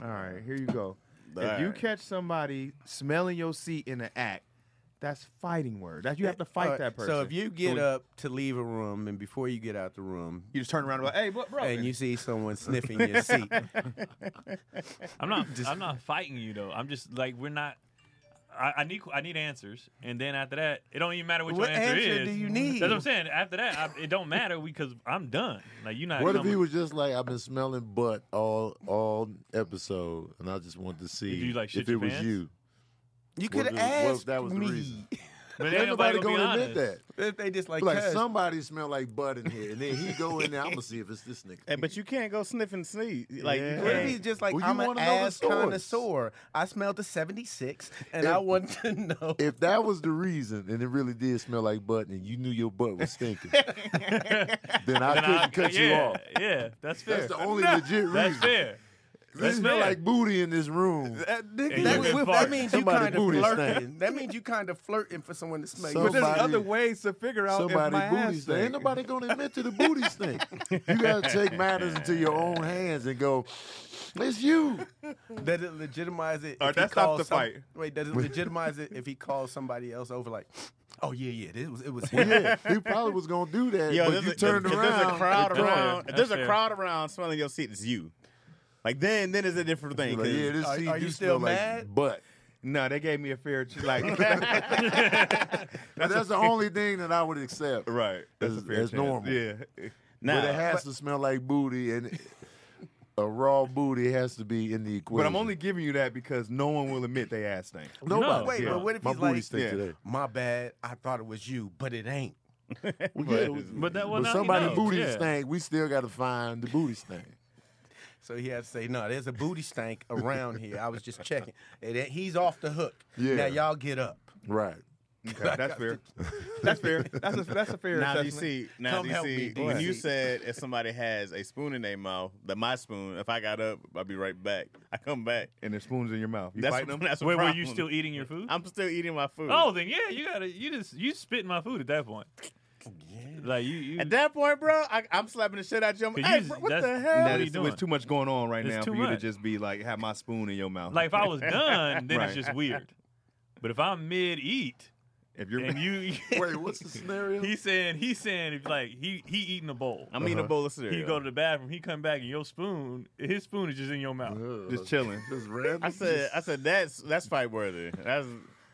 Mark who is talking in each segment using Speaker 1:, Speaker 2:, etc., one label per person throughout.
Speaker 1: All right, here you go.
Speaker 2: All
Speaker 1: if you
Speaker 2: right.
Speaker 1: catch somebody smelling your seat in an act, that's fighting word. That you have to
Speaker 3: Eh,
Speaker 1: fight
Speaker 4: All right,
Speaker 1: that person.
Speaker 4: So if you get
Speaker 1: we-
Speaker 4: up to leave a room and before you get out the room
Speaker 1: you just turn around and go, "Hey, bro, bro
Speaker 4: and you see someone sniffing your seat,
Speaker 5: I'm not. I'm not fighting you though. I'm just like we're not. I, I need. I need answers, and then after that, it don't even matter what,
Speaker 4: What
Speaker 5: your answer,
Speaker 4: answer
Speaker 5: is.
Speaker 4: do you need?
Speaker 5: That's what I'm saying. After that, I, it don't matter because I'm done. Like you're not.
Speaker 2: What if
Speaker 5: coming-
Speaker 2: he was just like, I've been smelling butt all all episode, and I just wanted to see
Speaker 5: you, like, shit
Speaker 2: if it
Speaker 5: your
Speaker 2: was
Speaker 5: pants?
Speaker 2: you.
Speaker 4: you could have
Speaker 2: if it- what if
Speaker 4: asked
Speaker 2: that was the
Speaker 4: me.
Speaker 2: reason?
Speaker 5: But
Speaker 2: Ain't
Speaker 5: ain't
Speaker 2: nobody
Speaker 5: gonna be
Speaker 2: gonna
Speaker 5: honest.
Speaker 2: admit that.
Speaker 4: If they just like,
Speaker 2: Like
Speaker 4: "Cuz,
Speaker 2: somebody smell like butt in here, and then he go in there. I'm gonna see if it's this nigga.
Speaker 3: Hey, but you can't go sniff and sneeze. Like you
Speaker 2: Yeah.
Speaker 4: What
Speaker 3: can't-
Speaker 4: if he's just like,
Speaker 2: Well, you
Speaker 4: I'm an
Speaker 2: wanna know the
Speaker 4: ass
Speaker 2: source.
Speaker 4: connoisseur. I smelled the 76, and I
Speaker 2: If-
Speaker 4: want to know.
Speaker 2: if that was the reason, and it really did smell like butt, and you knew your butt was stinking, then I
Speaker 5: Then
Speaker 2: couldn't
Speaker 5: I-
Speaker 2: cut you
Speaker 5: yeah,
Speaker 2: off.
Speaker 5: Yeah, that's fair.
Speaker 2: That's the only legit reason.
Speaker 5: That's fair.
Speaker 2: It
Speaker 5: That's
Speaker 2: smell
Speaker 5: fair.
Speaker 2: like booty in this room.
Speaker 4: that,
Speaker 5: you
Speaker 4: that-
Speaker 5: looking
Speaker 4: that
Speaker 5: fart.
Speaker 4: means you
Speaker 2: Somebody
Speaker 4: kind of
Speaker 2: booty stank.
Speaker 4: flirting. That means you kind of flirting for someone to smell.
Speaker 2: So-
Speaker 4: you.
Speaker 1: but there's
Speaker 2: somebody-
Speaker 1: other ways to figure out if
Speaker 2: Somebody
Speaker 1: my
Speaker 2: booty
Speaker 1: ass
Speaker 2: stink. Ain't
Speaker 1: stink.
Speaker 2: nobody gonna admit to the booty stink. You gotta take matters into your own hands and go. It's you.
Speaker 4: Does it legitimize it?
Speaker 1: All right,
Speaker 4: if he
Speaker 1: that's not
Speaker 4: calls
Speaker 1: the
Speaker 4: some-
Speaker 1: fight.
Speaker 4: Wait, does it legitimize it if he calls somebody else over? Like, oh yeah, yeah, it was it was him.
Speaker 2: Yeah, he probably was gonna do that,
Speaker 3: Yo,
Speaker 2: but
Speaker 3: there's
Speaker 2: you
Speaker 3: a-
Speaker 2: turned
Speaker 3: if
Speaker 2: around.
Speaker 3: There's a crowd
Speaker 5: That's fair.
Speaker 3: around. If
Speaker 5: That's
Speaker 3: there's a
Speaker 5: fair.
Speaker 3: crowd around smelling your seat, it's you. Like then, then it's a different thing.
Speaker 2: You're like,
Speaker 3: 'cause-
Speaker 2: yeah, this
Speaker 4: Are-
Speaker 2: seed
Speaker 4: are
Speaker 2: do
Speaker 4: you still
Speaker 2: smell like
Speaker 4: mad?
Speaker 2: butt.
Speaker 1: No, they gave me a fair ch- like. that's
Speaker 2: But that's the only thing that I would accept.
Speaker 1: right. That's a
Speaker 2: That's-
Speaker 1: fair
Speaker 2: that's
Speaker 1: chance.
Speaker 2: normal.
Speaker 1: Yeah.
Speaker 3: nah,
Speaker 2: but it has to smell like booty, and a raw booty has to be in the equation.
Speaker 1: But I'm only giving you that because no one will admit they ass stink.
Speaker 2: nobody.
Speaker 5: No,
Speaker 4: Wait,
Speaker 5: yeah.
Speaker 4: but what if
Speaker 2: My
Speaker 4: he's
Speaker 2: booty
Speaker 4: like,
Speaker 2: stink
Speaker 1: Yeah.
Speaker 2: today.
Speaker 4: my bad, I thought it was you, but it ain't.
Speaker 2: Well,
Speaker 3: But-
Speaker 2: yeah, we-
Speaker 5: but that- well, now he
Speaker 2: but somebody
Speaker 5: knows,
Speaker 2: booty
Speaker 5: yeah.
Speaker 2: stank. We still got to find the booty stank.
Speaker 4: So he had to say, no, there's a booty stank around here. I was just checking. And that- he's off the hook.
Speaker 2: Yeah.
Speaker 4: Now y'all get up.
Speaker 2: Right.
Speaker 1: Okay, that's fair. That's fair. That's a, that's a fair
Speaker 3: Now do you
Speaker 1: assessment.
Speaker 3: see, now
Speaker 4: Come
Speaker 3: do you
Speaker 4: help me,
Speaker 3: see,
Speaker 4: DC.
Speaker 3: when you said if somebody has a spoon in their mouth, that my spoon, if I got up, I'd be right back. I come back.
Speaker 1: And there's spoons in your mouth. You
Speaker 3: That's
Speaker 1: fighting
Speaker 3: what,
Speaker 1: them?
Speaker 3: that's the
Speaker 5: Wait, were
Speaker 3: problem.
Speaker 5: you still eating your food?
Speaker 3: I'm still eating my food.
Speaker 5: Oh, then yeah, you gotta. You just you spit my food at that point. Like you, you
Speaker 3: At that point, bro, I, I'm slapping the shit out your.
Speaker 5: Cause
Speaker 3: Hey,
Speaker 5: you-
Speaker 3: bro, what
Speaker 5: that's-
Speaker 3: the hell?
Speaker 5: what are you
Speaker 1: There's- there's
Speaker 5: doing?
Speaker 1: too much going on right
Speaker 5: There's
Speaker 1: now for
Speaker 5: too
Speaker 1: you to
Speaker 5: much.
Speaker 1: just be like, have my spoon in your mouth.
Speaker 5: like if I was done, then
Speaker 1: Right.
Speaker 5: it's just weird. But if I'm mid eat
Speaker 1: if you're
Speaker 5: and you,
Speaker 2: Wait, what's the scenario?
Speaker 5: he's saying he's saying if like he he eating a bowl.
Speaker 3: I'm eating a bowl of cereal.
Speaker 5: Uh-huh. He go to the bathroom, he come back, and your spoon, his spoon is just in your mouth.
Speaker 1: just chilling.
Speaker 2: Just random.
Speaker 3: I said, I said that's that's fight worthy. That's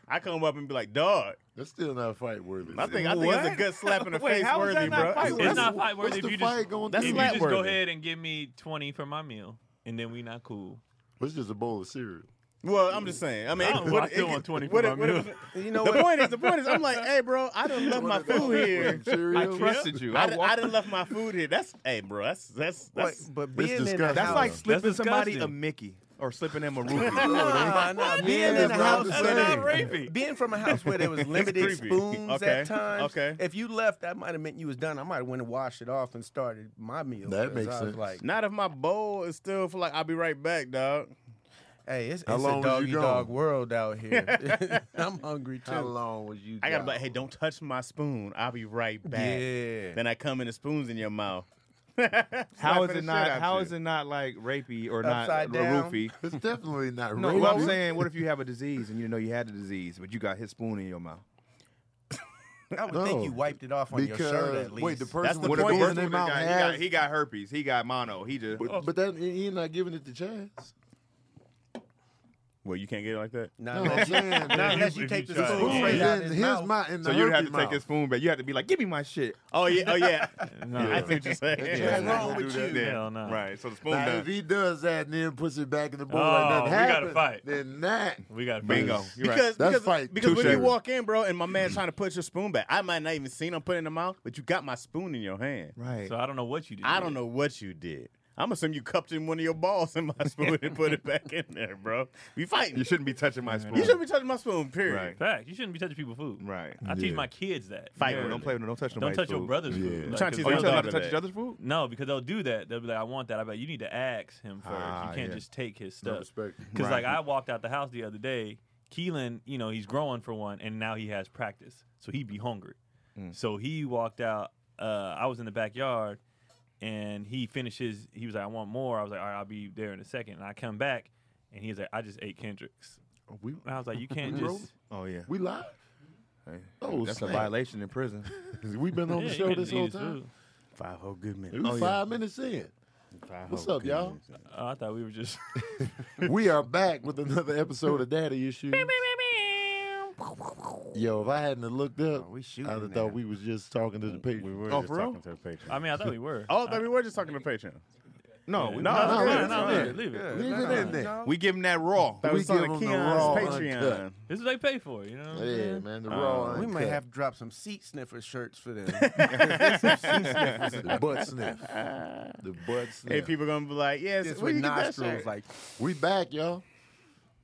Speaker 3: I come up and be like, dog.
Speaker 2: that's still not fight worthy.
Speaker 3: I think I think it's a
Speaker 1: What?
Speaker 3: good slap in the
Speaker 1: Wait,
Speaker 3: face
Speaker 1: how is that
Speaker 3: worthy,
Speaker 1: not
Speaker 3: bro.
Speaker 5: fight
Speaker 2: What's-
Speaker 5: It's not fight
Speaker 2: what's
Speaker 5: worthy if
Speaker 2: the
Speaker 5: you just-
Speaker 2: fight going
Speaker 3: that's
Speaker 5: if
Speaker 2: through?
Speaker 5: you
Speaker 3: slap
Speaker 5: just go
Speaker 3: worthy.
Speaker 5: ahead and give me twenty for my meal, and then we not cool.
Speaker 2: It's just a bowl of cereal.
Speaker 3: Well, I'm just saying. I mean,
Speaker 5: I
Speaker 3: it-
Speaker 5: don't know,
Speaker 3: what-
Speaker 5: I still
Speaker 3: it-
Speaker 5: want 20 for
Speaker 3: what-
Speaker 5: my
Speaker 3: what-
Speaker 5: meal.
Speaker 4: You know
Speaker 3: The
Speaker 4: what?
Speaker 3: point is, the point is, I'm like, hey, bro, I done left my food here.
Speaker 1: I
Speaker 2: Cereal?
Speaker 1: trusted you.
Speaker 3: I,
Speaker 1: I
Speaker 3: done-
Speaker 1: walked-
Speaker 3: I done left my food here. That's hey, bro. That's that's
Speaker 4: But,
Speaker 3: that's.
Speaker 4: but being in the
Speaker 2: disgusting.
Speaker 1: that's
Speaker 4: house,
Speaker 1: like
Speaker 2: That's
Speaker 1: slipping somebody a
Speaker 5: disgusting.
Speaker 1: Mickey or slipping them a rupee.
Speaker 4: nah, nah, being
Speaker 2: that's
Speaker 4: in the
Speaker 2: what
Speaker 4: house,
Speaker 2: I'm
Speaker 4: where
Speaker 2: saying.
Speaker 4: there-
Speaker 5: Rapey.
Speaker 4: being from a house where there was limited
Speaker 3: creepy.
Speaker 4: spoons
Speaker 3: Okay,
Speaker 4: at times.
Speaker 3: okay.
Speaker 4: If you left, that might have meant you was done. I might have went and washed it off and started my meal.
Speaker 2: That
Speaker 4: 'cause
Speaker 2: makes
Speaker 4: I was
Speaker 2: sense.
Speaker 4: Like,
Speaker 3: Not if my bowl is still for like I'll be right back, dog.
Speaker 4: hey, it's,
Speaker 2: How
Speaker 4: it's
Speaker 2: long
Speaker 4: a
Speaker 2: was you
Speaker 4: doggy dog
Speaker 2: gone?
Speaker 4: world out here. I'm hungry too.
Speaker 2: How long was you?
Speaker 3: I gotta be
Speaker 2: down?
Speaker 3: like, hey, don't touch my spoon. I'll be right back.
Speaker 4: Yeah.
Speaker 3: Then I come in the spoons in your mouth.
Speaker 1: how is
Speaker 3: Slapping the
Speaker 1: it
Speaker 3: shit
Speaker 1: not?
Speaker 3: out
Speaker 1: How
Speaker 3: you.
Speaker 1: is it not like rapey
Speaker 6: Uh,
Speaker 1: or not
Speaker 4: Upside
Speaker 1: a
Speaker 4: down.
Speaker 1: roofie?
Speaker 2: It's definitely not.
Speaker 1: No,
Speaker 2: real.
Speaker 1: well, I'm saying, what if you have a disease and you didn't know you had the disease, but you got his spoon in your mouth?
Speaker 4: I would think
Speaker 2: No.
Speaker 4: you wiped it off on your shirt
Speaker 2: because
Speaker 4: at least.
Speaker 2: wait, the
Speaker 3: That's
Speaker 2: person
Speaker 3: the
Speaker 2: with
Speaker 1: What
Speaker 2: the
Speaker 1: if
Speaker 3: point.
Speaker 2: bowl
Speaker 1: his
Speaker 2: in their
Speaker 1: spoon
Speaker 2: mouth
Speaker 1: got- he, got,
Speaker 2: has?
Speaker 1: he got herpes. He got mono. He just
Speaker 2: But, but that he he not giving it the chance.
Speaker 3: Well, you can't get it like that.
Speaker 4: Nah,
Speaker 2: No,
Speaker 4: man,
Speaker 2: I'm saying
Speaker 4: Not
Speaker 2: that
Speaker 4: unless
Speaker 5: you-
Speaker 4: you
Speaker 5: if
Speaker 4: take
Speaker 5: you
Speaker 4: the
Speaker 5: try.
Speaker 4: spoon
Speaker 5: Yeah.
Speaker 4: straight
Speaker 2: he's
Speaker 4: out
Speaker 2: in
Speaker 4: his
Speaker 2: his
Speaker 4: mouth.
Speaker 2: mouth and
Speaker 1: so
Speaker 2: the
Speaker 1: you would have to
Speaker 2: herpes
Speaker 1: take
Speaker 2: mouth.
Speaker 1: his spoon back. You have to be like, give me my shit.
Speaker 3: Oh yeah, oh yeah.
Speaker 5: No.
Speaker 3: I see what you're saying.
Speaker 4: What's wrong
Speaker 1: Don't
Speaker 4: with
Speaker 1: do that.
Speaker 4: you?
Speaker 1: Yeah.
Speaker 5: Hell no.
Speaker 1: Right. So the spoon
Speaker 2: Now,
Speaker 1: done.
Speaker 2: if he does that and then puts it back in the bowl
Speaker 5: Oh,
Speaker 2: like nothing
Speaker 5: we gotta
Speaker 2: happened,
Speaker 5: fight.
Speaker 2: then that
Speaker 5: We got
Speaker 1: Bingo. You're right.
Speaker 3: Because
Speaker 2: That's
Speaker 3: because,
Speaker 2: fight.
Speaker 3: because when
Speaker 1: Touche.
Speaker 3: you walk in, bro, and my man trying to put your spoon back, I might not even seen him put it in the mouth, but you got my spoon in your hand.
Speaker 1: Right.
Speaker 5: So I don't know what you did.
Speaker 3: I don't know what you did. I'm assuming you cupped in one of your balls in my spoon and put it back in there, bro. We fighting.
Speaker 1: you
Speaker 3: You
Speaker 1: shouldn't be touching my spoon.
Speaker 3: shouldn't be touching my spoon, period.
Speaker 1: Right.
Speaker 5: Fact, you shouldn't be touching people's food.
Speaker 1: Right.
Speaker 5: I teach
Speaker 2: Yeah.
Speaker 5: my kids that.
Speaker 3: Fight
Speaker 1: Yeah,
Speaker 3: with
Speaker 1: don't
Speaker 3: it.
Speaker 1: play. Don't touch
Speaker 5: Don't
Speaker 1: nobody's
Speaker 5: touch your
Speaker 1: food.
Speaker 5: brother's
Speaker 2: Yeah.
Speaker 5: food.
Speaker 2: I'm
Speaker 5: Like,
Speaker 3: trying to
Speaker 5: 'cause
Speaker 3: teach my
Speaker 1: Oh, you
Speaker 5: they'll-
Speaker 1: tell them
Speaker 3: daughter
Speaker 1: not to touch
Speaker 3: that.
Speaker 1: each other's food?
Speaker 5: No, because they'll do that. They'll be like, "I want that." I be like, "You need to ask him first.
Speaker 1: Ah,
Speaker 5: you can't
Speaker 1: yeah.
Speaker 5: just take his
Speaker 2: No
Speaker 5: stuff." Because
Speaker 2: respect.
Speaker 5: like I walked out the house the other day, Keelan, you know, he's growing for one, and now he has practice, so he'd be hungry.
Speaker 2: Mm.
Speaker 5: So he walked out. Uh, I was in the backyard, and he finishes. He was like, "I want more." I was like, "All right, I'll be there in a second. And I come back, and he was like, I just ate Kendrick's.
Speaker 2: We
Speaker 5: And I was like, you can't
Speaker 2: We wrote
Speaker 5: just.
Speaker 3: Oh yeah.
Speaker 2: we live.
Speaker 3: Hey,
Speaker 2: Oh,
Speaker 3: that's a
Speaker 2: snap.
Speaker 3: violation in prison.
Speaker 2: We've been on
Speaker 5: Yeah,
Speaker 2: the
Speaker 5: you
Speaker 2: show
Speaker 5: can't
Speaker 2: this
Speaker 5: just eat
Speaker 2: whole
Speaker 5: his
Speaker 2: time.
Speaker 5: food.
Speaker 3: Five whole good minutes.
Speaker 2: We was five minutes in. What's up, y'all?
Speaker 5: Oh, I thought we were just.
Speaker 2: we are back with another episode of Daddy Issues. Yo, if I hadn't have looked up,
Speaker 3: Oh,
Speaker 4: we shooting
Speaker 2: I'd have
Speaker 4: now.
Speaker 2: thought we was just talking to the patrons.
Speaker 3: We were
Speaker 2: oh,
Speaker 3: just
Speaker 2: for real?
Speaker 3: talking to the patron.
Speaker 5: I mean, I thought we were.
Speaker 3: oh, I thought we were just talking to the patron.
Speaker 5: no,
Speaker 3: we-
Speaker 5: no,
Speaker 3: no,
Speaker 5: no,
Speaker 3: no,
Speaker 5: no,
Speaker 3: it's
Speaker 5: no,
Speaker 3: fine.
Speaker 5: leave it, leave it.
Speaker 2: Leave
Speaker 4: Nah,
Speaker 2: it in there.
Speaker 4: y'all-
Speaker 3: We give him that raw.
Speaker 2: That
Speaker 3: we
Speaker 2: was
Speaker 3: give
Speaker 2: on
Speaker 3: him the
Speaker 2: Keon's
Speaker 3: raw
Speaker 2: Patreon.
Speaker 3: uncut.
Speaker 5: This is what they pay for, you know. what I'm
Speaker 2: Yeah,
Speaker 5: saying?
Speaker 2: man,
Speaker 3: Uh,
Speaker 2: the raw.
Speaker 4: We may
Speaker 2: uncut,
Speaker 4: have to drop some seat sniffer shirts for them.
Speaker 2: the butt sniff. The butt sniff.
Speaker 3: Hey, people gonna be like, yes,
Speaker 4: Just
Speaker 3: where
Speaker 4: with
Speaker 3: you get that
Speaker 4: nostrils,
Speaker 3: shirt?
Speaker 4: like
Speaker 2: we back, y'all.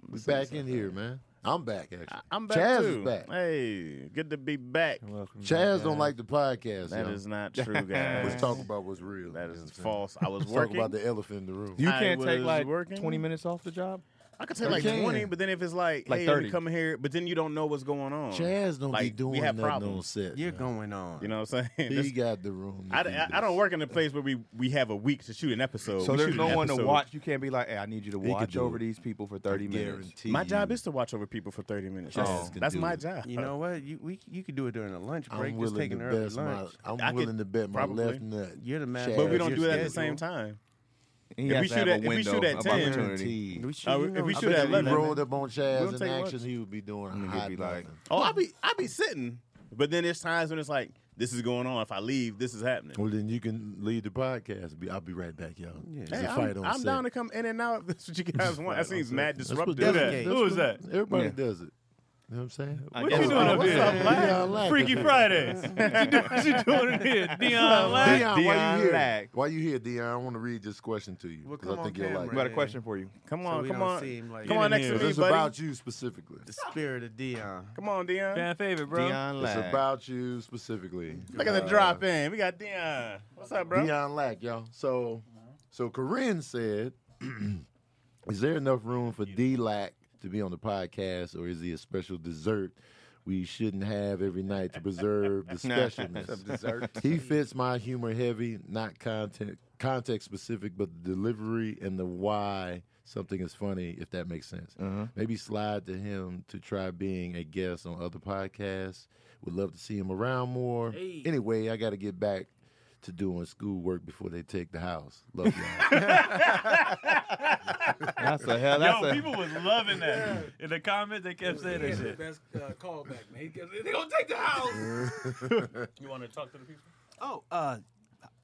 Speaker 2: We back in here, man. I'm back actually.
Speaker 3: I'm back
Speaker 2: Chaz
Speaker 3: too.
Speaker 2: is back.
Speaker 3: Hey, good to be back.
Speaker 5: Welcome
Speaker 2: Chaz
Speaker 5: back,
Speaker 2: don't
Speaker 5: guys.
Speaker 2: like the podcast.
Speaker 3: That
Speaker 2: yo.
Speaker 3: is not true, guys.
Speaker 2: Let's talk about what's real.
Speaker 3: That
Speaker 2: You know
Speaker 3: is
Speaker 2: what I'm
Speaker 3: false. I was
Speaker 2: saying? Let's
Speaker 3: working.
Speaker 2: talk about the elephant in the room.
Speaker 3: I was working.
Speaker 6: minutes off the job.
Speaker 3: I could take like
Speaker 2: can.
Speaker 3: twenty, but then if it's like,
Speaker 6: Like
Speaker 3: hey, let me
Speaker 6: 30.
Speaker 3: come here, but then you don't know what's going on.
Speaker 2: Chaz don't be
Speaker 3: Oh. Like,
Speaker 2: doing
Speaker 3: we have
Speaker 2: nothing on
Speaker 3: problems.
Speaker 2: set.
Speaker 4: you're
Speaker 2: man.
Speaker 4: going on.
Speaker 3: You know what I'm saying?
Speaker 2: He
Speaker 3: This-
Speaker 2: got the room. to
Speaker 3: I,
Speaker 2: do
Speaker 3: I, I
Speaker 2: this.
Speaker 3: don't work in a place where we we have a week to shoot an episode.
Speaker 6: So
Speaker 3: Oh, We
Speaker 6: there's
Speaker 3: shoot
Speaker 6: no
Speaker 3: an
Speaker 6: one to
Speaker 3: episode.
Speaker 6: watch. You can't be like, hey, I need you to
Speaker 2: could
Speaker 6: watch
Speaker 2: do
Speaker 6: over
Speaker 2: it.
Speaker 6: these people for 30 minutes.
Speaker 2: Guarantee
Speaker 3: My
Speaker 2: you.
Speaker 3: job is to watch over people for thirty
Speaker 6: Oh.
Speaker 3: minutes.
Speaker 2: Chaz
Speaker 3: y'all.
Speaker 2: can
Speaker 3: That's
Speaker 2: do
Speaker 3: my
Speaker 2: it.
Speaker 3: job.
Speaker 4: You know what? You we you could do it during a lunch
Speaker 2: I'm
Speaker 4: break. just
Speaker 2: willing
Speaker 4: taking
Speaker 2: to
Speaker 4: an early
Speaker 2: bet my-
Speaker 4: lunch.
Speaker 2: I'm
Speaker 3: I could
Speaker 2: willing to bet my
Speaker 3: probably-
Speaker 2: left nut.
Speaker 4: You're the man.
Speaker 2: Chaz
Speaker 3: but we don't
Speaker 2: is
Speaker 3: do that at the
Speaker 2: scheduled.
Speaker 3: same time.
Speaker 6: He
Speaker 3: If
Speaker 6: has
Speaker 3: we
Speaker 6: to
Speaker 3: shoot
Speaker 6: have
Speaker 3: at-
Speaker 6: a
Speaker 3: if we
Speaker 6: window
Speaker 3: should at
Speaker 6: of
Speaker 3: 10,
Speaker 6: opportunity.
Speaker 4: We should,
Speaker 3: Uh,
Speaker 4: you
Speaker 3: if
Speaker 4: know,
Speaker 3: we
Speaker 4: I
Speaker 3: should at
Speaker 4: bet you
Speaker 2: If he
Speaker 3: 11.
Speaker 4: know-
Speaker 2: rolled up on
Speaker 3: We'll
Speaker 2: Chaz in
Speaker 3: take
Speaker 2: action, he would be doing
Speaker 6: he'd
Speaker 2: high
Speaker 6: be like,
Speaker 2: nothing.
Speaker 3: Oh, I be I be sitting, but then there's times when it's like this is going on. If I leave, this is happening.
Speaker 2: Well, then you can lead the podcast. Be- I'll be right back, y'all.
Speaker 4: Yeah.
Speaker 2: It's
Speaker 3: Hey,
Speaker 2: a
Speaker 3: I'm,
Speaker 2: fight on
Speaker 3: I'm
Speaker 2: set.
Speaker 3: down to come in and out. If that's what you guys want. That seems mad
Speaker 2: That's what-
Speaker 3: disruptive.
Speaker 2: that's-
Speaker 5: that.
Speaker 2: that's
Speaker 5: Who is
Speaker 2: what-
Speaker 5: that?
Speaker 2: Everybody
Speaker 6: Yeah.
Speaker 2: does it. You know what I'm saying?
Speaker 6: I
Speaker 5: What
Speaker 6: guess-
Speaker 5: you doing up
Speaker 3: what's
Speaker 5: here?
Speaker 3: up, Black?
Speaker 2: Dion Lack.
Speaker 5: Freaky Fridays. what you doing in here? Dion Lack.
Speaker 2: Dion, why
Speaker 6: Dion
Speaker 2: you here?
Speaker 6: Lack.
Speaker 2: Why you here, Dion? I want to read this question to you
Speaker 4: Well,
Speaker 2: because
Speaker 4: come
Speaker 2: I think
Speaker 4: on
Speaker 2: you'll
Speaker 4: camera.
Speaker 2: like
Speaker 6: We
Speaker 2: it.
Speaker 6: got a question for you.
Speaker 3: Come
Speaker 4: So
Speaker 3: on,
Speaker 4: we
Speaker 3: come
Speaker 4: don't
Speaker 3: on,
Speaker 4: seem like-
Speaker 3: come on
Speaker 5: Get in
Speaker 3: next
Speaker 5: here.
Speaker 3: to
Speaker 2: But
Speaker 3: me,
Speaker 2: It's
Speaker 3: buddy.
Speaker 2: about you specifically.
Speaker 4: the spirit of Dion.
Speaker 3: Come on, Dion.
Speaker 5: Fan favorite, bro.
Speaker 6: Dion
Speaker 2: It's
Speaker 6: Lack.
Speaker 2: about you specifically.
Speaker 3: Look at the
Speaker 2: Uh,
Speaker 3: drop in. We got Dion. What's up, bro?
Speaker 2: Dion Lack, y'all. So,
Speaker 4: Uh-huh.
Speaker 2: so Corinne said, "Is there enough room for D Lack to be on the podcast, or is he a special dessert we shouldn't have every night to preserve the specialness?
Speaker 4: dessert.
Speaker 2: he fits my humor heavy, not content context specific, but the delivery and the why." Something is funny, if that makes sense.
Speaker 3: Uh-huh.
Speaker 2: Maybe slide to him to try being a guest on other podcasts. Would love to see him around more. Anyway, I got to get back to doing schoolwork before they take the house. Love y'all.
Speaker 6: That's a hell. That's
Speaker 5: Yo,
Speaker 6: a.
Speaker 5: people was loving that. In the comments, they kept saying that shit.
Speaker 7: That's uh, callback, man. He kept- They gonna take the house.
Speaker 5: You want to talk to the people?
Speaker 7: Oh, uh,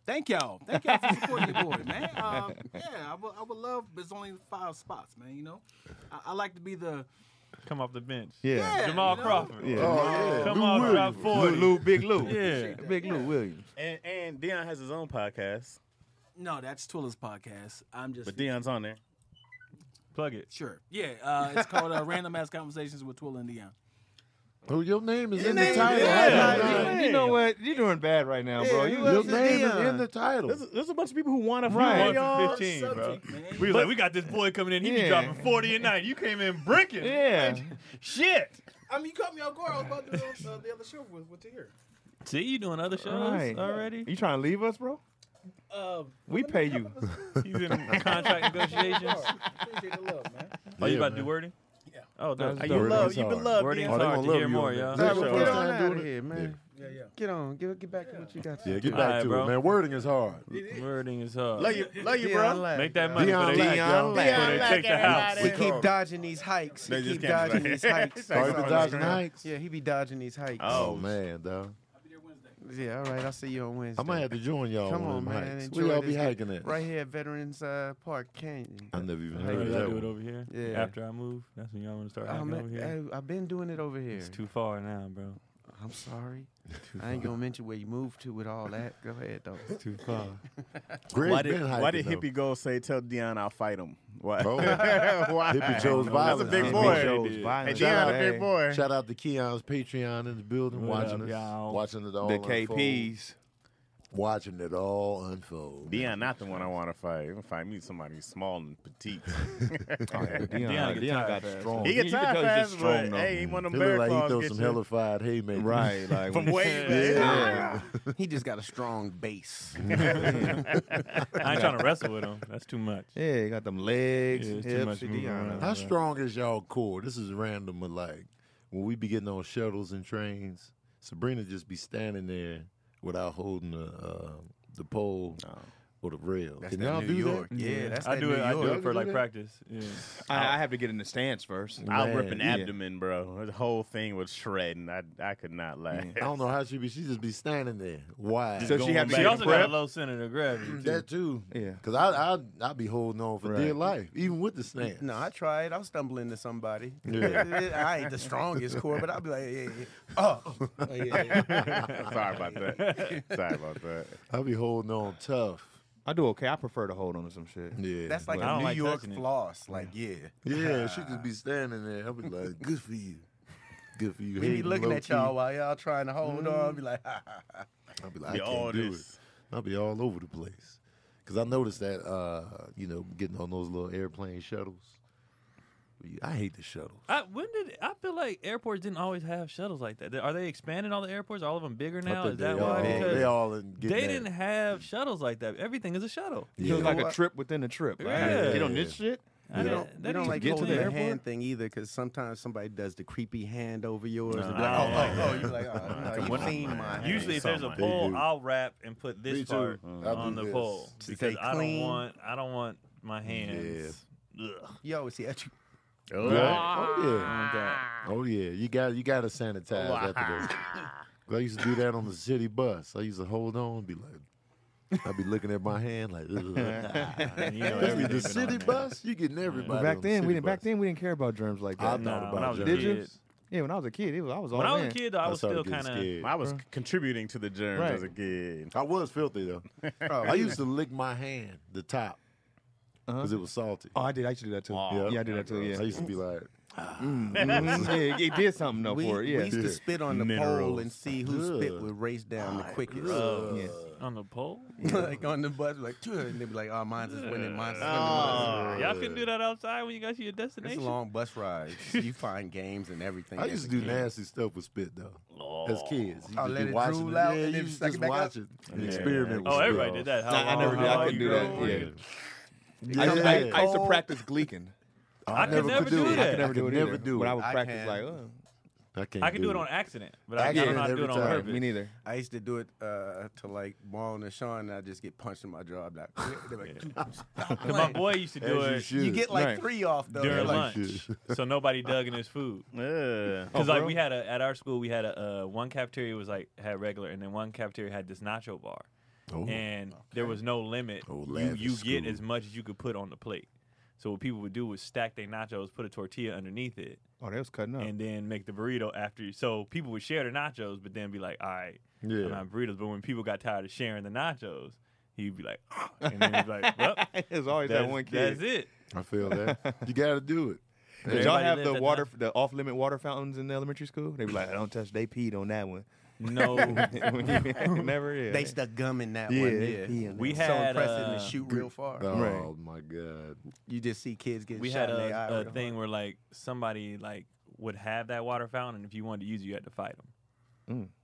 Speaker 7: thank y'all. Thank y'all for supporting the boy, man. Um, yeah, I would, I would love. But it's only five spots, man. You know, I, I like to be the
Speaker 5: Come off the bench.
Speaker 6: Yeah.
Speaker 7: yeah,
Speaker 5: Jamal
Speaker 7: you know?
Speaker 5: Crawford.
Speaker 6: Yeah.
Speaker 2: oh, yeah.
Speaker 5: Come
Speaker 2: Lou
Speaker 5: on,
Speaker 2: Williams.
Speaker 5: drop 40.
Speaker 6: Lou, Lou, Big Lou.
Speaker 5: Yeah.
Speaker 6: Big Lou Williams.
Speaker 3: And, and Dion has his own podcast,
Speaker 7: No, that's Twilla's podcast. I'm just
Speaker 3: but Dion's on there.
Speaker 5: Plug it.
Speaker 7: sure. Yeah, uh, it's called uh, Random Ass Conversations with Twilla and Dion.
Speaker 2: Oh, your name is in the
Speaker 3: name-
Speaker 2: title.
Speaker 3: Yeah.
Speaker 2: Yeah.
Speaker 3: Yeah.
Speaker 6: You know what? You're doing bad right now, bro. Oh, You
Speaker 2: Your
Speaker 3: What's
Speaker 2: name
Speaker 3: Dion?
Speaker 2: is in the title.
Speaker 3: There's, there's a bunch of people who want to
Speaker 6: Right.
Speaker 3: find
Speaker 5: One for
Speaker 3: y'all.
Speaker 5: 15, bro.
Speaker 7: Man,
Speaker 5: We was like, we got this boy coming in. He be
Speaker 6: Yeah.
Speaker 5: dropping 40 a night. You came in breaking.
Speaker 6: yeah.
Speaker 5: Shit.
Speaker 7: I mean, you caught me off guard. I was about to do uh, the other show with what to hear.
Speaker 5: See, you doing other shows
Speaker 6: Right.
Speaker 5: already?
Speaker 6: You trying to leave us, bro?
Speaker 7: Um,
Speaker 6: We pay you.
Speaker 5: He's in contract negotiations.
Speaker 7: appreciate the love, man.
Speaker 5: Oh, you about
Speaker 2: Yeah,
Speaker 5: to
Speaker 2: man.
Speaker 5: do wording?
Speaker 7: Yeah.
Speaker 5: Oh,
Speaker 6: That's
Speaker 5: that's
Speaker 3: Are
Speaker 6: dope.
Speaker 3: you
Speaker 2: Wording's
Speaker 3: love? You
Speaker 2: hard.
Speaker 3: beloved.
Speaker 5: Wording's
Speaker 3: Dion?
Speaker 5: hard. to hear more,
Speaker 2: y'all.
Speaker 5: y'all.
Speaker 2: That's
Speaker 4: Get
Speaker 2: your
Speaker 4: on
Speaker 2: first
Speaker 4: out
Speaker 2: time
Speaker 4: of
Speaker 2: doing it.
Speaker 4: here, man.
Speaker 7: Yeah, yeah.
Speaker 4: Get on. Get, get back to what you got.
Speaker 2: Yeah, get
Speaker 5: All
Speaker 2: back
Speaker 5: right,
Speaker 2: to
Speaker 5: bro.
Speaker 2: it, man. Wording is hard.
Speaker 5: Wording is hard.
Speaker 3: Love you, love you,
Speaker 4: Dion
Speaker 3: bro.
Speaker 4: Lack,
Speaker 5: Make that
Speaker 4: y'all.
Speaker 5: money
Speaker 2: Dion
Speaker 5: for they,
Speaker 2: Lack, y'all.
Speaker 6: Dion Lack.
Speaker 5: before they
Speaker 3: Dion
Speaker 5: take the
Speaker 3: Lack,
Speaker 5: house.
Speaker 3: everybody.
Speaker 4: We keep dodging these hikes.
Speaker 3: They
Speaker 4: He
Speaker 3: just
Speaker 4: keep
Speaker 3: came
Speaker 4: dodging
Speaker 3: back.
Speaker 4: these hikes.
Speaker 2: Are you dodging hikes?
Speaker 4: Yeah, he be dodging these hikes.
Speaker 2: Oh,
Speaker 3: Oh,
Speaker 2: man, dog.
Speaker 4: Yeah, all right. I'll see you on Wednesday.
Speaker 2: I might have to join y'all
Speaker 4: Come
Speaker 2: on,
Speaker 4: on,
Speaker 2: them
Speaker 4: man.
Speaker 2: hikes.
Speaker 4: Enjoy
Speaker 2: Where y'all be
Speaker 4: this day.
Speaker 2: hiking at?
Speaker 4: Right here at Veterans uh, Park Canyon.
Speaker 2: I never even
Speaker 5: Maybe
Speaker 2: heard of
Speaker 5: I
Speaker 2: that
Speaker 5: do it
Speaker 2: one.
Speaker 5: over here.
Speaker 4: Yeah. Oh,
Speaker 5: After I move, that's when y'all want to start
Speaker 4: I'm
Speaker 5: hanging
Speaker 4: at-
Speaker 5: over here.
Speaker 4: I, have been doing it over here.
Speaker 5: It's too far now, bro.
Speaker 4: I'm sorry. I ain't gonna mention where you moved to with all that. Go ahead though.
Speaker 5: Too far.
Speaker 2: Greg's
Speaker 3: Why
Speaker 2: been
Speaker 3: did,
Speaker 2: hiking,
Speaker 3: why did
Speaker 2: though.
Speaker 3: Hippie Gold say, tell Dion I'll fight him? Why?
Speaker 2: Bro.
Speaker 3: Why?
Speaker 2: Hippie Joe's
Speaker 3: That's a
Speaker 2: violence.
Speaker 3: big
Speaker 2: Hippie
Speaker 3: boy.
Speaker 5: Joe.
Speaker 3: Hey,
Speaker 6: violent.
Speaker 3: Dion, a
Speaker 2: Shout
Speaker 3: big boy.
Speaker 2: Shout out to Keon's Patreon in the building,
Speaker 5: What up,
Speaker 2: watching us,
Speaker 5: y'all?
Speaker 2: watching it all
Speaker 6: The
Speaker 2: unfold.
Speaker 6: KPs.
Speaker 2: watching it all unfold.
Speaker 3: Deion not the one I want to fight. I'm gonna fight me somebody small and petite.
Speaker 5: Deion
Speaker 6: Oh, Deion,
Speaker 5: get
Speaker 6: Deion
Speaker 5: tired
Speaker 6: got
Speaker 5: fast.
Speaker 6: strong.
Speaker 3: he
Speaker 6: You
Speaker 3: can
Speaker 6: can
Speaker 3: tie
Speaker 6: tell he's
Speaker 3: fast,
Speaker 6: just
Speaker 3: but
Speaker 6: strong, though.
Speaker 3: hey, one of
Speaker 2: He
Speaker 3: them
Speaker 2: look
Speaker 3: bear
Speaker 2: like he
Speaker 3: claws
Speaker 2: threw
Speaker 3: get
Speaker 2: some
Speaker 3: you.
Speaker 2: hellified haymakers.
Speaker 6: Right, like
Speaker 3: from
Speaker 6: when-
Speaker 3: way back.
Speaker 2: Yeah.
Speaker 4: He just got a strong base.
Speaker 5: I ain't trying to wrestle with him. That's too much.
Speaker 6: Yeah, he got them legs,
Speaker 5: Yeah, it's too much
Speaker 6: hips, Deion.
Speaker 5: moving around.
Speaker 2: How strong is y'all core? This is random, but like when we be getting on shuttles and trains, Sabrina just be standing there without holding the uh, the pole or the rail.
Speaker 4: That's
Speaker 2: Can
Speaker 4: that
Speaker 2: y'all
Speaker 4: New
Speaker 2: do
Speaker 4: York.
Speaker 2: that?
Speaker 4: Yeah, that's
Speaker 5: I
Speaker 4: that
Speaker 5: do
Speaker 4: New
Speaker 5: it. I do
Speaker 4: York.
Speaker 5: it for
Speaker 2: You
Speaker 5: like
Speaker 2: do that?
Speaker 5: practice. Yeah.
Speaker 6: I, I have to get in the stance first.
Speaker 3: I'll rip
Speaker 2: Man,
Speaker 3: an
Speaker 2: yeah.
Speaker 3: abdomen, bro. The whole thing was shredding. I I could not laugh.
Speaker 2: I don't know how she be. She just be standing there. Why?
Speaker 6: So she had to
Speaker 5: She
Speaker 6: get
Speaker 5: also got a
Speaker 6: prep.
Speaker 5: low center of gravity. Too.
Speaker 2: that too.
Speaker 6: Yeah.
Speaker 2: Cause I I I be holding on for dear
Speaker 6: Right.
Speaker 2: life, even with the stance.
Speaker 4: No, I tried. I'll stumble into somebody.
Speaker 2: Yeah.
Speaker 4: I ain't the strongest core, but I'll be like, yeah, yeah. oh, Oh, yeah, yeah.
Speaker 3: Sorry about that. Sorry about that.
Speaker 2: I be holding on tough.
Speaker 6: I do okay. I prefer to hold on to some shit.
Speaker 2: Yeah,
Speaker 4: That's like
Speaker 2: but-
Speaker 5: I
Speaker 4: a
Speaker 5: don't
Speaker 4: New
Speaker 5: like
Speaker 4: York
Speaker 5: touching it.
Speaker 4: floss. Like, yeah.
Speaker 2: yeah, she just be standing there. I be like, good for you, good for you.
Speaker 4: We be
Speaker 2: Hating
Speaker 4: looking at
Speaker 2: low-key.
Speaker 4: y'all while y'all trying to hold on. Be like, ha, ha, ha.
Speaker 2: I'll be like, I
Speaker 3: Be all
Speaker 2: can't do
Speaker 3: this.
Speaker 2: it. I'll be all over the place. Cause I noticed that, uh, you know, getting on those little airplane shuttles. I hate the shuttles.
Speaker 5: I, when did I feel like airports didn't always have shuttles like that? Are they expanding all the airports? Are all of them bigger
Speaker 2: I
Speaker 5: now?
Speaker 2: think
Speaker 5: Is that
Speaker 2: they
Speaker 5: why?
Speaker 2: all,
Speaker 5: Because
Speaker 2: they all in
Speaker 5: they
Speaker 2: getting at
Speaker 5: didn't
Speaker 2: it.
Speaker 5: have shuttles like that. Everything is a shuttle.
Speaker 6: It was
Speaker 2: Yeah.
Speaker 6: like a trip within a trip. Like,
Speaker 5: Yeah.
Speaker 6: Get on this shit.
Speaker 5: I
Speaker 4: We
Speaker 5: didn't-
Speaker 4: don't,
Speaker 5: they
Speaker 4: we
Speaker 5: didn't
Speaker 4: don't like
Speaker 5: get to
Speaker 4: holding
Speaker 5: the
Speaker 4: the
Speaker 5: airport.
Speaker 4: hand thing either, because sometimes somebody does the creepy hand over yours. and be
Speaker 5: Nah,
Speaker 4: like, oh,
Speaker 5: I don't
Speaker 4: oh, oh, you're like, oh, no,
Speaker 3: Come
Speaker 4: you
Speaker 3: on,
Speaker 4: seen
Speaker 3: man.
Speaker 4: my hand.
Speaker 5: Usually, if there's a
Speaker 3: Something.
Speaker 2: They
Speaker 5: pole,
Speaker 2: do.
Speaker 5: I'll wrap and put
Speaker 2: Me
Speaker 5: this
Speaker 2: too.
Speaker 5: part
Speaker 2: I do
Speaker 5: on the
Speaker 2: this.
Speaker 5: pole
Speaker 4: Stay
Speaker 5: because I don't
Speaker 4: clean.
Speaker 5: want I don't want my hands. Ugh.
Speaker 4: You always see at you.
Speaker 2: Yeah. Oh
Speaker 5: I
Speaker 4: Ah.
Speaker 2: yeah,
Speaker 5: want that.
Speaker 2: oh yeah. You got you got to sanitize after that. I used to do that on the city bus. I used to hold on and be like, I'd be looking at my hand like, ugh.
Speaker 5: And, you know,
Speaker 2: Especially
Speaker 5: everything
Speaker 2: the
Speaker 5: been on
Speaker 2: city
Speaker 5: there.
Speaker 2: bus. You getting everybody.
Speaker 6: But
Speaker 2: on
Speaker 6: back
Speaker 2: the
Speaker 6: then,
Speaker 2: city
Speaker 6: we didn't. Back
Speaker 2: bus.
Speaker 6: then, we didn't care about germs like
Speaker 2: I
Speaker 6: that.
Speaker 2: thought
Speaker 5: Nah,
Speaker 2: about
Speaker 5: when I was a
Speaker 2: germs.
Speaker 6: Did you?
Speaker 5: kid,
Speaker 6: Yeah, when I was a kid, it was I was all
Speaker 5: when I was
Speaker 6: in.
Speaker 5: a kid, though, I was
Speaker 2: started
Speaker 5: still
Speaker 2: getting
Speaker 5: kind of.
Speaker 2: scared.
Speaker 3: I was contributing to the germs
Speaker 6: Right.
Speaker 3: as a kid.
Speaker 2: I was filthy though. I used to lick my hand, the top,
Speaker 6: Uh-huh.
Speaker 2: because it was salty.
Speaker 6: Oh, I did. I used to do that too.
Speaker 3: Oh,
Speaker 6: yeah, I did that too.
Speaker 2: I
Speaker 6: Yeah,
Speaker 2: used to be like,
Speaker 6: Mhm. yeah, it did something though
Speaker 4: we,
Speaker 6: for it.
Speaker 4: we
Speaker 6: Yeah,
Speaker 4: used to
Speaker 2: Yeah.
Speaker 4: spit on the pole
Speaker 3: Minerals.
Speaker 4: and see who spit
Speaker 2: Ugh.
Speaker 4: would race down the quickest.
Speaker 2: "Ugh."
Speaker 6: Yeah.
Speaker 5: On the pole?
Speaker 4: like on the bus, like, "Tuh," and they be like, oh, mine's is winning, mine's is winning. mine's
Speaker 2: Ah.
Speaker 4: is
Speaker 5: Uh, y'all couldn't do that outside when you got to your
Speaker 4: winning." It's
Speaker 5: destination?
Speaker 4: a long bus ride. You find games and everything.
Speaker 2: I
Speaker 4: as
Speaker 2: used
Speaker 4: a
Speaker 2: to do
Speaker 4: kid.
Speaker 2: nasty stuff with spit though, as kids. You
Speaker 4: Oh,
Speaker 2: just
Speaker 4: let
Speaker 2: be
Speaker 4: it
Speaker 2: watching
Speaker 4: drool out
Speaker 2: yeah,
Speaker 4: and
Speaker 2: you
Speaker 4: then
Speaker 2: just
Speaker 4: suck it back
Speaker 2: watch
Speaker 4: up?
Speaker 2: it and experiment.
Speaker 5: Oh,
Speaker 2: with
Speaker 5: everybody did
Speaker 2: spit.
Speaker 5: that. How
Speaker 6: I, I
Speaker 5: long-
Speaker 6: never did.
Speaker 5: how
Speaker 6: I
Speaker 5: long
Speaker 6: couldn't
Speaker 5: you
Speaker 6: do
Speaker 5: grow?
Speaker 6: that. Yeah. I, used to, I, I used to practice gleeking.
Speaker 5: I could never
Speaker 2: could
Speaker 5: do
Speaker 2: it.
Speaker 5: that.
Speaker 2: I could never do it.
Speaker 6: Never do it. But I would
Speaker 4: I
Speaker 6: practice
Speaker 4: can.
Speaker 6: like, oh,
Speaker 5: uh.
Speaker 2: I can't.
Speaker 5: I could do it on accident, but I, I
Speaker 2: Accident
Speaker 5: don't know how to do
Speaker 2: every
Speaker 5: it on
Speaker 2: time.
Speaker 5: purpose.
Speaker 6: me neither.
Speaker 4: I used to do it uh, to like Marlon and Sean, and I just get punched in my jaw. I'm like, they're like, "Dude, stop
Speaker 5: And my
Speaker 4: playing."
Speaker 5: boy used to
Speaker 2: As
Speaker 5: do
Speaker 2: you
Speaker 5: it
Speaker 2: should.
Speaker 4: You get like
Speaker 6: Right.
Speaker 4: three off though. They're
Speaker 5: during
Speaker 4: like,
Speaker 5: lunch, so nobody dug in his food.
Speaker 3: Yeah.
Speaker 5: Because
Speaker 6: Oh,
Speaker 5: like
Speaker 6: bro?
Speaker 5: we had a at our school, we had a uh, one cafeteria was like had regular, and then one cafeteria had this nacho bar,
Speaker 2: Oh.
Speaker 5: and there was no limit.
Speaker 2: Oh,
Speaker 5: you
Speaker 2: lavish
Speaker 5: you get
Speaker 2: school.
Speaker 5: as much as you could put on the plate. So what people would do was stack their nachos, put a tortilla underneath it,
Speaker 6: Oh, they was cutting up.
Speaker 5: and then make the burrito after you. So people would share the nachos, but then be like, all right,
Speaker 2: Yeah.
Speaker 5: I'm out of burritos. But when people got tired of sharing the nachos, he'd be like, "Oh." and then he'd be like, well, that's,
Speaker 6: There's always that one kid.
Speaker 5: that's it.
Speaker 2: I feel that. You got to do it.
Speaker 6: Did y'all
Speaker 5: Everybody
Speaker 6: have
Speaker 5: lives
Speaker 6: the
Speaker 5: at
Speaker 6: water, the off-limit water fountains in elementary school? They be like, I don't touch. They peed on that one.
Speaker 5: No.
Speaker 6: Never is.
Speaker 4: They stuck gum in that
Speaker 6: Yeah,
Speaker 4: one.
Speaker 6: they
Speaker 4: Yeah,
Speaker 6: pee in
Speaker 5: We
Speaker 4: so
Speaker 5: that. had,
Speaker 4: impressive
Speaker 5: uh,
Speaker 4: to shoot real far.
Speaker 2: Oh
Speaker 6: Right.
Speaker 2: my god.
Speaker 4: You just see kids get
Speaker 5: we
Speaker 4: shot
Speaker 5: had
Speaker 4: in the eye.
Speaker 5: a,
Speaker 4: with
Speaker 5: a
Speaker 4: a-
Speaker 5: thing where like somebody like would have that water fountain, and if you wanted to use it, you had to fight them.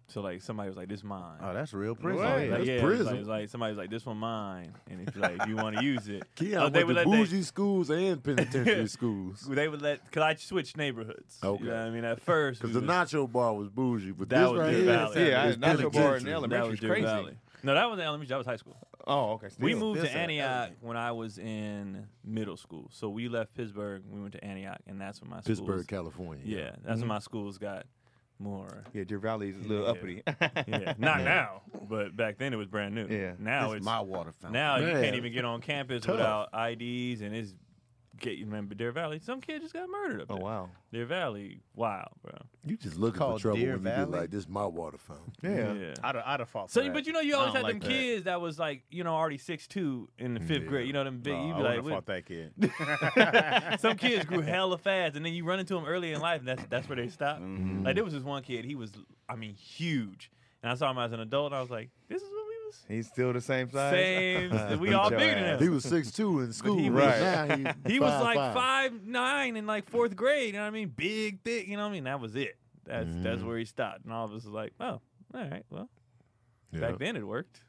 Speaker 5: So like somebody was like, "This mine."
Speaker 4: Oh, that's real prison.
Speaker 5: like,
Speaker 2: Right. Mm. that's
Speaker 5: yeah, it was
Speaker 2: prison.
Speaker 5: Like, it was like somebody was like, "This one mine," and if like if you want to use it,
Speaker 2: Keon
Speaker 5: Oh,
Speaker 2: went to
Speaker 5: they-
Speaker 2: bougie schools and penitentiary schools.
Speaker 5: they would let because I switched neighborhoods.
Speaker 2: Okay.
Speaker 5: you know what I mean at first
Speaker 2: Because
Speaker 5: we
Speaker 2: the
Speaker 5: was-
Speaker 2: nacho bar was bougie, but
Speaker 5: That
Speaker 2: this
Speaker 5: was
Speaker 2: right
Speaker 5: Deer
Speaker 2: here,
Speaker 5: Valley.
Speaker 6: Yeah, I
Speaker 2: is
Speaker 6: had nacho bar in
Speaker 2: penitentiary.
Speaker 5: that
Speaker 6: elementary.
Speaker 5: was
Speaker 6: It's
Speaker 5: Deer
Speaker 6: crazy.
Speaker 5: Valley. No, that was elementary. That was high school.
Speaker 6: Oh, okay.
Speaker 5: we
Speaker 6: still.
Speaker 5: moved to
Speaker 4: Still said
Speaker 5: Antioch
Speaker 4: elementary.
Speaker 5: when I was in middle school. So we left Pittsburgh. We went to Antioch, and that's when my schools-
Speaker 2: Pittsburgh, California.
Speaker 5: Yeah, that's when my schools got more.
Speaker 6: Yeah, Deer Valley's a little
Speaker 5: Yeah.
Speaker 6: uppity.
Speaker 5: Yeah, not now, but back then it was brand new.
Speaker 6: Yeah.
Speaker 5: now
Speaker 4: This
Speaker 5: it's
Speaker 4: my water fountain.
Speaker 5: now you
Speaker 2: Man.
Speaker 5: can't even get on campus
Speaker 2: Tough.
Speaker 5: without IDs and it's get you remember Deer Valley. Some kid just got murdered up
Speaker 6: oh
Speaker 5: there.
Speaker 6: wow.
Speaker 5: Deer Valley, wow, bro.
Speaker 2: You just looking for
Speaker 4: Called
Speaker 2: trouble
Speaker 4: Deer
Speaker 2: when you be
Speaker 4: Valley?
Speaker 2: like, this is my water fountain.
Speaker 6: Yeah.
Speaker 3: I'd have, I'd have fought.
Speaker 5: So,
Speaker 3: for that.
Speaker 5: but you know, you
Speaker 3: I
Speaker 5: always had
Speaker 3: don't
Speaker 5: them
Speaker 3: like that.
Speaker 5: kids that was like, you know, already six two in the fifth
Speaker 2: Yeah.
Speaker 5: grade. You know, them big.
Speaker 3: No,
Speaker 5: you
Speaker 3: I
Speaker 5: be
Speaker 3: would
Speaker 5: like,
Speaker 3: have
Speaker 5: what-
Speaker 3: fought that kid.
Speaker 5: some kids grew hella fast, and then you run into them early in life, and that's that's where they stop.
Speaker 2: Mm-hmm.
Speaker 5: Like there was this one kid, he was, I mean, huge, and I saw him as an adult, and I was like, this is what we was niggas?
Speaker 6: He's still the same size.
Speaker 5: Same. we all
Speaker 6: Beat your
Speaker 5: bigger than
Speaker 6: ass.
Speaker 2: He
Speaker 5: him.
Speaker 2: was six two in school.
Speaker 5: he
Speaker 6: was-
Speaker 2: Now he,
Speaker 5: He was
Speaker 2: five,
Speaker 5: like five nine in like fourth grade. You know what I mean? Big, thick. You know what I mean? That was it. That's that's
Speaker 2: Mm-hmm.
Speaker 5: where he stopped. And all of us was like, oh, all right, well,
Speaker 2: Yeah.
Speaker 5: back then it worked.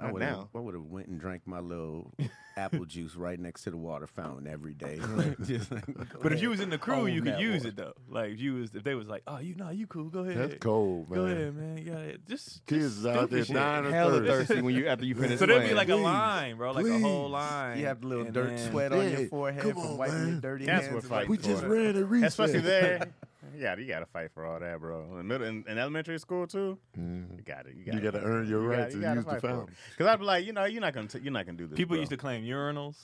Speaker 4: I
Speaker 6: Not
Speaker 4: would've-
Speaker 6: now.
Speaker 4: I would have went and drank my little apple juice right next to the water fountain every day.
Speaker 5: But if you was in the crew,
Speaker 4: Own
Speaker 5: you could
Speaker 4: that
Speaker 5: use
Speaker 4: one.
Speaker 5: it though. Like if you was, if they was like, oh, you know, you cool. Go ahead.
Speaker 2: That's cold, man.
Speaker 5: Go ahead, man. You got it. Just
Speaker 2: Kids is out there
Speaker 5: stupid shit.
Speaker 2: dying of
Speaker 6: Hella
Speaker 2: thirst.
Speaker 6: thirsty when you after you finish.
Speaker 5: So there'd be
Speaker 6: playing.
Speaker 5: like a
Speaker 2: Please,
Speaker 5: line, bro, like a whole line.
Speaker 4: You have the little
Speaker 5: And
Speaker 4: dirt
Speaker 5: then-
Speaker 4: sweat on your
Speaker 2: Yeah,
Speaker 4: forehead
Speaker 2: come
Speaker 4: from
Speaker 2: on,
Speaker 4: wiping your
Speaker 2: man.
Speaker 4: dirty
Speaker 3: That's
Speaker 4: hands.
Speaker 3: what
Speaker 4: It's
Speaker 3: fight-
Speaker 2: We
Speaker 3: for
Speaker 2: just
Speaker 3: it.
Speaker 2: ran a recess.
Speaker 3: Especially there. Yeah, you gotta fight for all that, bro. In middle in, in elementary school too.
Speaker 2: Mhm.
Speaker 3: You got it. You got
Speaker 2: You got to earn your right to use the fountain.
Speaker 3: Because I'd be like, you know, you're not gonna t- you're not gonna do this.
Speaker 5: People
Speaker 3: bro.
Speaker 5: used to claim urinals.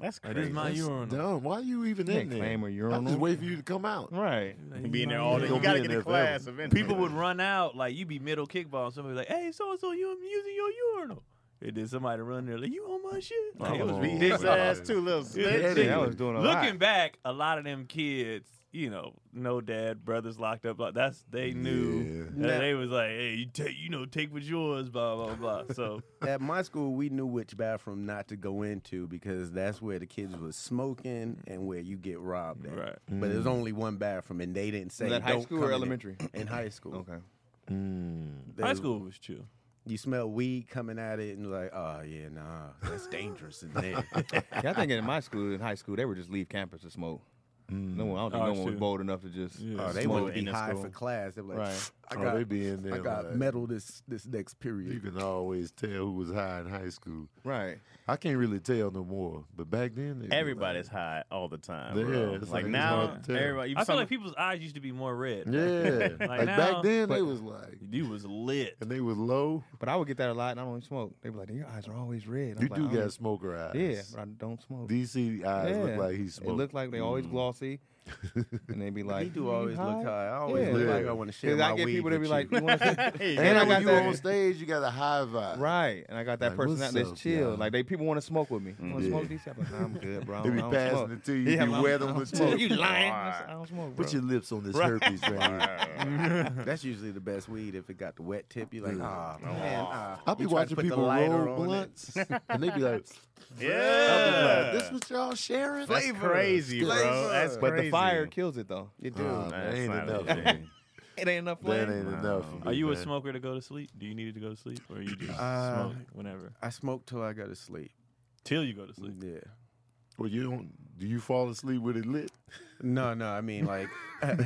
Speaker 3: That's
Speaker 5: Like,
Speaker 3: crazy.
Speaker 5: this is my
Speaker 2: That's
Speaker 5: urinal.
Speaker 2: Dumb. Why are you even
Speaker 6: You
Speaker 2: in
Speaker 6: can't
Speaker 2: there?
Speaker 6: claim a
Speaker 2: I'm
Speaker 6: urinal.
Speaker 2: just waiting for you to come out.
Speaker 6: right.
Speaker 3: You be in there all day. You
Speaker 2: gonna
Speaker 3: gotta
Speaker 2: be in
Speaker 3: get a
Speaker 2: there forever.
Speaker 3: class eventually.
Speaker 5: People would run out, like you'd be middle kickball, and somebody be like, "Hey, so and so, you I'm using your urinal." And then somebody run there like, "You on my shit?" Like, it was
Speaker 2: Oh,
Speaker 3: His
Speaker 5: ridiculous.
Speaker 2: man.
Speaker 3: ass too, little
Speaker 5: Yeah,
Speaker 3: snitch.
Speaker 6: Yeah, I was doing a lot.
Speaker 5: Looking back, a lot of them kids, you know, no dad, brothers locked up. Like that's they knew.
Speaker 2: Yeah.
Speaker 5: that they was like, "Hey, you take, you know, take what's yours." Blah blah blah. So
Speaker 4: At my school, we knew which bathroom not to go into because that's where the kids was smoking and where you get robbed at.
Speaker 5: Right.
Speaker 4: But there's only one bathroom, and they didn't say.
Speaker 6: Was that high
Speaker 4: "Don't
Speaker 6: school
Speaker 4: come
Speaker 6: or
Speaker 4: in it."
Speaker 6: elementary?
Speaker 4: In high school.
Speaker 6: Okay.
Speaker 2: Mm.
Speaker 4: They-
Speaker 5: high school was chill.
Speaker 4: You smell weed coming at it, and you're like, oh yeah, nah, that's dangerous in there.
Speaker 6: Yeah, I think in my school, in high school, they would just leave campus to smoke. No one, I don't think
Speaker 5: Ours
Speaker 6: no one was
Speaker 5: too.
Speaker 6: bold enough to just.
Speaker 5: Mm. Oh, Yeah.
Speaker 4: oh, they
Speaker 6: smoke
Speaker 4: would be
Speaker 6: in the
Speaker 4: high
Speaker 6: school.
Speaker 4: for class. They're like,
Speaker 6: Right.
Speaker 4: I
Speaker 2: oh,
Speaker 4: got,
Speaker 2: they be in there.
Speaker 4: I got
Speaker 2: like-
Speaker 4: metal this this next period.
Speaker 2: You can always tell who was high in high school.
Speaker 6: Right.
Speaker 2: I can't really tell no more, but back then they-
Speaker 3: Everybody's high all the time.
Speaker 2: Yeah,
Speaker 3: bro.
Speaker 2: it's
Speaker 3: Like,
Speaker 2: like it's
Speaker 3: now,
Speaker 2: hard to tell.
Speaker 3: everybody.
Speaker 5: I feel like people's eyes used to be more red.
Speaker 2: Yeah, like,
Speaker 5: Like now-
Speaker 2: back then they
Speaker 6: but-
Speaker 2: was like,
Speaker 5: You was lit.
Speaker 2: and they was low.
Speaker 6: But I would get that a lot, and I don't even smoke. They'd be like, "Your eyes are always red." I'm
Speaker 2: You
Speaker 6: like,
Speaker 2: do
Speaker 6: "I don't-
Speaker 2: got smoker eyes.
Speaker 6: Yeah, but I don't smoke.
Speaker 2: DC eyes
Speaker 6: Yeah.
Speaker 2: look like he
Speaker 6: It
Speaker 2: smoked. Mm-hmm.
Speaker 6: looked like they always glossy, and they'd be like,
Speaker 4: He do
Speaker 6: "You
Speaker 4: always look high. I always
Speaker 6: Yeah.
Speaker 4: look like
Speaker 2: Yeah.
Speaker 4: I want to share
Speaker 6: Because
Speaker 4: my
Speaker 6: I get
Speaker 4: weed
Speaker 6: people that
Speaker 4: with
Speaker 6: be
Speaker 4: you.
Speaker 6: like, you want to
Speaker 2: and
Speaker 6: And I
Speaker 2: when
Speaker 6: got
Speaker 2: you
Speaker 6: that-
Speaker 2: on stage, you got a high vibe.
Speaker 6: right? And I got that
Speaker 2: Like,
Speaker 6: person
Speaker 2: what's
Speaker 6: out that's
Speaker 2: up,
Speaker 6: chill.
Speaker 2: y'all?
Speaker 6: Like they people want to smoke with me. You want
Speaker 2: Yeah.
Speaker 6: to smoke these? I'm like, Mm-hmm. nah, I'm good, bro. I
Speaker 2: They
Speaker 6: don't,
Speaker 2: be
Speaker 6: I don't
Speaker 2: passing
Speaker 6: smoke.
Speaker 2: it to you. you
Speaker 6: I'm-
Speaker 2: wear them
Speaker 6: I don't
Speaker 2: with
Speaker 6: smoke.
Speaker 2: you.
Speaker 6: You lying? I s- I don't smoke, bro.
Speaker 2: Put your lips on this herpes right here.
Speaker 4: "Mm, That's usually the best weed if it got the wet tip. You're like, ah, man. ah."
Speaker 2: I'll be
Speaker 4: You try to
Speaker 2: watching
Speaker 4: put the
Speaker 2: people
Speaker 4: lighter
Speaker 2: roll
Speaker 4: on it.
Speaker 2: blunts, and they be like,
Speaker 3: yeah,
Speaker 2: "This was y'all sharing."
Speaker 3: That's crazy, bro.
Speaker 2: Flavor.
Speaker 3: That's
Speaker 6: But the
Speaker 3: crazy.
Speaker 6: fire kills it though. It,
Speaker 2: do.
Speaker 3: Nah,
Speaker 2: that
Speaker 3: it's
Speaker 2: ain't
Speaker 3: not
Speaker 2: enough.
Speaker 3: a
Speaker 2: man.
Speaker 3: thing.
Speaker 6: it ain't enough
Speaker 2: That
Speaker 6: flame.
Speaker 2: ain't enough. for me,
Speaker 5: Are you a
Speaker 2: man.
Speaker 5: smoker to go to sleep? Do you need to go to sleep, or you just
Speaker 4: Uh,
Speaker 5: smoke whenever
Speaker 4: I smoke till I go to sleep.
Speaker 5: till you go to sleep?
Speaker 4: Yeah.
Speaker 2: Well, you don't. Do you fall asleep with it lit?
Speaker 4: No, no. I mean, like, it's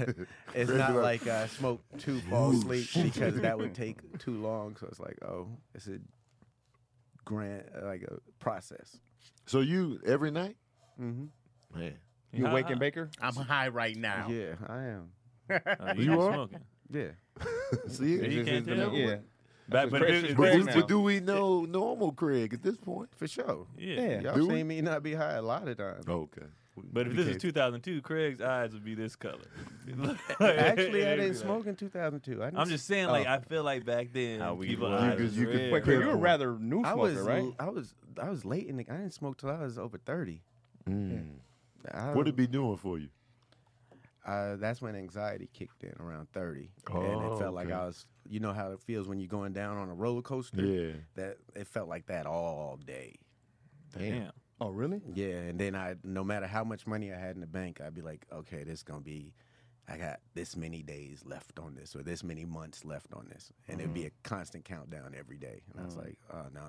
Speaker 4: not
Speaker 2: Regular.
Speaker 4: like I smoke to fall asleep because that would take too long. So it's like, oh, it's a grant, like a process.
Speaker 2: So you every night,
Speaker 4: Mm-hmm.
Speaker 2: man.
Speaker 6: You
Speaker 5: Huh?
Speaker 6: waking Baker?
Speaker 3: I'm high right now.
Speaker 4: Yeah, I am.
Speaker 5: Uh, you
Speaker 2: You
Speaker 5: not
Speaker 2: are?
Speaker 5: smoking.
Speaker 4: Yeah.
Speaker 2: See,
Speaker 5: Yeah,
Speaker 2: it?
Speaker 5: you
Speaker 6: Is
Speaker 5: can't
Speaker 6: this-
Speaker 5: tell?
Speaker 6: Yeah.
Speaker 5: Back,
Speaker 6: what
Speaker 5: but
Speaker 6: Chris
Speaker 5: if,
Speaker 6: is
Speaker 5: if,
Speaker 2: But,
Speaker 6: Craig
Speaker 2: do-
Speaker 5: if,
Speaker 6: now.
Speaker 2: but do we know normal Craig at this point?
Speaker 4: For sure.
Speaker 5: yeah.
Speaker 6: Yeah.
Speaker 4: Y'all
Speaker 2: Do we?
Speaker 4: seen me not be high a lot of times.
Speaker 2: Okay.
Speaker 5: But if this is 2002, Craig's eyes would be this color.
Speaker 4: Actually, I didn't smoke Oh. in 2002. I didn't
Speaker 5: I'm just saying, like I feel like back then,
Speaker 3: How we
Speaker 5: people
Speaker 3: was.
Speaker 5: eyes
Speaker 2: You could-
Speaker 5: was
Speaker 2: you could
Speaker 5: red.
Speaker 6: Wait, Craig, you were
Speaker 2: Purple.
Speaker 6: rather new
Speaker 4: I
Speaker 6: smoker,
Speaker 4: was,
Speaker 6: right?
Speaker 4: I was, I was late in the. I didn't smoke till I was over thirty.
Speaker 2: Mm.
Speaker 4: I
Speaker 2: What it
Speaker 4: don't-
Speaker 2: be doing for you?
Speaker 4: Uh, that's when anxiety kicked in around thirty, and it
Speaker 2: Oh,
Speaker 4: felt like
Speaker 2: okay.
Speaker 4: I was. You know how it feels when you're going down on a roller coaster.
Speaker 2: Yeah.
Speaker 4: That it felt like that all day.
Speaker 5: Damn.
Speaker 6: Oh, really?
Speaker 4: Yeah, and then I, no matter how much money I had in the bank, I'd be like, okay, this gonna be. I got this many days left on this, or this many months left on this, and it'd be a constant countdown every day. And I was like, oh nah,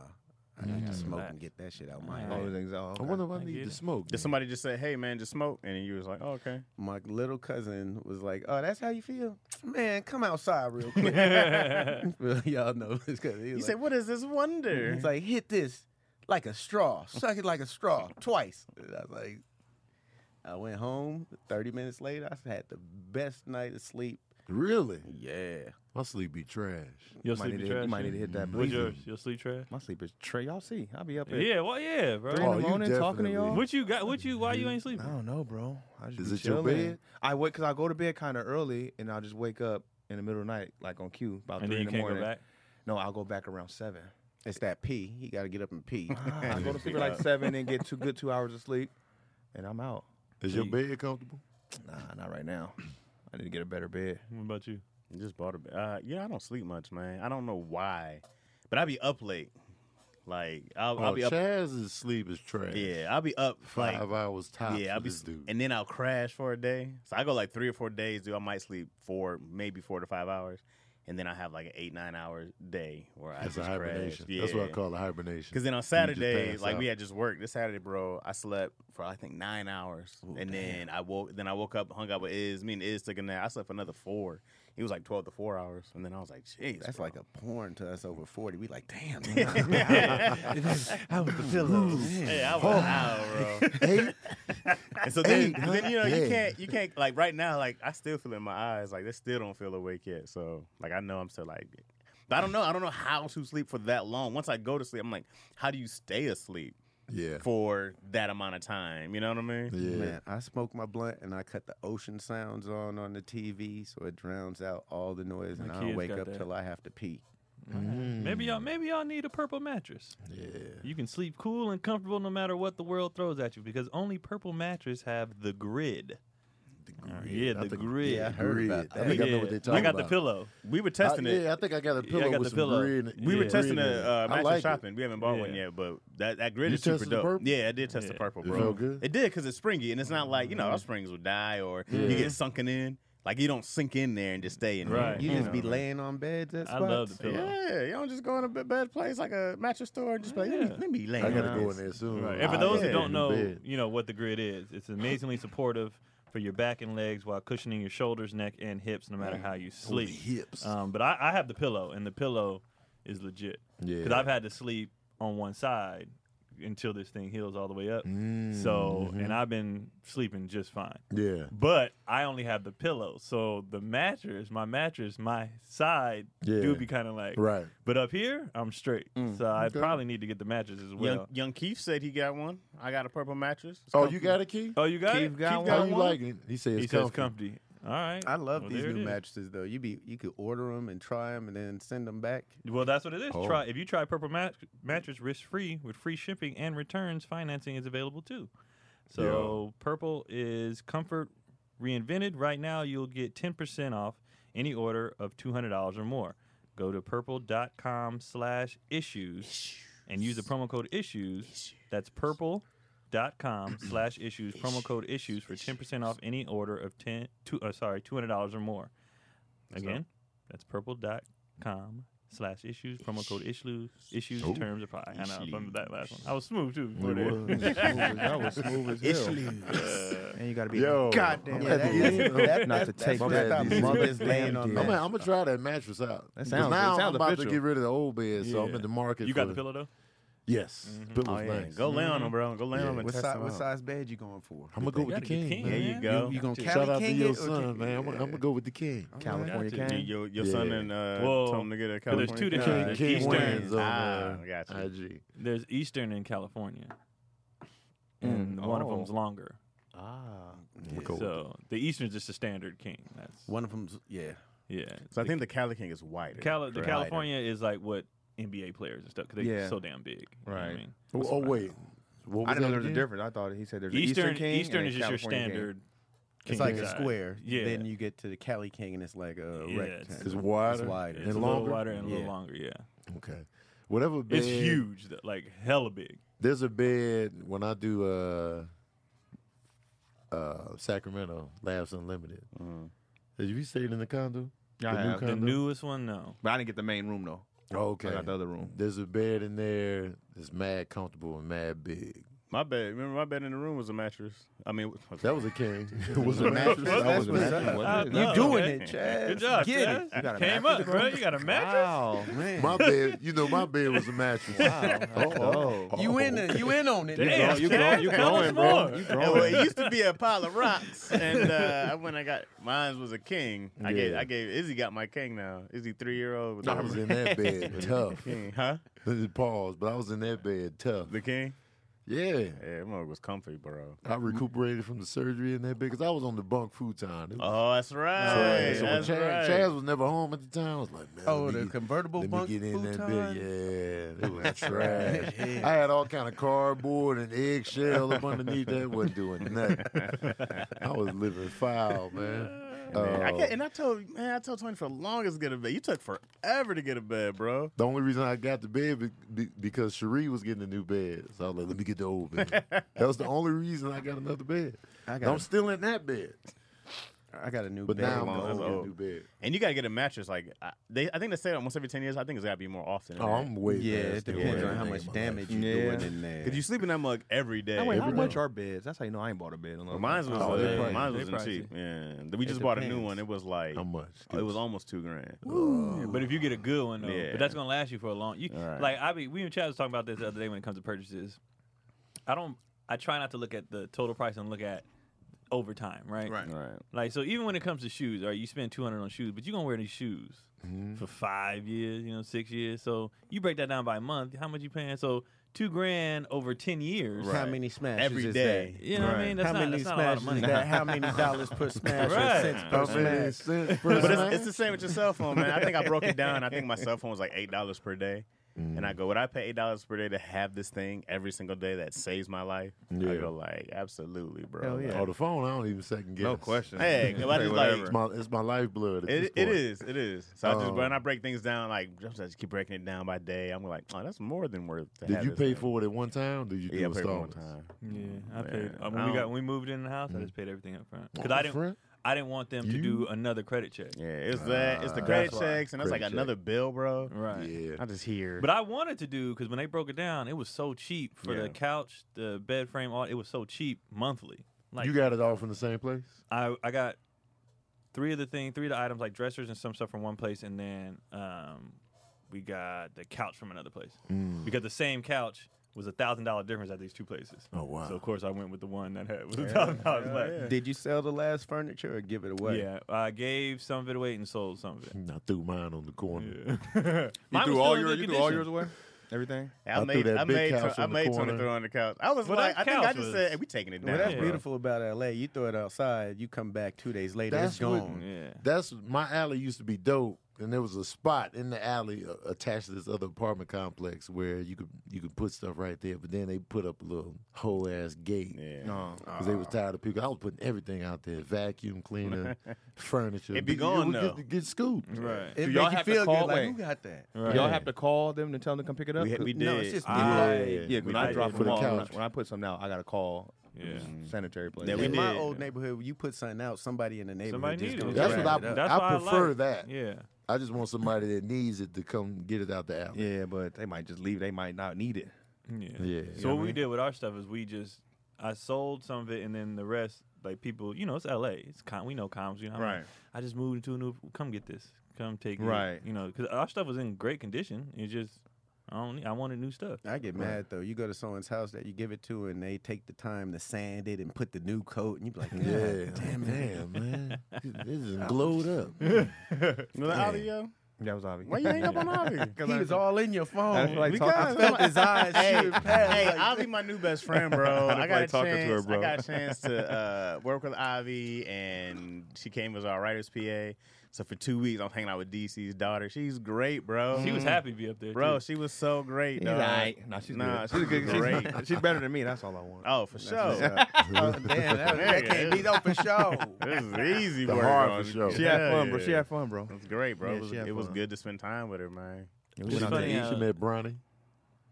Speaker 4: I need to smoke and get that shit out my
Speaker 6: Oh,
Speaker 4: head.
Speaker 6: it was anxiety.
Speaker 2: I
Speaker 6: okay.
Speaker 2: wonder if I,
Speaker 5: get
Speaker 2: need to
Speaker 5: it.
Speaker 2: smoke.
Speaker 3: Did somebody just say, "Hey, man, just smoke," and then you was like, oh, "Okay."
Speaker 4: my little cousin was like, "Oh, that's how you feel, man. Come outside real quick." Well, Y'all know this because he
Speaker 3: You
Speaker 4: was
Speaker 3: say,
Speaker 4: like,
Speaker 3: "What is this wonder?"
Speaker 4: he's like, "Hit this like a straw, suck it like a straw twice." And I was like, I went home. Thirty minutes later, I had the best night of sleep.
Speaker 2: Really?
Speaker 4: Yeah,
Speaker 2: My sleep be trash.
Speaker 5: Your
Speaker 6: Might
Speaker 5: sleep
Speaker 6: need
Speaker 5: be
Speaker 6: to-
Speaker 5: trash.
Speaker 6: you
Speaker 5: yeah?
Speaker 6: might need to hit that
Speaker 5: What's
Speaker 6: bleeder.
Speaker 5: yours? Your sleep trash.
Speaker 6: My sleep is tray. Y'all see, I'll be up at
Speaker 5: Yeah. Well, yeah, bro.
Speaker 6: three in
Speaker 2: Oh,
Speaker 6: the
Speaker 2: you
Speaker 6: morning talking to
Speaker 2: definitely-
Speaker 6: y'all.
Speaker 5: What you got? What you? Why you ain't
Speaker 6: I
Speaker 5: sleeping?
Speaker 6: don't know, bro. I just
Speaker 2: Is
Speaker 6: be
Speaker 2: it your
Speaker 6: chilling.
Speaker 2: bed?
Speaker 6: I wait because I go to bed kind of early, and I'll just wake up in the middle of the night, like on cue, about
Speaker 5: And
Speaker 6: three
Speaker 5: then you
Speaker 6: in the
Speaker 5: can't
Speaker 6: morning.
Speaker 5: go back.
Speaker 6: No, I'll go back around seven.
Speaker 4: it's that pee. He got to get up and pee.
Speaker 6: Ah,
Speaker 3: Ah.
Speaker 6: I go to sleep at like seven and get two good two hours of sleep, and I'm out.
Speaker 2: Is your bed comfortable?
Speaker 6: Nah, not right now. I need to get a better bed.
Speaker 5: What about you?
Speaker 3: I just bought a. Uh, yeah, I don't sleep much, man. I don't know why, but I be up late. Like I'll,
Speaker 2: Oh,
Speaker 3: I'll be up.
Speaker 2: Chaz's sleep is trash.
Speaker 3: Yeah, I'll be up like
Speaker 2: Five hours top.
Speaker 3: yeah, I'll be
Speaker 2: this dude.
Speaker 3: and then I'll crash for a day. So I go like three or four days. Dude, I might sleep four, maybe four to five hours, and then I have like an eight nine hour day where I
Speaker 2: That's
Speaker 3: just
Speaker 2: a hibernation.
Speaker 3: Crash.
Speaker 2: That's what I
Speaker 3: Yeah.
Speaker 2: call a hibernation.
Speaker 3: Because then on
Speaker 2: You just
Speaker 3: Saturday,
Speaker 2: pass
Speaker 3: like we
Speaker 2: out.
Speaker 3: had just worked. This Saturday, bro, I slept for I think nine hours, and then I woke. Then I woke up, hung out with Iz. Me and Iz took a nap. I slept for another four. It was like twelve to four hours, and then I was like, "Jeez,
Speaker 4: That's
Speaker 3: bro.
Speaker 4: like a porn to us over forty. We like, damn.
Speaker 3: I was the pillow. Yeah, I was out, bro.
Speaker 2: Eight,
Speaker 3: And so then,
Speaker 2: Eight,
Speaker 3: then you know,
Speaker 2: yeah.
Speaker 3: you can't, you can't like right now. Like I still feel it in my eyes. Like they still don't feel awake yet. So like I know I'm still like, but I don't know. I don't know how to sleep for that long. Once I go to sleep, I'm like, how do you stay asleep?
Speaker 2: yeah.
Speaker 3: for that amount of time. You know what I mean?
Speaker 2: Yeah.
Speaker 4: Man, I smoke my blunt and I cut the ocean sounds on on the TV so it drowns out all the noise and I don't
Speaker 5: kids
Speaker 4: wake
Speaker 5: got
Speaker 4: up
Speaker 5: that.
Speaker 4: till I have to pee. Hmm.
Speaker 5: Maybe y'all maybe y'all need a purple mattress.
Speaker 2: Yeah.
Speaker 5: You can sleep cool and comfortable no matter what the world throws at you because only purple mattress have the grid. The grid. Yeah, the,
Speaker 2: I think-
Speaker 5: grid.
Speaker 4: I heard about
Speaker 2: Grid. I
Speaker 4: that.
Speaker 2: think I know what
Speaker 5: Yeah.
Speaker 2: they're talking
Speaker 5: I got
Speaker 2: about.
Speaker 5: the pillow.
Speaker 3: We were testing
Speaker 2: I,
Speaker 3: it.
Speaker 2: Yeah, I think I got a pillow
Speaker 5: got
Speaker 2: with
Speaker 5: the
Speaker 2: some
Speaker 5: pillow.
Speaker 2: grid.
Speaker 3: We were
Speaker 5: Yeah.
Speaker 3: testing
Speaker 2: grid in it.
Speaker 3: a uh,
Speaker 2: I
Speaker 3: mattress
Speaker 2: like it.
Speaker 3: shopping. We haven't bought one
Speaker 5: Yeah.
Speaker 3: yet, but that, that grid
Speaker 2: You
Speaker 3: is super
Speaker 2: tested the
Speaker 3: dope.
Speaker 2: purple?
Speaker 3: Yeah, I did test the
Speaker 5: Yeah.
Speaker 3: purple,
Speaker 2: It
Speaker 3: bro.
Speaker 2: felt good?
Speaker 3: It did because it's springy, and it's not like you know our springs will die or you
Speaker 2: Yeah.
Speaker 3: get sunken in. Like you don't sink in there and just stay in
Speaker 5: Right.
Speaker 4: You
Speaker 5: You
Speaker 4: just
Speaker 5: know,
Speaker 4: be
Speaker 5: man.
Speaker 4: laying on beds at
Speaker 5: I
Speaker 4: spots.
Speaker 5: love the
Speaker 3: there.
Speaker 5: pillow.
Speaker 3: Yeah, you don't just go in a bed- bed place like a mattress store and just be like, let me-
Speaker 5: Yeah.
Speaker 3: let me lay.
Speaker 2: I got
Speaker 3: on
Speaker 2: to go
Speaker 3: this.
Speaker 2: in there soon.
Speaker 5: Right. And for
Speaker 3: I
Speaker 5: those
Speaker 3: get
Speaker 5: who
Speaker 3: it.
Speaker 5: don't
Speaker 2: In
Speaker 5: know,
Speaker 2: Ah, bed.
Speaker 5: you know what the grid is. It's amazingly supportive for your back and legs while cushioning your shoulders, neck, and hips, no matter how you sleep.
Speaker 2: Oh, hips.
Speaker 5: Um, but I, I have the pillow, and the pillow is legit. Because
Speaker 2: Yeah.
Speaker 5: I've had to sleep on one side until this thing heals all the way up.
Speaker 2: Mm-hmm.
Speaker 5: So, and I've been sleeping just fine.
Speaker 2: yeah,
Speaker 5: But I only have the pillow, so the mattress, my mattress, my side
Speaker 2: Yeah.
Speaker 5: do be kind of like
Speaker 2: right.
Speaker 5: But up here, I'm straight, so I probably need to get the mattress as well.
Speaker 3: Young, young Keith said he got one. I got a purple mattress. It's
Speaker 2: Oh,
Speaker 3: comfy.
Speaker 2: you got a key?
Speaker 5: Oh, you got it.
Speaker 2: Keith How you like it? He says
Speaker 5: he says comfy. All right.
Speaker 4: I love
Speaker 5: Well,
Speaker 4: these
Speaker 5: there it
Speaker 4: new
Speaker 5: is.
Speaker 4: mattresses though. You be you could order them and try them and then send them back.
Speaker 5: Well, that's what it is.
Speaker 2: Oh.
Speaker 5: Try if you try Purple Mat- Mattress risk free with free shipping and returns. Financing is available too. So Purple is comfort reinvented. Right now, you'll get ten percent off any order of two hundred dollars or more. Go to purple.com slash issues and use the promo code issues. That's purple.com slash issues. Promo code issues for ten percent off any order of ten two uh, sorry two hundred dollars or more. Again, that's purple.com slash issues, promo code issues, issues, terms apply. I know, I remember that last one. I was smooth too. before that.
Speaker 6: that was smooth as hell. And you gotta be
Speaker 2: Yo.
Speaker 6: goddamn.
Speaker 2: Yeah, that is-
Speaker 6: that, not to
Speaker 4: that's-
Speaker 6: take
Speaker 4: that's
Speaker 6: that
Speaker 4: what
Speaker 6: these
Speaker 4: mother's
Speaker 6: niggas
Speaker 4: laying
Speaker 6: damn
Speaker 4: on
Speaker 6: deal.
Speaker 4: the
Speaker 2: I'm,
Speaker 4: mat.
Speaker 2: gonna, I'm gonna try that mattress out.
Speaker 6: That
Speaker 2: 'Cause
Speaker 6: sounds-
Speaker 2: now
Speaker 6: it sounds
Speaker 2: I'm about
Speaker 6: official.
Speaker 2: to get rid of the old bed, so I'm
Speaker 5: Yeah.
Speaker 2: in the market.
Speaker 5: You got
Speaker 2: for,
Speaker 5: the pillow though?
Speaker 2: Yes,
Speaker 3: Oh,
Speaker 2: pillow's
Speaker 3: yeah.
Speaker 2: nice.
Speaker 3: Go lay on
Speaker 5: Mm-hmm.
Speaker 3: them, bro. Go lay on them and
Speaker 4: What,
Speaker 3: test
Speaker 4: si-
Speaker 3: them
Speaker 4: what
Speaker 3: out.
Speaker 4: size bed you going for?
Speaker 2: I'm gonna go with the
Speaker 5: gotta get
Speaker 2: king.
Speaker 5: king,
Speaker 2: man.
Speaker 5: man.
Speaker 3: There you go.
Speaker 4: You gonna
Speaker 2: Shout out to
Speaker 4: King
Speaker 2: your
Speaker 4: it or
Speaker 2: son,
Speaker 4: King-
Speaker 2: man. I'm, gonna go with the king.
Speaker 6: California
Speaker 5: Yeah.
Speaker 6: king.
Speaker 3: Your, your
Speaker 2: Yeah.
Speaker 3: son and uh,
Speaker 5: Well,
Speaker 3: told him to get a
Speaker 5: there's
Speaker 3: California
Speaker 5: two
Speaker 3: king.
Speaker 5: different
Speaker 3: Uh,
Speaker 5: King
Speaker 3: Eastern.
Speaker 5: wings
Speaker 2: on,
Speaker 3: Ah,
Speaker 2: uh,
Speaker 3: got you.
Speaker 2: IG.
Speaker 5: There's Eastern in California, and
Speaker 6: Mm.
Speaker 5: one of
Speaker 6: Oh.
Speaker 5: them's longer.
Speaker 2: I'm gonna go with
Speaker 5: So the Eastern's just a standard king. That's
Speaker 4: One of them's yeah.
Speaker 5: yeah.
Speaker 3: So I think the Cali King is white.
Speaker 5: the, Cali- the California is like what NBA players and stuff because they're
Speaker 6: Yeah.
Speaker 5: so damn big. You know what I
Speaker 6: Right.
Speaker 5: mean?
Speaker 2: Oh, oh, wait. What was
Speaker 6: I didn't know
Speaker 2: that
Speaker 6: there was a
Speaker 2: again?
Speaker 6: difference. I thought he said there's an
Speaker 5: Eastern
Speaker 6: Eastern king.
Speaker 5: Eastern
Speaker 6: and
Speaker 5: is
Speaker 6: a
Speaker 5: just your
Speaker 6: California king.
Speaker 5: standard.
Speaker 4: It's like a
Speaker 5: size.
Speaker 4: square.
Speaker 5: Yeah.
Speaker 4: Then you get to the Cali King and it's like a
Speaker 5: Yeah, it's-
Speaker 4: rectangle.
Speaker 2: It's wider,
Speaker 4: wider.
Speaker 2: and
Speaker 5: It's a
Speaker 2: longer.
Speaker 5: little wider and a little
Speaker 4: Yeah.
Speaker 5: longer. Yeah.
Speaker 2: Okay, whatever. Bed,
Speaker 5: It's huge. Though, like hella big.
Speaker 2: There's a bed when I do uh, uh, Sacramento Labs Unlimited. Have you stayed in the condo?
Speaker 6: Yeah, I
Speaker 2: The new
Speaker 6: have.
Speaker 2: kind-
Speaker 5: The
Speaker 2: Kinda.
Speaker 5: newest one, no.
Speaker 6: But I didn't get the main room though.
Speaker 2: Oh, okay.
Speaker 6: I got the other room.
Speaker 2: There's a bed in there that's mad comfortable and mad big.
Speaker 3: My bed. Remember, my bed in the room was a mattress. I mean,
Speaker 2: That was a king. it was a mattress.
Speaker 6: That
Speaker 2: That was
Speaker 6: was
Speaker 2: a
Speaker 6: what
Speaker 2: mattress.
Speaker 6: that was.
Speaker 5: You
Speaker 6: doing
Speaker 5: Ah, okay.
Speaker 6: it,
Speaker 5: Chad? Good
Speaker 6: Chaz.
Speaker 5: job,
Speaker 6: Get
Speaker 5: Chaz.
Speaker 6: it. You got a
Speaker 5: Came
Speaker 6: mattress
Speaker 5: up, bro. You got a mattress.
Speaker 6: Wow, man.
Speaker 2: My bed, you know, my bed was a mattress.
Speaker 6: Oh,
Speaker 4: You in it? You in on it?
Speaker 5: Damn,
Speaker 6: you
Speaker 5: Chaz,
Speaker 6: grow- you
Speaker 5: tell us
Speaker 6: growing, bro.
Speaker 5: more.
Speaker 6: You
Speaker 3: Yeah, well, it
Speaker 6: growing.
Speaker 3: used to be a pile of rocks, and uh, when I got mine was a king. I gave
Speaker 2: Yeah.
Speaker 3: I gave Izzy got my king now. Izzy three year old with
Speaker 2: I was in that bed tough.
Speaker 3: king, huh?
Speaker 2: Pause, but I was in that bed tough.
Speaker 3: The king.
Speaker 2: Yeah.
Speaker 3: Yeah, that mug was comfy, bro.
Speaker 2: I recuperated from the surgery in that bed because I was on the bunk futon. It was-
Speaker 3: Oh, that's right.
Speaker 2: so when
Speaker 3: that's
Speaker 2: Chaz,
Speaker 3: right.
Speaker 2: Chaz was never home at the time, I was like, man,
Speaker 4: Oh,
Speaker 2: let me
Speaker 4: the
Speaker 2: get-
Speaker 4: convertible
Speaker 2: let
Speaker 4: bunk
Speaker 2: me get in that
Speaker 4: futon?
Speaker 2: bed. Yeah, it was trash. I had all kind of cardboard and eggshell up underneath that. wasn't doing nothing. I was living foul, man.
Speaker 3: Man, I
Speaker 2: Uh,
Speaker 3: can't, and I told man, I told Tony for the longest to get a bed. You took forever to get a bed, bro.
Speaker 2: The only reason I got the bed be, be, because Cherie was getting a new bed, so I was like, "Let me get the old bed." that was the only reason I got another bed.
Speaker 4: I
Speaker 2: I'm
Speaker 4: got,
Speaker 2: still in that bed,
Speaker 4: I got a new
Speaker 2: but
Speaker 4: bed.
Speaker 2: now I'm
Speaker 3: long,
Speaker 2: gonna
Speaker 3: that's
Speaker 2: get a
Speaker 3: old.
Speaker 2: new bed.
Speaker 3: And you gotta get a mattress. Like I, they, I think they say that once every ten years. I think it's gotta be more often. than
Speaker 2: Oh,
Speaker 3: that.
Speaker 2: I'm way.
Speaker 4: yeah,
Speaker 2: past
Speaker 4: it
Speaker 2: doing
Speaker 4: depends on
Speaker 2: everything
Speaker 4: how
Speaker 2: in
Speaker 4: much
Speaker 2: my
Speaker 4: damage
Speaker 2: life.
Speaker 4: you're
Speaker 6: Yeah.
Speaker 4: doing in there.
Speaker 3: Cause you sleep in that mug every day.
Speaker 6: Now, wait, how
Speaker 2: every
Speaker 6: much
Speaker 2: day.
Speaker 6: are beds? That's how you know I ain't bought a bed.
Speaker 3: Well, mine's was,
Speaker 2: Oh, they
Speaker 3: uh,
Speaker 2: pricey.
Speaker 3: mine
Speaker 5: They
Speaker 3: was not
Speaker 5: pricey.
Speaker 3: cheap. Yeah, we
Speaker 4: It
Speaker 3: just bought a new
Speaker 4: depends.
Speaker 3: one. It was like
Speaker 2: How much?
Speaker 3: it was almost two grand.
Speaker 5: Yeah, but if you get a good one, though,
Speaker 3: Yeah.
Speaker 5: but that's gonna last you for a long. You
Speaker 3: All right.
Speaker 5: like I be we and Chad was talking about this the other day when it comes to purchases. I don't. I try not to look at the total price and look at over time, right?
Speaker 7: Right.
Speaker 3: Right.
Speaker 5: Like so, even when it comes to shoes, right? You spend two hundred on shoes, but you are gonna wear these shoes for five years, you know, six years. So you break that down by month. How much you paying? So two grand over ten years.
Speaker 4: How many smashes
Speaker 3: Every
Speaker 4: is
Speaker 3: day.
Speaker 5: You know what I mean? That's
Speaker 4: how
Speaker 5: not
Speaker 4: many
Speaker 5: that's not a lot of
Speaker 4: smashes
Speaker 5: money.
Speaker 4: is that? How many dollars per smash
Speaker 5: Right.
Speaker 4: or cents per
Speaker 2: How many
Speaker 4: smash?
Speaker 2: cents per
Speaker 3: But
Speaker 2: smash?
Speaker 3: it's, it's the same with your cell phone, man. I think I broke it down. I think my cell phone was like eight dollars per day, and I go, would I pay eight dollars per day to have this thing every single day that saves my life? I
Speaker 2: Yeah.
Speaker 3: go like, absolutely, bro.
Speaker 2: Hell yeah. Oh, the phone. I don't even second guess.
Speaker 6: No question.
Speaker 3: Hey,
Speaker 6: You can
Speaker 3: I
Speaker 6: pay
Speaker 3: just
Speaker 6: whatever.
Speaker 2: It's my, it's my lifeblood. At this
Speaker 3: It,
Speaker 2: point.
Speaker 3: it is, it is. So I just
Speaker 2: Um,
Speaker 3: when I break things down, like I just keep breaking it down by day. I'm like, oh, that's more than worth. To
Speaker 2: Did
Speaker 3: have
Speaker 2: you
Speaker 3: this
Speaker 2: pay
Speaker 3: thing."
Speaker 2: for it at one time? Did you do
Speaker 3: Yeah, I paid for one
Speaker 2: installments?
Speaker 3: time.
Speaker 5: Yeah, I
Speaker 3: Man,
Speaker 5: paid. uh,
Speaker 3: I
Speaker 5: when we got
Speaker 3: don't-
Speaker 5: when we moved in the house, I just paid everything up front because
Speaker 2: Oh,
Speaker 5: I didn't
Speaker 2: friend.
Speaker 5: I didn't want them to
Speaker 2: You-
Speaker 5: do another credit check.
Speaker 3: Yeah, it's that. It's the
Speaker 2: Ah,
Speaker 3: credit
Speaker 2: that's why.
Speaker 3: checks, and that's like
Speaker 2: Credit check.
Speaker 3: another bill, bro.
Speaker 5: Right.
Speaker 2: Yeah.
Speaker 3: I'm just here.
Speaker 5: But I wanted to do because when they broke it down, it was so cheap for
Speaker 3: Yeah.
Speaker 5: the couch, the bed frame, all. It was so cheap monthly. Like
Speaker 2: you got it all from the same place.
Speaker 5: I, I got three of the thing, three of the items like dressers and some stuff from one place, and then um, we got the couch from another place
Speaker 2: Mm.
Speaker 5: because the same couch was a thousand dollar difference at these two places.
Speaker 2: Oh wow.
Speaker 5: So of course I went with the one that had was a thousand dollars less.
Speaker 4: Did you sell the last furniture or give it away?
Speaker 5: Yeah, I gave some of it away and sold some of it.
Speaker 2: I threw mine on the corner.
Speaker 6: You
Speaker 5: Mine was
Speaker 6: threw
Speaker 5: still
Speaker 6: all
Speaker 5: in
Speaker 6: your
Speaker 5: good
Speaker 6: you threw all
Speaker 5: condition.
Speaker 6: yours away. Everything.
Speaker 3: I,
Speaker 2: I threw
Speaker 3: made,
Speaker 2: that
Speaker 3: I
Speaker 2: big
Speaker 3: made, Tony-
Speaker 2: couch
Speaker 3: I
Speaker 2: on the
Speaker 3: made Tony
Speaker 2: corner.
Speaker 3: throw on the couch. I was
Speaker 5: Well,
Speaker 3: like,
Speaker 5: that
Speaker 3: I think I
Speaker 5: couch
Speaker 3: just
Speaker 5: was-
Speaker 3: said, hey, we taking it down.
Speaker 4: Well, that's
Speaker 5: Yeah.
Speaker 3: bro."
Speaker 4: beautiful about LA. You throw it outside, you come back two days later,
Speaker 2: That's
Speaker 4: it's gone.
Speaker 2: what-
Speaker 5: Yeah.
Speaker 2: That's my alley used to be dope, and there was a spot in the alley uh, attached to this other apartment complex where you could you could put stuff right there. But then they put up a little whole ass gate
Speaker 3: Yeah.
Speaker 6: No.
Speaker 2: because they was tired of people. I was putting everything out there: vacuum cleaner, furniture.
Speaker 3: It be
Speaker 2: But
Speaker 3: gone,
Speaker 2: would get-
Speaker 3: though.
Speaker 2: Get, scooped.
Speaker 5: Right.
Speaker 4: It
Speaker 6: Do
Speaker 4: make
Speaker 6: y'all
Speaker 4: you
Speaker 6: have to
Speaker 4: feel good.
Speaker 6: call-
Speaker 4: Like,
Speaker 6: wait.
Speaker 4: who got that?
Speaker 5: Right.
Speaker 6: Y'all have to call them to tell them to come pick it up.
Speaker 3: We, had- we did.
Speaker 4: No, it's just
Speaker 5: I-
Speaker 4: me.
Speaker 2: Yeah.
Speaker 6: yeah, when
Speaker 5: I
Speaker 6: I,
Speaker 5: did.
Speaker 6: drop
Speaker 2: For
Speaker 6: them
Speaker 2: the
Speaker 6: off,
Speaker 2: couch.
Speaker 6: when I put something out, I gotta call
Speaker 5: Yeah.
Speaker 6: sanitary place.
Speaker 3: Yeah, we
Speaker 4: in my
Speaker 3: did.
Speaker 4: old neighborhood, you put something out, somebody in the neighborhood
Speaker 5: Somebody
Speaker 4: just
Speaker 5: needed
Speaker 4: gonna
Speaker 5: it.
Speaker 2: That's
Speaker 4: grab
Speaker 2: what I-
Speaker 4: it up.
Speaker 5: That's
Speaker 2: I
Speaker 5: why
Speaker 2: prefer
Speaker 5: like.
Speaker 2: that.
Speaker 5: Yeah.
Speaker 2: I just want somebody that needs it to come get it out the alley.
Speaker 6: Yeah, but they might just leave. They might not need it.
Speaker 5: Yeah.
Speaker 2: Yeah.
Speaker 5: So what we did with our stuff is we just I sold some of it and then the rest like people you know it's L.A. It's con we know comms you know I'm like,
Speaker 6: Right.
Speaker 5: I just moved into a new come get this come take it,
Speaker 6: Right.
Speaker 5: you know because our stuff was in great condition it's just I don't need, I wanted new stuff
Speaker 4: I get mad though. You go to someone's house that you give it to, and they take the time to sand it and put the new coat, and you be like,
Speaker 2: Yeah,
Speaker 4: "God damn it,
Speaker 2: damn man, this is glowed up.
Speaker 3: You know, Ollie, yo?
Speaker 6: That was obvious.
Speaker 3: Why you hang up on Ollie?
Speaker 4: he was all in your phone."
Speaker 6: I feel like
Speaker 3: We
Speaker 6: talk-
Speaker 3: got
Speaker 6: I
Speaker 3: it.
Speaker 6: felt
Speaker 4: his eyes
Speaker 3: Hey,
Speaker 4: shooting past,
Speaker 3: hey,
Speaker 4: like-
Speaker 3: Ivy, my new best friend, bro. I
Speaker 6: Like
Speaker 3: got a
Speaker 6: talking to
Speaker 3: chance.
Speaker 6: her, bro.
Speaker 3: I got a chance to uh, work with Ivy, and she came as our writer's PA. So for two weeks, I'm hanging out with DC's daughter. She's great, bro.
Speaker 5: she was happy to be up there
Speaker 3: Mm. bro.
Speaker 5: too.
Speaker 3: She was so great,
Speaker 6: He's
Speaker 3: dog.
Speaker 6: alright. Nah, she's
Speaker 3: Nah,
Speaker 6: good.
Speaker 3: she's great.
Speaker 6: She's, she's better than me. That's all I want.
Speaker 3: Oh, for sure.
Speaker 4: Oh, damn, that,
Speaker 3: Nigga.
Speaker 4: that can't be no for sure.
Speaker 3: This is easy
Speaker 2: The
Speaker 3: work.
Speaker 2: hard
Speaker 3: bro.
Speaker 2: for sure.
Speaker 6: She had
Speaker 3: Hell
Speaker 6: fun, bro.
Speaker 3: yeah.
Speaker 6: She had fun, bro.
Speaker 3: It was great, bro.
Speaker 6: Yeah,
Speaker 3: it was,
Speaker 6: she had
Speaker 3: it was
Speaker 6: fun.
Speaker 3: good to spend time with her, man.
Speaker 6: Yeah,
Speaker 5: It's
Speaker 6: we went out
Speaker 5: funny
Speaker 6: to
Speaker 5: how-
Speaker 6: eat.
Speaker 2: She met Bronny.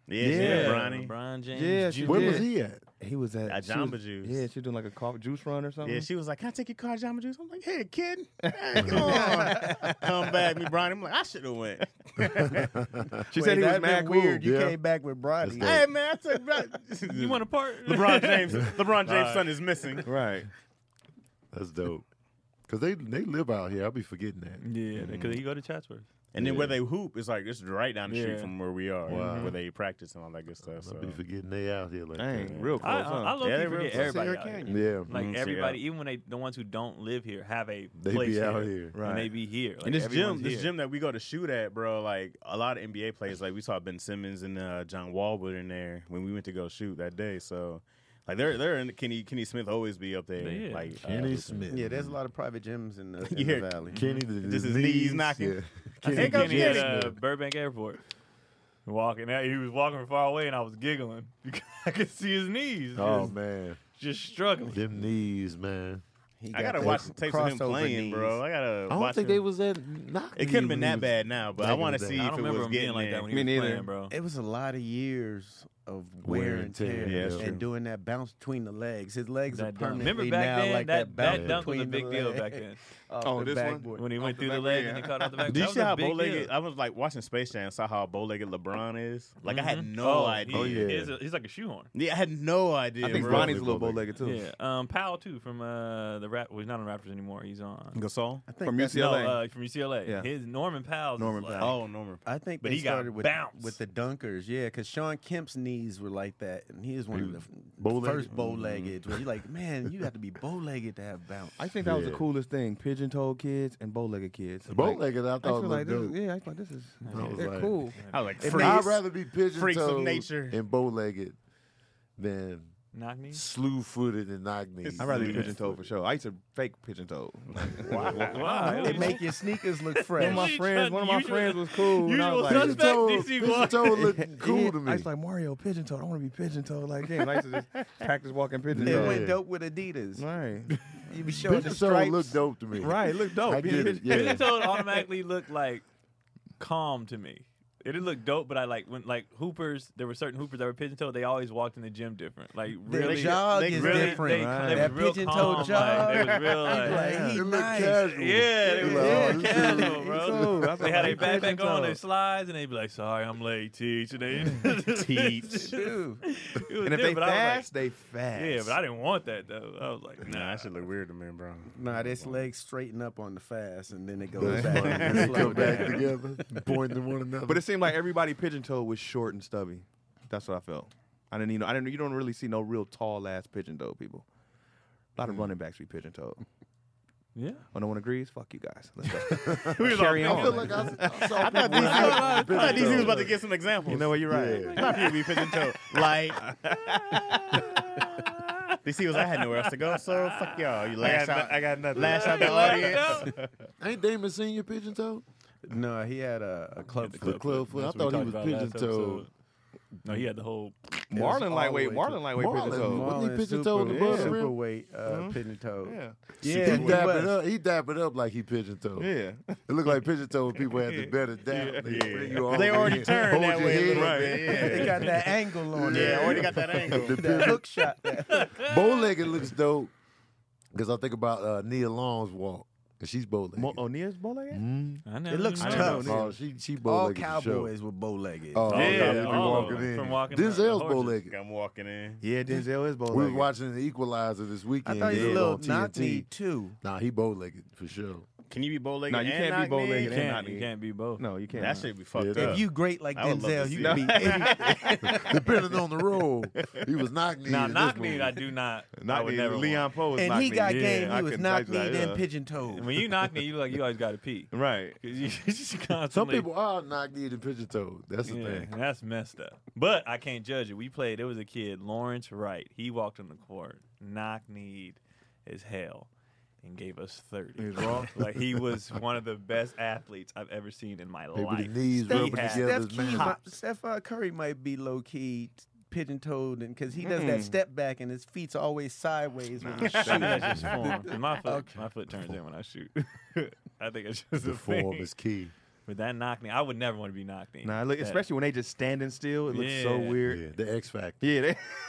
Speaker 3: Yeah, yeah.
Speaker 5: yeah,
Speaker 3: Bronny.
Speaker 5: LeBron James
Speaker 6: Yeah, she
Speaker 5: Jr.
Speaker 2: Where
Speaker 6: did.
Speaker 2: was he at?
Speaker 6: He was at
Speaker 3: At
Speaker 6: she
Speaker 3: Jamba
Speaker 6: was-
Speaker 3: Juice.
Speaker 6: Yeah, she was doing like a coffee juice run or something.
Speaker 3: Yeah, she was like, "Can I take your car, Jamba Juice?" I'm like, "Hey, kid, hey, come on, come back, me, Bronny." I'm like, "I should have went."
Speaker 6: She said he was
Speaker 4: that
Speaker 6: mad cool.
Speaker 4: weird. You
Speaker 2: Yeah.
Speaker 4: came back with Brody.
Speaker 2: That's
Speaker 3: hey, man, I took Bron-
Speaker 5: you want a part
Speaker 3: LeBron James. LeBron James' son is missing.
Speaker 6: Right.
Speaker 2: That's dope. Cause they they live out here. I'll be forgetting that.
Speaker 5: yeah because you go to Chatsworth
Speaker 3: And then where
Speaker 2: Yeah.
Speaker 3: they hoop is like it's right down the
Speaker 5: Yeah.
Speaker 3: street from where we are,
Speaker 2: Wow.
Speaker 3: where they practice and all that good stuff. So.
Speaker 2: I'll be forgetting they out here like
Speaker 6: Dang,
Speaker 2: that.
Speaker 6: real close.
Speaker 5: I, I,
Speaker 6: huh?
Speaker 5: I low
Speaker 3: Yeah,
Speaker 5: key
Speaker 3: they
Speaker 5: forget
Speaker 3: represent
Speaker 5: everybody
Speaker 4: Sierra
Speaker 5: out here.
Speaker 4: Canyon.
Speaker 2: Yeah, Mm.
Speaker 5: like
Speaker 3: Mhm.
Speaker 5: everybody
Speaker 3: Yeah.
Speaker 5: even when they the ones who don't live here have a
Speaker 2: They be
Speaker 5: place
Speaker 2: out
Speaker 5: here.
Speaker 2: here.
Speaker 6: Right.
Speaker 5: and they be here like,
Speaker 3: and this
Speaker 5: everyone's
Speaker 3: gym, this
Speaker 5: here.
Speaker 3: gym that we go to shoot at, bro, like a lot of NBA players, like we saw Ben Simmons and uh, John Wallwood in there when we went to go shoot that day. So, like they're they're in Kenny Kenny Smith always be up there,
Speaker 5: Yeah.
Speaker 3: like uh,
Speaker 2: Kenny Smith.
Speaker 4: Yeah, there's a lot of private gyms in the, in
Speaker 3: Yeah.
Speaker 4: the valley.
Speaker 2: Kenny. The, the
Speaker 3: Just his knees knocking.
Speaker 2: Yeah.
Speaker 5: I
Speaker 2: Kenny,
Speaker 5: seen
Speaker 3: Here goes
Speaker 5: Kenny at
Speaker 3: Kenny.
Speaker 5: uh, Burbank Airport. Walking out, he was walking from far away, and I was giggling
Speaker 3: uh,
Speaker 5: because I could see his knees
Speaker 2: Oh
Speaker 5: just,
Speaker 2: man,
Speaker 5: just struggling.
Speaker 2: them knees, man.
Speaker 4: He
Speaker 3: I gotta
Speaker 4: that
Speaker 3: watch the tapes of him
Speaker 4: crossover
Speaker 3: playing, bro.
Speaker 4: knees.
Speaker 3: I gotta.
Speaker 2: I don't
Speaker 3: watch
Speaker 2: think
Speaker 3: him.
Speaker 2: they was that. knocking
Speaker 3: It couldn't have been
Speaker 2: when he
Speaker 3: that
Speaker 2: was-
Speaker 3: bad now, but I
Speaker 2: back in
Speaker 3: want
Speaker 2: the
Speaker 3: to
Speaker 2: day.
Speaker 3: see
Speaker 5: I
Speaker 3: if
Speaker 5: don't
Speaker 3: it
Speaker 5: remember
Speaker 3: was
Speaker 5: him being
Speaker 3: getting
Speaker 5: like that when he
Speaker 4: Me
Speaker 5: was
Speaker 4: neither.
Speaker 5: playing, bro.
Speaker 4: It was a lot of years of
Speaker 2: Wear
Speaker 4: wear,
Speaker 2: and
Speaker 4: and
Speaker 2: tear,
Speaker 4: tear,
Speaker 3: yeah, that's true.
Speaker 4: and doing that bounce between the legs. His legs are
Speaker 5: That dunk.
Speaker 4: permanently
Speaker 5: Remember back
Speaker 4: now
Speaker 5: then,
Speaker 4: like
Speaker 5: that,
Speaker 4: that,
Speaker 5: that,
Speaker 4: bounce
Speaker 5: dunk was a
Speaker 4: between
Speaker 5: big
Speaker 4: the
Speaker 5: deal
Speaker 4: leg.
Speaker 5: back then.
Speaker 4: Off
Speaker 6: Oh,
Speaker 4: the
Speaker 6: this one?
Speaker 4: backboard.
Speaker 5: When he went
Speaker 6: Off
Speaker 5: through
Speaker 6: the
Speaker 5: the
Speaker 6: back
Speaker 5: leg
Speaker 6: rim.
Speaker 5: and he caught out the back.
Speaker 3: Do you
Speaker 5: That was
Speaker 3: see how
Speaker 5: a
Speaker 3: bow
Speaker 5: big
Speaker 3: legged?
Speaker 5: deal.
Speaker 3: I was like watching Space Jam, saw how bow legged LeBron is. Like I had
Speaker 5: Mhm.
Speaker 3: no
Speaker 5: Oh,
Speaker 3: idea.
Speaker 5: He,
Speaker 2: Oh, yeah.
Speaker 5: He's, a, he's like a shoehorn.
Speaker 3: Yeah, I had no idea.
Speaker 6: I think
Speaker 3: bro.
Speaker 6: Ronnie's a
Speaker 2: Probably
Speaker 6: little bow legged too.
Speaker 5: Yeah. Um, Powell too from uh, the rap. Well, he's not on Raptors anymore. He's on
Speaker 3: Gasol.
Speaker 4: I think
Speaker 6: From
Speaker 4: that's-
Speaker 5: no,
Speaker 6: UCLA.
Speaker 5: uh, from UCLA.
Speaker 6: Yeah.
Speaker 5: His Norman Powell's.
Speaker 4: Norman
Speaker 5: is like,
Speaker 3: Oh, Norman.
Speaker 4: I think
Speaker 5: But
Speaker 4: they
Speaker 5: he got
Speaker 4: started with
Speaker 5: bounced.
Speaker 4: with the dunkers, yeah, because Sean Kemp's knees were like that, and he was one of the f-
Speaker 2: bow-legged?
Speaker 4: first bow legged. Where you're like, man, you have to be bow legged to have bounce.
Speaker 6: I think that was
Speaker 2: Yeah.
Speaker 6: the coolest thing: pigeon-toed kids and bow-legged kids.
Speaker 2: The bow legged, I
Speaker 6: I feel
Speaker 2: thought was
Speaker 6: like this. Is,
Speaker 2: dope.
Speaker 6: yeah, I thought this is
Speaker 2: I was
Speaker 6: they're
Speaker 2: like-
Speaker 6: cool.
Speaker 3: I was like,
Speaker 4: It
Speaker 3: freaks.
Speaker 2: I'd rather be pigeon
Speaker 3: Freaks of nature.
Speaker 2: and bow legged than
Speaker 5: knock me.
Speaker 2: slew footed and knock knees.
Speaker 6: I'd rather be
Speaker 3: Yeah.
Speaker 6: pigeon-toed for sure. I used to fake pigeon-toed.
Speaker 5: Wow.
Speaker 4: It make your sneakers look
Speaker 6: One of
Speaker 4: fresh.
Speaker 6: my friends, one of my friends was cool. and I
Speaker 5: usual
Speaker 6: was like,
Speaker 5: suspect.
Speaker 2: Pigeon-toed-
Speaker 5: DC
Speaker 2: pigeon-toed looked cool to
Speaker 6: I
Speaker 2: me.
Speaker 6: was like Mario pigeon-toed. I want to be pigeon-toed like him. I used to just practice walking
Speaker 4: It
Speaker 6: pigeon-toed.
Speaker 4: went dope with Adidas.
Speaker 6: Right,
Speaker 4: You be showing the
Speaker 2: Pigeon toe
Speaker 4: stripes.
Speaker 2: looked dope to me.
Speaker 6: oh, right. Oh, Look dope.
Speaker 2: I get it. Yeah.
Speaker 5: Pigeon-toed automatically looked like calm to me. It didn't look dope, but I like when like hoopers. There were certain hoopers that were pigeon-toed. They always walked in the gym different. Like
Speaker 4: The
Speaker 5: really,
Speaker 4: jog
Speaker 3: they
Speaker 4: is
Speaker 5: really,
Speaker 4: different.
Speaker 5: They,
Speaker 6: right?
Speaker 5: they
Speaker 4: That
Speaker 5: was real
Speaker 4: pigeon-toed
Speaker 5: calm, like,
Speaker 4: jog.
Speaker 5: they was real like,
Speaker 4: Like, he
Speaker 2: It looked
Speaker 4: nice.
Speaker 2: casual.
Speaker 5: Yeah, they
Speaker 2: It
Speaker 5: was
Speaker 2: looked
Speaker 5: real
Speaker 2: like, oh, this dude-
Speaker 5: casual, bro.
Speaker 6: cool. That's
Speaker 5: They
Speaker 6: what
Speaker 5: had
Speaker 6: I
Speaker 5: their
Speaker 6: like
Speaker 5: backpack on,
Speaker 6: pigeon-toed.
Speaker 5: their slides, and they'd be like, "Sorry, I'm late, teach." And they teach.
Speaker 4: Dude,
Speaker 6: And if they fast, they fast.
Speaker 5: yeah, but I didn't want that though. I was like,
Speaker 3: Nah,
Speaker 5: "Nah."
Speaker 3: that should look weird to me, bro.
Speaker 4: nah, this leg straighten up on the fast, and then it goes
Speaker 2: That's
Speaker 4: back.
Speaker 2: funny.
Speaker 4: and
Speaker 2: They
Speaker 4: slow
Speaker 2: come back
Speaker 4: down.
Speaker 2: together, pointing to one another.
Speaker 6: But it seemed like everybody pigeon-toed was short and stubby. That's what I felt. I didn't, you know, I didn't. You don't really see no real tall ass pigeon-toed people. A lot of running backs be pigeon-toed.
Speaker 5: Yeah.
Speaker 6: Oh, no one agrees. Fuck you guys. Let's go.
Speaker 3: We
Speaker 6: Carry
Speaker 2: I
Speaker 6: on.
Speaker 2: feel like I, I saw people
Speaker 3: DC I
Speaker 2: without
Speaker 3: thought
Speaker 2: pigeon
Speaker 3: DC was
Speaker 2: toe.
Speaker 3: about to give some examples.
Speaker 6: you know what? You're right.
Speaker 2: Yeah.
Speaker 3: Not people be pigeon toe. Like DC was I had nowhere else to go, so fuck y'all. You lash out. I got nothing. Lash out the audience.
Speaker 2: Ain't Damon Senior pigeon toe?
Speaker 4: No, he had a, a club
Speaker 2: The
Speaker 4: foot.
Speaker 2: club foot. I
Speaker 5: That's what
Speaker 2: thought
Speaker 5: we talked
Speaker 2: he was
Speaker 5: about last
Speaker 2: pigeon toe.
Speaker 5: episode. No, he had the whole.
Speaker 6: Marlon lightweight.
Speaker 4: all the way
Speaker 6: Marlon lightweight
Speaker 2: Marlon,
Speaker 6: pigeon-toed.
Speaker 2: Marlon. Wasn't he
Speaker 4: super-
Speaker 2: pigeon toed above the
Speaker 4: yeah.
Speaker 2: rim?
Speaker 4: super weight uh, pigeon toed.
Speaker 6: Mm-hmm. Yeah.
Speaker 4: Yeah,
Speaker 2: He
Speaker 4: he
Speaker 2: dap it
Speaker 4: was.
Speaker 2: up. He dap it up like he pigeon toe.
Speaker 6: Yeah.
Speaker 2: It looked like pigeon toe when people had the better dap. They, bring you all
Speaker 3: They
Speaker 2: over
Speaker 3: already
Speaker 2: here,
Speaker 3: turned
Speaker 2: hold
Speaker 3: that
Speaker 2: your
Speaker 3: way a
Speaker 2: head.
Speaker 3: little bit.
Speaker 4: It got that angle on
Speaker 3: Yeah,
Speaker 4: it.
Speaker 3: already got that angle.
Speaker 4: that hook shot. That
Speaker 2: Bow legged looks dope because I think about uh, Nia Long's walk. 'Cause she's bow legged.
Speaker 6: Mo- oh, O'Neal's bow legged.
Speaker 5: I never
Speaker 4: It looks
Speaker 5: even
Speaker 4: tough.
Speaker 5: noticed.
Speaker 2: oh, she she bow
Speaker 4: all
Speaker 2: legged.
Speaker 4: cowboys were bow legged.
Speaker 2: Oh,
Speaker 5: Yeah,
Speaker 2: okay. we
Speaker 5: all of
Speaker 2: walking
Speaker 5: them.
Speaker 2: in.
Speaker 5: From walking the- the
Speaker 2: Denzel's
Speaker 5: horses.
Speaker 2: bow legged.
Speaker 3: I'm walking in.
Speaker 6: Yeah, Denzel is bow legged.
Speaker 2: We was watching the Equalizer this
Speaker 4: I
Speaker 2: weekend.
Speaker 4: thought he was
Speaker 2: Yeah.
Speaker 4: a
Speaker 2: on
Speaker 4: little knock me
Speaker 2: TNT.
Speaker 4: too.
Speaker 2: Nah, he bow legged for sure.
Speaker 3: Can you be bow legged?
Speaker 6: Nah, you
Speaker 3: and
Speaker 6: can't be
Speaker 3: knock me?
Speaker 6: bow-legged
Speaker 5: You
Speaker 6: and
Speaker 5: can't,
Speaker 6: not
Speaker 5: you
Speaker 6: eat.
Speaker 5: can't be both.
Speaker 6: No, you can't.
Speaker 3: That should be fucked
Speaker 2: Yeah.
Speaker 3: up.
Speaker 2: If
Speaker 4: If you great like
Speaker 3: I would love
Speaker 4: Denzel,
Speaker 3: to
Speaker 4: you
Speaker 3: see
Speaker 4: can be any.
Speaker 2: Depending on the role, he was knock kneed.
Speaker 5: Now,
Speaker 2: in
Speaker 5: knock
Speaker 2: this
Speaker 5: me,
Speaker 2: movie.
Speaker 5: I do not. I
Speaker 6: Not
Speaker 5: would
Speaker 6: me.
Speaker 5: never.
Speaker 6: Leon Poe was
Speaker 4: and
Speaker 6: knock
Speaker 4: he
Speaker 6: me.
Speaker 4: got
Speaker 6: Yeah,
Speaker 4: game.
Speaker 6: I
Speaker 4: He was
Speaker 6: couldn't
Speaker 4: knock
Speaker 6: touch
Speaker 4: me
Speaker 6: that,
Speaker 4: then
Speaker 6: yeah.
Speaker 4: pigeon
Speaker 5: want-
Speaker 4: toed.
Speaker 5: When you knock me, you like you always got to pee.
Speaker 6: Right.
Speaker 5: 'Cause you just
Speaker 2: Some
Speaker 5: constantly-
Speaker 2: people are knock kneed and pigeon toed. That's the
Speaker 5: Yeah,
Speaker 2: thing.
Speaker 5: that's messed up. But I can't judge it. We played. It was a kid, Lawrence Wright. He walked on the court, knock kneed as hell, and gave us thirty. like he was one of the best athletes I've ever seen in my
Speaker 2: Maybe
Speaker 5: life.
Speaker 2: the knees
Speaker 5: Stay
Speaker 2: rubbing
Speaker 5: hat.
Speaker 2: together is
Speaker 4: Steph, Key
Speaker 2: magic.
Speaker 4: might, Steph uh, Curry might be low key pigeon toed because he does that step back and his feet's always sideways when he shoots.
Speaker 5: That's just form. 'Cause My foot, my foot turns in when I shoot. I think it's just
Speaker 2: The
Speaker 5: a thing.
Speaker 2: form is key.
Speaker 5: But that knock knee, I would never want to be knock knee.
Speaker 6: Nah, it look,
Speaker 5: That-
Speaker 6: especially when they just standing still, it looks so
Speaker 5: Yeah.
Speaker 6: weird.
Speaker 2: Yeah, the X Factor.
Speaker 6: Yeah,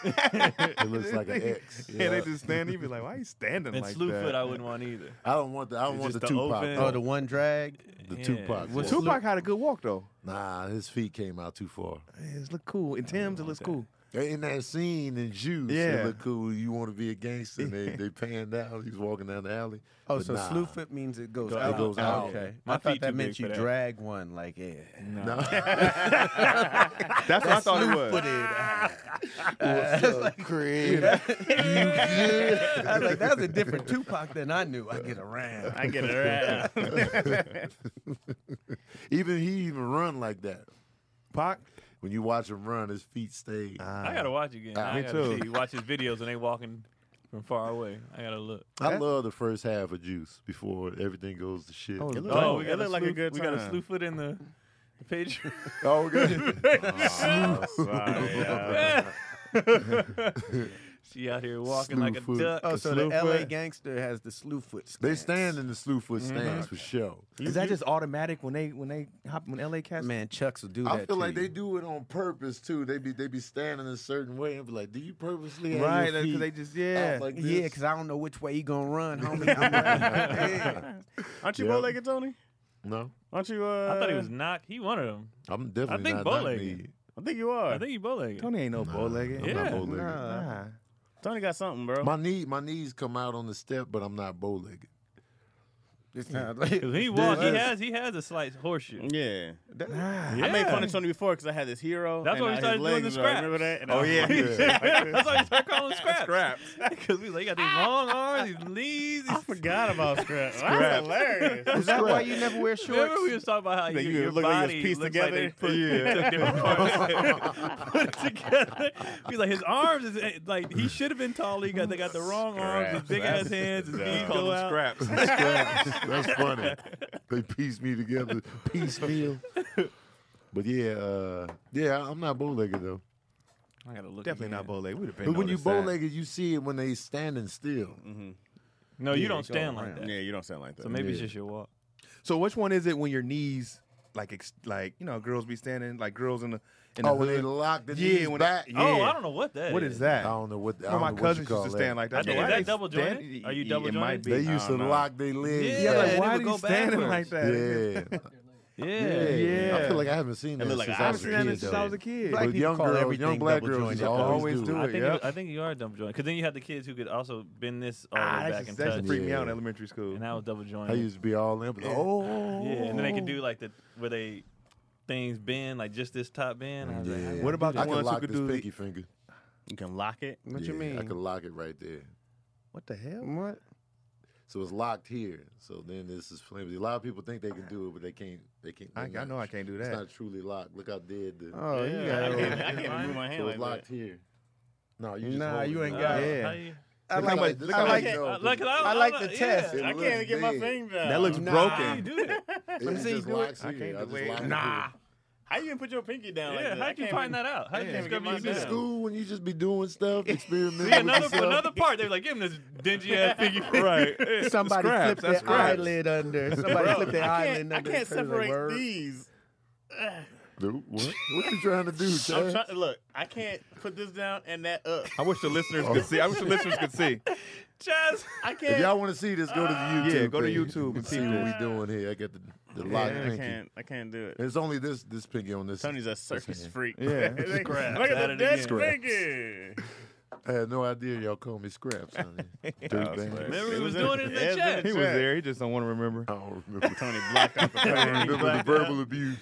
Speaker 6: they,
Speaker 2: It looks like an X.
Speaker 6: yeah, they just stand. You be like, why you standing
Speaker 5: and
Speaker 6: like
Speaker 5: slew
Speaker 6: that?
Speaker 5: foot, I wouldn't want either.
Speaker 2: I don't want the. I don't
Speaker 5: It's
Speaker 2: want the
Speaker 5: just the
Speaker 2: Tupac.
Speaker 5: open-
Speaker 2: walk.
Speaker 4: Oh, the one drag.
Speaker 2: the
Speaker 5: Yeah.
Speaker 2: Tupac.
Speaker 5: Well,
Speaker 2: walk.
Speaker 4: Tup-
Speaker 6: Tupac had a good walk though.
Speaker 2: nah, his feet came out too far.
Speaker 6: It looked cool. In Tim's, it looks cool.
Speaker 2: In that scene in Juice, yeah.
Speaker 6: Yeah.
Speaker 2: it looked cool. You want to be a gangster? And they they panned out. He was walking down the alley.
Speaker 4: Oh,
Speaker 2: But
Speaker 4: so
Speaker 2: nah.
Speaker 4: slew foot means it goes
Speaker 5: Go-
Speaker 4: out.
Speaker 5: it
Speaker 2: goes out.
Speaker 4: Okay,
Speaker 5: My
Speaker 4: I
Speaker 5: feet
Speaker 4: thought
Speaker 5: too
Speaker 4: that
Speaker 5: big
Speaker 4: meant
Speaker 5: for
Speaker 4: you
Speaker 5: that.
Speaker 4: drag one like yeah.
Speaker 2: No.
Speaker 6: That's what I thought it was.
Speaker 4: I was like, that was a different Tupac than I knew. I get around.
Speaker 3: I get it.
Speaker 2: even he even run like that.
Speaker 6: Pac,
Speaker 2: When you watch him run, his feet stay.
Speaker 5: I gotta watch again. I
Speaker 6: me
Speaker 5: gotta
Speaker 6: too.
Speaker 5: see. Watch his videos and they walking from far away. I gotta look.
Speaker 2: I love the first half of Juice before everything goes to shit.
Speaker 6: Oh,
Speaker 2: It
Speaker 6: it's
Speaker 2: look-
Speaker 5: Oh,
Speaker 3: Oh,
Speaker 5: we
Speaker 3: it
Speaker 5: got
Speaker 3: looked
Speaker 5: a
Speaker 3: like a
Speaker 5: slew-
Speaker 3: good
Speaker 5: We got a
Speaker 3: time.
Speaker 5: slew foot in the, the page.
Speaker 2: oh, good.
Speaker 3: Sorry, uh,
Speaker 5: She out here walking like a
Speaker 2: Slewfoot.
Speaker 5: duck.
Speaker 2: Oh,
Speaker 4: Oh,
Speaker 2: The
Speaker 4: so the
Speaker 2: slew
Speaker 4: LA
Speaker 2: foot?
Speaker 4: gangster has the slew foot.
Speaker 2: They
Speaker 4: stance.
Speaker 2: stand in the slew foot stands for sure.
Speaker 1: Is that just automatic when they when they hop when LA cats?
Speaker 4: Man, Chucks will do that.
Speaker 2: I feel
Speaker 4: to
Speaker 2: like
Speaker 4: you.
Speaker 2: they do it on purpose too. They be they be standing a certain way and be like, "Do you purposely have
Speaker 1: right?
Speaker 2: Your
Speaker 1: Because
Speaker 2: feet
Speaker 1: they just yeah.
Speaker 2: out like this?
Speaker 4: Yeah, because I don't know which way you gonna run, homie. I'm running.
Speaker 3: Aren't you
Speaker 2: Yeah.
Speaker 3: bow legged, Tony?
Speaker 2: no,
Speaker 3: Aren't you? Uh,
Speaker 5: I thought he was not. He one of them.
Speaker 2: I'm definitely
Speaker 5: think
Speaker 2: not. not
Speaker 5: bow-legged.
Speaker 2: me.
Speaker 3: I think you are.
Speaker 5: I think he bow legged.
Speaker 1: Tony ain't no bow legged.
Speaker 2: I'm
Speaker 5: Yeah.
Speaker 2: not bow legged.
Speaker 1: Nah.
Speaker 3: Tony got something, bro.
Speaker 2: My knee my knees come out on the step, but I'm not bow legged.
Speaker 4: It sounds like-
Speaker 5: Cause when he walk, he has he has a slight horseshoe.
Speaker 3: yeah.
Speaker 1: Nah.
Speaker 3: I made
Speaker 5: Yeah.
Speaker 3: fun of Tony before because I had this hero.
Speaker 5: That's
Speaker 3: and
Speaker 5: why we
Speaker 3: I- his
Speaker 5: started doing the
Speaker 3: legs was- I Remember
Speaker 5: scraps.
Speaker 3: that? And I was like-
Speaker 5: That's why he started calling him scraps. Because we like, he got these long arms, these knees. These...
Speaker 3: I forgot about scraps. That's hilarious.
Speaker 1: Is that why you never wear
Speaker 5: Remember we
Speaker 1: shorts?
Speaker 5: was talking about how
Speaker 3: That
Speaker 5: you,
Speaker 3: you
Speaker 5: your
Speaker 3: look like
Speaker 5: body
Speaker 3: it's pieced
Speaker 5: looks like they
Speaker 3: together?
Speaker 5: put,
Speaker 3: Yeah.
Speaker 5: took different parts, put it together. He's like his arms is eh, like he should have been taller. He got they got the wrong arms, his
Speaker 3: Scraps.
Speaker 5: big ass hands, his
Speaker 3: No.
Speaker 5: knees
Speaker 3: Call
Speaker 5: go out.
Speaker 6: Scraps.
Speaker 2: That's funny. They piece me together, piecemeal. But yeah, uh, yeah, I'm not bow legged though.
Speaker 5: I gotta look.
Speaker 1: Definitely not
Speaker 5: again.
Speaker 1: bow legged. We'd have been.
Speaker 2: But when you
Speaker 1: noticed
Speaker 2: bow
Speaker 1: that.
Speaker 2: legged, you see it when they standing still.
Speaker 5: No, you don't stand like that.
Speaker 3: Yeah, you don't sound like that.
Speaker 5: So maybe it's
Speaker 2: Yeah.
Speaker 5: just your walk.
Speaker 1: So which one is it when your knees like ex- like you know girls be standing like girls in the in the
Speaker 2: oh, when they
Speaker 1: hood?
Speaker 2: lock the
Speaker 1: yeah,
Speaker 2: knees
Speaker 1: when
Speaker 2: back.
Speaker 1: They,
Speaker 5: Oh,
Speaker 1: yeah.
Speaker 5: I don't know what that
Speaker 1: What is that?
Speaker 2: I don't know what. I
Speaker 1: One
Speaker 2: don't
Speaker 1: of my
Speaker 2: know what you
Speaker 1: cousins used
Speaker 2: call
Speaker 1: to
Speaker 2: that.
Speaker 1: stand like
Speaker 5: I
Speaker 1: that.
Speaker 5: think-
Speaker 1: Why
Speaker 5: is
Speaker 1: they
Speaker 5: that double
Speaker 1: stand-
Speaker 5: jointed? Are
Speaker 1: it-
Speaker 5: you
Speaker 1: it-
Speaker 5: double
Speaker 1: it might
Speaker 5: jointed?
Speaker 2: They
Speaker 1: be.
Speaker 2: used to lock their legs.
Speaker 5: Yeah,
Speaker 1: Yeah,
Speaker 5: they
Speaker 1: like why
Speaker 5: would
Speaker 1: are
Speaker 5: go
Speaker 1: you standing like
Speaker 5: backwards.
Speaker 1: that?
Speaker 2: Yeah. yeah.
Speaker 5: Yeah.
Speaker 2: I
Speaker 1: Yeah.
Speaker 2: feel like I haven't seen that
Speaker 3: look like
Speaker 2: since
Speaker 3: an
Speaker 2: I
Speaker 1: I've
Speaker 2: was
Speaker 1: seen
Speaker 2: a
Speaker 1: that
Speaker 2: kid.
Speaker 1: since I was a kid.
Speaker 4: Black
Speaker 2: But
Speaker 4: people
Speaker 2: young
Speaker 4: call
Speaker 2: girls-
Speaker 4: everything
Speaker 2: young black
Speaker 4: double
Speaker 2: girls
Speaker 4: jointed.
Speaker 2: used to always do
Speaker 5: I
Speaker 2: it.
Speaker 5: think
Speaker 1: Yep.
Speaker 5: you, I think you are double jointed because then you had the kids who could also bend this all the
Speaker 1: Ah,
Speaker 5: way
Speaker 1: that
Speaker 5: back and
Speaker 1: should, that
Speaker 5: touch,
Speaker 1: should freak me out in
Speaker 2: Yeah.
Speaker 1: elementary school.
Speaker 5: and that was double
Speaker 2: I
Speaker 5: jointed.
Speaker 2: used to be all in. but, Oh,
Speaker 5: Yeah, and then they could do like the where they things bend like just this top bend. I was like,
Speaker 2: Yeah.
Speaker 1: What about the
Speaker 2: I can
Speaker 1: ones who
Speaker 2: lock
Speaker 1: could
Speaker 2: this
Speaker 1: do
Speaker 2: pinky
Speaker 1: the,
Speaker 2: finger.
Speaker 3: You can lock it.
Speaker 4: what you
Speaker 2: Yeah,
Speaker 4: mean?
Speaker 2: I can lock it right there.
Speaker 1: what the hell?
Speaker 4: What?
Speaker 2: So it's locked here. So then this is flimsy. A lot of people think they can do it, but they can't. They can't.
Speaker 1: I,
Speaker 2: they're
Speaker 1: I
Speaker 2: not-
Speaker 1: know I can't do
Speaker 2: It's
Speaker 1: that.
Speaker 2: not truly locked. Look how dead the.
Speaker 4: Oh, you got
Speaker 3: I
Speaker 4: it.
Speaker 3: can't, I can't even move my hand
Speaker 2: so
Speaker 3: like
Speaker 2: it's locked
Speaker 3: that.
Speaker 2: here. No, you just
Speaker 4: Nah,
Speaker 2: hold
Speaker 4: you
Speaker 2: it
Speaker 4: ain't
Speaker 2: like
Speaker 1: got
Speaker 2: that.
Speaker 1: it. Yeah.
Speaker 5: how you-
Speaker 4: I like,
Speaker 2: Look how
Speaker 4: I
Speaker 2: they- look
Speaker 4: I
Speaker 2: how they
Speaker 4: like
Speaker 2: know.
Speaker 4: it.
Speaker 5: Uh,
Speaker 2: but
Speaker 5: look, I,
Speaker 4: I like the
Speaker 5: yeah.
Speaker 4: test.
Speaker 2: It
Speaker 3: I
Speaker 2: looks
Speaker 3: can't even get my
Speaker 2: big.
Speaker 3: finger out.
Speaker 1: That looks
Speaker 4: Nah.
Speaker 5: How you
Speaker 1: broken.
Speaker 5: do that?
Speaker 2: It
Speaker 4: Let me see you
Speaker 2: just
Speaker 4: do it.
Speaker 2: locks
Speaker 1: I
Speaker 2: here.
Speaker 1: can't
Speaker 2: I
Speaker 1: do
Speaker 2: just
Speaker 1: it.
Speaker 2: lock it
Speaker 1: Nah.
Speaker 3: How you even put your pinky down like
Speaker 5: Yeah,
Speaker 3: that? I
Speaker 5: how'd you
Speaker 3: can't
Speaker 5: find
Speaker 3: even-
Speaker 5: that out?
Speaker 3: Yeah,
Speaker 5: How'd you
Speaker 3: it's
Speaker 5: even get
Speaker 3: gonna
Speaker 5: my
Speaker 3: be
Speaker 2: In
Speaker 3: Yeah.
Speaker 2: school, when you just be doing stuff, experimenting.
Speaker 5: See
Speaker 2: with
Speaker 5: another
Speaker 2: yourself.
Speaker 5: another part. They were like, give him this dingy ass pinky. Right.
Speaker 4: Somebody
Speaker 1: Scraps, that's
Speaker 4: flipped their
Speaker 1: scraps.
Speaker 4: eyelid under. Somebody
Speaker 3: Bro,
Speaker 4: flipped their
Speaker 3: I
Speaker 4: eyelid
Speaker 3: can't,
Speaker 4: under.
Speaker 3: I can't
Speaker 4: It's like,
Speaker 3: separate
Speaker 4: word.
Speaker 3: these.
Speaker 2: Dude, what? What you trying to do,
Speaker 3: I'm
Speaker 2: Chad?
Speaker 3: trying. Look, I can't put this down and that up.
Speaker 6: I wish the listeners could see. I wish the listeners could see.
Speaker 5: Chaz.
Speaker 3: I can't.
Speaker 2: If y'all want to see this, go to the YouTube.
Speaker 6: Yeah, go to
Speaker 2: page.
Speaker 6: YouTube and
Speaker 2: see
Speaker 6: see
Speaker 2: what we doing here. I got the, the
Speaker 3: Yeah,
Speaker 2: lock
Speaker 3: I
Speaker 2: pinky.
Speaker 3: can't. I can't do it.
Speaker 2: It's only this this pinky on this.
Speaker 3: Tony's a circus freak.
Speaker 1: Yeah.
Speaker 3: Look
Speaker 5: Scraps.
Speaker 3: at
Speaker 5: At
Speaker 3: the
Speaker 5: it
Speaker 3: dead
Speaker 5: again.
Speaker 3: finger.
Speaker 2: I had no idea y'all called me Scraps. honey. Dirtbag.
Speaker 5: Remember, he was doing it in the chat.
Speaker 1: He was there. He just don't want to remember.
Speaker 2: I don't remember.
Speaker 3: Tony blocked out the
Speaker 2: I
Speaker 3: pain.
Speaker 2: don't remember the verbal abuse.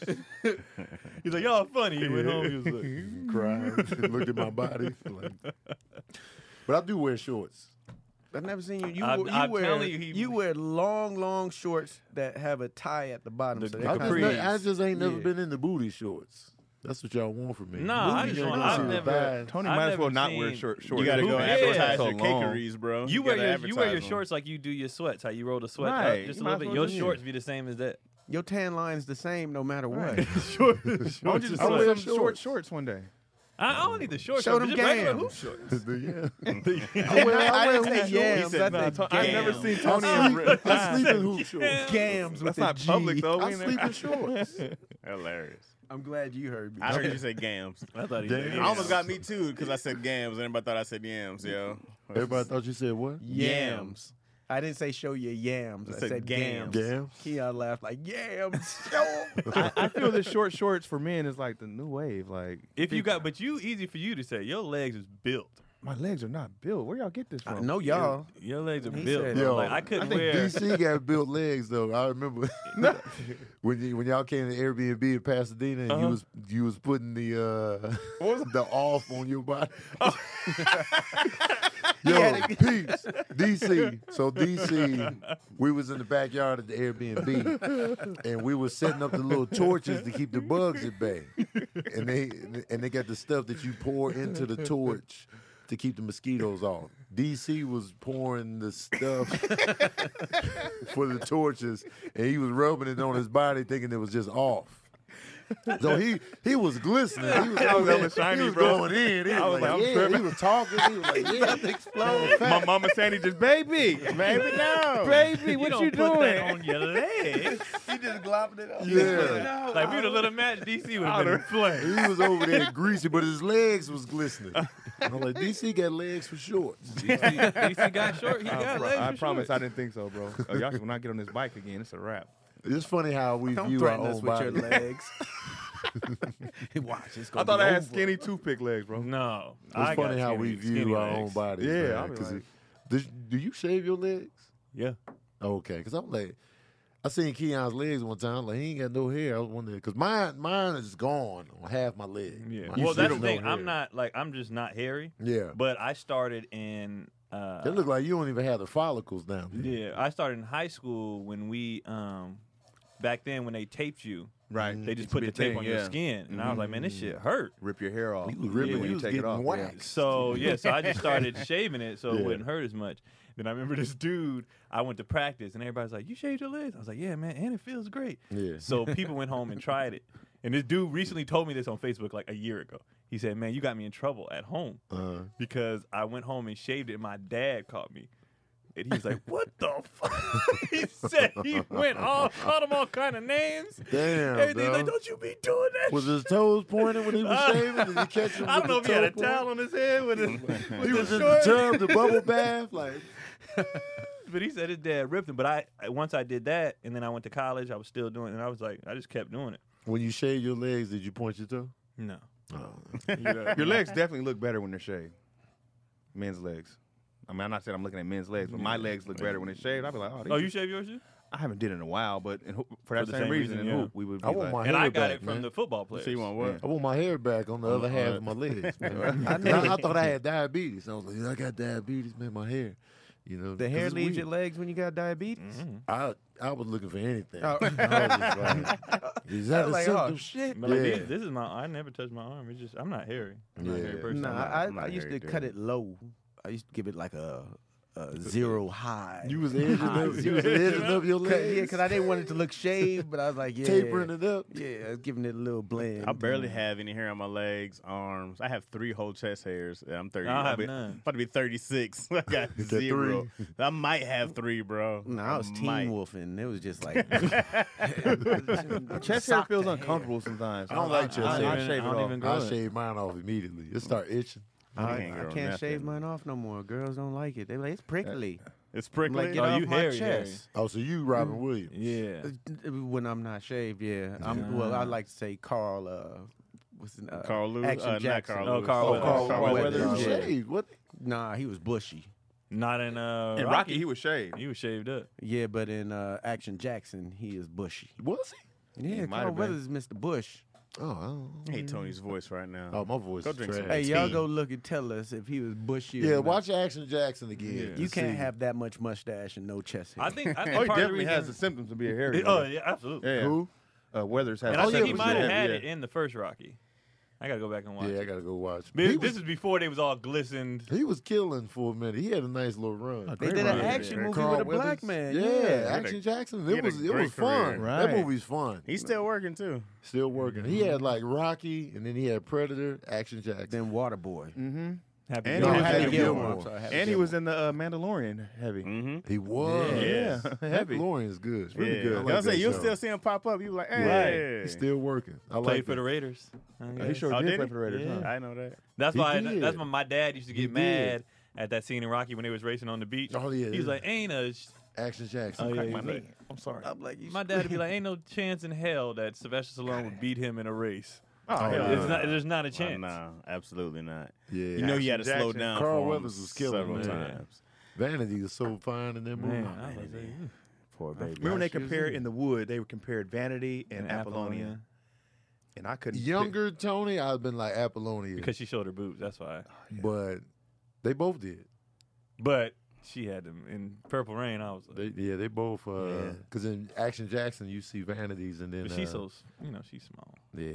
Speaker 5: He's like, y'all funny. He went home. He was like,
Speaker 2: Cried. Looked at my body. like- But I do wear shorts.
Speaker 4: I've never seen you. You,
Speaker 5: I'm-
Speaker 4: you
Speaker 5: I'm
Speaker 4: wear
Speaker 5: telling you, he-
Speaker 4: you wear long, long shorts that have a tie at the bottom.
Speaker 5: The
Speaker 4: so
Speaker 2: I
Speaker 4: they
Speaker 2: just,
Speaker 4: kinda-
Speaker 5: capris.
Speaker 2: ne- I just ain't never
Speaker 4: Yeah.
Speaker 2: been in the booty shorts. That's what y'all want from me.
Speaker 5: Nah, I
Speaker 2: Booty
Speaker 5: just
Speaker 2: shorts.
Speaker 5: want-
Speaker 2: You
Speaker 5: I've
Speaker 2: see the
Speaker 5: never-
Speaker 2: thighs.
Speaker 6: Tony
Speaker 5: I've
Speaker 6: might as
Speaker 5: never
Speaker 6: well not wear
Speaker 5: seen-
Speaker 6: short shorts.
Speaker 3: You gotta go
Speaker 5: Yeah.
Speaker 3: advertise
Speaker 6: So
Speaker 3: your
Speaker 6: long.
Speaker 3: cakeries, bro.
Speaker 5: You wear
Speaker 3: gotta
Speaker 5: your you wear your
Speaker 3: advertise 'em.
Speaker 5: shorts like you do your sweats. How you roll the sweat up
Speaker 6: Right.
Speaker 5: just a
Speaker 6: You might
Speaker 5: little
Speaker 6: as
Speaker 5: bit.
Speaker 6: well
Speaker 5: Your
Speaker 6: do it.
Speaker 5: shorts be the same as that.
Speaker 4: Your tan line's the same no matter what.
Speaker 6: Why don't you just
Speaker 2: I
Speaker 6: wear
Speaker 2: wear
Speaker 6: some
Speaker 2: shorts.
Speaker 6: short shorts one day?
Speaker 5: I, I don't need the shorts.
Speaker 4: Show
Speaker 5: but
Speaker 4: them
Speaker 5: just regular
Speaker 4: gams.
Speaker 5: hoop shorts.
Speaker 2: yeah.
Speaker 4: I wear, I wear hoop
Speaker 6: didn't say
Speaker 4: yams.
Speaker 6: shorts. He said,
Speaker 4: I
Speaker 6: nah,
Speaker 4: think
Speaker 6: I've never
Speaker 4: gams.
Speaker 6: seen
Speaker 2: I
Speaker 6: Tony in real
Speaker 2: sleep, I sleep in
Speaker 6: life.
Speaker 2: hoop shorts.
Speaker 4: Gams with
Speaker 6: That's
Speaker 4: a
Speaker 6: not
Speaker 4: G.
Speaker 6: public though.
Speaker 2: I
Speaker 6: We ain't-
Speaker 2: sleep in shorts.
Speaker 3: Hilarious.
Speaker 4: I'm glad you heard me.
Speaker 3: I heard you say gams.
Speaker 5: I thought he said
Speaker 2: Damn.
Speaker 3: I almost got me too because I said gams and everybody thought I said yams, yo.
Speaker 2: Everybody thought you said what?
Speaker 4: yams. I didn't say show your yams. I
Speaker 3: said
Speaker 4: said,
Speaker 3: gams.
Speaker 4: gams.
Speaker 2: Gams.
Speaker 4: Keon laughed like yams. Show 'em."
Speaker 1: I, I feel the short shorts for men is like the new wave. Like
Speaker 5: If you got, but you easy for you to say. Your legs is built.
Speaker 1: my legs are not built. Where y'all get this
Speaker 4: I
Speaker 1: from?
Speaker 4: know y'all.
Speaker 5: Your legs are
Speaker 4: He
Speaker 5: built.
Speaker 4: said-
Speaker 5: bro.
Speaker 2: Yo,
Speaker 5: like I couldn't wear.
Speaker 2: DC got built legs though. I remember when you, when y'all came to Airbnb in Pasadena and you was you was putting the uh, the off on your body. Yo, peeps, DC. So DC, we was in the backyard at the Airbnb, and we was setting up the little torches to keep the bugs at bay, and they and they got the stuff that you pour into the torch to keep the mosquitoes off. DC was pouring the stuff for the torches, and he was rubbing it on his body, thinking it was just off. so he he was glistening. He was,
Speaker 6: I was hella
Speaker 2: he
Speaker 6: shiny,
Speaker 2: was
Speaker 6: bro.
Speaker 2: going in. He was,
Speaker 6: I was
Speaker 2: like,
Speaker 6: like, I'm
Speaker 2: yeah.
Speaker 6: tripping.
Speaker 2: He was talking. He was like, yeah, that exploded.
Speaker 6: My mama Sandy just baby, baby no, baby, what you,
Speaker 5: don't put
Speaker 6: doing?
Speaker 5: that on your leg.
Speaker 4: He just glopping it up.
Speaker 2: Yeah.
Speaker 5: like we would have let him match. DC would have been flayed.
Speaker 2: He was over there greasy, but his legs was glistening. I'm like, DC got legs for shorts.
Speaker 5: DC, DC got short. He
Speaker 6: I,
Speaker 5: got
Speaker 6: pro-
Speaker 5: legs.
Speaker 6: I
Speaker 5: for
Speaker 6: promise
Speaker 5: shorts.
Speaker 6: I didn't think so, bro. Oh, y'all when I get on this bike again, it's a wrap.
Speaker 2: It's funny how we
Speaker 4: Don't
Speaker 2: view our
Speaker 4: threaten
Speaker 2: own
Speaker 4: us with
Speaker 2: body.
Speaker 4: your legs. Watch, it's
Speaker 6: I
Speaker 4: gonna
Speaker 6: thought
Speaker 4: be
Speaker 6: I had
Speaker 4: over.
Speaker 6: skinny toothpick legs, bro.
Speaker 5: No,
Speaker 2: It's
Speaker 5: I got
Speaker 2: funny how
Speaker 5: skinny-
Speaker 2: we
Speaker 5: skinny
Speaker 2: view our
Speaker 5: legs.
Speaker 2: own bodies.
Speaker 6: Yeah,
Speaker 2: man,
Speaker 6: I be
Speaker 2: 'cause
Speaker 6: like-
Speaker 2: it- does- do you shave your legs?
Speaker 5: Yeah.
Speaker 2: Okay, because I'm like, I seen Keon's legs one time. Like he ain't got no hair. I was wondering because mine, mine is gone on half my leg.
Speaker 5: Yeah.
Speaker 2: Mine
Speaker 5: Well,
Speaker 2: is
Speaker 5: that's the
Speaker 2: no
Speaker 5: thing. I'm
Speaker 2: hair.
Speaker 5: not like I'm just not hairy.
Speaker 2: Yeah,
Speaker 5: But I started in. Uh,
Speaker 2: they look like you don't even have the follicles down there.
Speaker 5: yeah, I started in high school when we um, back then when they taped you.
Speaker 6: Right.
Speaker 5: They just
Speaker 6: It's a
Speaker 5: put the
Speaker 6: big
Speaker 5: tape
Speaker 6: thing,
Speaker 5: on your
Speaker 6: yeah.
Speaker 5: skin, and I was like, man, this shit hurt.
Speaker 6: Rip your hair off.
Speaker 2: You was ripping.
Speaker 5: Yeah,
Speaker 2: you
Speaker 6: when you
Speaker 2: was
Speaker 6: take it
Speaker 2: getting
Speaker 6: off. yeah.
Speaker 2: waxed.
Speaker 5: So yeah, so I just started shaving it so it
Speaker 2: Yeah.
Speaker 5: wouldn't hurt as much. Then I remember this dude. I went to practice, and everybody's like, "You shaved your legs?" I was like, "Yeah, man, and it feels great."
Speaker 2: Yeah.
Speaker 5: So people went home and tried it. And this dude recently told me this on Facebook like a year ago. He said, "Man, you got me in trouble at home
Speaker 2: Uh-huh.
Speaker 5: because I went home and shaved it. and My dad caught me." And he was like, "What the fuck?" he said he went all called him all kind of names.
Speaker 2: Damn,
Speaker 5: Everything He's like,
Speaker 2: dawg.
Speaker 5: "Don't you be doing that?"
Speaker 2: Was
Speaker 5: shit."
Speaker 2: his toes pointed when he was shaving? Did you catch him?
Speaker 5: Uh, I
Speaker 2: with
Speaker 5: don't know if
Speaker 2: the
Speaker 5: he had
Speaker 2: toe
Speaker 5: a
Speaker 2: point?
Speaker 5: towel on his head with his, with
Speaker 2: He
Speaker 5: his
Speaker 2: was in the
Speaker 5: shorts.
Speaker 2: tub, the bubble bath, like
Speaker 5: But he said his dad ripped him. But I I- once I did that, and then I went to college. I was still doing, it, and I was like, I just kept doing it.
Speaker 2: when you shave your legs, did you point your toe?
Speaker 5: No,
Speaker 2: Oh.
Speaker 6: Your legs definitely look better when they're shaved. Men's legs. I mean, I'm not saying I'm looking at men's legs, but my legs look better when they're shaved. I'd be like, oh,
Speaker 5: oh,
Speaker 6: these
Speaker 5: you shave yours too?
Speaker 6: I haven't did it in a while, but in, hoop- for that
Speaker 5: the
Speaker 6: same,
Speaker 5: same
Speaker 6: reason,
Speaker 5: reason,
Speaker 6: in
Speaker 5: yeah.
Speaker 6: hoop, we would be
Speaker 2: I want
Speaker 6: like,
Speaker 2: my
Speaker 5: And
Speaker 2: hair
Speaker 5: I got
Speaker 2: back,
Speaker 5: it from
Speaker 2: man.
Speaker 5: the football players.
Speaker 3: So you want what?
Speaker 2: I want my hair back on the other half of my legs. Man. I, I thought I had diabetes. I was like, I got diabetes, man. My hair, you know,
Speaker 6: the
Speaker 2: 'cause
Speaker 6: hair
Speaker 2: it's
Speaker 6: leaves
Speaker 2: weird.
Speaker 6: your legs when you got diabetes.
Speaker 5: Mm-hmm.
Speaker 2: I I was looking for anything.
Speaker 4: Oh.
Speaker 2: I was just like, is that a
Speaker 6: Oh, like, oh,
Speaker 2: symptom? shit.
Speaker 5: But like,
Speaker 2: yeah.
Speaker 5: these- this is my. I never touch my arm. It's just I'm not hairy. I'm not a hairy
Speaker 2: Yeah.
Speaker 5: person.
Speaker 4: Nah,
Speaker 3: I'm not-
Speaker 4: I,
Speaker 3: I'm not
Speaker 4: I used
Speaker 3: hairy,
Speaker 4: to
Speaker 3: dude.
Speaker 4: cut it low. I used to give it like a, a zero high.
Speaker 2: you was edging up. You was edging up your
Speaker 4: Cut- yeah,
Speaker 2: legs.
Speaker 4: because I didn't want it to look shaved, but I was like, yeah,
Speaker 2: tapering it up.
Speaker 4: Yeah, I was giving it a little blend.
Speaker 3: I barely have any hair on my legs, arms. I have three whole chest hairs. and I'm 30.
Speaker 5: I don't
Speaker 3: I'll
Speaker 5: have
Speaker 3: be-
Speaker 5: none.
Speaker 3: About to be 36. I got
Speaker 2: got
Speaker 3: zero. I might have three, bro.
Speaker 4: No, I was team
Speaker 3: might.
Speaker 4: wolfing. It was just like
Speaker 6: Chest hair
Speaker 4: Sock
Speaker 6: feels
Speaker 4: to hand.
Speaker 6: uncomfortable sometimes. I
Speaker 2: don't like chest
Speaker 6: I,
Speaker 2: hair.
Speaker 6: I
Speaker 5: even-
Speaker 6: shave it
Speaker 5: I don't
Speaker 6: off.
Speaker 5: even grow
Speaker 2: I
Speaker 5: it.
Speaker 2: shaved mine off immediately. It started itching.
Speaker 4: I,
Speaker 3: can't
Speaker 4: I
Speaker 3: grow
Speaker 4: can't
Speaker 3: nothing.
Speaker 4: shave mine off no more. Girls don't like it. They're like, it's prickly.
Speaker 3: It's
Speaker 4: I'm
Speaker 3: prickly.
Speaker 4: like, get
Speaker 5: Oh,
Speaker 4: off
Speaker 5: you
Speaker 4: my
Speaker 5: hairy, hairy.
Speaker 4: chest.
Speaker 2: Oh, so you Robin Williams?
Speaker 5: Yeah.
Speaker 4: Uh, When I'm not shaved, yeah. I'm, well, I like to say Carl. Uh, what's his- uh,
Speaker 3: Carl Lewis.
Speaker 4: Action
Speaker 3: uh, not
Speaker 4: Jackson.
Speaker 3: Carl
Speaker 5: Oh,
Speaker 3: Lewis.
Speaker 5: Carl Weathers.
Speaker 2: Carl,
Speaker 4: Carl
Speaker 2: Carl
Speaker 4: Weathers.
Speaker 2: Weathers.
Speaker 4: Yeah.
Speaker 2: Shaved. What?
Speaker 4: Nah, he was bushy.
Speaker 5: Not in uh.
Speaker 6: In Rocky, he was shaved.
Speaker 5: he was shaved up.
Speaker 4: Yeah, but in uh, Action Jackson, he is bushy.
Speaker 2: Was he?
Speaker 4: Yeah,
Speaker 6: might
Speaker 4: Carl
Speaker 6: have been.
Speaker 4: Weathers is Mr. Bush.
Speaker 2: Oh, I don't
Speaker 3: I hate Tony's voice right now.
Speaker 2: Oh, my voice
Speaker 3: Go
Speaker 2: is
Speaker 3: drink some
Speaker 2: trash.
Speaker 4: Hey, y'all
Speaker 3: Team.
Speaker 4: go look and tell us if he was bushy. or
Speaker 2: Yeah,
Speaker 4: not.
Speaker 2: watch Action Jackson again.
Speaker 5: Yeah.
Speaker 2: to
Speaker 4: You can't
Speaker 2: see.
Speaker 4: have that much mustache and no chest hair.
Speaker 5: I think. I think
Speaker 6: Oh, he
Speaker 5: part of the
Speaker 6: definitely
Speaker 5: reason,
Speaker 6: has the symptoms to be a hairy.
Speaker 5: It- oh yeah, absolutely.
Speaker 6: yeah.
Speaker 2: Who?
Speaker 6: Uh, Weathers has.
Speaker 5: And
Speaker 6: the
Speaker 5: I think he
Speaker 6: symptoms
Speaker 5: might
Speaker 6: to be
Speaker 5: have
Speaker 6: a
Speaker 5: had
Speaker 6: hairy-
Speaker 5: it in the first Rocky. I gotta go back and watch.
Speaker 2: Yeah, I
Speaker 5: it.
Speaker 2: gotta go watch.
Speaker 5: This,
Speaker 2: he,
Speaker 5: this
Speaker 2: was,
Speaker 5: is before they was all glistened.
Speaker 2: he was killing for a minute. He had a nice little run.
Speaker 4: they
Speaker 6: Great
Speaker 4: did an
Speaker 6: run.
Speaker 4: action movie
Speaker 2: Carl
Speaker 4: with a
Speaker 2: Weathers.
Speaker 4: black man.
Speaker 2: Yeah,
Speaker 4: Yeah.
Speaker 2: Action Jackson.
Speaker 3: he
Speaker 2: It
Speaker 3: had a
Speaker 2: was it
Speaker 3: great
Speaker 2: was fun.
Speaker 3: career.
Speaker 2: That
Speaker 6: Right.
Speaker 2: movie's fun.
Speaker 3: He's still working, too.
Speaker 2: Still working. He had like Rocky, and then he had Predator. Action Jackson.
Speaker 4: Then Waterboy.
Speaker 5: Happy
Speaker 6: And
Speaker 5: Gilmore.
Speaker 6: he was
Speaker 4: Happy
Speaker 6: Happy
Speaker 4: Gilmore.
Speaker 6: Gilmore.
Speaker 4: I'm sorry, Happy
Speaker 6: Mm-hmm. And he
Speaker 4: Gilmore.
Speaker 6: was in the uh, Mandalorian heavy.
Speaker 5: Mm.
Speaker 3: Mm-hmm.
Speaker 2: he was.
Speaker 6: Yeah, heavy.
Speaker 2: Mandalorian's good. It's really
Speaker 3: yeah.
Speaker 2: good. I
Speaker 3: I
Speaker 2: like
Speaker 3: was saying,
Speaker 2: that
Speaker 3: you'll
Speaker 2: show.
Speaker 3: still see him pop up. You be like, hey.
Speaker 2: Yeah. He's still working. I
Speaker 5: played
Speaker 2: like
Speaker 5: for the
Speaker 2: that.
Speaker 5: Raiders. I
Speaker 6: Oh, He
Speaker 5: guess.
Speaker 6: sure
Speaker 3: Oh,
Speaker 6: did
Speaker 3: did
Speaker 6: play
Speaker 3: he?
Speaker 6: for the Raiders.
Speaker 5: Yeah.
Speaker 6: huh?
Speaker 3: I know that.
Speaker 5: That's
Speaker 2: He
Speaker 5: why.
Speaker 2: did.
Speaker 5: that's why my dad used to
Speaker 2: He
Speaker 5: get
Speaker 2: did.
Speaker 5: mad at that scene in Rocky when they was racing on the beach.
Speaker 2: Oh, yeah.
Speaker 5: He's like, ain't a. sh-"
Speaker 2: Action Jackson.
Speaker 5: Oh, yeah, he's
Speaker 6: My
Speaker 5: like-
Speaker 6: man. I'm sorry.
Speaker 4: I'm like, you
Speaker 5: my dad would be like, ain't no chance in hell that Sylvester Stallone would beat him in a race.
Speaker 6: Oh, hell
Speaker 2: yeah.
Speaker 6: no.
Speaker 5: It's not. There's not a
Speaker 3: Oh,
Speaker 5: chance.
Speaker 3: nah, absolutely not.
Speaker 2: Yeah.
Speaker 3: You know you had to slow
Speaker 6: Jackson.
Speaker 3: down.
Speaker 2: Carl
Speaker 3: for him
Speaker 2: Weathers was killing
Speaker 3: several
Speaker 2: him, man.
Speaker 3: times.
Speaker 2: Vanity is so fine in that movie.
Speaker 5: Man, I was like, "Ooh."
Speaker 4: poor baby.
Speaker 6: Remember when they
Speaker 4: She was
Speaker 6: compared
Speaker 4: in
Speaker 6: in the wood? They compared Vanity and, Apollonia, and I couldn't. pick-
Speaker 2: Younger Tony, I'd been like Apollonia,
Speaker 5: because she showed her boobs. That's why.
Speaker 2: but they both did.
Speaker 5: But she had them in Purple Rain. I was like,
Speaker 2: They, yeah, they both. Because in Action Jackson, you see vanities, and then
Speaker 5: but she's
Speaker 2: uh,
Speaker 5: so s- you know she's small.
Speaker 2: yeah.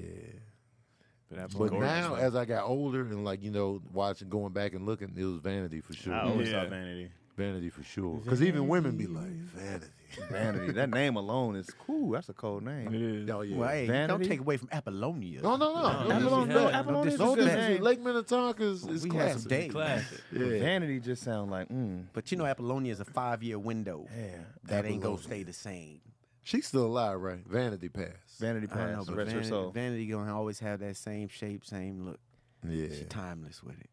Speaker 5: But, Apollonia
Speaker 2: But
Speaker 5: was
Speaker 2: now,
Speaker 5: like-
Speaker 2: as I got older and like you know, watching, going back and looking, it was vanity for sure.
Speaker 3: I always
Speaker 5: Yeah.
Speaker 3: saw Vanity.
Speaker 2: Vanity for sure. Because even women be like vanity.
Speaker 1: Vanity. that name alone is cool. That's a cold name.
Speaker 5: is.
Speaker 2: Oh, yeah.
Speaker 4: Well, hey, don't
Speaker 1: Vanity?
Speaker 4: take away from Apollonia.
Speaker 2: No, no, no.
Speaker 5: that's
Speaker 2: Apple
Speaker 5: what
Speaker 2: on
Speaker 5: he
Speaker 2: no,
Speaker 5: had.
Speaker 2: Apple
Speaker 4: No
Speaker 2: on this.
Speaker 4: disrespect.
Speaker 2: is Lake Minnetonka is, is
Speaker 4: we had some
Speaker 2: classic.
Speaker 4: days.
Speaker 5: Classic.
Speaker 2: Yeah.
Speaker 1: Vanity just sounds like mm.
Speaker 4: But you know, Apollonia is a five year window.
Speaker 1: Yeah.
Speaker 4: That ain't gonna stay the same.
Speaker 2: She's still alive, right? Vanity Pass.
Speaker 1: Vanity
Speaker 4: I don't know,
Speaker 1: Pass.
Speaker 4: but
Speaker 1: Rest her
Speaker 4: vanity,
Speaker 1: soul.
Speaker 4: vanity gonna always have that same shape, same look.
Speaker 2: yeah.
Speaker 4: She timeless with it.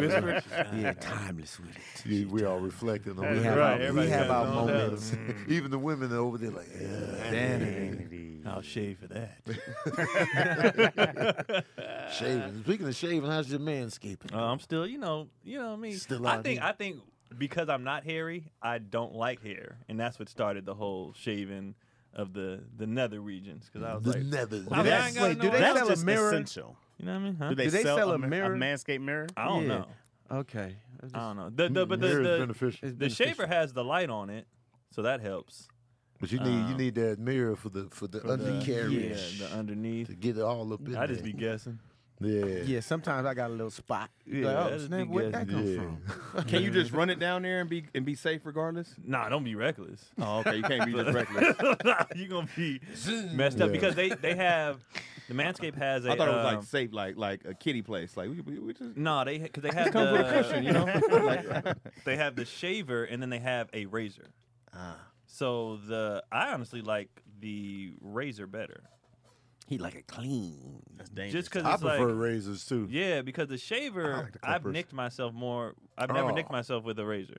Speaker 5: Whispered.
Speaker 4: Yeah, timeless with it.
Speaker 2: Yeah, we all reflecting on
Speaker 3: That's
Speaker 4: We
Speaker 2: it.
Speaker 4: have
Speaker 3: right,
Speaker 4: our, we
Speaker 3: everybody
Speaker 4: have
Speaker 3: got
Speaker 4: our
Speaker 3: it all down.
Speaker 4: moments.
Speaker 2: Even the women over there, like, yeah,
Speaker 5: I'll shave for that.
Speaker 2: shaving. Speaking of shaving, how's your manscaping?
Speaker 5: Uh, I'm still, you know, you know what I mean.
Speaker 2: Still
Speaker 5: I
Speaker 2: out
Speaker 5: think
Speaker 2: here.
Speaker 5: I think because I'm not hairy, I don't like hair, and that's what started the whole shaving of the the nether regions. Because I was
Speaker 2: the
Speaker 5: like,
Speaker 2: nether.
Speaker 5: I mean, I ain't
Speaker 4: That's-
Speaker 5: got
Speaker 4: wait,
Speaker 5: no,
Speaker 4: do they
Speaker 3: That's
Speaker 4: sell a
Speaker 3: just
Speaker 4: mirror?
Speaker 3: essential.
Speaker 5: you know what I mean? Huh?
Speaker 3: Do they, sell, a, mi- a
Speaker 4: mirror?
Speaker 3: manscaped mirror?
Speaker 5: I don't
Speaker 4: Yeah.
Speaker 5: know.
Speaker 4: Okay.
Speaker 5: I don't know. The,
Speaker 1: Mm,
Speaker 5: the, but the,
Speaker 2: Hair is
Speaker 5: the,
Speaker 2: beneficial.
Speaker 5: Um, the shaver has the light on it, so that helps.
Speaker 2: But you need you
Speaker 5: Um,
Speaker 2: need that mirror for the for the
Speaker 5: for the-
Speaker 2: undercarriage
Speaker 5: yeah, the underneath.
Speaker 2: to get it all up in
Speaker 5: I just
Speaker 2: there.
Speaker 5: be guessing.
Speaker 2: yeah.
Speaker 4: Yeah, sometimes I got a little spot. Yeah,
Speaker 5: Yeah,
Speaker 4: like, oh,
Speaker 5: that'd
Speaker 4: snap,
Speaker 5: be
Speaker 4: where'd
Speaker 5: good.
Speaker 4: that come
Speaker 2: Yeah.
Speaker 4: from?
Speaker 1: Can you just run it down there and be and be safe regardless?
Speaker 5: Nah, don't be reckless.
Speaker 1: Oh, okay. You can't be just reckless.
Speaker 5: You're gonna be messed up
Speaker 2: Yeah.
Speaker 5: because they they have the Manscaped has a.
Speaker 1: I thought it was
Speaker 5: um,
Speaker 1: like safe, like like a kitty place. Like we, we, we just
Speaker 5: No, they because they have
Speaker 1: come
Speaker 5: the
Speaker 1: for a cushion, you know. Like,
Speaker 5: they have the shaver and then they have a razor.
Speaker 1: ah.
Speaker 5: So the I honestly like the razor better,
Speaker 4: He like a clean.
Speaker 3: That's dangerous.
Speaker 5: just because
Speaker 2: I
Speaker 5: it's like
Speaker 2: prefer razors too.
Speaker 5: yeah, because the shaver
Speaker 2: I like the
Speaker 5: I've
Speaker 2: clippers. Oh.
Speaker 5: nicked myself more. I've never nicked myself with a razor,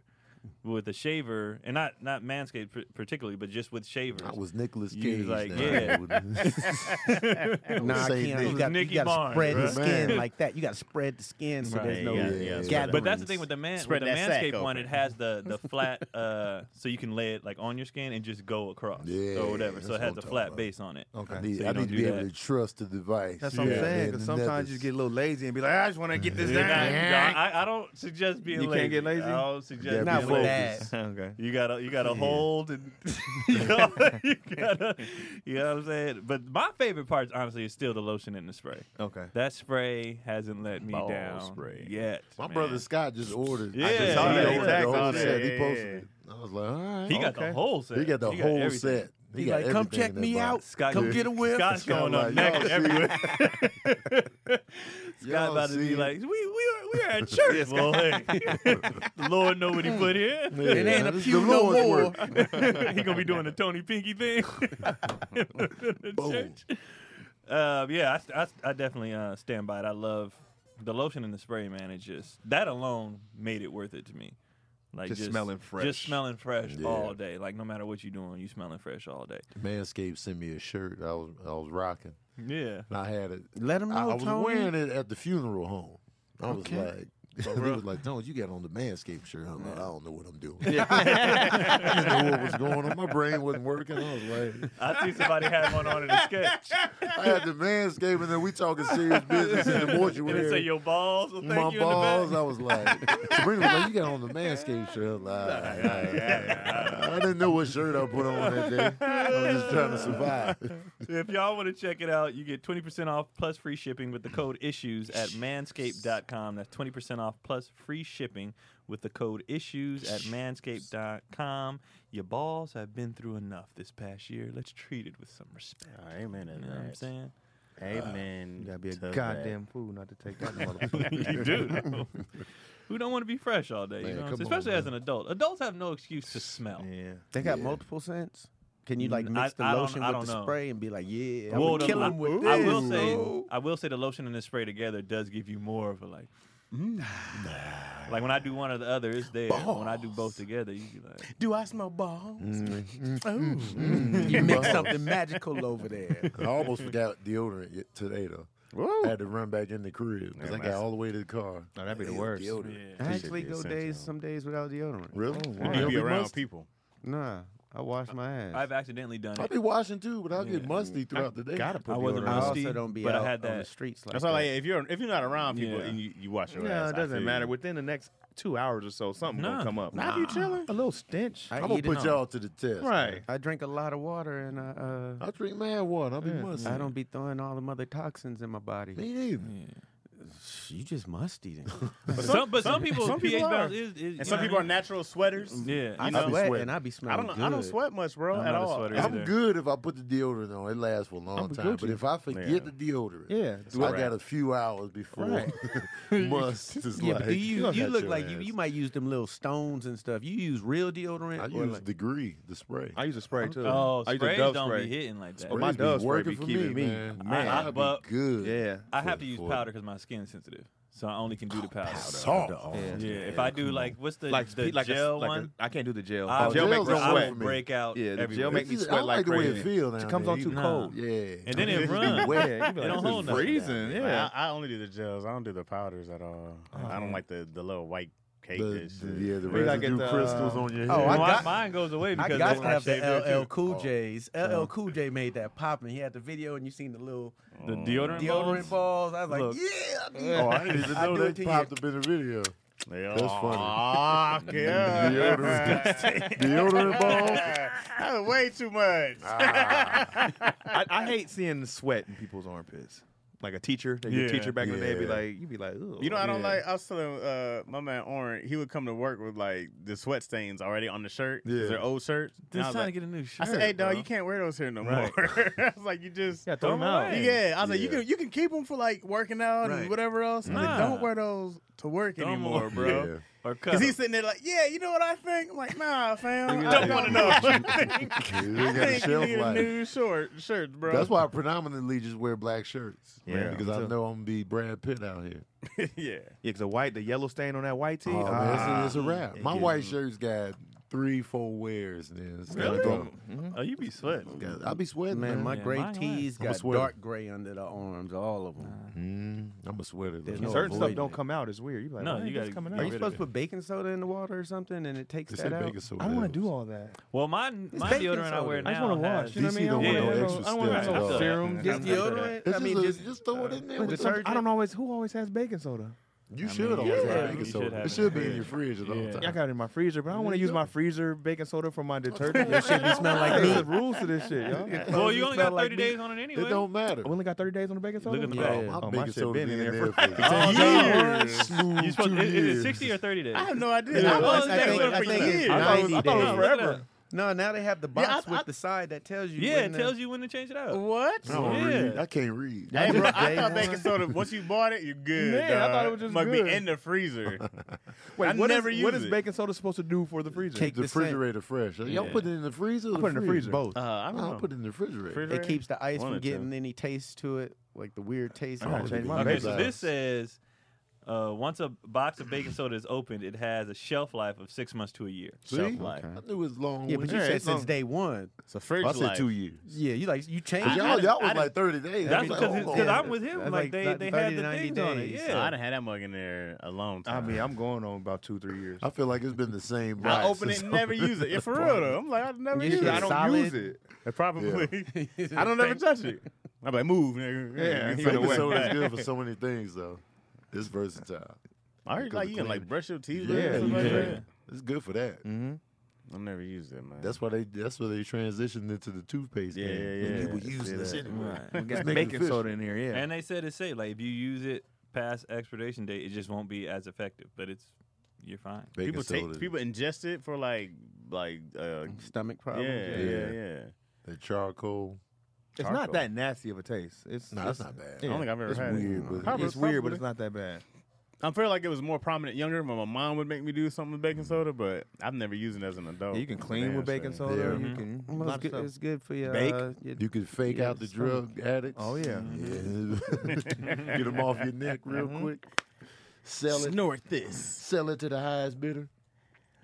Speaker 5: with a shaver, and not not Manscaped pr- particularly, but just with shavers.
Speaker 2: I was Nicholas
Speaker 5: You
Speaker 2: Cage.
Speaker 5: was like,
Speaker 2: now.
Speaker 5: yeah.
Speaker 4: Nah, I
Speaker 2: Same
Speaker 4: can't.
Speaker 2: thing.
Speaker 4: You got,
Speaker 5: Nicky
Speaker 4: you got to
Speaker 5: Barnes,
Speaker 4: spread the
Speaker 2: right?
Speaker 4: skin
Speaker 2: Man.
Speaker 4: like that. You got to spread the skin so
Speaker 3: Right,
Speaker 4: there's no
Speaker 3: yeah, yeah,
Speaker 2: yeah.
Speaker 3: spread
Speaker 4: gatherings.
Speaker 5: but that's the thing with the man
Speaker 3: Spread
Speaker 5: with the
Speaker 3: that sack
Speaker 5: Manscaped
Speaker 3: open.
Speaker 5: one. It has the the flat, uh, so you can lay it like on your skin and just go across
Speaker 2: Yeah,
Speaker 5: or whatever.
Speaker 2: that's
Speaker 5: So
Speaker 2: what
Speaker 5: it
Speaker 2: I'm
Speaker 5: has the
Speaker 2: talking
Speaker 5: flat
Speaker 2: about.
Speaker 5: base on it.
Speaker 2: I
Speaker 1: Okay.
Speaker 2: need,
Speaker 5: So you
Speaker 2: I
Speaker 5: don't
Speaker 2: need to
Speaker 5: do
Speaker 2: be
Speaker 5: that.
Speaker 2: able to trust the device.
Speaker 1: That's what I'm
Speaker 2: Yeah.
Speaker 1: saying.
Speaker 2: Man,
Speaker 1: Because
Speaker 2: the
Speaker 1: sometimes
Speaker 2: nethers.
Speaker 1: you just get a little lazy and be like, I just want to get this
Speaker 5: You're not-
Speaker 1: down.
Speaker 5: you don't- I, I don't suggest being
Speaker 1: You
Speaker 5: lazy.
Speaker 1: can't get lazy?
Speaker 5: I don't suggest
Speaker 2: Yeah,
Speaker 4: Not
Speaker 5: being
Speaker 2: be
Speaker 4: with
Speaker 5: lazy.
Speaker 4: that.
Speaker 1: okay.
Speaker 5: You gotta, you gotta hold, and you, gotta, you gotta, you know what I'm saying. But my favorite parts, honestly, is still the lotion and the spray.
Speaker 1: Okay.
Speaker 5: That spray hasn't let me
Speaker 3: Ball
Speaker 5: down
Speaker 3: spray.
Speaker 5: yet.
Speaker 2: My
Speaker 5: man.
Speaker 2: brother Scott just ordered.
Speaker 5: Yeah,
Speaker 2: I just
Speaker 5: saw
Speaker 2: he
Speaker 5: that.
Speaker 2: ordered
Speaker 3: Exactly.
Speaker 2: the
Speaker 3: Saw
Speaker 2: whole
Speaker 3: that.
Speaker 2: set.
Speaker 3: Yeah,
Speaker 2: He posted
Speaker 3: yeah,
Speaker 2: it. I was like, all right.
Speaker 5: he got the
Speaker 1: Okay.
Speaker 5: whole set.
Speaker 2: He got the
Speaker 5: He
Speaker 2: whole
Speaker 5: everything.
Speaker 2: set. He,
Speaker 4: He
Speaker 2: got
Speaker 4: like, come
Speaker 2: everything
Speaker 4: check
Speaker 2: in that
Speaker 4: me out.
Speaker 2: box.
Speaker 5: Scott,
Speaker 4: Come get a whip.
Speaker 5: Scott's going
Speaker 2: Scott
Speaker 5: up
Speaker 2: like,
Speaker 5: naked
Speaker 2: y'all
Speaker 5: everywhere. Scott
Speaker 2: Y'all
Speaker 5: about to
Speaker 2: see
Speaker 5: be
Speaker 2: it?
Speaker 5: like, we we are we are at church. well, hey, the Lord know what he put here.
Speaker 2: Yeah,
Speaker 4: It ain't a
Speaker 2: this is
Speaker 4: pew
Speaker 2: the
Speaker 4: no
Speaker 2: Lord's
Speaker 4: more.
Speaker 2: work.
Speaker 5: he gonna be doing the Tony Pinky thing. in the church. Uh, yeah, I, I, I definitely uh, stand by it. I love the lotion and the spray, man. It just that alone made it worth it to me. Like
Speaker 1: Just smelling fresh.
Speaker 5: just smelling fresh
Speaker 2: Yeah.
Speaker 5: all day. Like no matter what you're doing, you smelling fresh all day.
Speaker 2: Manscaped sent me a shirt. I was I was rocking.
Speaker 5: Yeah,
Speaker 2: And I had it.
Speaker 4: Let him know,
Speaker 2: I, I was
Speaker 4: Tony.
Speaker 2: wearing it at the funeral home. I was
Speaker 4: Okay.
Speaker 2: like. he was like, "Tony, you got on the Manscaped shirt." I'm like, "I don't know what I'm doing. I didn't know what was going on. My brain wasn't working." I was like,
Speaker 5: I see somebody had one on in a sketch.
Speaker 2: "I had the Manscaped, and then we talking serious business in the
Speaker 5: And it say
Speaker 2: mortuary."
Speaker 5: your balls will thank
Speaker 2: My
Speaker 5: you
Speaker 2: balls,
Speaker 5: in the
Speaker 2: I was like, Sabrina was like, "You got on the Manscaped shirt." I was like, "All right, all right." I didn't know what shirt I put on that day. I was just trying to survive.
Speaker 5: back. If y'all want to check it out, you get 20% off plus free shipping with the code ISSUES at manscaped.com. That's 20% off plus free shipping with the code ISSUES at manscaped.com. Your balls have been through enough this past year. Let's treat it with some respect.
Speaker 3: Amen.
Speaker 5: You know what I'm saying?
Speaker 3: Amen.
Speaker 1: You gotta be a
Speaker 3: to that.
Speaker 1: goddamn fool not to take that motherfucker.
Speaker 5: you do. Who don't want to be fresh all day? you
Speaker 2: Man,
Speaker 5: know what I'm
Speaker 2: come
Speaker 5: saying? Especially
Speaker 2: on,
Speaker 5: as an adult. Adults have no excuse to smell.
Speaker 1: yeah.
Speaker 4: They got
Speaker 2: Yeah.
Speaker 4: multiple scents. Can you like
Speaker 5: Mm,
Speaker 4: mix
Speaker 5: I-
Speaker 4: the
Speaker 5: I don't-
Speaker 4: lotion
Speaker 5: I
Speaker 4: with
Speaker 5: don't
Speaker 4: the
Speaker 5: know.
Speaker 4: spray and be like, yeah, I'm
Speaker 5: Well,
Speaker 4: gonna
Speaker 5: the-
Speaker 4: kill him with
Speaker 5: I
Speaker 4: this?
Speaker 5: will say,
Speaker 4: Ooh.
Speaker 5: I will say the lotion and the spray together does give you more of a like. Like when I do one or the other, it's there. When I do both together, you be like,
Speaker 4: Do I smell balls? Ooh. you mix something magical over there.
Speaker 2: I almost forgot deodorant y- today though. I had to run back in the crib because I got all the way to the car.
Speaker 1: No, that'd be the
Speaker 2: Hey,
Speaker 1: worst.
Speaker 2: deodorant.
Speaker 5: yeah.
Speaker 4: I actually
Speaker 3: be
Speaker 4: go
Speaker 3: essential.
Speaker 4: days, some days without deodorant.
Speaker 2: Really?
Speaker 3: You
Speaker 2: You'll
Speaker 3: be
Speaker 2: be
Speaker 3: around
Speaker 2: musty.
Speaker 3: people.
Speaker 4: Nah, I wash my hands.
Speaker 5: I've accidentally done
Speaker 2: I'll
Speaker 5: it.
Speaker 2: be washing too, but I'll get musty throughout the day.
Speaker 3: Gotta
Speaker 5: I
Speaker 3: put.
Speaker 5: wasn't
Speaker 4: I
Speaker 5: musty,
Speaker 4: also don't be
Speaker 5: but
Speaker 4: out
Speaker 5: I had
Speaker 4: on the
Speaker 5: that.
Speaker 4: streets like
Speaker 3: That's
Speaker 4: that.
Speaker 3: all. Like, if you're if you're not around people
Speaker 5: Yeah.
Speaker 3: and you, you wash your ass,
Speaker 1: No, it
Speaker 3: I
Speaker 1: doesn't
Speaker 3: feel
Speaker 1: matter.
Speaker 3: you.
Speaker 1: Within the next two hours or so, something
Speaker 5: Nah.
Speaker 1: gonna come up.
Speaker 4: Nah, if you chilling.
Speaker 1: A little stench.
Speaker 4: I
Speaker 2: I'm gonna
Speaker 4: eat it
Speaker 2: put
Speaker 4: all.
Speaker 2: y'all to the test.
Speaker 1: right.
Speaker 4: I drink a lot of water and uh, I,
Speaker 2: I drink mad water. I'll be
Speaker 1: Yeah.
Speaker 2: musty.
Speaker 4: uh, I don't be throwing all them other toxins in my body.
Speaker 2: Me neither.
Speaker 4: You just must eat it.
Speaker 5: But some, but some people,
Speaker 3: some
Speaker 5: pH
Speaker 3: people
Speaker 5: balance
Speaker 3: are.
Speaker 5: is, is you
Speaker 3: And some
Speaker 5: know
Speaker 3: people
Speaker 5: what
Speaker 3: are natural sweaters.
Speaker 5: I mean? Yeah,
Speaker 4: I
Speaker 3: You know,
Speaker 4: sweat
Speaker 6: sweating.
Speaker 4: and I be
Speaker 3: I
Speaker 4: smelling
Speaker 3: don't.
Speaker 4: good.
Speaker 3: I don't sweat much, bro,
Speaker 5: I'm
Speaker 3: at
Speaker 5: not a
Speaker 3: all.
Speaker 5: sweater
Speaker 2: I'm
Speaker 5: either.
Speaker 2: good if I put the deodorant on. It lasts for a long
Speaker 6: I'm
Speaker 2: time. But
Speaker 6: Gucci.
Speaker 2: if I forget
Speaker 3: Yeah.
Speaker 2: the deodorant,
Speaker 6: Yeah,
Speaker 2: so I got a few hours before must is
Speaker 4: Yeah,
Speaker 2: like.
Speaker 4: but do you?
Speaker 2: I
Speaker 4: You
Speaker 2: got
Speaker 4: look
Speaker 2: your
Speaker 4: like you.
Speaker 2: ass.
Speaker 4: You might use them little stones and stuff. You use real deodorant.
Speaker 2: I
Speaker 4: or
Speaker 2: use
Speaker 4: like-
Speaker 2: degree, the spray.
Speaker 6: I use a spray too.
Speaker 5: Oh,
Speaker 6: I use a
Speaker 5: sprays
Speaker 6: Dove
Speaker 5: don't
Speaker 6: spray.
Speaker 5: be hitting like that.
Speaker 6: But my
Speaker 2: Sprays be
Speaker 6: Dove spray
Speaker 2: working
Speaker 6: be
Speaker 2: for
Speaker 6: keeping me-
Speaker 2: man.
Speaker 5: I-
Speaker 2: Man,
Speaker 5: I-
Speaker 2: I'd
Speaker 5: but-
Speaker 2: be good.
Speaker 6: Yeah.
Speaker 5: I have to
Speaker 2: For-
Speaker 5: use
Speaker 2: for-
Speaker 5: powder because my skin's sensitive, so I only can do the powder.
Speaker 2: Salt.
Speaker 6: Yeah.
Speaker 5: Yeah, if I do like what's the
Speaker 6: Like
Speaker 5: the
Speaker 6: like
Speaker 5: gel
Speaker 6: a, like
Speaker 5: one,
Speaker 6: A, I can't do the gel.
Speaker 5: I
Speaker 2: Oh,
Speaker 6: gel
Speaker 5: would-
Speaker 6: makes
Speaker 2: gels
Speaker 6: me
Speaker 2: don't
Speaker 5: I
Speaker 2: work
Speaker 6: sweat.
Speaker 2: for
Speaker 5: would
Speaker 2: me.
Speaker 5: break out.
Speaker 6: Yeah, the
Speaker 5: everywhere.
Speaker 6: gel makes me
Speaker 2: It's- I
Speaker 6: sweat like
Speaker 2: like the way it
Speaker 6: crazy.
Speaker 2: feels.
Speaker 6: It
Speaker 2: down
Speaker 6: comes
Speaker 2: there,
Speaker 6: on too
Speaker 2: even-
Speaker 5: Nah.
Speaker 6: cold.
Speaker 2: Yeah,
Speaker 5: And then it
Speaker 3: It
Speaker 5: runs.
Speaker 2: wet.
Speaker 6: Yeah, you be
Speaker 5: It
Speaker 6: like,
Speaker 5: don't
Speaker 6: this
Speaker 5: hold
Speaker 6: is
Speaker 5: nothing.
Speaker 6: freezing. Yeah,
Speaker 3: I, I only do the gels. I don't do the powders at all. I don't like the, the little white cake.
Speaker 2: Oh, The,
Speaker 3: and shit.
Speaker 2: the, yeah, the
Speaker 6: We gotta get
Speaker 2: residue
Speaker 6: the, uh,
Speaker 2: crystals on your head.
Speaker 4: Oh, I
Speaker 5: Mine-
Speaker 4: got-
Speaker 5: mine goes away
Speaker 4: I
Speaker 5: because
Speaker 4: got to
Speaker 5: when
Speaker 4: have
Speaker 5: shave it,
Speaker 4: the LL
Speaker 5: too.
Speaker 4: Cool J's. LL Cool J made that pop, and he had the video, and you seen the little
Speaker 5: the
Speaker 3: Mm.
Speaker 5: deodorant.
Speaker 4: deodorant
Speaker 5: balls.
Speaker 4: balls. I was like,
Speaker 5: Look.
Speaker 4: yeah.
Speaker 2: Oh, I didn't even
Speaker 4: I do
Speaker 2: know
Speaker 4: it to
Speaker 2: they
Speaker 4: you.
Speaker 2: popped up in the video.
Speaker 3: Yeah.
Speaker 2: That's funny.
Speaker 3: Ah, yeah.
Speaker 2: Deodorant. Deodorant ball.
Speaker 3: That's way too much.
Speaker 2: Ah.
Speaker 6: I, I hate seeing the sweat in people's armpits. Like a teacher, like your
Speaker 3: Yeah.
Speaker 6: teacher back in the day, be
Speaker 2: Yeah.
Speaker 6: like, you be like, Ew.
Speaker 3: You know, I don't
Speaker 6: Yeah.
Speaker 3: like. I was telling uh, my man Oren, he would come to work with like the sweat stains already on the shirt. Yeah,
Speaker 2: Yeah.
Speaker 3: they're old shirts. And I
Speaker 5: Just
Speaker 3: was
Speaker 5: trying to
Speaker 3: like-
Speaker 5: get a new shirt.
Speaker 3: I said, "Hey, dog,
Speaker 5: bro.
Speaker 3: you can't wear those here no
Speaker 6: Right.
Speaker 3: more." I was like, "You just
Speaker 6: Yeah, throw 'em out.
Speaker 3: Yeah, I was like, "You
Speaker 2: Yeah.
Speaker 3: can you can keep them for like working out
Speaker 4: Right.
Speaker 3: and whatever else." I was like,
Speaker 5: Nah.
Speaker 3: don't wear those to work
Speaker 5: Throw 'em
Speaker 3: anymore,
Speaker 5: away.
Speaker 3: bro.
Speaker 2: Yeah.
Speaker 5: Or cut.
Speaker 3: Cause
Speaker 5: 'em.
Speaker 3: he's sitting there like, "Yeah, you know what I think?" I'm like, "Nah, fam, I
Speaker 2: Yeah.
Speaker 3: don't want to know."
Speaker 2: Yeah, they
Speaker 3: I
Speaker 2: got a
Speaker 3: think you
Speaker 2: shelf
Speaker 3: need a
Speaker 2: life.
Speaker 3: new short shirts, bro.
Speaker 2: That's why I predominantly just wear black shirts. man,
Speaker 6: Yeah,
Speaker 2: because
Speaker 6: me
Speaker 2: I
Speaker 6: too.
Speaker 2: know I'm gonna be Brad Pitt out here.
Speaker 3: yeah,
Speaker 6: yeah, because the white, the yellow stain on that white tee.
Speaker 2: Oh, man,
Speaker 6: ah.
Speaker 2: it's, it's a wrap.
Speaker 6: It
Speaker 2: My
Speaker 6: gets-
Speaker 2: white shirts got three, four wears. Then it's gotta
Speaker 6: Really?
Speaker 2: go.
Speaker 5: oh, you be sweating.
Speaker 2: Gotta- I'll be sweating,
Speaker 4: Man,
Speaker 2: man.
Speaker 4: my
Speaker 5: Yeah,
Speaker 4: gray
Speaker 5: mine
Speaker 4: tees
Speaker 2: I'm a
Speaker 4: got
Speaker 2: sweater.
Speaker 4: dark gray under the arms, all of them.
Speaker 2: Mm, I'm a sweater.
Speaker 4: There's
Speaker 2: though.
Speaker 4: no
Speaker 6: Certain stuff
Speaker 4: avoiding
Speaker 6: don't
Speaker 4: it.
Speaker 6: come out. It's weird. You be like,
Speaker 5: No,
Speaker 6: why
Speaker 5: you
Speaker 6: ain't this
Speaker 5: gotta
Speaker 6: coming
Speaker 5: get
Speaker 6: out.
Speaker 4: Are you
Speaker 5: rid of
Speaker 4: supposed
Speaker 5: it.
Speaker 4: to put baking soda in the water or something, and it takes
Speaker 2: They say
Speaker 4: that out?
Speaker 2: baking soda.
Speaker 6: I want
Speaker 2: is.
Speaker 6: to do all that.
Speaker 5: Well, my my
Speaker 4: baking
Speaker 5: deodorant I wear
Speaker 4: soda.
Speaker 5: now.
Speaker 6: I just want to wash.
Speaker 5: has-
Speaker 6: You know what
Speaker 2: DC
Speaker 6: I mean?
Speaker 2: don't
Speaker 6: I
Speaker 5: want no
Speaker 6: don't-
Speaker 2: extra
Speaker 6: I don't want
Speaker 2: stuff at all.
Speaker 6: serum.
Speaker 4: Just
Speaker 6: nothing like that.
Speaker 4: deodorant.
Speaker 2: It's
Speaker 4: I mean,
Speaker 2: just,
Speaker 4: just,
Speaker 2: a- just throw it in there.
Speaker 6: Wait,
Speaker 2: with
Speaker 6: some-
Speaker 2: some-
Speaker 6: I don't always. Who always has baking soda?
Speaker 2: You should
Speaker 5: mean,
Speaker 2: always
Speaker 5: yeah,
Speaker 2: have
Speaker 5: you
Speaker 2: baking
Speaker 5: should
Speaker 2: soda.
Speaker 5: have
Speaker 2: it
Speaker 5: it.
Speaker 2: should be in your fridge at all
Speaker 5: Yeah.
Speaker 2: time.
Speaker 6: I got it in my freezer, but I don't want to use my freezer baking soda for my detergent. This shit be
Speaker 4: smelling like meat.
Speaker 6: There's rules to this shit, y'all.
Speaker 5: Well, you only got
Speaker 4: smell like
Speaker 5: 30
Speaker 4: me.
Speaker 5: days on it
Speaker 2: It
Speaker 5: anyway.
Speaker 2: don't matter.
Speaker 6: I only got 30 days on the baking soda.
Speaker 5: Look at the
Speaker 6: No.
Speaker 5: back.
Speaker 2: Yeah,
Speaker 6: Oh, my
Speaker 2: baking
Speaker 6: shit
Speaker 2: soda
Speaker 6: been in there for
Speaker 2: for
Speaker 3: Oh,
Speaker 2: years.
Speaker 5: You
Speaker 2: Smooth
Speaker 5: supposed,
Speaker 2: two
Speaker 5: is, is it
Speaker 2: years.
Speaker 5: 60 or 30 days?
Speaker 3: I have no idea.
Speaker 4: Yeah.
Speaker 3: I was
Speaker 4: I
Speaker 3: that
Speaker 4: think-
Speaker 3: one
Speaker 4: I
Speaker 3: for
Speaker 4: think it's
Speaker 3: years.
Speaker 4: not-
Speaker 6: I thought, I thought it was
Speaker 4: Look
Speaker 5: at
Speaker 6: forever.
Speaker 4: no, now they have the box
Speaker 3: I-
Speaker 4: with
Speaker 3: I-
Speaker 4: the side that tells you.
Speaker 5: Yeah,
Speaker 4: when
Speaker 5: it
Speaker 4: the-
Speaker 5: tells you when to change it out.
Speaker 3: What?
Speaker 2: I don't
Speaker 5: Yeah.
Speaker 2: read. I can't read.
Speaker 3: Hey, bro, I
Speaker 4: Day
Speaker 3: thought baking
Speaker 4: one.
Speaker 3: soda. Once you bought it, you're good.
Speaker 6: Man, I thought it was
Speaker 3: dawg.
Speaker 6: just
Speaker 3: Must
Speaker 6: good.
Speaker 3: be in the freezer.
Speaker 6: Wait,
Speaker 3: I
Speaker 6: what
Speaker 3: never
Speaker 6: is- what
Speaker 3: use
Speaker 6: is
Speaker 3: it.
Speaker 6: baking soda supposed to do for the freezer?
Speaker 4: Take
Speaker 2: the
Speaker 4: the scent.
Speaker 2: refrigerator fresh. Y'all
Speaker 5: Yeah.
Speaker 2: put it in the freezer.
Speaker 6: I put it in the freezer.
Speaker 2: Both.
Speaker 3: Uh, I don't
Speaker 2: I'll
Speaker 3: know.
Speaker 2: put it in the refrigerator.
Speaker 3: Refrigerator?
Speaker 4: It keeps the ice
Speaker 3: Wanted
Speaker 4: from
Speaker 3: to.
Speaker 4: getting any taste to it, like the weird taste.
Speaker 2: I gotta
Speaker 4: of
Speaker 2: change
Speaker 4: it.
Speaker 2: my
Speaker 5: Okay,
Speaker 2: Makes
Speaker 5: so
Speaker 2: sense.
Speaker 5: this says uh, once a box of baking soda is opened, it has a shelf life of six months to a year.
Speaker 2: See?
Speaker 3: Shelf life.
Speaker 2: I knew it was long.
Speaker 4: Yeah, but you said
Speaker 2: winded.
Speaker 4: since day one.
Speaker 3: It's a fridge
Speaker 2: I said
Speaker 3: life.
Speaker 2: two years.
Speaker 4: Yeah, you like you change.
Speaker 3: I- I
Speaker 2: But y'all,
Speaker 3: done-
Speaker 2: y'all
Speaker 3: I
Speaker 2: was
Speaker 3: done-
Speaker 2: like 30 days.
Speaker 5: That's
Speaker 2: I was
Speaker 5: because
Speaker 2: like,
Speaker 5: it's-
Speaker 2: oh,
Speaker 5: 'cause
Speaker 2: Lord.
Speaker 5: I'm with him.
Speaker 4: That's
Speaker 5: Like,
Speaker 4: like
Speaker 5: they,
Speaker 4: thir-
Speaker 5: they
Speaker 4: 30
Speaker 5: had
Speaker 4: to
Speaker 5: the
Speaker 4: 90
Speaker 5: things on it.
Speaker 4: days.
Speaker 3: I
Speaker 5: Yeah.
Speaker 3: done had that mug in there a long
Speaker 6: I
Speaker 3: time.
Speaker 6: mean, I'm going on about two, three years.
Speaker 2: I feel like it's been the same.
Speaker 3: I
Speaker 2: box
Speaker 3: open it
Speaker 2: since
Speaker 3: and
Speaker 2: I
Speaker 3: never
Speaker 2: was-
Speaker 3: use it. Yeah, for real though. I'm like, I never
Speaker 4: You
Speaker 3: use
Speaker 4: should
Speaker 3: it.
Speaker 6: I don't
Speaker 4: solid.
Speaker 6: use it.
Speaker 3: I probably. I don't ever touch it. I'm like, move, nigga.
Speaker 6: Yeah,
Speaker 3: It's
Speaker 6: he
Speaker 3: like-
Speaker 6: went
Speaker 2: Baking
Speaker 6: away.
Speaker 2: soda is good for so many things, though. It's versatile.
Speaker 3: I heard like you can like
Speaker 2: Clean.
Speaker 3: brush your teeth.
Speaker 2: Yeah,
Speaker 3: with it or
Speaker 2: you
Speaker 3: something like
Speaker 2: can.
Speaker 3: that.
Speaker 2: It's good for that.
Speaker 3: I've never used it, man.
Speaker 2: That's why they. That's why they transitioned into the toothpaste.
Speaker 3: Yeah,
Speaker 2: game.
Speaker 3: yeah,
Speaker 2: Because
Speaker 3: yeah.
Speaker 2: People use this anyway.
Speaker 6: We got
Speaker 2: make it
Speaker 6: baking
Speaker 2: official.
Speaker 6: soda in here, yeah.
Speaker 5: And they said it's safe. Like, if you use it past expiration date, it just won't be as effective, but it's you're fine.
Speaker 2: Baking
Speaker 3: people
Speaker 2: soda.
Speaker 3: take people ingest it for like like uh,
Speaker 4: stomach
Speaker 3: yeah,
Speaker 4: problems.
Speaker 3: yeah,
Speaker 2: Yeah.
Speaker 3: yeah.
Speaker 2: the charcoal.
Speaker 6: it's
Speaker 3: charcoal.
Speaker 6: not that nasty of a taste. It's
Speaker 2: No, that's not bad.
Speaker 3: I don't think I've ever
Speaker 2: It's
Speaker 3: had
Speaker 2: weird,
Speaker 3: it.
Speaker 2: but-
Speaker 3: Probably-
Speaker 6: It's weird, but
Speaker 3: probably.
Speaker 6: it's not that bad.
Speaker 3: I feel like it was more prominent younger when my mom would make me do something with baking soda, but I've never used it as an adult.
Speaker 6: Yeah, you can clean with baking soda.
Speaker 2: Yeah.
Speaker 6: You can a
Speaker 4: Mm-hmm. Well, It's
Speaker 6: lot of
Speaker 4: good,
Speaker 6: stuff.
Speaker 4: it's good for your.
Speaker 6: Bake.
Speaker 4: uh, your-
Speaker 2: You could fake
Speaker 4: Yeah,
Speaker 2: out the
Speaker 4: it's fun.
Speaker 2: drug addicts.
Speaker 6: Oh, yeah.
Speaker 5: Mm-hmm.
Speaker 2: Yeah. Get them off your neck real
Speaker 6: Mhm.
Speaker 2: quick. Sell it.
Speaker 3: Snort this.
Speaker 2: Sell it to the highest bidder.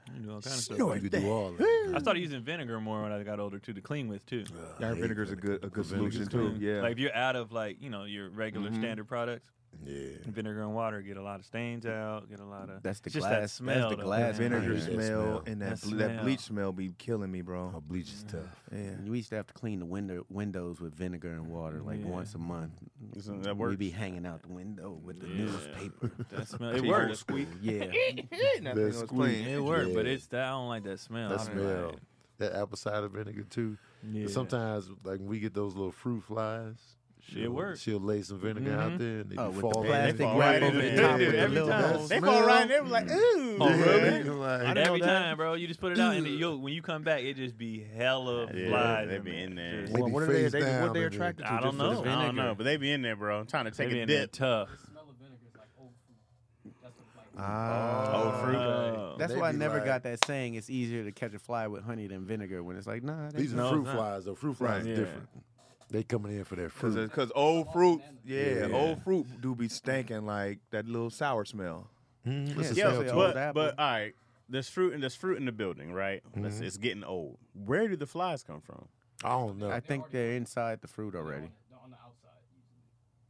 Speaker 5: You can do all kinds of stuff.
Speaker 2: You could do all that.
Speaker 5: I started using vinegar more when I got older too to clean with too. Mm.
Speaker 6: Yeah,
Speaker 2: I
Speaker 6: her
Speaker 2: hate
Speaker 6: vinegar's a
Speaker 2: vinegar.
Speaker 6: good a good
Speaker 2: Vinegar's
Speaker 6: solution
Speaker 3: Oh,
Speaker 2: good.
Speaker 6: too. Yeah.
Speaker 5: Like if you're out of like you know your regular
Speaker 3: Mm-hmm.
Speaker 5: standard products,
Speaker 2: Yeah.
Speaker 5: vinegar and water get a lot of stains out, get a lot of
Speaker 4: That's the
Speaker 5: it's just
Speaker 4: glass-
Speaker 5: That
Speaker 4: that's
Speaker 5: smell
Speaker 4: the
Speaker 5: though.
Speaker 4: glass
Speaker 6: vinegar
Speaker 2: Yeah, that
Speaker 6: smell,
Speaker 2: smell.
Speaker 6: and that
Speaker 5: That
Speaker 6: ble- that
Speaker 5: smell.
Speaker 6: bleach smell be killing me, bro.
Speaker 2: Oh, bleach is tough.
Speaker 6: Yeah.
Speaker 4: We used to have to clean the window windows with vinegar and water like
Speaker 5: Yeah.
Speaker 4: once a month.
Speaker 3: Isn't that
Speaker 4: We'd
Speaker 3: works?
Speaker 4: be hanging out the window with the
Speaker 5: Yeah.
Speaker 4: newspaper.
Speaker 5: That smell. It
Speaker 6: Cheese
Speaker 5: worked.
Speaker 6: old squeak.
Speaker 4: Yeah,
Speaker 6: Nothing
Speaker 2: That
Speaker 6: was
Speaker 2: squeak.
Speaker 6: clean.
Speaker 5: It worked, but
Speaker 2: Yeah.
Speaker 5: it's that I don't like that smell.
Speaker 2: That
Speaker 5: I don't like
Speaker 2: smell.
Speaker 5: it.
Speaker 2: That apple cider vinegar too.
Speaker 5: Yeah.
Speaker 2: Sometimes, like when we get those little fruit flies,
Speaker 5: Shit works.
Speaker 2: She'll lay some vinegar out there and they
Speaker 4: Oh, with
Speaker 2: be
Speaker 4: the
Speaker 2: falling.
Speaker 4: plastic
Speaker 3: fall
Speaker 4: wrap
Speaker 3: right
Speaker 4: over
Speaker 3: in
Speaker 4: the
Speaker 3: it.
Speaker 4: top
Speaker 3: They do
Speaker 4: with the
Speaker 3: every
Speaker 4: little
Speaker 3: time.
Speaker 4: holes.
Speaker 3: They fall right in there like, ooh.
Speaker 5: Oh, really?
Speaker 2: Yeah, like-
Speaker 5: And every time, bro, you just put it out, and then you'll, when you come back, it just be hella
Speaker 3: Yeah,
Speaker 5: flies.
Speaker 3: they be in there.
Speaker 2: They
Speaker 6: Well,
Speaker 2: be
Speaker 6: what are they?
Speaker 2: face
Speaker 6: they what
Speaker 2: down
Speaker 6: they
Speaker 2: and
Speaker 6: attracted to?
Speaker 5: I don't
Speaker 6: just for
Speaker 5: know.
Speaker 6: the
Speaker 3: I don't
Speaker 6: vinegar?
Speaker 3: know, but they be in there, bro. I'm trying to
Speaker 5: They
Speaker 3: take
Speaker 5: be
Speaker 3: a
Speaker 5: in there
Speaker 3: dip.
Speaker 5: tough.
Speaker 7: smell of vinegar is like old food. That's what, like,
Speaker 6: Ah,
Speaker 3: Oh, fruit.
Speaker 5: Uh,
Speaker 4: That's
Speaker 2: They
Speaker 4: why I
Speaker 2: be
Speaker 4: never
Speaker 2: like-
Speaker 4: got that saying. It's easier to catch a fly with honey than vinegar. When it's like, nah, that
Speaker 2: These
Speaker 4: ain't-
Speaker 2: are fruit
Speaker 5: not.
Speaker 2: flies, though. Fruit flies
Speaker 5: Yeah.
Speaker 2: is different. They coming in for their fruit.
Speaker 6: Cause, cause old fruit,
Speaker 2: Yeah.
Speaker 6: yeah, old fruit do be stinking like that little sour smell.
Speaker 2: Mhm, it's a
Speaker 3: Yeah,
Speaker 2: sale
Speaker 4: say
Speaker 2: too.
Speaker 4: old
Speaker 3: but,
Speaker 4: apple.
Speaker 3: but all right, there's fruit and there's fruit in the building, right?
Speaker 2: Mm-hmm.
Speaker 3: It's, it's getting old. Where do the flies come from?
Speaker 2: I don't know.
Speaker 4: I think they're inside the fruit already.
Speaker 7: on the outside.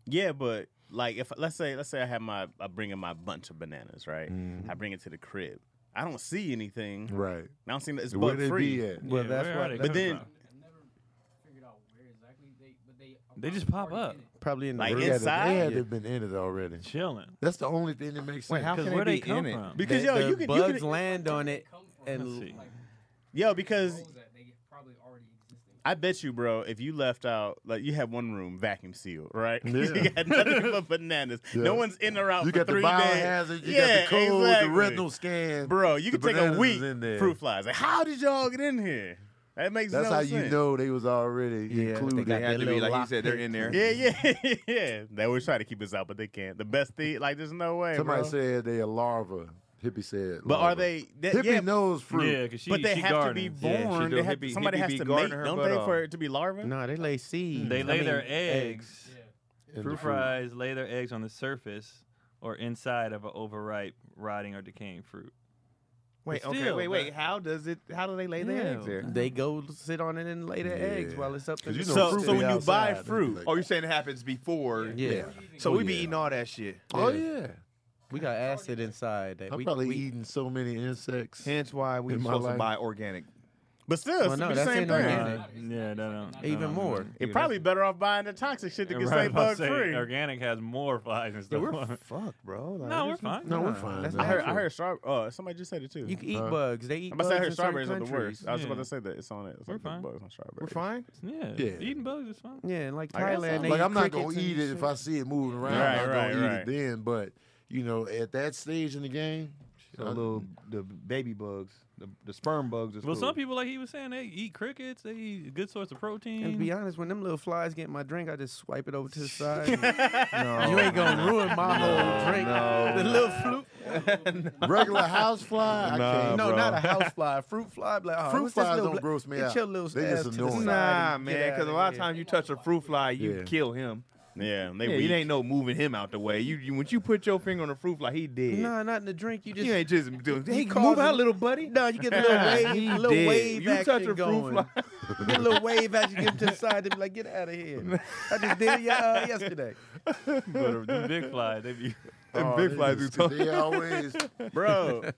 Speaker 3: Yeah, but like if let's say let's say I have my I bring in my bunch of bananas, right?
Speaker 2: Mm-hmm.
Speaker 3: I bring it to the crib. I don't see anything.
Speaker 2: right.
Speaker 3: I don't see it's
Speaker 2: Where
Speaker 3: bug
Speaker 2: they
Speaker 3: free.
Speaker 2: be at?
Speaker 4: Well,
Speaker 5: yeah,
Speaker 4: that's
Speaker 5: where are
Speaker 4: why-
Speaker 5: they
Speaker 3: But
Speaker 5: coming
Speaker 3: then-
Speaker 5: from?
Speaker 7: I've never figured out where exactly they, but they
Speaker 5: They just
Speaker 7: are
Speaker 5: pop
Speaker 7: already
Speaker 5: up.
Speaker 7: in it.
Speaker 4: Probably in the
Speaker 3: Like
Speaker 4: root.
Speaker 2: They had-
Speaker 3: inside?
Speaker 2: They had to have been in it already.
Speaker 5: chilling.
Speaker 2: That's the only thing that makes sense.
Speaker 6: Wait, how
Speaker 5: Because
Speaker 6: can
Speaker 5: where
Speaker 6: they
Speaker 5: they
Speaker 6: be
Speaker 5: come
Speaker 6: in it?
Speaker 5: from?
Speaker 3: Because
Speaker 4: The-
Speaker 3: yo,
Speaker 4: the
Speaker 3: you can
Speaker 4: bugs
Speaker 3: you can
Speaker 4: land on it,
Speaker 7: Come from
Speaker 4: and
Speaker 5: Let's see.
Speaker 3: yo because
Speaker 7: those that they probably already existing.
Speaker 3: I bet you, bro, if you left out like you have one room vacuum sealed, right? you got nothing but bananas.
Speaker 2: Yeah.
Speaker 3: No one's in or out
Speaker 2: you
Speaker 3: for
Speaker 2: got the
Speaker 3: three
Speaker 2: biohazard,
Speaker 3: days.
Speaker 2: you
Speaker 3: yeah,
Speaker 2: got the cold,
Speaker 3: exactly.
Speaker 2: the retinal scan.
Speaker 3: Bro, you
Speaker 2: the
Speaker 3: can take a
Speaker 2: bananas
Speaker 3: week
Speaker 2: in there.
Speaker 3: fruit flies. Like, how did y'all get in here? That makes
Speaker 2: That's
Speaker 3: no
Speaker 2: how
Speaker 3: sense.
Speaker 2: you know they was already
Speaker 6: Yeah,
Speaker 2: included.
Speaker 6: they had to be
Speaker 4: little
Speaker 6: like he
Speaker 4: lock
Speaker 6: said. They're in there.
Speaker 3: Yeah, yeah, yeah. They always try to keep us out, but they can't. The best thing, like, there's no way.
Speaker 2: Somebody
Speaker 3: bro.
Speaker 2: said they a larva. Hippie said.
Speaker 3: but
Speaker 2: larva.
Speaker 3: are they? that-
Speaker 2: Hippie
Speaker 3: yeah,
Speaker 2: knows fruit.
Speaker 5: Yeah, because she,
Speaker 3: but they
Speaker 5: she
Speaker 3: have
Speaker 5: gardening.
Speaker 3: to be
Speaker 6: Yeah, she
Speaker 3: born.
Speaker 6: do.
Speaker 3: they have,
Speaker 6: Hippie-
Speaker 3: somebody
Speaker 6: hippie
Speaker 3: has
Speaker 6: be
Speaker 3: to mate,
Speaker 6: gardening her
Speaker 3: don't
Speaker 6: butt
Speaker 3: they,
Speaker 6: off.
Speaker 3: for it to be larvae?
Speaker 4: No, they lay seeds.
Speaker 5: They
Speaker 4: I
Speaker 5: lay their
Speaker 4: mean,
Speaker 5: eggs.
Speaker 2: In the
Speaker 5: Fruit flies lay their eggs on the surface or inside of an overripe, rotting, or decaying fruit.
Speaker 6: Wait,
Speaker 5: But
Speaker 6: okay,
Speaker 5: still,
Speaker 6: wait, wait.
Speaker 5: but-
Speaker 6: How does it? How do they lay their eggs there?
Speaker 4: They go sit on it and lay their eggs
Speaker 2: Yeah.
Speaker 4: while it's up. in
Speaker 2: 'Cause you
Speaker 4: the
Speaker 2: know
Speaker 3: So,
Speaker 2: fruit
Speaker 3: so
Speaker 2: be
Speaker 3: when you buy
Speaker 2: outside, they be
Speaker 3: fruit,
Speaker 2: like-
Speaker 6: Oh, you're saying it happens before?
Speaker 4: Yeah.
Speaker 6: So
Speaker 2: Oh,
Speaker 6: we be
Speaker 2: yeah.
Speaker 6: eating all that shit.
Speaker 2: Oh yeah,
Speaker 4: We got acid inside. That
Speaker 2: I'm
Speaker 4: we,
Speaker 2: probably
Speaker 4: we,
Speaker 2: eating so many insects.
Speaker 6: Hence why we
Speaker 2: In my
Speaker 6: supposed
Speaker 2: life.
Speaker 6: to buy organic.
Speaker 3: but still, it's
Speaker 4: Well, no,
Speaker 3: the
Speaker 4: that's
Speaker 3: same thing.
Speaker 4: inorganic.
Speaker 5: Uh, yeah, that don't, that
Speaker 4: even
Speaker 5: don't-
Speaker 4: more.
Speaker 3: It probably better off buying the toxic shit to get
Speaker 5: Right,
Speaker 3: right,
Speaker 5: I'm about to
Speaker 3: bug
Speaker 5: say,
Speaker 3: free.
Speaker 5: Organic has more flies and
Speaker 6: Yeah,
Speaker 5: stuff.
Speaker 6: we're fucked, bro. Like,
Speaker 5: no, we're
Speaker 6: there's
Speaker 5: fine.
Speaker 2: no, we're fine.
Speaker 6: that's
Speaker 2: though.
Speaker 3: I heard, I heard straw. Uh, somebody just said it too.
Speaker 4: You can eat
Speaker 2: Huh?
Speaker 4: bugs. They eat
Speaker 3: I'm about
Speaker 4: bugs
Speaker 3: to say I heard
Speaker 4: in certain
Speaker 3: strawberries are the
Speaker 4: countries.
Speaker 3: worst. I was
Speaker 5: Yeah.
Speaker 3: about to say that it's on it. It's
Speaker 5: We're
Speaker 3: like the
Speaker 5: fine.
Speaker 3: Bugs on strawberries.
Speaker 6: We're fine.
Speaker 5: Yeah.
Speaker 2: Yeah.
Speaker 5: eating bugs is fine.
Speaker 4: Yeah, and like
Speaker 3: I guess
Speaker 4: Thailand.
Speaker 3: so.
Speaker 4: they
Speaker 2: Like I'm not
Speaker 4: crickets
Speaker 2: gonna
Speaker 4: and
Speaker 2: eat it if
Speaker 4: shit.
Speaker 2: I see it moving around.
Speaker 3: Right,
Speaker 2: I'm not
Speaker 3: right,
Speaker 2: gonna eat
Speaker 3: right.
Speaker 2: it then. But you know, at that stage in the game,
Speaker 6: The little the baby bugs, the, the sperm bugs. Is
Speaker 5: Well,
Speaker 6: cool.
Speaker 5: some people, like he was saying, they eat crickets. They eat a good source of protein.
Speaker 4: And to be honest, when them little flies get in my drink, I just swipe it over to the side. you ain't gonna ruin my whole drink. The little flu-
Speaker 2: regular house fly, I can't.
Speaker 4: no, not a house fly, a fruit fly. Like, oh,
Speaker 2: Fruit
Speaker 4: what's this
Speaker 2: flies
Speaker 4: little
Speaker 2: don't
Speaker 4: bla-
Speaker 2: gross me
Speaker 4: Get
Speaker 2: out.
Speaker 4: Your little
Speaker 2: They just
Speaker 4: ass to the
Speaker 2: annoying.
Speaker 4: side
Speaker 6: Nah,
Speaker 4: and get
Speaker 6: man,
Speaker 4: out
Speaker 6: because a
Speaker 4: of
Speaker 6: lot of
Speaker 4: here.
Speaker 6: times you touch a fruit fly, you
Speaker 2: Yeah.
Speaker 6: kill him.
Speaker 3: Yeah, and they
Speaker 6: Yeah,
Speaker 3: weak.
Speaker 6: it ain't no moving him out the way. You, you once you put your finger on the fruit fly, he dead.
Speaker 4: Nah, not in the drink. You just
Speaker 6: you ain't just doing. Hey, move
Speaker 4: causing-
Speaker 6: out, little buddy.
Speaker 4: no, you get a little wave,
Speaker 6: He
Speaker 4: little
Speaker 6: dead.
Speaker 4: wave
Speaker 6: You touch
Speaker 4: action
Speaker 6: a fruit
Speaker 4: going.
Speaker 6: fly.
Speaker 4: You get a little wave action, get to the side, they be like, "Get out of here!" I just did it ye- uh, yesterday.
Speaker 5: but the big fly, they be.
Speaker 2: Oh,
Speaker 6: big
Speaker 2: they
Speaker 6: flies
Speaker 2: just-
Speaker 6: do
Speaker 2: They always.
Speaker 3: bro.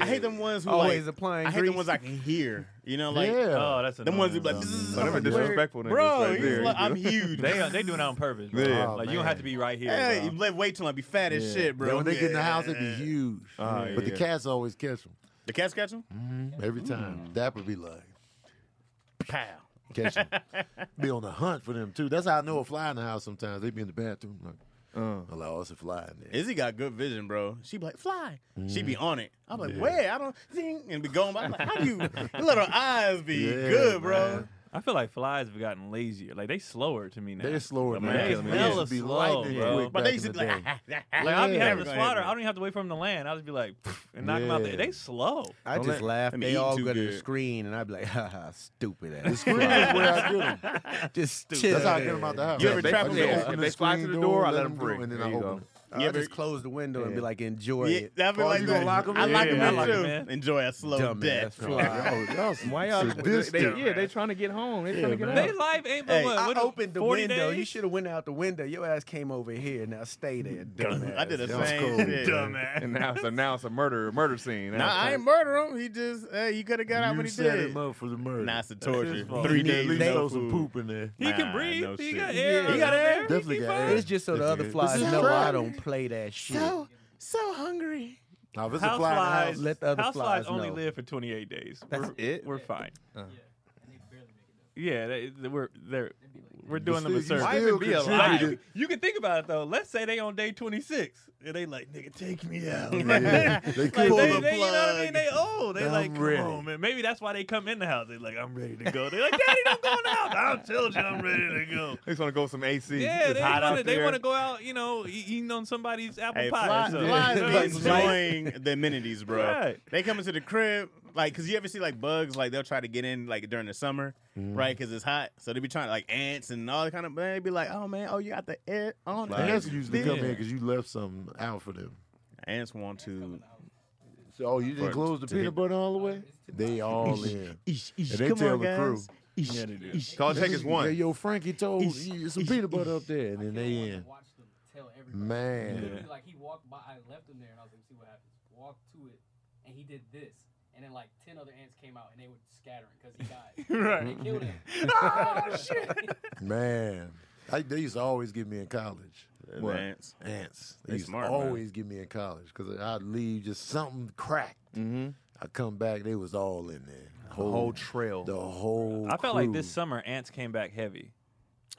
Speaker 3: I hate them ones who
Speaker 4: Always
Speaker 3: like,
Speaker 4: applying
Speaker 3: I hate
Speaker 4: grease.
Speaker 3: them ones I can hear. You know, like
Speaker 2: yeah.
Speaker 5: Oh, that's
Speaker 3: them ones who be
Speaker 5: annoying,
Speaker 3: like,
Speaker 2: Mm-hmm.
Speaker 5: though.
Speaker 3: "Zzz,"
Speaker 6: Whatever
Speaker 3: I'm like, "Where-"
Speaker 6: disrespectful niggas
Speaker 3: bro.
Speaker 6: right
Speaker 3: you just
Speaker 6: there.
Speaker 3: like, I'm huge.
Speaker 5: They they doing it on purpose. Bro.
Speaker 6: Yeah.
Speaker 5: like you don't have to be right here.
Speaker 3: Hey,
Speaker 5: bro.
Speaker 3: you live way till I be fat as shit, bro.
Speaker 2: Bro, when they get in the house, they
Speaker 3: Yeah.
Speaker 2: be huge.
Speaker 6: Ah,
Speaker 2: but the
Speaker 6: yeah.
Speaker 2: cats always catch them
Speaker 3: The cats catch them.
Speaker 2: Mm-hmm. every
Speaker 6: Mm.
Speaker 2: time. That would be like
Speaker 3: Pow.
Speaker 2: catch them. be on the hunt for them too. That's how I know a fly in the house. Sometimes they be in the bathroom. Like,
Speaker 6: Uh.
Speaker 2: oh, like, oh, it's a fly in there.
Speaker 3: Izzy got good vision, bro. She be like, fly. She
Speaker 2: Mm-hmm.
Speaker 3: be on it. I'm like, where? I don't zing and be going by. I'm like, how do you your little eyes be
Speaker 2: Yeah,
Speaker 3: good, bro?
Speaker 2: man.
Speaker 5: I feel like flies have gotten lazier. Like they slower to me now.
Speaker 2: They're slower
Speaker 5: Like,
Speaker 2: now.
Speaker 5: They
Speaker 2: Yeah.
Speaker 5: smell
Speaker 2: Yeah.
Speaker 5: is
Speaker 2: Be
Speaker 5: slow,
Speaker 2: lightning
Speaker 5: bro.
Speaker 2: quick.
Speaker 3: But
Speaker 2: Back
Speaker 3: they used
Speaker 2: in
Speaker 3: to be
Speaker 2: the
Speaker 3: like,
Speaker 5: Like I'll be
Speaker 2: Yeah.
Speaker 5: having to slaughter. I don't even have to wait for them to land. I'll just be like and knock them out.
Speaker 2: Yeah.
Speaker 5: There. They slow.
Speaker 4: I just laugh.
Speaker 3: let me
Speaker 4: They
Speaker 3: eat
Speaker 4: all
Speaker 3: too
Speaker 4: go to the
Speaker 3: good.
Speaker 4: screen, and I be like, "Ha ha, stupid
Speaker 2: The
Speaker 4: ass."
Speaker 2: screen is where I get them.
Speaker 4: just stupid.
Speaker 2: That's how I get them out the house.
Speaker 3: You ever
Speaker 2: They-
Speaker 3: trap
Speaker 2: I just
Speaker 3: them? Yeah.
Speaker 2: open
Speaker 6: If they fly
Speaker 2: screen
Speaker 6: to the door, I let
Speaker 2: 'em
Speaker 6: them
Speaker 2: go,
Speaker 6: free.
Speaker 2: And then
Speaker 6: There
Speaker 2: I
Speaker 6: you
Speaker 2: open
Speaker 6: go.
Speaker 2: them.
Speaker 4: I
Speaker 3: Yeah,
Speaker 4: just
Speaker 3: but-
Speaker 4: close the window and be like, enjoy
Speaker 3: Yeah,
Speaker 4: it.
Speaker 3: that'd be
Speaker 2: Oh,
Speaker 3: like
Speaker 2: you gonna
Speaker 3: that.
Speaker 2: lock 'em
Speaker 3: I
Speaker 2: in?
Speaker 3: like
Speaker 5: Yeah, I
Speaker 3: them
Speaker 5: like
Speaker 3: in,
Speaker 5: 'em
Speaker 3: too.
Speaker 5: in.
Speaker 3: Enjoy a slow
Speaker 4: Dumbass
Speaker 3: death.
Speaker 4: fly.
Speaker 2: Oh, y'all some
Speaker 6: Why y'all?
Speaker 2: sadistic.
Speaker 6: They, yeah, they trying to get home. They trying to get out.
Speaker 5: They life ain't but
Speaker 3: Hey,
Speaker 5: what?
Speaker 4: I
Speaker 5: what
Speaker 4: opened the
Speaker 5: 40
Speaker 4: window.
Speaker 5: Days?
Speaker 4: You should have went out the window. Your ass came over here. Now stay there, dumbass.
Speaker 3: I did the
Speaker 2: That was
Speaker 3: same
Speaker 2: cool.
Speaker 3: shit.
Speaker 6: and now, so now it's a murder murder scene.
Speaker 3: Nah, I ain't murder him. He just, hey, you could have got out
Speaker 2: you
Speaker 3: when he
Speaker 2: set
Speaker 3: did.
Speaker 2: him up for the murder.
Speaker 3: Nah, it's a
Speaker 5: his
Speaker 3: torture.
Speaker 5: fault.
Speaker 3: Three
Speaker 2: You need
Speaker 3: days,
Speaker 2: At least
Speaker 3: no
Speaker 2: throw some
Speaker 3: food.
Speaker 2: poop in there.
Speaker 5: He
Speaker 3: Nah,
Speaker 5: can breathe.
Speaker 3: no
Speaker 5: he
Speaker 3: shit.
Speaker 5: got air.
Speaker 4: Yeah.
Speaker 5: He got air. He
Speaker 2: Definitely
Speaker 5: can
Speaker 2: got
Speaker 5: fly.
Speaker 2: air.
Speaker 4: It's just so the other
Speaker 2: This
Speaker 4: flies
Speaker 2: is
Speaker 4: know
Speaker 2: crazy.
Speaker 4: I don't play that shit.
Speaker 3: so hungry.
Speaker 2: Now, if it's a
Speaker 5: House
Speaker 2: fly in the house,
Speaker 5: flies.
Speaker 4: let the other
Speaker 5: house
Speaker 4: flies
Speaker 5: only
Speaker 4: know.
Speaker 5: live for 28 days.
Speaker 4: That's
Speaker 5: we're, it. We're fine.
Speaker 7: And they barely make it up.
Speaker 5: yeah, they, they- we're they're we're doing them a
Speaker 2: still- you
Speaker 5: service.
Speaker 2: still
Speaker 6: even be alive?
Speaker 5: Like,
Speaker 2: contributed.
Speaker 5: you can think about it though. Let's say they on day 26 and they like, nigga, take me out.
Speaker 2: Yeah, they
Speaker 5: Like,
Speaker 2: could-
Speaker 5: they, they- you know what I mean? They old. They
Speaker 6: I'm
Speaker 5: like, come
Speaker 6: ready.
Speaker 5: on, man. Maybe that's why they come in the house. They like, I'm ready to go. They like, Daddy, don't go in the house. I told you I'm ready to go.
Speaker 6: They just want to go with some AC.
Speaker 5: Yeah,
Speaker 6: It's
Speaker 5: they want
Speaker 6: hot
Speaker 5: to.
Speaker 6: out
Speaker 5: They
Speaker 6: there.
Speaker 5: want to go out. You know, e- eating on somebody's apple
Speaker 3: Hey,
Speaker 5: pie.
Speaker 3: fly,
Speaker 5: or something.
Speaker 3: flies
Speaker 5: You know
Speaker 3: be
Speaker 5: what I mean?
Speaker 3: enjoying the amenities, bro.
Speaker 5: Right.
Speaker 3: They come into the crib, like, cause you ever see like bugs, like they'll try to get in like during the summer, right? Cause it's hot, so they be trying to like ants and all that kind of. They be like, oh man, oh you got the air on.
Speaker 2: And that's usually come in
Speaker 5: Yeah.
Speaker 2: because you left something out for them.
Speaker 3: Ants want to.
Speaker 2: So oh, you didn't
Speaker 3: For-
Speaker 2: close the
Speaker 3: to hit-
Speaker 2: peanut butter all the way. They all in. and they
Speaker 3: come
Speaker 2: tell
Speaker 3: on,
Speaker 2: the crew.
Speaker 3: guys.
Speaker 5: Yeah, they do.
Speaker 6: All it takes is
Speaker 2: Yeah,
Speaker 6: one.
Speaker 2: yo, Frankie told you some peanut butter up there, and then they in.
Speaker 8: Watch them tell everybody.
Speaker 2: Man,
Speaker 8: Literally, Like he walked by, I left him there, and I was like, "See what happens." Walked to it, and he did this, and then like ten other ants came out, and they were scattering because he died.
Speaker 5: Right.
Speaker 8: They killed him. oh shit!
Speaker 2: man, I, they used to always get me in college.
Speaker 3: the Ants.
Speaker 2: Ants. They
Speaker 3: They
Speaker 2: used
Speaker 3: smart,
Speaker 2: to
Speaker 3: man.
Speaker 2: always get me in college because I'd leave just something cracked. Mm-hmm. I come back, they was all in there.
Speaker 6: The whole trail.
Speaker 2: the whole.
Speaker 5: I felt like this
Speaker 2: crew.
Speaker 5: summer ants came back heavy.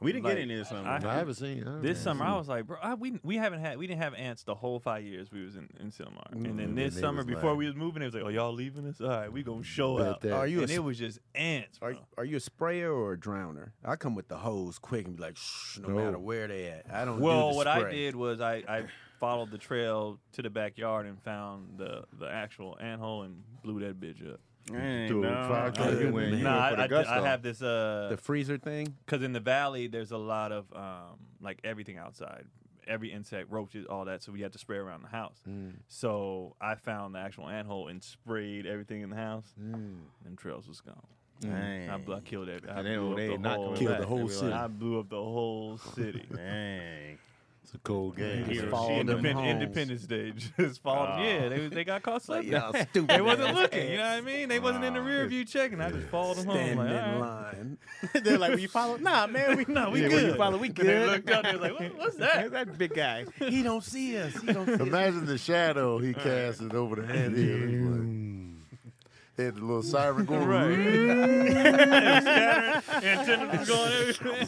Speaker 3: We didn't
Speaker 5: Like,
Speaker 3: get any this summer.
Speaker 5: I-
Speaker 2: I haven't seen I haven't
Speaker 5: This
Speaker 2: seen
Speaker 5: summer, I
Speaker 2: it.
Speaker 5: was like, bro, I, we we haven't had we didn't have ants the whole five years we was in in Silmar, and then
Speaker 2: and
Speaker 5: this
Speaker 2: they
Speaker 5: summer
Speaker 2: was
Speaker 5: before
Speaker 2: like-
Speaker 5: we was moving, it was like, oh y'all leaving us? All right, we gonna show
Speaker 2: Bet
Speaker 5: out.
Speaker 2: that. Are
Speaker 4: you a
Speaker 5: and
Speaker 4: sp-
Speaker 5: it was just ants.
Speaker 4: Are,
Speaker 2: Oh.
Speaker 5: Bro.
Speaker 4: are you a sprayer or a drowner? I come with the hose quick and be like, shh, no,
Speaker 2: No.
Speaker 4: matter where they at. I don't. do
Speaker 5: Well,
Speaker 4: the
Speaker 5: what I
Speaker 4: spray.
Speaker 5: did was I, I followed the trail to the backyard and found the the actual ant hole and blew that bitch up.
Speaker 3: Hey,
Speaker 2: Dude,
Speaker 3: no.
Speaker 2: five
Speaker 6: Oh,
Speaker 2: Like,
Speaker 6: you went- you
Speaker 5: Nah,
Speaker 6: went
Speaker 5: I,
Speaker 6: for the
Speaker 5: I, did-
Speaker 6: gusto.
Speaker 5: I have this uh
Speaker 4: the freezer thing.
Speaker 5: Because in the valley, there's a lot of um, like everything outside, every insect, roaches, all that. So we had to spray around the house.
Speaker 6: Mm.
Speaker 5: So I found the actual anthole and sprayed everything in the house. Them trails was gone.
Speaker 3: Dang.
Speaker 5: I, bl- I killed every. I
Speaker 6: Mm. And they-
Speaker 5: blew up
Speaker 6: they
Speaker 5: the
Speaker 6: not
Speaker 5: whole,
Speaker 6: coming
Speaker 2: Killed back. the whole
Speaker 5: They were
Speaker 2: city.
Speaker 5: I blew up the whole city.
Speaker 3: Dang.
Speaker 2: It's a cold game.
Speaker 3: Here.
Speaker 5: Independ-
Speaker 3: followed them
Speaker 5: Independ-
Speaker 4: homes.
Speaker 5: Independence Day just followed.
Speaker 3: Ah.
Speaker 5: Yeah, they they got caught slipping.
Speaker 4: y'all stupid
Speaker 5: they wasn't
Speaker 4: ass
Speaker 5: looking. You know what I mean? They wasn't in the
Speaker 3: Ah.
Speaker 5: rear view checking. I just followed them home.
Speaker 4: Standing
Speaker 5: Like, all
Speaker 4: in
Speaker 5: right.
Speaker 4: line.
Speaker 3: They're like, will you follow? Nah, man, we
Speaker 5: No, we
Speaker 3: yeah, will
Speaker 5: good.
Speaker 3: you follow? We
Speaker 5: And they
Speaker 3: good.
Speaker 5: looked up. They was like, what, "What's that?"
Speaker 3: that big guy.
Speaker 4: he don't see us. He don't see us.
Speaker 2: Imagine the shadow he casted over the ant hill. Mm. He had the little siren going.
Speaker 5: antennas going everywhere.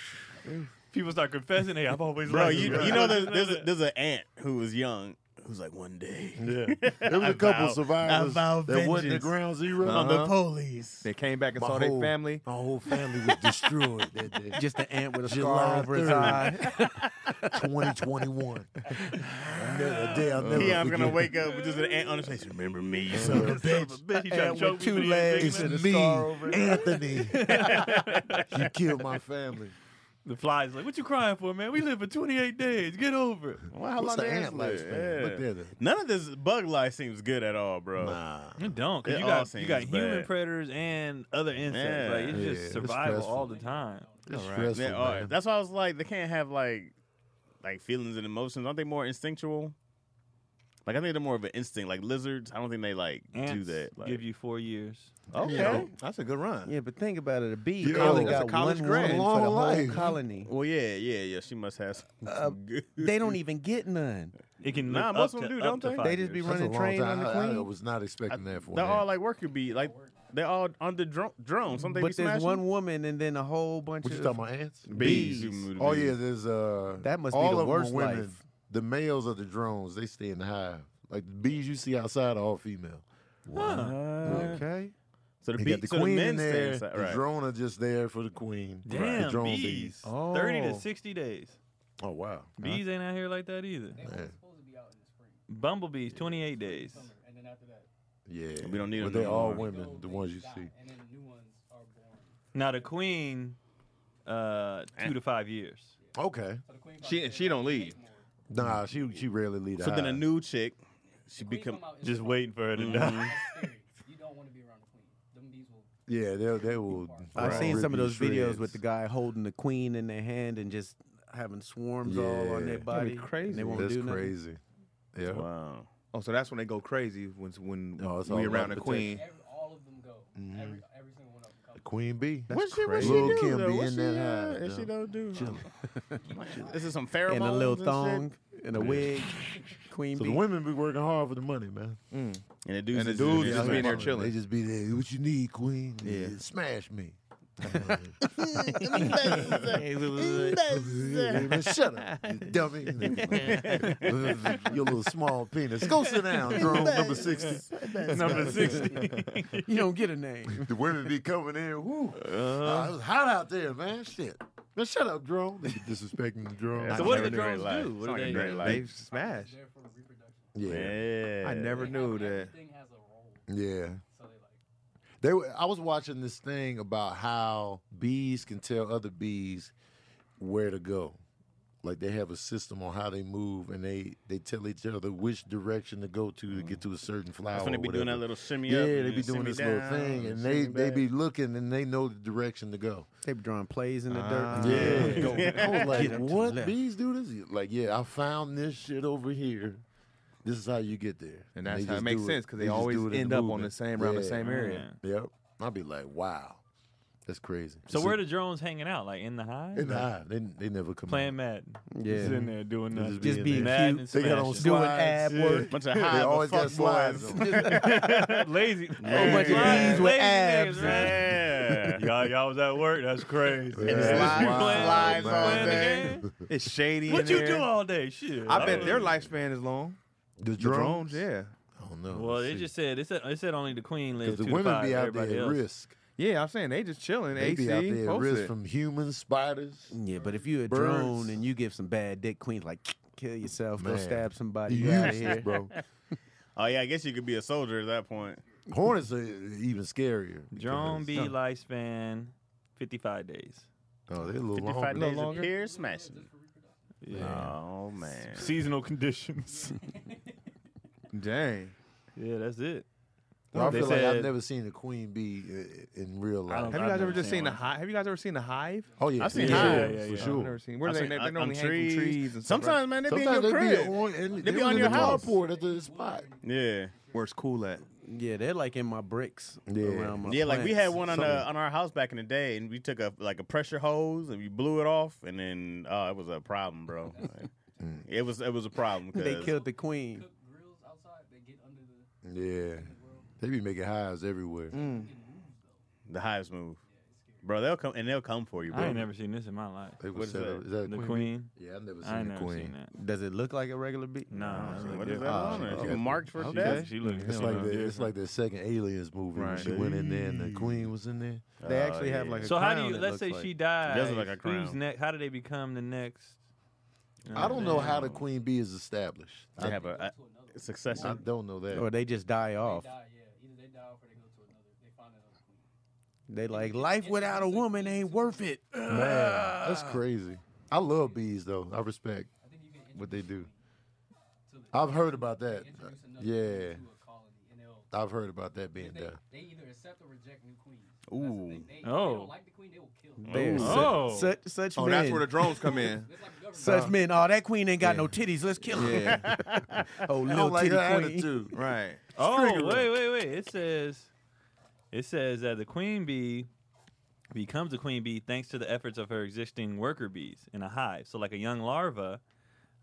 Speaker 5: People start confessing, hey, I've always
Speaker 3: Bro,
Speaker 5: liked
Speaker 3: you,
Speaker 5: this
Speaker 3: you
Speaker 5: guy."
Speaker 3: know there's there's, a, there's an aunt who was young who's like one day
Speaker 2: There was a couple survivors
Speaker 3: vow
Speaker 2: that wasn't at
Speaker 3: vengeance.
Speaker 2: ground 0
Speaker 3: on the police.
Speaker 6: Uh-huh. They came back and
Speaker 2: My
Speaker 6: saw their
Speaker 2: whole-
Speaker 6: family.
Speaker 2: My whole family was destroyed that day.
Speaker 4: Just an ant with a
Speaker 2: July
Speaker 4: scar over his eye.
Speaker 2: 2021. I never- a day I'll never
Speaker 3: Yeah, I'm gonna
Speaker 2: forget.
Speaker 3: wake up with just an aunt on his face. Remember me, you
Speaker 5: Son
Speaker 3: son
Speaker 5: of a bitch. He tried to choke me, but he ain't big
Speaker 2: It's
Speaker 5: enough.
Speaker 2: me, Anthony. you killed my family.
Speaker 5: The flies like, what you crying for, man? We live for 28 days. Get over it.
Speaker 3: Well, how
Speaker 2: What's
Speaker 3: long
Speaker 2: the
Speaker 3: they
Speaker 2: ant
Speaker 3: actually live?
Speaker 2: lifespan? Look
Speaker 3: Yeah.
Speaker 2: at it.
Speaker 3: None of this bug life seems good at all, bro.
Speaker 2: Nah.
Speaker 5: You don't, 'cause
Speaker 3: It
Speaker 5: you
Speaker 3: all
Speaker 5: got you
Speaker 3: seems
Speaker 5: got human
Speaker 3: bad.
Speaker 5: predators and other insects.
Speaker 3: Yeah.
Speaker 5: Like it's
Speaker 2: Yeah,
Speaker 5: just
Speaker 2: it's
Speaker 5: survival
Speaker 2: stressful.
Speaker 5: all the time.
Speaker 2: It's
Speaker 3: They
Speaker 2: stressful,
Speaker 3: are-
Speaker 2: man.
Speaker 3: That's why I was like, they can't have like like feelings and emotions. Aren't they more instinctual? Like I think they're more of an instinct. Like lizards, I don't think they like do
Speaker 5: Ants
Speaker 3: that. Like,
Speaker 5: give you four years.
Speaker 3: okay.
Speaker 6: That's a good run.
Speaker 4: Yeah, but think about it. A bee
Speaker 2: Yo,
Speaker 4: only
Speaker 2: that's a
Speaker 4: got
Speaker 6: college
Speaker 4: one
Speaker 6: grad.
Speaker 4: woman
Speaker 2: Long
Speaker 4: for the
Speaker 2: life.
Speaker 4: whole colony.
Speaker 3: Well, yeah, yeah, yeah. She must have. Some
Speaker 4: Uh,
Speaker 3: good.
Speaker 4: They don't even get none.
Speaker 5: It can
Speaker 3: Nah,
Speaker 5: live
Speaker 3: most
Speaker 5: up
Speaker 3: of 'em
Speaker 5: to-
Speaker 3: do,
Speaker 5: up
Speaker 3: don't
Speaker 5: to
Speaker 3: they?
Speaker 5: five
Speaker 4: They just be
Speaker 5: years.
Speaker 2: That's a
Speaker 4: running
Speaker 2: long
Speaker 4: train on
Speaker 2: time.
Speaker 4: the
Speaker 2: I, I
Speaker 4: queen.
Speaker 2: was not expecting that for
Speaker 3: They're
Speaker 2: an ant.
Speaker 3: all like worker bee. Like they're all under drone, drones. Don't they be
Speaker 4: But there's
Speaker 3: smashing?
Speaker 4: one woman and then a whole bunch
Speaker 2: What
Speaker 4: of
Speaker 2: you talking about, ants?
Speaker 3: Bees.
Speaker 4: Bees.
Speaker 2: Oh yeah, there's uh
Speaker 4: That must be
Speaker 2: all
Speaker 4: the
Speaker 2: of 'em are
Speaker 4: worst
Speaker 2: women.
Speaker 4: life.
Speaker 2: The males of the drones, they stay in the hive. Like the bees you see outside are all female.
Speaker 4: Okay.
Speaker 3: So the,
Speaker 2: They
Speaker 3: bee,
Speaker 2: got the
Speaker 3: so
Speaker 2: queen
Speaker 3: the men
Speaker 2: in there.
Speaker 3: stay inside.
Speaker 2: The
Speaker 3: Right.
Speaker 2: drone are just there for the queen.
Speaker 5: Damn,
Speaker 2: the drone
Speaker 5: bees.
Speaker 4: Oh.
Speaker 5: 30 to 60 days.
Speaker 2: Oh wow.
Speaker 5: Bees ain't out here like that either.
Speaker 8: They
Speaker 2: Man.
Speaker 8: were supposed to be out in the spring,
Speaker 5: Bumblebees, 28 days.
Speaker 8: summer, and then after that,
Speaker 2: Yeah.
Speaker 3: We don't need
Speaker 2: But
Speaker 3: 'em
Speaker 2: they're
Speaker 3: no
Speaker 2: all
Speaker 3: more.
Speaker 8: they
Speaker 2: women,
Speaker 8: go,
Speaker 2: the
Speaker 8: they
Speaker 2: ones you
Speaker 8: die,
Speaker 2: see.
Speaker 8: and then new ones are born.
Speaker 5: Now the queen, uh, two to five years.
Speaker 2: Okay.
Speaker 8: So the queen
Speaker 6: She-
Speaker 8: probably
Speaker 6: she
Speaker 8: stayed
Speaker 6: don't
Speaker 8: out the
Speaker 6: leave.
Speaker 8: next morning.
Speaker 2: Nah, she she rarely leave the
Speaker 3: So then a
Speaker 2: hive.
Speaker 3: new chick, she
Speaker 8: Queen
Speaker 3: become.
Speaker 8: come out in the
Speaker 5: Just
Speaker 8: fall.
Speaker 5: waiting for her to die.
Speaker 3: Mm-hmm.
Speaker 8: That's scary. You don't want to be around the queen. Them bees will.
Speaker 2: Yeah, they they will.
Speaker 4: I've
Speaker 2: rip
Speaker 4: seen some of
Speaker 2: you
Speaker 4: those videos with
Speaker 2: shreds.
Speaker 4: the guy holding the queen in their hand and just having swarms all on
Speaker 2: Yeah.
Speaker 4: their
Speaker 2: That'd be
Speaker 4: body.
Speaker 6: crazy.
Speaker 4: and They won't
Speaker 2: That's
Speaker 4: do nothing.
Speaker 2: crazy. Yeah.
Speaker 3: Wow.
Speaker 6: Oh, so that's when they go crazy when when
Speaker 2: No, Oh, it's all
Speaker 6: we
Speaker 2: about
Speaker 6: around the
Speaker 2: protection.
Speaker 6: queen.
Speaker 8: Every, all of them go. Every, every single one of them comes.
Speaker 2: Queen bee.
Speaker 3: What's she, what
Speaker 2: crazy.
Speaker 3: she
Speaker 2: Lil'
Speaker 3: do
Speaker 2: Kim
Speaker 3: though?
Speaker 2: be
Speaker 3: What
Speaker 2: in
Speaker 3: she,
Speaker 2: that
Speaker 3: uh,
Speaker 2: hive,
Speaker 3: and she
Speaker 2: yeah.
Speaker 3: don't do. This is some pheromones
Speaker 4: And a little
Speaker 3: shit?
Speaker 4: thong and a wig. Queen
Speaker 2: So
Speaker 4: bee.
Speaker 2: the women be working hard for the money, man.
Speaker 3: And the dudes,
Speaker 6: And the
Speaker 3: is
Speaker 6: dudes
Speaker 3: in
Speaker 6: just
Speaker 3: there.
Speaker 6: be in there
Speaker 2: They
Speaker 6: chilling.
Speaker 2: just be there. What you need, Queen?
Speaker 6: Yeah.
Speaker 2: Smash me. Shut up, you dummy. Your little small penis. Go sit down, drone number 60.
Speaker 5: Number 60.
Speaker 4: You don't get a name.
Speaker 2: The women be coming in. Woo. Uh, it was hot out there, man. Shit. Man, shut up, drone. They disrespecting the drone.
Speaker 5: so what do the
Speaker 3: Never
Speaker 5: drones
Speaker 3: knew they
Speaker 5: do?
Speaker 3: lied.
Speaker 5: What do
Speaker 3: Sorry,
Speaker 5: they
Speaker 3: Great
Speaker 5: do?
Speaker 3: life.
Speaker 6: They smash.
Speaker 8: There for reproduction.
Speaker 2: Yeah.
Speaker 3: Yeah.
Speaker 6: I never
Speaker 8: They
Speaker 6: knew
Speaker 8: have-
Speaker 6: that.
Speaker 8: Everything has a role,
Speaker 2: Yeah.
Speaker 8: so they like.
Speaker 2: They were, I was watching this thing about how bees can tell other bees where to go. Like they have a system on how they move, and they they tell each other which direction to go to to get to a certain flower.
Speaker 3: That's when they
Speaker 2: or
Speaker 3: be doing that
Speaker 2: whatever.
Speaker 3: little shimmy
Speaker 2: Yeah,
Speaker 3: up.
Speaker 2: they
Speaker 3: and then
Speaker 2: be doing
Speaker 3: shimmy
Speaker 2: this little
Speaker 3: down,
Speaker 2: thing, and
Speaker 3: shimmy
Speaker 2: they they
Speaker 3: back.
Speaker 2: be looking, and they know the direction to go.
Speaker 4: They be drawing plays in the dirt.
Speaker 2: Ah, Yeah,
Speaker 4: Go.
Speaker 2: I was like,
Speaker 4: Get up to the
Speaker 2: what
Speaker 4: left.
Speaker 2: bees do this? Like, yeah, I found this shit over here. This is how you get there,
Speaker 6: And that's
Speaker 2: they
Speaker 6: how it
Speaker 2: just
Speaker 6: makes
Speaker 2: do
Speaker 6: sense because they,
Speaker 2: just
Speaker 6: always
Speaker 2: do it in
Speaker 6: end up on the
Speaker 2: movement.
Speaker 6: same around the
Speaker 2: Yeah.
Speaker 6: same area.
Speaker 5: Yeah.
Speaker 2: Yep, I'll be like, wow, that's crazy.
Speaker 5: So
Speaker 2: It's
Speaker 5: where are the drones hanging out? Like in the hive?
Speaker 2: In the hive. They, they never come
Speaker 5: Playing
Speaker 2: out.
Speaker 5: Madden. Just
Speaker 4: Yeah.
Speaker 5: in there doing
Speaker 2: They
Speaker 5: nothing.
Speaker 4: Mm. Just
Speaker 2: in
Speaker 4: being
Speaker 2: there.
Speaker 5: Madden
Speaker 4: cute.
Speaker 5: and
Speaker 2: They got on
Speaker 5: smashing.
Speaker 4: Doing
Speaker 2: slides.
Speaker 4: ab
Speaker 2: Yeah.
Speaker 4: work.
Speaker 3: Bunch of
Speaker 2: They
Speaker 3: hive
Speaker 2: always got
Speaker 3: of
Speaker 2: slides.
Speaker 3: boys.
Speaker 2: on.
Speaker 5: lazy.
Speaker 4: whole bunch of
Speaker 5: Lazy
Speaker 4: bees with
Speaker 5: niggas,
Speaker 4: abs.
Speaker 5: right?
Speaker 3: Yeah.
Speaker 5: y'all, y'all was at work. That's crazy.
Speaker 2: Yeah.
Speaker 3: slides-
Speaker 5: You playing-
Speaker 3: slides
Speaker 5: you
Speaker 3: all
Speaker 5: playing the
Speaker 3: day.
Speaker 5: game?
Speaker 6: It's shady.
Speaker 5: What
Speaker 6: in
Speaker 5: you
Speaker 6: there.
Speaker 5: do all day? Shit. Oh.
Speaker 6: I bet
Speaker 5: don't
Speaker 6: their
Speaker 5: know.
Speaker 6: lifespan is long.
Speaker 2: The
Speaker 6: The
Speaker 2: drones?
Speaker 6: drones, yeah,
Speaker 2: I don't know.
Speaker 5: Well,
Speaker 2: Let's
Speaker 5: they
Speaker 2: see.
Speaker 5: just said it said it said only the queen lives
Speaker 2: Because
Speaker 5: two
Speaker 2: the
Speaker 5: to
Speaker 2: women
Speaker 5: five.
Speaker 2: be out
Speaker 5: Everybody
Speaker 2: there at
Speaker 5: else.
Speaker 2: risk.
Speaker 6: yeah. I'm saying they just chilling.
Speaker 2: They
Speaker 6: AC,
Speaker 2: be out there at
Speaker 6: post
Speaker 2: risk
Speaker 6: it.
Speaker 2: from humans, spiders.
Speaker 4: Yeah, but if you a
Speaker 2: Birds.
Speaker 4: drone and you give some bad dick queens, like kill yourself, go
Speaker 2: Man.
Speaker 4: stab somebody, you out of
Speaker 2: Useless,
Speaker 4: here.
Speaker 2: bro.
Speaker 3: Oh yeah, I guess you could be a soldier at that point.
Speaker 2: Hornets are even scarier.
Speaker 5: Drone
Speaker 2: because-
Speaker 5: bee lifespan, fifty five days.
Speaker 2: Oh, they're a little
Speaker 3: Fifty-five
Speaker 2: longer.
Speaker 3: days of peer smashing.
Speaker 5: Yeah.
Speaker 3: Oh man.
Speaker 5: Seasonal conditions.
Speaker 6: Dang.
Speaker 5: yeah, that's it.
Speaker 2: Well, I
Speaker 5: They
Speaker 2: feel like I've
Speaker 5: said-
Speaker 2: never seen a queen bee uh, in real
Speaker 5: I don't-
Speaker 2: life.
Speaker 6: Have you guys
Speaker 5: never
Speaker 6: ever just
Speaker 5: seen
Speaker 6: seen the
Speaker 5: one.
Speaker 6: hive? Have you guys ever seen the hive?
Speaker 2: Oh yeah,
Speaker 3: I've seen
Speaker 2: yeah,
Speaker 3: hives.
Speaker 2: yeah,
Speaker 5: Yeah, yeah,
Speaker 2: for
Speaker 5: yeah.
Speaker 6: I've
Speaker 2: sure.
Speaker 6: never seen. Where
Speaker 3: I've
Speaker 6: they,
Speaker 3: seen-
Speaker 6: they
Speaker 3: I-
Speaker 6: normally
Speaker 3: I'm
Speaker 6: hang from trees and stuff.
Speaker 3: Sometimes man, they be in your
Speaker 2: Sometimes they be
Speaker 3: crib.
Speaker 2: on, and
Speaker 3: They be on
Speaker 2: in
Speaker 3: your
Speaker 2: the
Speaker 3: house.
Speaker 2: carport at the spot.
Speaker 3: Yeah.
Speaker 6: right? where it's cool at.
Speaker 4: Yeah, they're like in my bricks
Speaker 2: Yeah.
Speaker 4: around my
Speaker 3: Yeah, like we had
Speaker 4: plants.
Speaker 3: one on the, on our house back in the day, and we took a like a pressure hose and we blew it off, and then oh, it was a problem, bro. Like, it was it was a problem.
Speaker 4: They
Speaker 3: 'cause-
Speaker 4: killed the queen.
Speaker 8: Cook grills outside. They get under the.
Speaker 2: Yeah, they be making hives everywhere.
Speaker 3: The hives move, bro. They'll come and they'll come for you, bro.
Speaker 5: I ain't never seen this in my life.
Speaker 2: They would
Speaker 3: What is
Speaker 2: set
Speaker 3: that?
Speaker 2: up- Is that a
Speaker 5: The
Speaker 2: queen?
Speaker 5: queen.
Speaker 2: bee? Yeah, I've never seen
Speaker 5: I ain't
Speaker 2: a
Speaker 5: never
Speaker 2: queen.
Speaker 5: seen that.
Speaker 4: Does it look like a regular bee?
Speaker 5: No. I ain't
Speaker 3: What
Speaker 5: seen
Speaker 3: is that
Speaker 5: that.
Speaker 3: on
Speaker 2: Oh,
Speaker 3: there?
Speaker 2: okay.
Speaker 3: You marked for
Speaker 5: She-
Speaker 3: death?
Speaker 5: She looking
Speaker 2: It's
Speaker 5: hella
Speaker 2: like the,
Speaker 5: different.
Speaker 2: it's like the second Aliens movie when
Speaker 6: Right.
Speaker 2: she went in there and the queen was in there.
Speaker 4: They actually have like a
Speaker 5: So how do
Speaker 4: crown,
Speaker 5: you?
Speaker 4: it
Speaker 5: Let's
Speaker 4: looks
Speaker 5: say
Speaker 4: like.
Speaker 5: she dies.
Speaker 3: Doesn't look like a
Speaker 5: Who's
Speaker 3: crown.
Speaker 5: next? How do they become the next? You
Speaker 2: I don't know
Speaker 5: what I'm
Speaker 2: how the queen bee is established.
Speaker 3: They
Speaker 2: I,
Speaker 3: have a,
Speaker 8: To another.
Speaker 3: a
Speaker 8: They
Speaker 2: I
Speaker 3: successor.
Speaker 2: don't know that.
Speaker 4: or they just die off.
Speaker 8: die. Yeah. Either they die off or they go to another. They find another queen.
Speaker 4: They like life without a woman ain't worth it.
Speaker 2: Man, that's crazy. I love bees though. I respect
Speaker 8: I think you can
Speaker 2: what they do.
Speaker 8: introduce to the-
Speaker 2: I've heard about that.
Speaker 8: introduce another
Speaker 2: Yeah,
Speaker 8: queen to a colony, and they'll.
Speaker 2: I've heard about that being
Speaker 8: If They,
Speaker 2: done.
Speaker 8: they either accept or reject new queens. That's the
Speaker 3: Ooh.
Speaker 8: thing. They, if they
Speaker 5: Oh.
Speaker 8: don't like the queen, they will kill. her.
Speaker 4: They are
Speaker 5: Oh.
Speaker 4: such such, such
Speaker 6: Oh,
Speaker 4: men.
Speaker 6: that's where the drones come in.
Speaker 8: It's like the government.
Speaker 4: such men. Oh, that queen ain't got no titties. Let's kill her.
Speaker 6: Yeah,
Speaker 4: Oh,
Speaker 2: I
Speaker 4: little
Speaker 2: don't like
Speaker 4: titty
Speaker 2: her
Speaker 4: queen.
Speaker 2: attitude.
Speaker 6: right.
Speaker 5: Oh wait, wait, wait! It says, it says that the queen bee becomes a queen bee thanks to the efforts of her existing worker bees in a hive. So, like a young larva,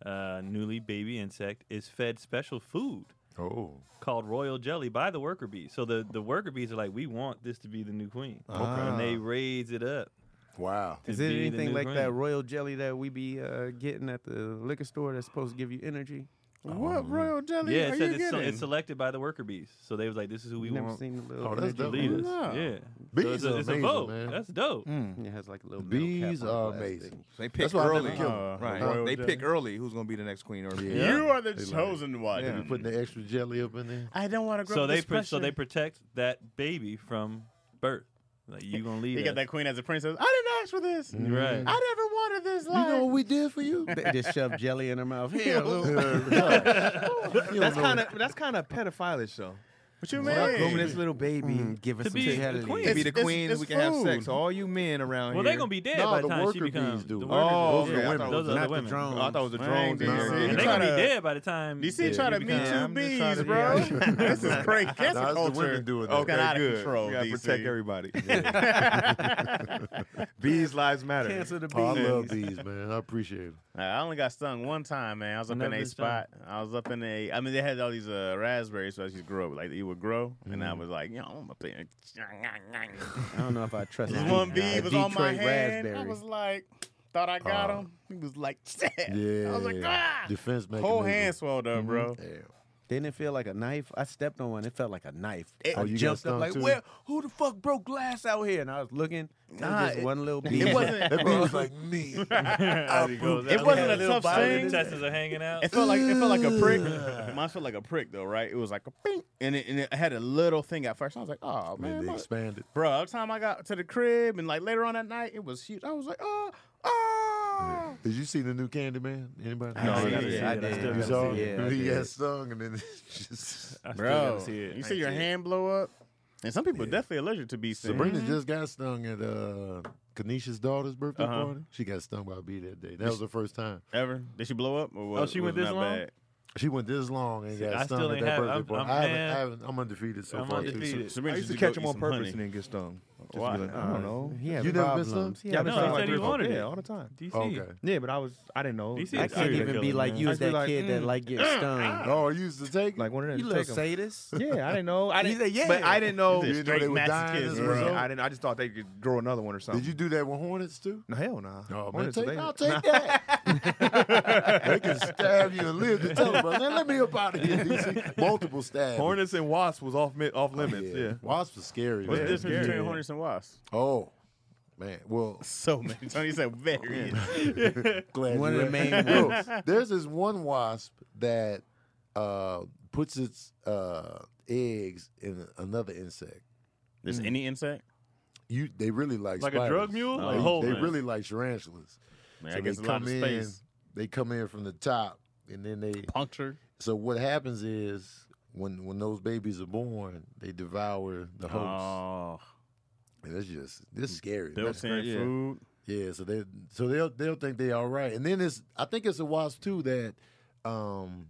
Speaker 5: uh, newly baby insect is fed special food
Speaker 2: Oh,
Speaker 5: called royal jelly by the worker bees. So the the worker bees are like, we want this to be the new queen, and they raise it up.
Speaker 2: wow.
Speaker 5: to
Speaker 4: Is it
Speaker 5: be the
Speaker 4: anything
Speaker 5: new
Speaker 4: like that
Speaker 5: queen.
Speaker 4: royal jelly that we be uh, getting at the liquor store that's supposed to give you energy?
Speaker 3: What royal jelly
Speaker 5: Um, Yeah,
Speaker 3: are
Speaker 5: it
Speaker 3: you
Speaker 5: says it's, so-
Speaker 3: getting?
Speaker 5: it's selected by the worker bees. So they was like, this is who we
Speaker 4: Never
Speaker 5: want
Speaker 4: seen the little.
Speaker 2: Oh, that's
Speaker 4: energy
Speaker 2: dope.
Speaker 5: lead us.
Speaker 2: Ooh.
Speaker 5: Yeah,
Speaker 2: Bees
Speaker 5: so it's, a,
Speaker 2: are
Speaker 5: it's
Speaker 2: amazing,
Speaker 5: a vote.
Speaker 2: man.
Speaker 5: That's dope.
Speaker 4: It has like a little. metal cap
Speaker 2: Bees
Speaker 4: on the
Speaker 2: are
Speaker 4: plastic.
Speaker 2: amazing.
Speaker 6: So they
Speaker 2: That's
Speaker 6: pick
Speaker 2: why I never
Speaker 6: early.
Speaker 2: kill 'em.
Speaker 3: Uh,
Speaker 6: right.
Speaker 3: royal
Speaker 6: they
Speaker 3: jelly.
Speaker 6: pick early. Who's gonna be the next queen? Or
Speaker 2: Yeah.
Speaker 3: You are the
Speaker 2: They like it.
Speaker 3: chosen one.
Speaker 2: They be putting the extra jelly up in there.
Speaker 3: I don't want to grow
Speaker 5: So
Speaker 3: up
Speaker 5: they
Speaker 3: this
Speaker 5: pro-
Speaker 3: pressure.
Speaker 5: so they protect that baby from birth. Like you gonna leave
Speaker 3: You got
Speaker 5: us.
Speaker 3: that queen as a princess. I didn't ask for this.
Speaker 5: Right.
Speaker 3: I never wanted this
Speaker 2: Mm. You
Speaker 3: life.
Speaker 2: know what we did for you?
Speaker 4: They just shove jelly in her mouth. Here, little.
Speaker 6: That's kind of that's kind of pedophilish though.
Speaker 3: what you
Speaker 6: Fuck grooming
Speaker 3: mean?
Speaker 6: this little baby.
Speaker 4: Mm, give us
Speaker 5: To
Speaker 4: some
Speaker 5: be the
Speaker 4: jelly.
Speaker 5: queen.
Speaker 6: It be
Speaker 3: It's-
Speaker 6: the
Speaker 3: it's-
Speaker 6: queen.
Speaker 3: it's
Speaker 6: we can have
Speaker 3: food.
Speaker 6: sex. All you men around
Speaker 5: Well,
Speaker 6: here.
Speaker 5: they're gonna be dead
Speaker 2: No,
Speaker 5: by
Speaker 2: the
Speaker 5: the time she
Speaker 2: worker
Speaker 5: becomes.
Speaker 2: bees do.
Speaker 5: The worker
Speaker 6: Oh,
Speaker 5: bees
Speaker 6: okay.
Speaker 5: do.
Speaker 6: I
Speaker 2: women.
Speaker 6: thought it
Speaker 5: Those
Speaker 6: was-
Speaker 5: are
Speaker 4: not
Speaker 5: the
Speaker 4: the
Speaker 5: women.
Speaker 3: Oh,
Speaker 4: drone.
Speaker 6: I thought it was the
Speaker 3: Man,
Speaker 6: drones. in
Speaker 3: you
Speaker 6: there.
Speaker 3: see-
Speaker 5: And
Speaker 3: You
Speaker 5: they're
Speaker 3: try
Speaker 5: gonna be
Speaker 3: to-
Speaker 5: dead by the time.
Speaker 3: You see,
Speaker 5: yeah,
Speaker 3: trying to
Speaker 5: she
Speaker 3: me
Speaker 5: becomes-
Speaker 3: too
Speaker 4: I'm just trying
Speaker 3: bees,
Speaker 4: to be
Speaker 3: bro. this
Speaker 4: honest.
Speaker 3: is great cancel
Speaker 2: Nah, it's the
Speaker 3: culture.
Speaker 2: women doing that.
Speaker 3: Okay, out of
Speaker 6: good.
Speaker 3: control.
Speaker 6: We gotta
Speaker 3: DC.
Speaker 6: protect everybody. Bees lives matter.
Speaker 4: Cancel the bees.
Speaker 2: Oh, I love bees, man. I appreciate them.
Speaker 3: Uh, I only got stung one time, man. I was up in
Speaker 5: Never
Speaker 3: a
Speaker 5: been stung.
Speaker 3: spot. I was up in a. I mean, they had all these uh, raspberries, so I just grew up like you would grow, and I was like, you know, I'm gonna play.
Speaker 4: I don't know if I trust
Speaker 3: This
Speaker 4: that.
Speaker 3: one
Speaker 4: Uh,
Speaker 3: bee was on my
Speaker 4: Detroit
Speaker 3: hand. I
Speaker 4: raspberry.
Speaker 3: was like, thought I got
Speaker 2: Uh,
Speaker 3: him. He was like, sad.
Speaker 2: Yeah.
Speaker 3: I was like, Mm-hmm. ah.
Speaker 2: Defense mechanism.
Speaker 3: Whole hand swelled up, bro.
Speaker 4: Didn't it feel like a knife? I stepped on one. It felt like a knife.
Speaker 3: It-
Speaker 4: I
Speaker 2: Oh, you got
Speaker 4: jumped up
Speaker 2: stung
Speaker 4: like,
Speaker 2: too?
Speaker 4: well, who the fuck broke glass out here? And I was looking. Nah,
Speaker 3: Nah,
Speaker 4: just
Speaker 3: it-
Speaker 4: one little bee.
Speaker 3: It wasn't.
Speaker 2: That bee was like me.
Speaker 3: It wasn't a
Speaker 5: Little
Speaker 3: tough
Speaker 5: violin
Speaker 3: sting.
Speaker 5: Intestines are hanging out.
Speaker 3: It felt like it felt like a prick. Mine felt like a prick though, right? It was like a pink, and it, and it had a little thing at first. I was like, oh man,
Speaker 2: Man, they
Speaker 3: look.
Speaker 2: expanded.
Speaker 3: bro. Every time I got to the crib and like later on that night, it was huge. I was like, oh, oh.
Speaker 2: Did you see the new Candyman? Anybody?
Speaker 4: No,
Speaker 5: I
Speaker 4: I
Speaker 5: gotta
Speaker 4: did.
Speaker 5: see
Speaker 4: I
Speaker 5: it. I
Speaker 4: did.
Speaker 5: still
Speaker 2: You
Speaker 5: gotta
Speaker 2: saw
Speaker 5: see
Speaker 4: it. Yeah, I
Speaker 2: him? He
Speaker 4: did.
Speaker 2: got stung and then just.
Speaker 5: I still
Speaker 3: Bro,
Speaker 5: gotta see it.
Speaker 3: you see your hand blow up, and some people are definitely allergic to bee stings.
Speaker 2: Sabrina just got stung at uh, Kanisha's daughter's birthday
Speaker 3: Uh-huh.
Speaker 2: party. She got stung by a bee that day. That was the first time.
Speaker 3: Ever did she blow up? Or was,
Speaker 5: Oh, she went
Speaker 3: was it
Speaker 5: this
Speaker 3: not
Speaker 5: long?
Speaker 3: Bad?
Speaker 2: She went this long and got
Speaker 5: I
Speaker 2: stung
Speaker 5: still
Speaker 2: at
Speaker 5: ain't
Speaker 2: that
Speaker 5: have-
Speaker 2: birthday
Speaker 5: I'm-
Speaker 2: party.
Speaker 5: I'm
Speaker 2: I haven't,
Speaker 5: mad.
Speaker 2: I haven't, I'm undefeated so
Speaker 5: I'm
Speaker 2: far. too, so-
Speaker 5: undefeated.
Speaker 3: Sabrina
Speaker 1: I used to
Speaker 3: should
Speaker 1: catch
Speaker 3: go
Speaker 1: him
Speaker 3: eat
Speaker 1: on
Speaker 3: some
Speaker 1: purpose
Speaker 3: honey.
Speaker 1: and then get stung. Just
Speaker 3: Why?
Speaker 1: be like, I don't know.
Speaker 4: He had
Speaker 2: You never been
Speaker 4: problems.
Speaker 2: stung?
Speaker 4: He
Speaker 1: Yeah, I've been
Speaker 4: had
Speaker 5: No,
Speaker 1: stung
Speaker 5: he
Speaker 4: problems.
Speaker 1: like
Speaker 5: said he
Speaker 1: three or four-
Speaker 5: wanted it.
Speaker 1: Yeah, all the time.
Speaker 5: DC.
Speaker 2: Okay.
Speaker 1: Yeah, but I was I didn't know. I
Speaker 5: DC
Speaker 4: I
Speaker 5: is
Speaker 1: can't
Speaker 4: can't
Speaker 5: serial
Speaker 1: even
Speaker 4: even
Speaker 5: killer,
Speaker 4: be like
Speaker 5: man.
Speaker 4: you
Speaker 1: I
Speaker 4: was
Speaker 1: feel
Speaker 4: that
Speaker 1: like,
Speaker 4: kid that
Speaker 1: mm,
Speaker 4: like getting stung.
Speaker 2: Oh, you used to take
Speaker 1: like one of them.
Speaker 4: You
Speaker 1: to
Speaker 4: little
Speaker 1: take 'em.
Speaker 4: sadist.
Speaker 1: Yeah, I didn't know. I
Speaker 4: He's
Speaker 1: didn't.
Speaker 4: like, yeah.
Speaker 1: But I didn't know.
Speaker 3: He's
Speaker 2: You
Speaker 3: a
Speaker 2: didn't know
Speaker 3: straight
Speaker 2: they were dying
Speaker 3: masochist,
Speaker 2: as a
Speaker 1: Yeah,
Speaker 3: bro.
Speaker 1: I didn't. I just thought they could grow another one or something.
Speaker 2: Did you do that with hornets too?
Speaker 1: No, hell nah.
Speaker 2: No, man,
Speaker 1: Hornets,
Speaker 2: take,
Speaker 1: they-
Speaker 2: I'll take that. they can stab you and live to tell them, man, let me up out of here, DC. Multiple stabs. Oh,
Speaker 1: Hornets and wasps was off mi- off limits. yeah.
Speaker 2: Wasps are scary,
Speaker 3: What's
Speaker 2: man.
Speaker 3: the difference between
Speaker 2: Yeah.
Speaker 3: hornets and wasps?
Speaker 2: Oh, man. Well,
Speaker 3: So many. Tony said various.
Speaker 2: glad
Speaker 4: One
Speaker 2: you
Speaker 4: of the
Speaker 2: asked.
Speaker 4: main
Speaker 2: Well, There's this one wasp that uh, puts its uh, eggs in another insect.
Speaker 3: There's any insect?
Speaker 2: You, they really like
Speaker 5: Like a
Speaker 2: spiders.
Speaker 5: drug mule?
Speaker 3: No.
Speaker 5: Like,
Speaker 2: They-
Speaker 5: hold
Speaker 2: they
Speaker 5: on.
Speaker 2: really like tarantulas.
Speaker 3: Man,
Speaker 2: So
Speaker 3: I guess
Speaker 2: they
Speaker 3: a lot
Speaker 2: come
Speaker 3: of
Speaker 2: in.
Speaker 3: space.
Speaker 2: They come in from the top, and then they
Speaker 3: Puncture.
Speaker 2: So what happens is when when those babies are born, they devour the host.
Speaker 3: Oh,
Speaker 2: And that's just this is scary.
Speaker 3: built
Speaker 2: That's-
Speaker 3: in food.
Speaker 2: yeah, so they so they'll they'll think they all right. And then it's I think it's a wasp too that um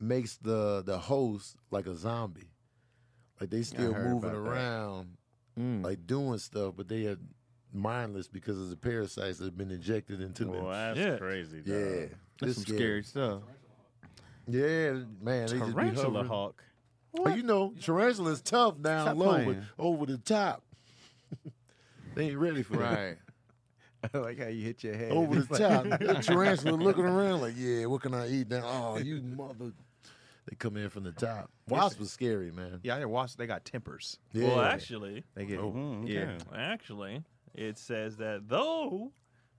Speaker 2: makes the the host like a zombie. Like they still
Speaker 4: heard
Speaker 2: moving
Speaker 4: about that.
Speaker 2: around, like doing stuff, but they are mindless because of the parasites that have been injected into
Speaker 3: Well,
Speaker 2: them.
Speaker 3: that's
Speaker 5: Yeah.
Speaker 3: crazy. Dog.
Speaker 2: Yeah.
Speaker 1: That's
Speaker 2: It's
Speaker 1: some scary stuff.
Speaker 2: Yeah, man. They just be
Speaker 3: Tarantula
Speaker 2: hovering.
Speaker 3: hawk.
Speaker 2: Well, you know, tarantula's tough down
Speaker 4: Stop
Speaker 2: low, but
Speaker 4: playing.
Speaker 2: over the top. they ain't ready for that.
Speaker 1: Right.
Speaker 4: I like how you hit your head.
Speaker 2: Over
Speaker 4: It's
Speaker 2: the
Speaker 4: like-
Speaker 2: top. The tarantula looking around like, yeah, what can I eat now? Oh, you mother. They come in from the top. Wasps was scary, man.
Speaker 1: Yeah, I didn't watch. They got tempers.
Speaker 2: Yeah.
Speaker 5: Well, actually,
Speaker 1: They get.
Speaker 3: Mm,
Speaker 1: Yeah.
Speaker 3: okay.
Speaker 5: Actually, it says that though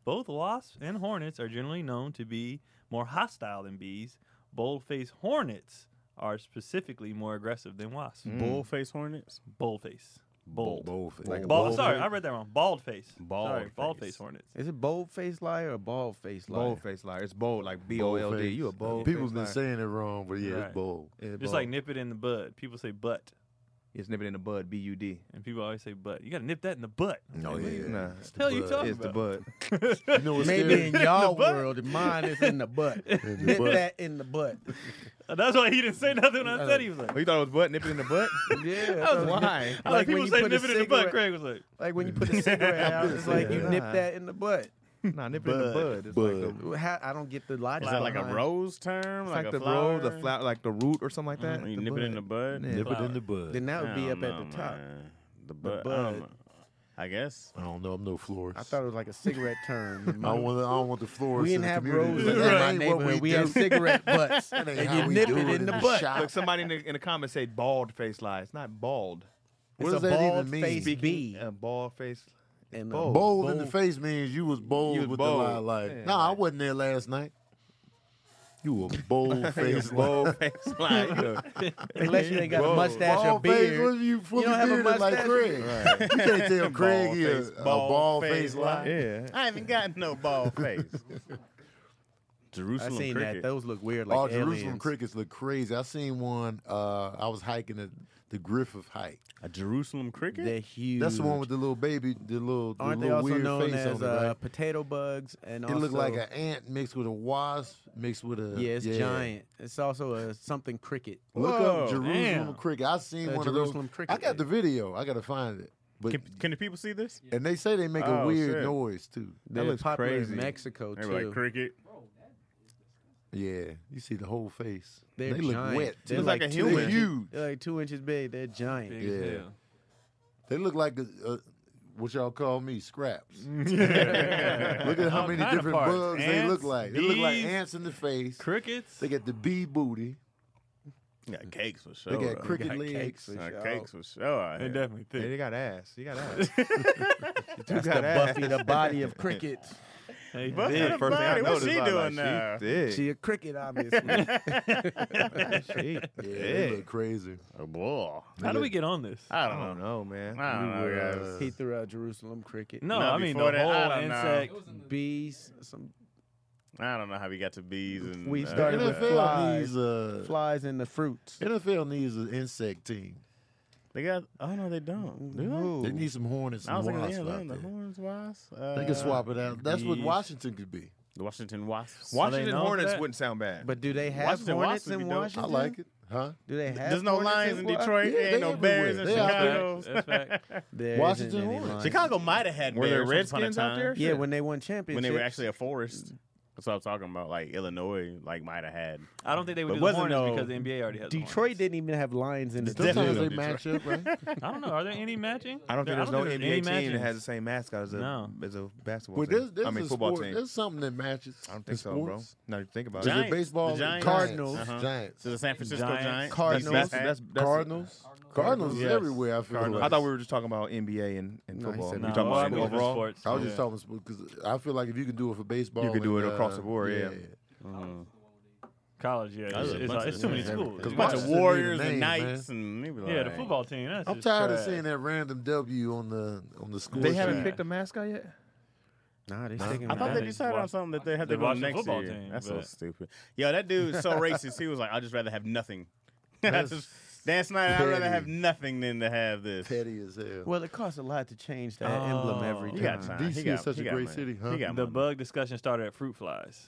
Speaker 5: both wasps and hornets are generally known to be more hostile than bees, bold-faced hornets are specifically more aggressive than wasps.
Speaker 3: Bull face hornets.
Speaker 5: Bullface. Bold. Bald.
Speaker 2: Bold face.
Speaker 5: sorry, I read that wrong. Bald face.
Speaker 3: Bald
Speaker 5: sorry, bald
Speaker 3: face.
Speaker 5: face hornets.
Speaker 4: Is it bold faced liar or bald faced liar?
Speaker 1: Bold face liar. It's bold, like B O L D. You a bold. face
Speaker 2: People's been
Speaker 1: liar.
Speaker 2: saying it wrong, but yeah,
Speaker 5: Right.
Speaker 2: it's bold.
Speaker 1: Yeah,
Speaker 5: Just
Speaker 1: bold.
Speaker 5: like nip it in the bud. People say butt,
Speaker 1: it's nipping in the bud. B U D.
Speaker 5: and people always say butt. You got to nip that in the butt.
Speaker 2: No, yeah.
Speaker 1: Nah.
Speaker 2: It's
Speaker 5: Hell, you
Speaker 2: bud.
Speaker 5: talking
Speaker 1: It's the
Speaker 5: about?
Speaker 1: bud.
Speaker 2: You know what's
Speaker 4: Maybe
Speaker 2: scary?
Speaker 4: in y'all
Speaker 5: butt?
Speaker 4: world, mine is in the butt.
Speaker 2: In the
Speaker 4: Nip
Speaker 2: butt.
Speaker 4: that in the butt.
Speaker 5: That's why he didn't say nothing when I said he was like.
Speaker 1: Oh, you thought it was butt nipping in the butt?
Speaker 4: Yeah, why?
Speaker 5: I like, people say nip it in the butt.
Speaker 4: cigarette-
Speaker 5: Craig was like,
Speaker 4: Like when you put a cigarette out, it's like you
Speaker 1: Yeah.
Speaker 4: nip that in the butt.
Speaker 1: nah, nipping in the bud. It's like the,
Speaker 4: How, I don't get the logic.
Speaker 3: Is that like a
Speaker 4: behind-
Speaker 3: rose term?
Speaker 1: it's like, the
Speaker 3: a flower?
Speaker 1: rose, the flower, like the root or something like that.
Speaker 3: Mhm, You
Speaker 1: The
Speaker 3: nip it in
Speaker 1: bud.
Speaker 3: the bud.
Speaker 1: Yeah.
Speaker 2: Nip it in
Speaker 5: flower.
Speaker 2: the bud.
Speaker 4: Then that would
Speaker 3: I
Speaker 4: be up
Speaker 3: don't
Speaker 4: at the
Speaker 3: know,
Speaker 4: top.
Speaker 3: man. The bud. I,
Speaker 4: bud.
Speaker 3: don't know. I guess.
Speaker 2: I don't know. I'm no florist.
Speaker 4: I thought it was like a cigarette term.
Speaker 2: I don't want. I don't want the florist.
Speaker 4: we
Speaker 2: in
Speaker 4: didn't
Speaker 2: the
Speaker 4: have
Speaker 2: community.
Speaker 4: roses in
Speaker 2: That
Speaker 4: my
Speaker 2: ain't what
Speaker 4: neighborhood. We
Speaker 2: do.
Speaker 4: had cigarette butts,
Speaker 2: That ain't
Speaker 4: and
Speaker 2: how
Speaker 4: you
Speaker 2: we
Speaker 4: nip
Speaker 2: do
Speaker 4: it in the butt.
Speaker 2: shop.
Speaker 1: Look, somebody in the, in the comments say bald face lie. It's not bald.
Speaker 2: What
Speaker 4: it's
Speaker 2: does
Speaker 4: a
Speaker 2: that even
Speaker 4: bald
Speaker 2: mean?
Speaker 4: face
Speaker 5: E.
Speaker 4: B.
Speaker 1: A bald face.
Speaker 4: and a
Speaker 1: bold.
Speaker 2: Bold in the face means you was bold
Speaker 1: You was
Speaker 2: with
Speaker 1: bold.
Speaker 2: the lie. Like,
Speaker 1: Yeah,
Speaker 2: nah, I wasn't there last night. You a bold face.
Speaker 1: Bald face lie. You know.
Speaker 4: Unless you ain't got a
Speaker 1: Bold.
Speaker 4: mustache or
Speaker 2: Bald face, what
Speaker 4: beard.
Speaker 2: if you fully
Speaker 4: don't have a
Speaker 2: bearded like
Speaker 4: mustache?
Speaker 2: Craig? You can't tell Craig he a,
Speaker 3: face,
Speaker 2: a
Speaker 3: bald
Speaker 2: bald
Speaker 3: face
Speaker 2: face lie.
Speaker 1: Yeah.
Speaker 3: I haven't got no bald face.
Speaker 4: I
Speaker 3: Jerusalem
Speaker 4: seen that.
Speaker 3: cricket.
Speaker 4: Those look weird, like
Speaker 2: oh, Jerusalem
Speaker 4: aliens.
Speaker 2: crickets look crazy. I seen one. Uh, I was hiking at the Griffith hike.
Speaker 3: A Jerusalem cricket.
Speaker 4: They're huge.
Speaker 2: That's the one with the little baby, the little, the
Speaker 4: Aren't they
Speaker 2: little
Speaker 4: also
Speaker 2: weird
Speaker 4: known
Speaker 2: face
Speaker 4: as
Speaker 2: on it, right?
Speaker 4: uh, potato bugs? And
Speaker 2: It looked like
Speaker 4: also-
Speaker 2: an ant mixed with a wasp mixed with a
Speaker 4: yeah, it's giant. It's also a something cricket.
Speaker 2: Look
Speaker 3: Whoa,
Speaker 2: up Jerusalem
Speaker 5: damn.
Speaker 2: cricket. I seen
Speaker 4: Uh,
Speaker 2: one
Speaker 4: Jerusalem
Speaker 2: of those.
Speaker 4: cricket,
Speaker 2: I got the
Speaker 4: yeah.
Speaker 2: video. I gotta find it. But
Speaker 3: Can, can the people see this?
Speaker 2: and they say they make a
Speaker 3: Oh,
Speaker 2: weird
Speaker 3: shit.
Speaker 2: noise too.
Speaker 4: They're
Speaker 1: looks
Speaker 4: popular
Speaker 1: crazy.
Speaker 4: in Mexico
Speaker 3: They
Speaker 4: too.
Speaker 3: were like cricket.
Speaker 2: Yeah, you see the whole face.
Speaker 4: They're
Speaker 2: they look
Speaker 4: giant.
Speaker 2: wet.
Speaker 4: They're
Speaker 2: too.
Speaker 4: like,
Speaker 6: like a
Speaker 4: two
Speaker 6: human.
Speaker 4: inches-
Speaker 6: Huge.
Speaker 4: They're like two inches big. They're giant.
Speaker 5: Big as
Speaker 2: Yeah.
Speaker 5: hell.
Speaker 2: They look like uh, uh, what y'all call me scraps. look at how
Speaker 5: All
Speaker 2: many
Speaker 5: kind of
Speaker 2: different
Speaker 5: parts.
Speaker 2: bugs they look
Speaker 5: Ants,
Speaker 2: like. They look like
Speaker 5: bees.
Speaker 2: ants in the face.
Speaker 5: Crickets.
Speaker 2: They got the bee booty.
Speaker 3: got cakes for sure.
Speaker 2: They got
Speaker 3: though.
Speaker 2: cricket
Speaker 3: Got
Speaker 2: legs.
Speaker 3: Cakes for
Speaker 2: Nah,
Speaker 3: sure. Cakes for sure. Oh, out
Speaker 5: They
Speaker 3: here.
Speaker 5: definitely
Speaker 6: Yeah,
Speaker 5: thick.
Speaker 6: they got ass. You got ass.
Speaker 4: That's
Speaker 6: got
Speaker 4: the
Speaker 6: ass.
Speaker 4: Oh. Buffy the body of crickets.
Speaker 5: They
Speaker 3: But
Speaker 5: thick.
Speaker 3: the body, what's she
Speaker 6: I was
Speaker 3: doing now?
Speaker 6: like, she did.
Speaker 4: She a cricket, obviously.
Speaker 6: She
Speaker 2: Yeah, they
Speaker 6: Yeah.
Speaker 2: look crazy.
Speaker 3: Oh, boy.
Speaker 5: How do we get on this?
Speaker 3: I
Speaker 6: I don't
Speaker 3: don't know.
Speaker 6: know, man.
Speaker 3: I don't
Speaker 2: We
Speaker 3: know,
Speaker 2: were,
Speaker 3: guys.
Speaker 4: he threw out Jerusalem cricket.
Speaker 5: No,
Speaker 3: No,
Speaker 5: I mean the
Speaker 3: before that,
Speaker 5: whole
Speaker 3: I don't know.
Speaker 5: insect.
Speaker 8: It was in the
Speaker 4: Bees, some
Speaker 3: I don't know how we got to bees and
Speaker 4: We
Speaker 3: uh,
Speaker 4: started with
Speaker 2: NFL
Speaker 4: flies.
Speaker 2: needs a
Speaker 4: flies in the fruits.
Speaker 2: NFL needs an insect team.
Speaker 3: They got. Oh no, they don't. Do
Speaker 2: They
Speaker 4: Ooh.
Speaker 2: need some hornets
Speaker 3: they? I
Speaker 2: and
Speaker 3: was like,
Speaker 2: wasps
Speaker 3: yeah,
Speaker 2: out
Speaker 3: man, the
Speaker 2: there.
Speaker 3: horns wasps. Uh,
Speaker 2: They can swap it out. That's what
Speaker 3: bees.
Speaker 2: Washington could be.
Speaker 3: The Washington wasps.
Speaker 6: Washington
Speaker 5: known for
Speaker 6: Hornets
Speaker 5: that?
Speaker 6: wouldn't sound bad.
Speaker 4: But do they have
Speaker 3: Washington
Speaker 4: hornets
Speaker 3: Wasps would
Speaker 4: in
Speaker 3: be dope. I
Speaker 2: I
Speaker 4: Washington?
Speaker 2: like it, huh?
Speaker 4: Do they have
Speaker 3: There's no
Speaker 4: hornets
Speaker 3: lions in
Speaker 4: Wa-
Speaker 3: Detroit.
Speaker 2: Yeah,
Speaker 3: there ain't
Speaker 2: they
Speaker 3: no bears in
Speaker 2: everywhere. They out there.
Speaker 3: Chicago.
Speaker 5: That's fact.
Speaker 4: There isn't
Speaker 2: Washington
Speaker 4: any
Speaker 2: hornets.
Speaker 4: lions.
Speaker 3: Chicago might have had
Speaker 6: Were there
Speaker 3: bears once upon a
Speaker 6: Redskins out
Speaker 3: time.
Speaker 6: there?
Speaker 4: Yeah, when they won championships.
Speaker 3: when they were actually a forest. That's what I'm talking about. Like Illinois, like might have had.
Speaker 5: I don't think they would
Speaker 3: But
Speaker 5: do the
Speaker 3: wasn't
Speaker 5: Hornets
Speaker 3: no-
Speaker 5: because the NBA already has. the
Speaker 4: Detroit
Speaker 5: Hornets.
Speaker 4: didn't even have lions in the
Speaker 2: Sometimes they
Speaker 3: Definitely
Speaker 2: match up, right?
Speaker 5: I don't know. Are there any matching?
Speaker 6: I don't think
Speaker 5: There-
Speaker 6: there's no
Speaker 5: think
Speaker 6: NBA
Speaker 5: any
Speaker 6: team that
Speaker 5: matchings.
Speaker 6: has the same mascot as a
Speaker 5: No.
Speaker 6: as a basketball
Speaker 2: Well,
Speaker 6: team.
Speaker 2: there's, there's
Speaker 6: I mean
Speaker 2: a
Speaker 6: football
Speaker 2: sport,
Speaker 6: team.
Speaker 2: There's something that matches.
Speaker 6: I don't think
Speaker 2: in
Speaker 6: so, bro.
Speaker 2: sports.
Speaker 6: Now you think about
Speaker 2: Is
Speaker 3: Giants.
Speaker 2: it baseball?
Speaker 3: The Giants.
Speaker 2: Cardinals.
Speaker 3: Uh-huh.
Speaker 2: Giants.
Speaker 3: So the San Francisco
Speaker 5: Giants.
Speaker 3: Giants,
Speaker 6: it.
Speaker 4: Cardinals.
Speaker 6: That's, that's, that's
Speaker 2: Cardinals. Cardinals is
Speaker 3: Yes.
Speaker 2: everywhere. I feel
Speaker 6: Cardinals.
Speaker 2: like.
Speaker 6: I thought we were just talking about NBA and, and
Speaker 4: No, he
Speaker 6: football.
Speaker 4: said
Speaker 5: No,
Speaker 6: you talking
Speaker 5: well, I
Speaker 6: about
Speaker 5: mean, for
Speaker 6: overall?
Speaker 5: sports,
Speaker 2: I was
Speaker 5: yeah.
Speaker 2: just talking because I feel like if you can do it for baseball,
Speaker 6: You can do
Speaker 2: and,
Speaker 6: it across the
Speaker 2: uh,
Speaker 6: board, yeah.
Speaker 2: Mm.
Speaker 5: college. Yeah,
Speaker 3: There's
Speaker 5: it's,
Speaker 3: a
Speaker 5: it's,
Speaker 3: bunch
Speaker 5: like-
Speaker 3: of-
Speaker 5: it's too many
Speaker 3: yeah.
Speaker 5: schools.
Speaker 3: There's a
Speaker 2: Cause
Speaker 3: bunch
Speaker 2: Washington
Speaker 3: of
Speaker 2: need a
Speaker 3: warriors and
Speaker 2: name,
Speaker 3: knights and maybe like,
Speaker 5: Yeah, the football team. That's
Speaker 2: I'm
Speaker 5: just
Speaker 2: tired of
Speaker 5: trash.
Speaker 2: seeing that random W on the on the school.
Speaker 6: They
Speaker 2: sheet.
Speaker 6: haven't
Speaker 3: Yeah.
Speaker 6: picked a mascot yet.
Speaker 4: Nah, they
Speaker 2: Nah.
Speaker 4: sticking
Speaker 3: I
Speaker 4: with
Speaker 3: thought
Speaker 5: Nah,
Speaker 3: they
Speaker 5: they just
Speaker 3: decided on
Speaker 5: watch-
Speaker 3: something that they had to
Speaker 5: they
Speaker 3: go
Speaker 5: watch the
Speaker 3: next
Speaker 5: football
Speaker 3: year.
Speaker 5: team,
Speaker 3: That's so
Speaker 5: but-
Speaker 3: stupid. Yo, that dude's so racist. He was like, I'd just rather have nothing. That's
Speaker 2: That's
Speaker 3: just, Dan Snyder, I'd rather
Speaker 2: petty.
Speaker 3: have nothing than to have this.
Speaker 2: petty as hell.
Speaker 4: Well, it costs a lot to change that emblem every
Speaker 3: He
Speaker 4: time.
Speaker 3: Oh, got time.
Speaker 2: DC
Speaker 3: he
Speaker 2: is
Speaker 3: got,
Speaker 2: such
Speaker 3: he
Speaker 2: a
Speaker 3: got
Speaker 2: great
Speaker 3: money.
Speaker 2: city, huh?
Speaker 3: He got
Speaker 5: The
Speaker 3: money.
Speaker 5: bug discussion started at fruit flies.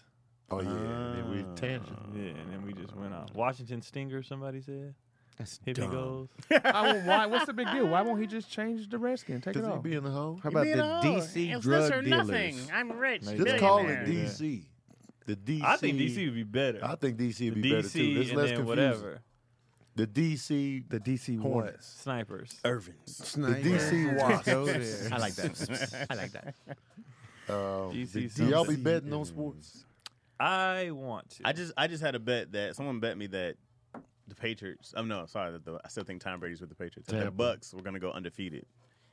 Speaker 2: oh yeah, then we tangent.
Speaker 5: Yeah, and then we just went on. Oh, Washington Stinger, somebody said.
Speaker 4: That's
Speaker 5: Hit me goes.
Speaker 6: I won't, why? What's the big deal? Why won't he just change the redskin? Take
Speaker 2: Does he be in the hole?
Speaker 4: How about
Speaker 3: You
Speaker 4: the
Speaker 3: know,
Speaker 4: DC
Speaker 3: it's
Speaker 4: drug
Speaker 3: this or
Speaker 4: dealers?
Speaker 3: nothing. I'm rich.
Speaker 2: Just call it
Speaker 3: billionaire.
Speaker 2: DC. The DC.
Speaker 5: I think DC would be better.
Speaker 2: I think DC would be
Speaker 5: DC
Speaker 2: better too. It's
Speaker 5: and
Speaker 2: less
Speaker 5: then
Speaker 2: confusing.
Speaker 5: whatever
Speaker 2: The DC.
Speaker 6: The DC Hornets.
Speaker 2: Hornets.
Speaker 5: snipers.
Speaker 2: Er,
Speaker 3: Irvins.
Speaker 2: The DC
Speaker 4: Wasps.
Speaker 3: I like that. I like that.
Speaker 2: Um,
Speaker 5: DC
Speaker 2: the- do
Speaker 5: something.
Speaker 2: y'all be betting on sports?
Speaker 5: I want to.
Speaker 3: I just I just had a bet that someone bet me that the Patriots. Oh no, sorry. That the, I still think Tom Brady's with the Patriots. That the
Speaker 2: Tampa.
Speaker 3: Bucks were going to go undefeated,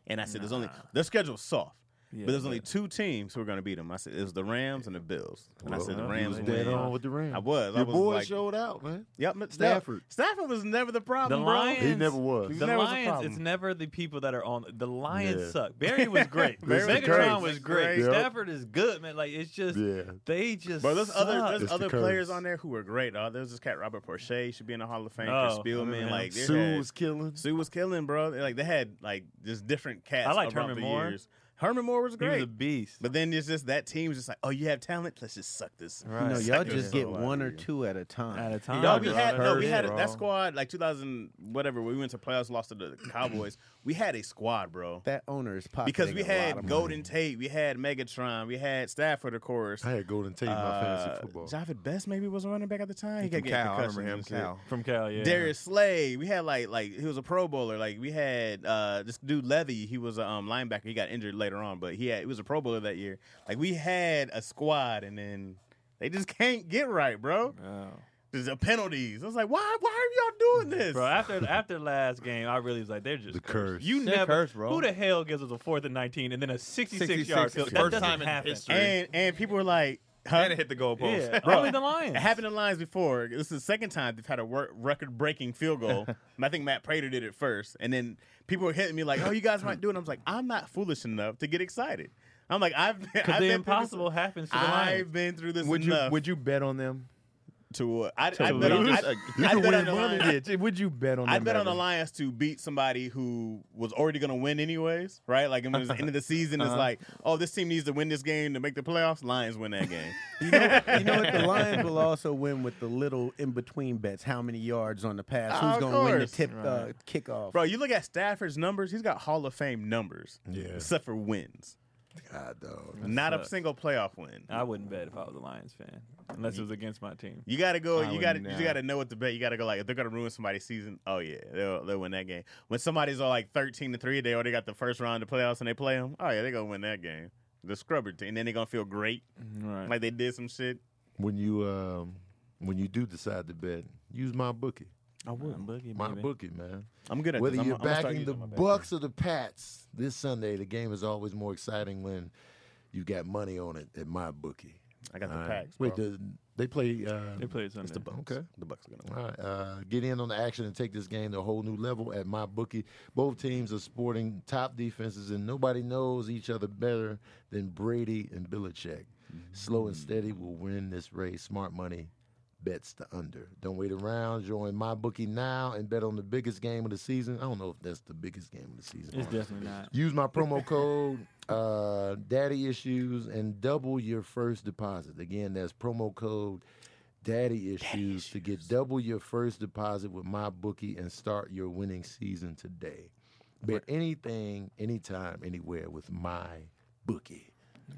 Speaker 3: and I said there's only their schedule's soft,
Speaker 5: Yeah,
Speaker 3: but there's only two teams who are going to beat them. I said it was the Rams and the Bills, and I said the
Speaker 2: Well,
Speaker 3: Rams
Speaker 2: you was dead
Speaker 3: win.
Speaker 2: on with the Rams.
Speaker 3: I was. I
Speaker 2: Your
Speaker 3: was
Speaker 2: boy
Speaker 3: like,
Speaker 2: showed out, man.
Speaker 3: yep, but
Speaker 2: Stafford.
Speaker 3: Stafford was never the problem,
Speaker 5: The
Speaker 3: bro.
Speaker 5: Lions-
Speaker 2: He never was.
Speaker 3: He
Speaker 5: the
Speaker 3: never was a
Speaker 5: Lions,
Speaker 3: problem.
Speaker 5: it's never the people that are on. The Lions
Speaker 2: Yeah.
Speaker 5: suck. Barry was great.
Speaker 3: Barry
Speaker 2: was
Speaker 5: Megatron
Speaker 2: great.
Speaker 5: was great.
Speaker 2: Yep.
Speaker 5: Stafford is good, man. Like it's just
Speaker 2: Yeah.
Speaker 5: they just.
Speaker 3: Bro, there's other
Speaker 5: suck.
Speaker 3: there's
Speaker 2: It's the
Speaker 3: other players
Speaker 2: curse.
Speaker 3: on there who were great. Uh, there's this cat Robert Porche should be in the Hall of Fame.
Speaker 5: Oh,
Speaker 3: Chris Spielman,
Speaker 5: yeah.
Speaker 3: like they
Speaker 2: Sue
Speaker 3: had-
Speaker 2: was killing.
Speaker 3: Sue was killing, bro. They, Like they had like just different cats.
Speaker 5: I liked
Speaker 3: around
Speaker 5: Herman
Speaker 3: the
Speaker 5: Moore.
Speaker 3: Years. Herman Moore was
Speaker 5: he was
Speaker 3: great,
Speaker 5: a beast.
Speaker 3: but then it's just that team's just like, oh, you have talent. Let's just suck this.
Speaker 5: Right.
Speaker 4: No,
Speaker 3: suck
Speaker 4: y'all
Speaker 3: this
Speaker 4: just
Speaker 3: soul
Speaker 4: get
Speaker 3: out of
Speaker 4: one or
Speaker 3: you.
Speaker 4: two at a time.
Speaker 5: At a time,
Speaker 3: No, we
Speaker 5: bro.
Speaker 3: had no, we
Speaker 5: Hurts,
Speaker 3: had
Speaker 5: bro.
Speaker 3: that squad like 2000 whatever. We went to playoffs, lost to the Cowboys. we had a squad, bro.
Speaker 4: That owner is popular.
Speaker 3: Because we had Golden Tate, we had Megatron, we had Stafford, of course.
Speaker 2: I had Golden Tate in my
Speaker 3: Uh,
Speaker 2: fantasy football.
Speaker 3: Javid Best maybe was a running back at the time. He
Speaker 6: From
Speaker 3: kept getting
Speaker 6: Cal. I remember
Speaker 3: concussions
Speaker 6: him,
Speaker 3: and shit.
Speaker 6: Cal.
Speaker 5: from Cal. Yeah,
Speaker 3: Darius Slay. We had like like he was a Pro Bowler. Like we had uh this dude Levy. He was a um, linebacker. He got injured later on, but he had he was a Pro Bowler that year. Like we had a squad, and then they just can't get right, bro.
Speaker 5: Oh.
Speaker 3: There's a penalties. I was like, why why are y'all doing this?
Speaker 5: Bro, after after last game, I really was like, they're just
Speaker 2: The
Speaker 5: cursed.
Speaker 2: curse.
Speaker 5: You
Speaker 6: They're
Speaker 5: never,
Speaker 6: cursed, bro.
Speaker 5: Who the hell gives us a fourth and nineteen and then a sixty-six,
Speaker 6: 66
Speaker 5: yard field?
Speaker 6: first
Speaker 5: that doesn't
Speaker 6: time in
Speaker 5: happen.
Speaker 6: history.
Speaker 3: and and people were like, huh?
Speaker 6: And it hit the goalpost.
Speaker 5: Yeah,
Speaker 3: Bro,
Speaker 5: only the Lions.
Speaker 3: It happened in lines before. This is the second time they've had a wor- record-breaking field goal. And I think Matt Prater did it first, and then people were hitting me like, "Oh, you guys might do it." I was like, "I'm not foolish enough to get excited." I'm like, "I've been, I've
Speaker 5: because
Speaker 3: been
Speaker 5: the
Speaker 3: through
Speaker 5: impossible
Speaker 3: This,
Speaker 5: happens to the Lions.
Speaker 3: I've been through this
Speaker 6: Would you
Speaker 3: enough
Speaker 6: would you bet on them?
Speaker 3: to uh, I, I bet on,
Speaker 6: lose?
Speaker 3: I,
Speaker 6: Uh,
Speaker 3: I bet on the Lions.
Speaker 6: Yeah, would you bet on them?
Speaker 3: I bet on the
Speaker 6: ever?
Speaker 3: Lions to beat somebody who was already going to win anyways, right? Like, when it's the end of the season,
Speaker 6: Uh-huh.
Speaker 3: it's like, oh, this team needs to win this game to make the playoffs. Lions win that game.
Speaker 4: You know, you know what? The Lions will also win with the little in between bets. How many yards on the pass?
Speaker 3: Oh,
Speaker 4: Who's
Speaker 3: of
Speaker 4: going to win the
Speaker 3: course.
Speaker 4: tip uh, kickoff?
Speaker 3: Bro, you look at Stafford's numbers, he's got Hall of Fame numbers.
Speaker 2: Yeah.
Speaker 3: Except for wins.
Speaker 2: God, dog.
Speaker 3: Not a
Speaker 5: sucks.
Speaker 3: single playoff win.
Speaker 5: I wouldn't bet if I was a Lions fan, unless it was against my team.
Speaker 3: You gotta go.
Speaker 6: I
Speaker 3: You
Speaker 6: would
Speaker 3: gotta.
Speaker 6: not.
Speaker 3: You gotta know what to bet. You gotta go. Like if they're gonna ruin somebody's season, oh yeah, they'll, they'll win that game. When somebody's all like thirteen to three, they already got the first round of the playoffs, and they play them. Oh yeah, they're gonna win that game. The scrubber team, and then they're gonna feel great,
Speaker 5: Right.
Speaker 3: like they did some shit.
Speaker 2: When you um, when you do decide to bet, use my bookie.
Speaker 5: I would. Boogie,
Speaker 2: My
Speaker 5: baby.
Speaker 2: bookie, man.
Speaker 3: I'm good at
Speaker 2: Whether
Speaker 3: this.
Speaker 2: you're
Speaker 3: I'm, I'm gonna start
Speaker 2: backing the
Speaker 3: using my bet.
Speaker 2: Bucks or the Pats this Sunday, the game is always more exciting when you got money on it at my bookie.
Speaker 3: I got the
Speaker 2: All right.
Speaker 3: packs.
Speaker 2: Wait,
Speaker 3: bro.
Speaker 2: does, they play? Uh,
Speaker 5: They played Sunday.
Speaker 3: it's the Bucks.
Speaker 2: Okay.
Speaker 3: the Bucks are gonna win.
Speaker 2: All right, uh, get in on the action and take this game to a whole new level at my bookie. Both teams are sporting top defenses, and nobody knows each other better than Brady and Belichick. Slow and steady will win this race. Smart money bets the under. Don't wait around. Join my bookie now and bet on the biggest game of the season. I don't know if that's the biggest game of the season.
Speaker 5: It's definitely not.
Speaker 2: Use my promo code uh, Daddy Issues and double your first deposit. Again, that's promo code Daddy Issues, to get double your first deposit with my bookie and start your winning season today. Bet anything, anytime, anywhere with my bookie.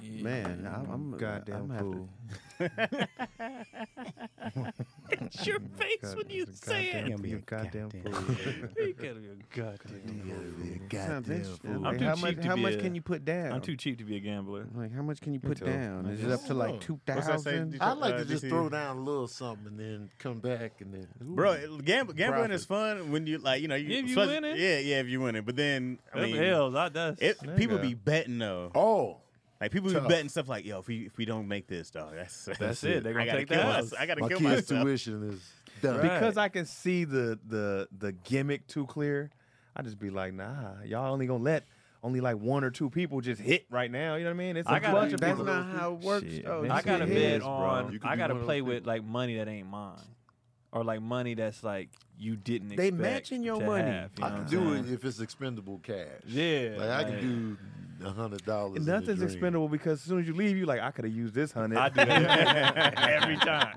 Speaker 4: Man, I'm, I'm a- I'm
Speaker 6: goddamn
Speaker 4: gonna have to-
Speaker 6: fool.
Speaker 5: It's your face when you say
Speaker 6: Goddamn,
Speaker 4: be
Speaker 6: you
Speaker 4: a
Speaker 6: goddamn
Speaker 4: goddamn
Speaker 6: fool. Sounds interesting. I'm
Speaker 5: I'm
Speaker 6: Like,
Speaker 5: too
Speaker 6: how
Speaker 5: cheap
Speaker 6: much?
Speaker 5: to
Speaker 6: How
Speaker 5: be
Speaker 6: much
Speaker 5: a-
Speaker 6: can you put down?
Speaker 5: I'm too cheap to be a gambler.
Speaker 6: Like, how much can you put
Speaker 2: too.
Speaker 6: down? Is it up to like two
Speaker 3: What's that say?
Speaker 6: thousand?
Speaker 2: I like
Speaker 3: Uh,
Speaker 2: to just
Speaker 3: DC.
Speaker 2: throw down a little something and then come back and then. ooh.
Speaker 3: Bro, it- gamb- gambling is fun when you like you know you,
Speaker 5: If you
Speaker 3: especially-
Speaker 5: winning.
Speaker 3: Yeah, yeah, if you winning. But then I
Speaker 5: Them
Speaker 3: mean,
Speaker 5: L's, I does.
Speaker 3: it, people
Speaker 6: Nigga.
Speaker 3: be betting though.
Speaker 2: Oh,
Speaker 3: Like people
Speaker 2: Tough.
Speaker 3: be betting stuff like yo, if we if we don't make this dog, that's
Speaker 5: That's it. They're
Speaker 3: I
Speaker 5: gonna
Speaker 3: gotta
Speaker 5: take
Speaker 3: kill
Speaker 5: that.
Speaker 3: us. I gotta
Speaker 2: my
Speaker 3: kill
Speaker 2: kids'
Speaker 3: myself.
Speaker 2: tuition is done.
Speaker 5: Right.
Speaker 6: Because I can see the the the gimmick too clear. I just be like, nah, y'all only gonna let only like one or two people just hit right now. You know what I mean? It's a
Speaker 5: I gotta-
Speaker 6: bunch of
Speaker 4: That's
Speaker 6: people.
Speaker 4: not how it works.
Speaker 6: Shit,
Speaker 4: though.
Speaker 6: man.
Speaker 5: I
Speaker 6: Yes,
Speaker 5: gotta
Speaker 6: it
Speaker 5: bet
Speaker 6: is, bro.
Speaker 5: on.
Speaker 2: You can
Speaker 5: I
Speaker 2: be
Speaker 5: gotta
Speaker 2: one of
Speaker 5: play
Speaker 2: those
Speaker 5: with like money that ain't mine, or like money that's like you didn't.
Speaker 4: They
Speaker 5: expect
Speaker 4: matching your
Speaker 5: to
Speaker 4: money.
Speaker 5: have, you
Speaker 2: I
Speaker 5: know
Speaker 2: can
Speaker 5: what
Speaker 2: do
Speaker 5: I'm
Speaker 2: it if it's expendable cash.
Speaker 5: saying? Yeah,
Speaker 2: Like I can do a hundred dollars. in a
Speaker 6: Nothing's
Speaker 2: dream.
Speaker 6: expendable because as soon as you leave, you like, I could have used this hundred.
Speaker 5: I do that every time.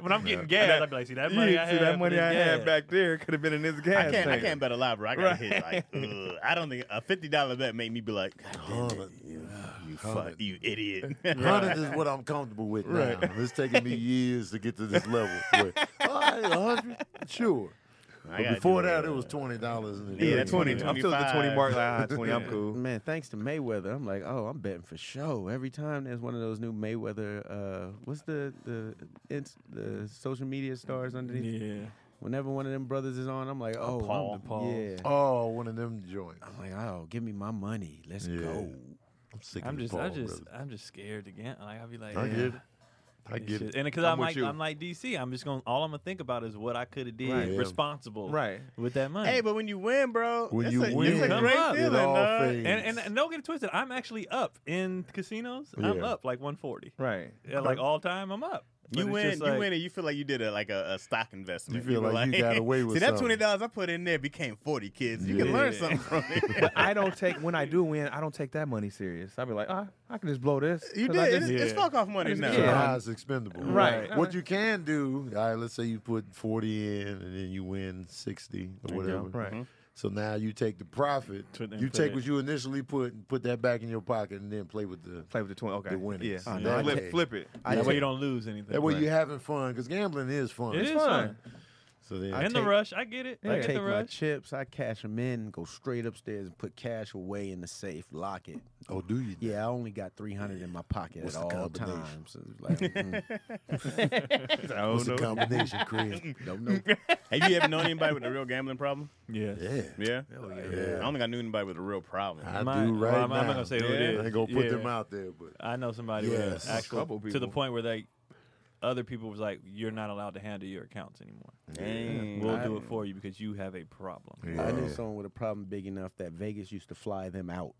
Speaker 5: When I'm getting gas, I'd be like, "See that
Speaker 6: You
Speaker 5: money I
Speaker 6: didn't see
Speaker 5: had?
Speaker 6: that money
Speaker 5: for
Speaker 6: I
Speaker 5: this
Speaker 6: had
Speaker 5: gas."
Speaker 6: back there could have been in this gas
Speaker 3: I can't I
Speaker 6: tank.
Speaker 3: can't bet a lot, bro. I gotta hit like ugh. I don't think a fifty dollar bet made me be like, God damn it,
Speaker 2: Hundred.
Speaker 3: you, you
Speaker 2: Hundred.
Speaker 3: fuck, you idiot.
Speaker 2: Hundred is what I'm comfortable with now. It's taking me years to get to this level. Where, all right, hundred, sure. But before that, it was twenty dollars.
Speaker 3: Yeah, that's
Speaker 6: Twenty.
Speaker 3: Yeah.
Speaker 6: I'm still at the twenty
Speaker 3: 25.
Speaker 6: mark. Like, ah, twenty. I'm cool.
Speaker 4: Man, thanks to Mayweather, I'm like, oh, I'm betting for show. Every time there's one of those new Mayweather, uh, what's the the ins- the social media stars underneath?
Speaker 5: Yeah, Uh,
Speaker 4: Whenever one of them brothers is on, I'm like, oh, I'm-
Speaker 5: Paul. The Pauls.
Speaker 4: yeah.
Speaker 2: Oh, one of them joints.
Speaker 4: I'm like, oh, give me my money. Let's
Speaker 2: Yeah.
Speaker 4: go.
Speaker 2: I'm sick
Speaker 5: I'm
Speaker 2: of
Speaker 5: just,
Speaker 2: Paul,
Speaker 5: I just,
Speaker 2: brother.
Speaker 5: I'm just scared again. Like I'll be like,
Speaker 2: I
Speaker 5: "Yeah,
Speaker 2: get it. I
Speaker 5: this
Speaker 2: get
Speaker 5: shit."
Speaker 2: it.
Speaker 5: And because
Speaker 2: I'm
Speaker 5: I'm,
Speaker 2: with
Speaker 5: like,
Speaker 2: you.
Speaker 5: I'm like DC. I'm just gonna, all I'm gonna think about is what I could have did
Speaker 2: Right. Yeah.
Speaker 5: responsible,
Speaker 6: Right.
Speaker 5: with that money.
Speaker 3: Hey, but when you win, bro,
Speaker 2: When
Speaker 3: that's
Speaker 2: you
Speaker 3: a, that's
Speaker 2: win,
Speaker 3: a
Speaker 5: Come
Speaker 3: great
Speaker 5: up. It
Speaker 3: feeling,
Speaker 2: all
Speaker 3: dog.
Speaker 2: fades.
Speaker 5: and, and and don't get it twisted. I'm actually up in casinos. I'm
Speaker 2: Yeah.
Speaker 5: up like 140.
Speaker 6: Right.
Speaker 5: Yeah, like all time, I'm up. But
Speaker 3: You
Speaker 5: it's
Speaker 3: win,
Speaker 5: just
Speaker 3: you
Speaker 5: like-
Speaker 3: win, and you feel like you did a like a, a stock investment.
Speaker 2: You feel like you got away with
Speaker 3: See that
Speaker 2: something.
Speaker 3: twenty dollars I put in there became forty kids. You can
Speaker 2: Yeah.
Speaker 3: learn something from it.
Speaker 6: I don't take when I do win. I don't take that money serious. I'd be like, ah, I can just blow this.
Speaker 3: you
Speaker 6: 'cause I
Speaker 3: did.
Speaker 6: just-
Speaker 3: It's, it's
Speaker 5: Yeah.
Speaker 3: fuck off money now.
Speaker 2: So
Speaker 6: Yeah.
Speaker 2: how it's expendable.
Speaker 6: Right.
Speaker 2: What you can do, all right, let's say you put 40 in and then you win 60 or
Speaker 6: you go.
Speaker 2: whatever.
Speaker 6: Right.
Speaker 2: So now you take the profit,
Speaker 5: Put it in
Speaker 2: you
Speaker 5: put
Speaker 2: take
Speaker 5: it.
Speaker 2: what you initially put and put that back in your pocket and then play with the.
Speaker 6: Play with the twenty. Okay.
Speaker 2: The winnings.
Speaker 6: Yeah.
Speaker 2: Oh,
Speaker 6: Yeah.
Speaker 2: that
Speaker 6: Flip,
Speaker 2: case.
Speaker 6: flip it.
Speaker 2: I
Speaker 5: that
Speaker 2: take-
Speaker 5: way you don't lose anything.
Speaker 2: That way you're having fun because gambling is fun.
Speaker 5: It is fun.
Speaker 6: fun.
Speaker 2: So then,
Speaker 4: I
Speaker 5: In the
Speaker 4: take-
Speaker 5: rush, I get it. I
Speaker 4: I
Speaker 5: get
Speaker 4: take
Speaker 5: the
Speaker 4: my
Speaker 5: rush.
Speaker 4: chips, I cash them in, go straight upstairs and put cash away in the safe, lock it.
Speaker 2: oh, do you?
Speaker 4: Yeah, I only got three hundred in my pocket
Speaker 2: What's
Speaker 4: at
Speaker 2: the
Speaker 4: all
Speaker 2: combination?
Speaker 4: times. It's like, mm,
Speaker 6: Oh,
Speaker 2: What's the combination, Chris?
Speaker 4: don't know.
Speaker 3: Have you ever known anybody with a real gambling problem?
Speaker 5: Yes.
Speaker 2: Yeah.
Speaker 3: Yeah. I
Speaker 2: Yeah.
Speaker 3: don't think I knew anybody with a real problem.
Speaker 2: I
Speaker 5: My-
Speaker 2: do right
Speaker 5: well, I'm- I'm
Speaker 2: now.
Speaker 5: not gonna say who it
Speaker 2: I
Speaker 5: is.
Speaker 2: ain't going to put
Speaker 5: Yeah.
Speaker 2: them out there, but.
Speaker 5: I know somebody
Speaker 2: Yes.
Speaker 5: with
Speaker 2: A
Speaker 5: actual
Speaker 6: couple
Speaker 5: to the
Speaker 6: people.
Speaker 5: point where they other people was like, "You're not allowed to handle your accounts anymore.
Speaker 6: Mm.
Speaker 3: Dang.
Speaker 5: We'll do it for you because you have a problem."
Speaker 2: Yeah.
Speaker 4: I knew someone with a problem big enough that Vegas used to fly them out.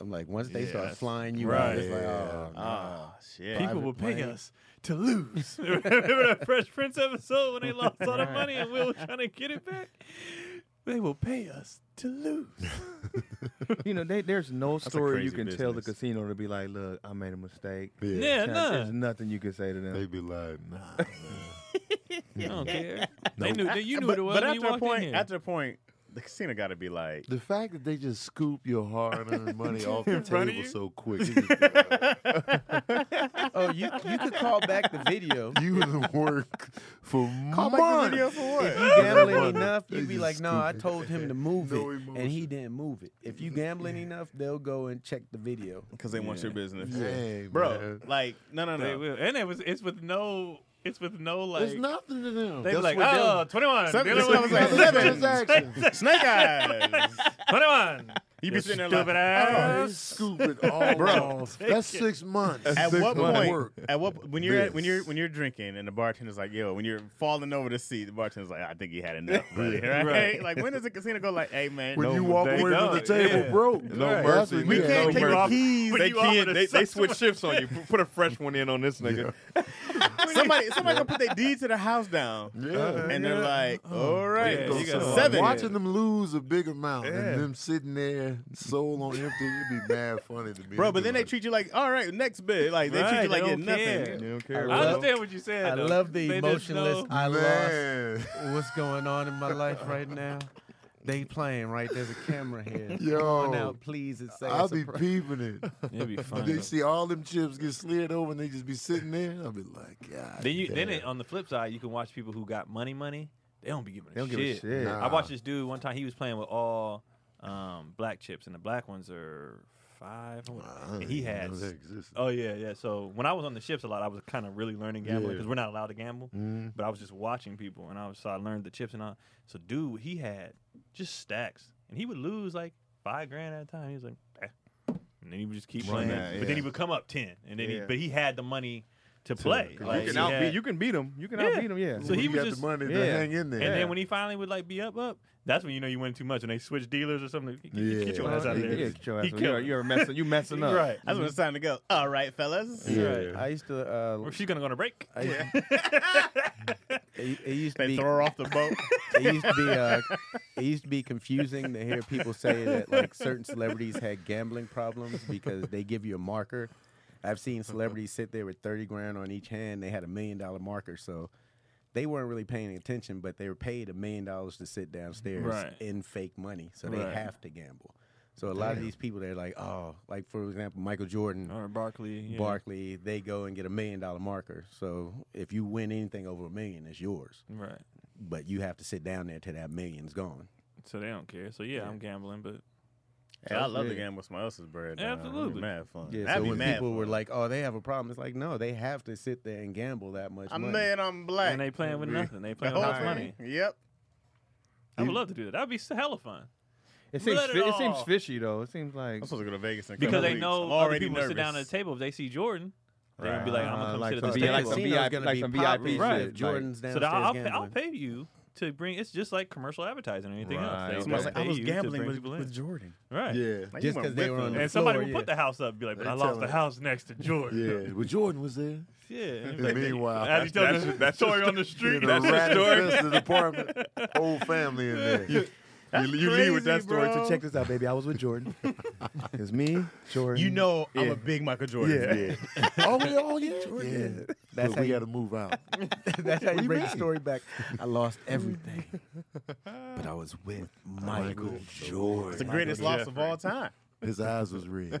Speaker 4: I'm like, once they start
Speaker 5: Yes.
Speaker 4: flying you out, it's like, oh,
Speaker 3: Oh shit.
Speaker 5: People
Speaker 4: Private
Speaker 5: will pay
Speaker 4: plane.
Speaker 5: us to lose. Remember that Fresh Prince episode when they lost all the money and we were trying to get it back? They will pay us to lose.
Speaker 6: You know, they, there's no story you
Speaker 3: crazy
Speaker 6: can tell the
Speaker 3: business.
Speaker 6: casino to be like, look, I made a mistake.
Speaker 5: Yeah,
Speaker 6: There's
Speaker 5: none.
Speaker 6: nothing you can say to
Speaker 2: They
Speaker 6: them.
Speaker 2: be like, nah. man.
Speaker 5: I don't care. They knew. They, you knew
Speaker 3: but,
Speaker 5: it well.
Speaker 3: but
Speaker 5: when
Speaker 3: after
Speaker 5: you
Speaker 3: a
Speaker 5: walked in
Speaker 3: point,
Speaker 5: here.
Speaker 3: after a point, the casino got to be like.
Speaker 2: The fact that they just scoop your hard-earned money off the
Speaker 3: front of
Speaker 2: table
Speaker 3: you?
Speaker 2: so quick, you, just-
Speaker 4: Oh, you you could call back the video.
Speaker 2: you would work for
Speaker 4: Call
Speaker 2: months.
Speaker 4: back the video for what? If you gambling enough,
Speaker 2: They
Speaker 4: you'd be
Speaker 2: just
Speaker 4: like, "No, I
Speaker 2: stupid.
Speaker 4: told him to move
Speaker 2: No
Speaker 4: it, and he didn't move it." If you gambling enough, they'll go and check the video.
Speaker 3: Because they want your business,
Speaker 2: Dang,
Speaker 3: bro.
Speaker 2: man.
Speaker 3: Like, no, no,
Speaker 5: They
Speaker 3: no.
Speaker 5: will. And it was it's with no it's with no like
Speaker 2: There's nothing to them.
Speaker 5: they be
Speaker 2: That's
Speaker 5: like,
Speaker 2: what
Speaker 5: oh, 21.
Speaker 3: Some-
Speaker 5: dealing
Speaker 3: some
Speaker 5: with
Speaker 3: was like,
Speaker 5: seven.
Speaker 3: "Seven."
Speaker 2: transactions.
Speaker 3: Snake eyes.
Speaker 5: 21.
Speaker 3: You be sitting there
Speaker 5: Stupid
Speaker 3: like,
Speaker 2: They
Speaker 5: ass.
Speaker 2: scoop it all
Speaker 3: Bro.
Speaker 2: off. That's six months.
Speaker 3: oh, at
Speaker 2: Six
Speaker 3: what
Speaker 2: months
Speaker 3: point?
Speaker 2: work.
Speaker 3: At what when you're at, when
Speaker 2: This.
Speaker 3: you're when you're drinking and the bartender's like, yo, when you're falling over the seat, the bartender's like, I think he had enough, buddy, right?
Speaker 5: Right.
Speaker 3: Like, when does the casino go like, hey man,
Speaker 2: When
Speaker 3: no,
Speaker 2: you walk
Speaker 3: they
Speaker 2: away
Speaker 3: don't.
Speaker 2: from the table
Speaker 5: yeah.
Speaker 2: broke,
Speaker 6: No
Speaker 2: Right.
Speaker 6: mercy.
Speaker 2: That's what
Speaker 6: We
Speaker 2: you
Speaker 6: can't
Speaker 2: have.
Speaker 6: take
Speaker 2: mercy.
Speaker 6: off-
Speaker 3: keys.
Speaker 5: When
Speaker 6: They
Speaker 5: you offer
Speaker 6: kid,
Speaker 5: to
Speaker 6: they, they
Speaker 5: suck
Speaker 6: switch
Speaker 5: someone-
Speaker 6: shifts on you. P- Put a fresh one in on this nigga.
Speaker 3: somebody somebody gonna put their deed to the house down,
Speaker 2: Yeah. uh,
Speaker 3: and they're like, all right,
Speaker 5: Yeah, you
Speaker 3: so
Speaker 5: gotta-
Speaker 3: seven.
Speaker 2: Watching them lose a big amount
Speaker 6: Yeah.
Speaker 2: and them sitting there soul on empty, it'd be mad funny to me.
Speaker 3: Bro, but
Speaker 2: It'd be
Speaker 3: then they
Speaker 2: like,
Speaker 3: treat you like, all right, next bid. Like they treat
Speaker 5: Right,
Speaker 3: you like
Speaker 5: they
Speaker 3: it's
Speaker 5: don't care.
Speaker 3: nothing.
Speaker 6: You don't
Speaker 5: I
Speaker 6: care.
Speaker 4: love-
Speaker 5: understand what you said.
Speaker 4: I
Speaker 5: though.
Speaker 4: love the
Speaker 5: They just
Speaker 4: emotionless.
Speaker 5: know-
Speaker 4: I lost.
Speaker 2: man.
Speaker 4: What's going on in my life right now? They playing right. There's a camera here.
Speaker 2: Yo.
Speaker 4: Come on out, please. It's say
Speaker 2: I'll
Speaker 4: it's a
Speaker 2: be
Speaker 4: prank.
Speaker 2: peeping it.
Speaker 5: It'd be fun.
Speaker 2: They see all them chips get slid over and they just be sitting there. I'll be like, God.
Speaker 5: Then you then
Speaker 2: damn.
Speaker 5: it, on the flip side, you can watch people who got money, money. They don't be giving a
Speaker 6: They don't
Speaker 5: shit.
Speaker 6: give a shit.
Speaker 2: Nah.
Speaker 5: I watched this dude one time. He was playing with all um, black chips, and the black ones are five. I wanna-
Speaker 2: I don't
Speaker 5: and he
Speaker 2: even know
Speaker 5: has.
Speaker 2: that existed.
Speaker 5: Oh yeah, yeah. So when I was on the ships a lot, I was kind of really learning gambling
Speaker 2: Yeah.
Speaker 5: because we're not allowed to gamble.
Speaker 6: Mm-hmm.
Speaker 2: Mhm.
Speaker 5: But I was just watching people, and I was so I learned the chips and all. So dude, he had just stacks, and he would lose like five grand at a time. He was like, eh. and then he would just keep
Speaker 6: Run
Speaker 5: playing,
Speaker 6: that,
Speaker 5: but then he
Speaker 6: yeah.
Speaker 5: would come up ten, and then he
Speaker 6: Yeah.
Speaker 5: but he had the money to play.
Speaker 2: You
Speaker 5: Like,
Speaker 6: you can
Speaker 5: he
Speaker 6: outbeat.
Speaker 5: had-
Speaker 6: You can beat him. You can
Speaker 5: Yeah.
Speaker 6: outbeat him. Yeah.
Speaker 5: So
Speaker 2: When
Speaker 5: he
Speaker 2: you
Speaker 5: was
Speaker 2: got
Speaker 5: just-
Speaker 2: the money to
Speaker 6: yeah.
Speaker 2: hang in there.
Speaker 5: and then when he finally would like be up, up, that's when you know you went too much. When they switch dealers or something, get,
Speaker 2: Yeah.
Speaker 5: get your ass out of
Speaker 6: Yeah,
Speaker 5: there.
Speaker 6: get your ass
Speaker 5: He
Speaker 6: out. You're,
Speaker 5: killed
Speaker 6: you're messing. You messing up.
Speaker 5: Right.
Speaker 3: That's when it's time to go. All right, fellas.
Speaker 2: yeah.
Speaker 4: I used to. Uh,
Speaker 5: Or she's gonna go on a break.
Speaker 4: I used it, it used to
Speaker 3: They
Speaker 4: be.
Speaker 3: throw her off the boat.
Speaker 4: It used to be. Uh, it used to be confusing to hear people say that like certain celebrities had gambling problems because they give you a marker. I've seen celebrities sit there with thirty grand on each hand. They had a million dollar marker, so they weren't really paying attention. But they were paid a million dollars to sit downstairs
Speaker 5: Right.
Speaker 4: in fake money, so they
Speaker 5: Right.
Speaker 4: have to gamble. So a lot of these people, they're like, oh, like for example, Michael Jordan.
Speaker 5: Or Barkley. Oh, yeah.
Speaker 4: Barkley, they go and get a million dollar marker. So if you win anything over a million, it's yours.
Speaker 5: Right.
Speaker 4: But you have to sit down there till that million's gone.
Speaker 5: So they don't care. So yeah, I'm gambling, but
Speaker 3: Hey, I love
Speaker 4: Yeah.
Speaker 3: the game with someone else's bread.
Speaker 5: Yeah,
Speaker 3: man. That'd be
Speaker 5: absolutely.
Speaker 3: Mad fun.
Speaker 4: Yeah,
Speaker 3: That'd
Speaker 4: so
Speaker 3: be
Speaker 4: when
Speaker 3: mad
Speaker 4: people were
Speaker 3: fun.
Speaker 4: like, "Oh, they have a problem," it's like, no, they have to sit there and gamble that much
Speaker 3: I'm
Speaker 4: money.
Speaker 3: mad I'm black.
Speaker 5: and they playing with nothing. They
Speaker 3: The
Speaker 5: playing with
Speaker 3: whole
Speaker 5: house money.
Speaker 3: thing. Yep.
Speaker 5: I would love to do that. That'd be s- hella fun.
Speaker 6: It seems.
Speaker 5: Let it
Speaker 6: fi- It seems
Speaker 5: all.
Speaker 6: fishy though. It seems like.
Speaker 3: I'm supposed to go to Vegas in a couple
Speaker 5: Because they
Speaker 3: weeks. I'm
Speaker 5: know other
Speaker 3: already
Speaker 5: people
Speaker 3: nervous.
Speaker 5: sit down at the table. If they see Jordan, they would be like, I'm
Speaker 6: Uh,
Speaker 5: gonna come
Speaker 6: like
Speaker 5: sit
Speaker 6: some
Speaker 5: at the
Speaker 6: VIP,
Speaker 5: table.
Speaker 6: some
Speaker 4: Casino's
Speaker 6: VIP,
Speaker 4: gonna
Speaker 6: like
Speaker 4: be
Speaker 6: some
Speaker 4: popping
Speaker 6: VIP,
Speaker 4: if
Speaker 6: right?
Speaker 4: Jordan's
Speaker 5: So
Speaker 4: downstairs
Speaker 5: then I'll, pay,
Speaker 4: gambling.
Speaker 5: I'll pay you to bring. It's just like commercial advertising or anything
Speaker 6: Right,
Speaker 5: else. They
Speaker 3: Someone's
Speaker 5: will
Speaker 3: like, I
Speaker 5: pay
Speaker 3: was
Speaker 5: you to
Speaker 3: gambling
Speaker 5: bring
Speaker 3: with,
Speaker 5: people in."
Speaker 3: with Jordan.
Speaker 5: right.
Speaker 2: Yeah.
Speaker 3: Like, you weren't
Speaker 4: Just because
Speaker 3: with
Speaker 4: they were on
Speaker 3: them.
Speaker 4: the
Speaker 5: And somebody
Speaker 4: floor,
Speaker 5: will put
Speaker 4: yeah.
Speaker 5: the house up, and be like, but
Speaker 2: They
Speaker 5: I lost
Speaker 2: telling
Speaker 5: the
Speaker 2: it.
Speaker 5: house next to Jordan.
Speaker 2: Yeah. But Jordan was there.
Speaker 5: Yeah. And
Speaker 2: And meanwhile,
Speaker 5: As you tell
Speaker 6: that's-
Speaker 5: the
Speaker 6: that's
Speaker 5: story on the street,
Speaker 2: in
Speaker 5: that's
Speaker 2: a
Speaker 5: the
Speaker 2: rat
Speaker 5: story.
Speaker 2: infested apartment, whole family in there.
Speaker 3: That's
Speaker 6: you leave with that
Speaker 3: crazy,
Speaker 6: story
Speaker 3: bro.
Speaker 6: to check this out, baby. I was with Jordan. it's me, Jordan.
Speaker 3: You know I'm
Speaker 6: Yeah.
Speaker 3: a big Michael Jordan fan.
Speaker 2: oh, yeah, oh, yeah. yeah.
Speaker 4: That's
Speaker 2: That's but
Speaker 4: how
Speaker 2: we
Speaker 4: you-
Speaker 2: got to move out.
Speaker 4: That's how
Speaker 2: What do
Speaker 4: you
Speaker 2: you
Speaker 4: bring the
Speaker 2: mean?
Speaker 4: story back. I lost everything, but I was with Michael
Speaker 3: It's the
Speaker 4: Jordan.
Speaker 3: greatest loss of all time.
Speaker 2: His eyes was red.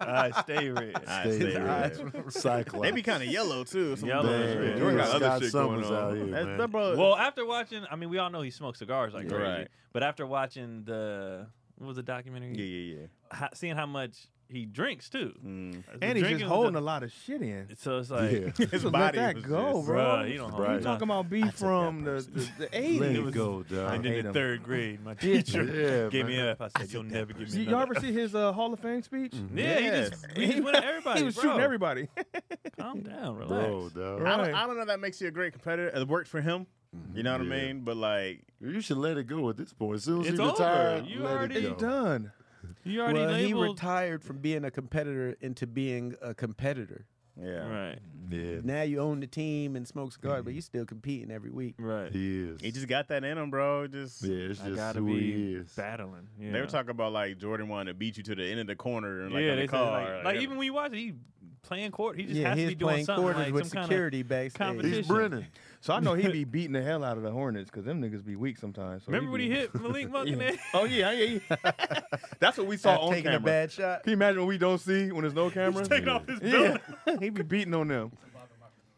Speaker 5: I stay red.
Speaker 3: I
Speaker 2: Stayed
Speaker 3: stay
Speaker 2: red.
Speaker 3: red.
Speaker 2: Cyclops.
Speaker 3: They be kind of yellow too. Some
Speaker 5: Yellow is
Speaker 2: Damn,
Speaker 5: red.
Speaker 2: you
Speaker 6: Jordan
Speaker 2: got
Speaker 6: got other
Speaker 2: Scott
Speaker 6: shit going
Speaker 2: Summers out
Speaker 6: on.
Speaker 2: here,
Speaker 3: That's
Speaker 2: man.
Speaker 3: that bro.
Speaker 5: Well, after watching, I mean, we all know he smokes cigars like crazy.
Speaker 3: Right.
Speaker 5: But after watching the what was the documentary?
Speaker 3: yeah, yeah, yeah.
Speaker 5: How, seeing how much he drinks too, The
Speaker 6: and he's just
Speaker 5: drinking-
Speaker 6: holding a lot of shit in.
Speaker 5: So it's like,
Speaker 2: Yeah.
Speaker 3: His
Speaker 6: Just
Speaker 3: body
Speaker 6: let that
Speaker 3: was
Speaker 6: go,
Speaker 3: just-
Speaker 6: bro.
Speaker 5: bruh, you don't hold
Speaker 2: Right.
Speaker 6: You talking about beef from the, the, the 80s.
Speaker 2: Let
Speaker 5: it
Speaker 2: it
Speaker 5: was-
Speaker 2: go, dog.
Speaker 5: And
Speaker 6: hate
Speaker 5: in the
Speaker 6: him.
Speaker 5: third grade, my teacher
Speaker 2: Yeah,
Speaker 5: gave me
Speaker 2: man.
Speaker 5: an F. I said, "You'll never give
Speaker 6: You,
Speaker 5: me."
Speaker 6: y'all
Speaker 5: another
Speaker 6: ever see his uh, Hall of Fame speech?
Speaker 5: F." Mm-hmm. Yeah, he just he just went at everybody.
Speaker 6: He was
Speaker 5: bro.
Speaker 6: shooting everybody.
Speaker 5: Calm down, relax.
Speaker 2: Bro, dog.
Speaker 3: I don't,
Speaker 6: Right.
Speaker 3: I don't know. if That makes you a great competitor. It worked for him. You know what I
Speaker 2: Yeah.
Speaker 3: mean? But like,
Speaker 2: You should let it go at this point. As soon as
Speaker 5: It's
Speaker 2: he
Speaker 5: over.
Speaker 2: retired,
Speaker 5: You
Speaker 2: let
Speaker 5: already-
Speaker 2: it
Speaker 6: It's
Speaker 2: go.
Speaker 6: done.
Speaker 5: You already
Speaker 4: Well, he
Speaker 5: labeled.
Speaker 4: retired from being a competitor into being a competitor.
Speaker 3: yeah,
Speaker 5: right,
Speaker 2: Yeah,
Speaker 4: Now you own the team and smoke cigars, but you still competing every week.
Speaker 5: right.
Speaker 2: he is.
Speaker 3: he just got that in him, bro. Just
Speaker 2: yeah, it's
Speaker 5: I
Speaker 2: just
Speaker 5: gotta
Speaker 2: who he
Speaker 5: be
Speaker 2: is.
Speaker 5: battling. Yeah.
Speaker 3: they were talking about like Jordan wanting to beat you to the end of the corner and like
Speaker 5: yeah,
Speaker 3: in
Speaker 5: they
Speaker 3: the
Speaker 5: said,
Speaker 3: car.
Speaker 5: like, like, even when you watch it, he playing court. He just
Speaker 4: Yeah,
Speaker 5: has
Speaker 4: he
Speaker 5: to
Speaker 4: is
Speaker 5: be doing
Speaker 4: playing
Speaker 5: something
Speaker 4: quarters
Speaker 5: like
Speaker 4: with
Speaker 5: some
Speaker 4: security
Speaker 5: kind of
Speaker 4: backstage.
Speaker 5: competition.
Speaker 2: He's Brennan.
Speaker 1: So I know he be beating the hell out of the Hornets because them niggas be weak sometimes. So
Speaker 5: Remember when
Speaker 1: be-
Speaker 5: he hit Malik Monk in there?
Speaker 1: Oh yeah, yeah. yeah. That's what we saw on
Speaker 4: taking
Speaker 1: camera.
Speaker 4: a bad shot.
Speaker 1: Can you imagine what we don't see when there's no camera?
Speaker 5: Taking off his belt.
Speaker 1: yeah, he be beating on them.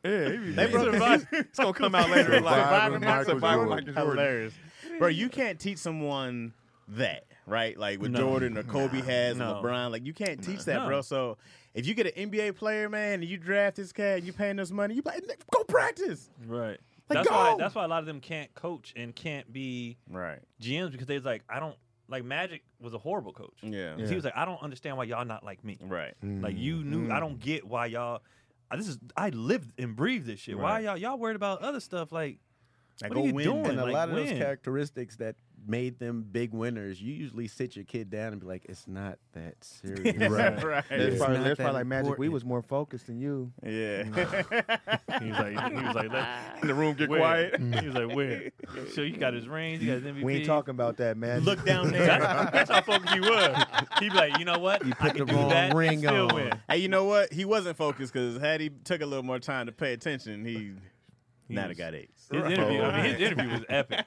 Speaker 1: Yeah, he be
Speaker 3: They broke
Speaker 1: beating.
Speaker 3: his-
Speaker 1: It's gonna come out later. in life.
Speaker 2: Surviving Michael
Speaker 1: Surviving
Speaker 2: Jordan.
Speaker 1: Michael Jordan.
Speaker 3: hilarious, bro. You can't teach someone that, right? Like what
Speaker 5: No.
Speaker 3: Jordan or Kobe has,
Speaker 5: No.
Speaker 3: and LeBron. Like you can't teach that,
Speaker 5: No.
Speaker 3: bro. So if you get an NBA player, man, and you draft this cat, and you paying us money, you be like, "Nigga, go practice,
Speaker 5: Right.
Speaker 3: Like,
Speaker 5: that's why
Speaker 3: go!
Speaker 5: that's why a lot of them can't coach and can't be
Speaker 3: right?
Speaker 5: GMs because they was like, I don't like Magic was a horrible coach.
Speaker 3: Yeah,
Speaker 5: 'Cause He was like, I don't understand why y'all not like me.
Speaker 3: right.
Speaker 5: Like you knew I don't get why y'all I- this is I lived and breathed this shit. Why
Speaker 3: Right.
Speaker 5: y'all y'all worried about other stuff like
Speaker 3: Like,
Speaker 5: What are you doing?
Speaker 4: And a
Speaker 5: Like,
Speaker 4: lot of
Speaker 5: when?
Speaker 4: those characteristics that made them big winners, you usually sit your kid down and be like, "It's not that serious."
Speaker 3: right, right.
Speaker 1: That's
Speaker 4: It's
Speaker 1: probably,
Speaker 4: not
Speaker 1: that's
Speaker 4: that
Speaker 1: probably like magic. We
Speaker 4: important.
Speaker 1: was more focused than you.
Speaker 3: Yeah,
Speaker 5: he was like he was like let
Speaker 1: In the room, get
Speaker 5: where?
Speaker 1: quiet.
Speaker 5: He was like, where? So you got his rings, you got his MVP.
Speaker 1: We ain't talking about that, man.
Speaker 3: look down there.
Speaker 5: That's, that's how focused he was. He'd be like, you know what? You
Speaker 4: put the wrong ring on.
Speaker 3: hey, you know what? He wasn't focused because had he took a little more time to pay attention, he. Not a
Speaker 5: was-
Speaker 3: got eight.
Speaker 5: His interview, I mean, his interview was epic.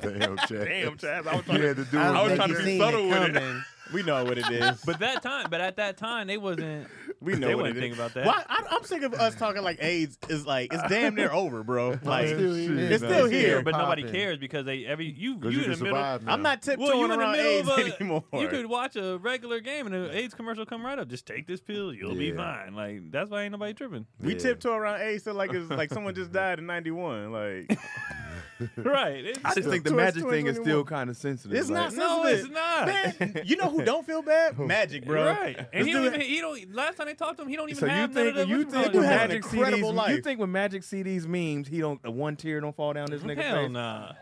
Speaker 2: Damn, Chad.
Speaker 1: Damn, Chaz. I was
Speaker 2: You
Speaker 1: trying
Speaker 2: had
Speaker 1: to.
Speaker 2: to do
Speaker 1: I was
Speaker 2: it.
Speaker 1: trying to be subtle with it.
Speaker 3: We know what it is.
Speaker 5: But that time, but at that time, they wasn't.
Speaker 3: We know
Speaker 5: They
Speaker 3: what
Speaker 5: wouldn't
Speaker 3: it
Speaker 5: think
Speaker 3: is.
Speaker 5: about that.
Speaker 3: Why, I, I'm sick of us talking like AIDS is like it's damn near over, bro. Like
Speaker 2: still here.
Speaker 3: it's still here.
Speaker 5: but nobody
Speaker 4: popping.
Speaker 5: cares because they every you you,
Speaker 2: Because you
Speaker 5: in
Speaker 2: can
Speaker 5: the middle.
Speaker 2: survive now.
Speaker 3: I'm not tiptoeing
Speaker 5: Well, you in the
Speaker 3: around
Speaker 5: middle
Speaker 3: AIDS
Speaker 5: of a,
Speaker 3: anymore.
Speaker 5: you could watch a regular game and an AIDS commercial come right up. Just take this pill, you'll be
Speaker 2: Yeah.
Speaker 5: fine. Like that's why ain't nobody tripping.
Speaker 3: we
Speaker 2: Yeah.
Speaker 3: tiptoe around AIDS so like it's like someone just died in '91. Like
Speaker 5: right? It's,
Speaker 1: I just think the
Speaker 3: Towards
Speaker 1: magic thing is
Speaker 3: 2021.
Speaker 1: still kind of sensitive.
Speaker 3: it's
Speaker 1: like-
Speaker 3: not.
Speaker 5: no,
Speaker 3: sensitive.
Speaker 5: it's not.
Speaker 3: Man, you know who don't feel bad? Magic, bro.
Speaker 5: Right,
Speaker 3: This
Speaker 5: and he don't,
Speaker 3: dude-
Speaker 5: even, he don't. Last time they talked to him, he don't even
Speaker 1: So you
Speaker 5: have
Speaker 1: think
Speaker 5: none of the,
Speaker 1: you
Speaker 5: whatchamacallit.
Speaker 1: think
Speaker 3: You
Speaker 1: when
Speaker 3: had an
Speaker 1: Magic see
Speaker 3: incredible
Speaker 1: these? You
Speaker 3: life.
Speaker 1: think when Magic see these memes, he don't the one tear don't fall down this nigga
Speaker 5: Hell
Speaker 1: face?
Speaker 5: nah.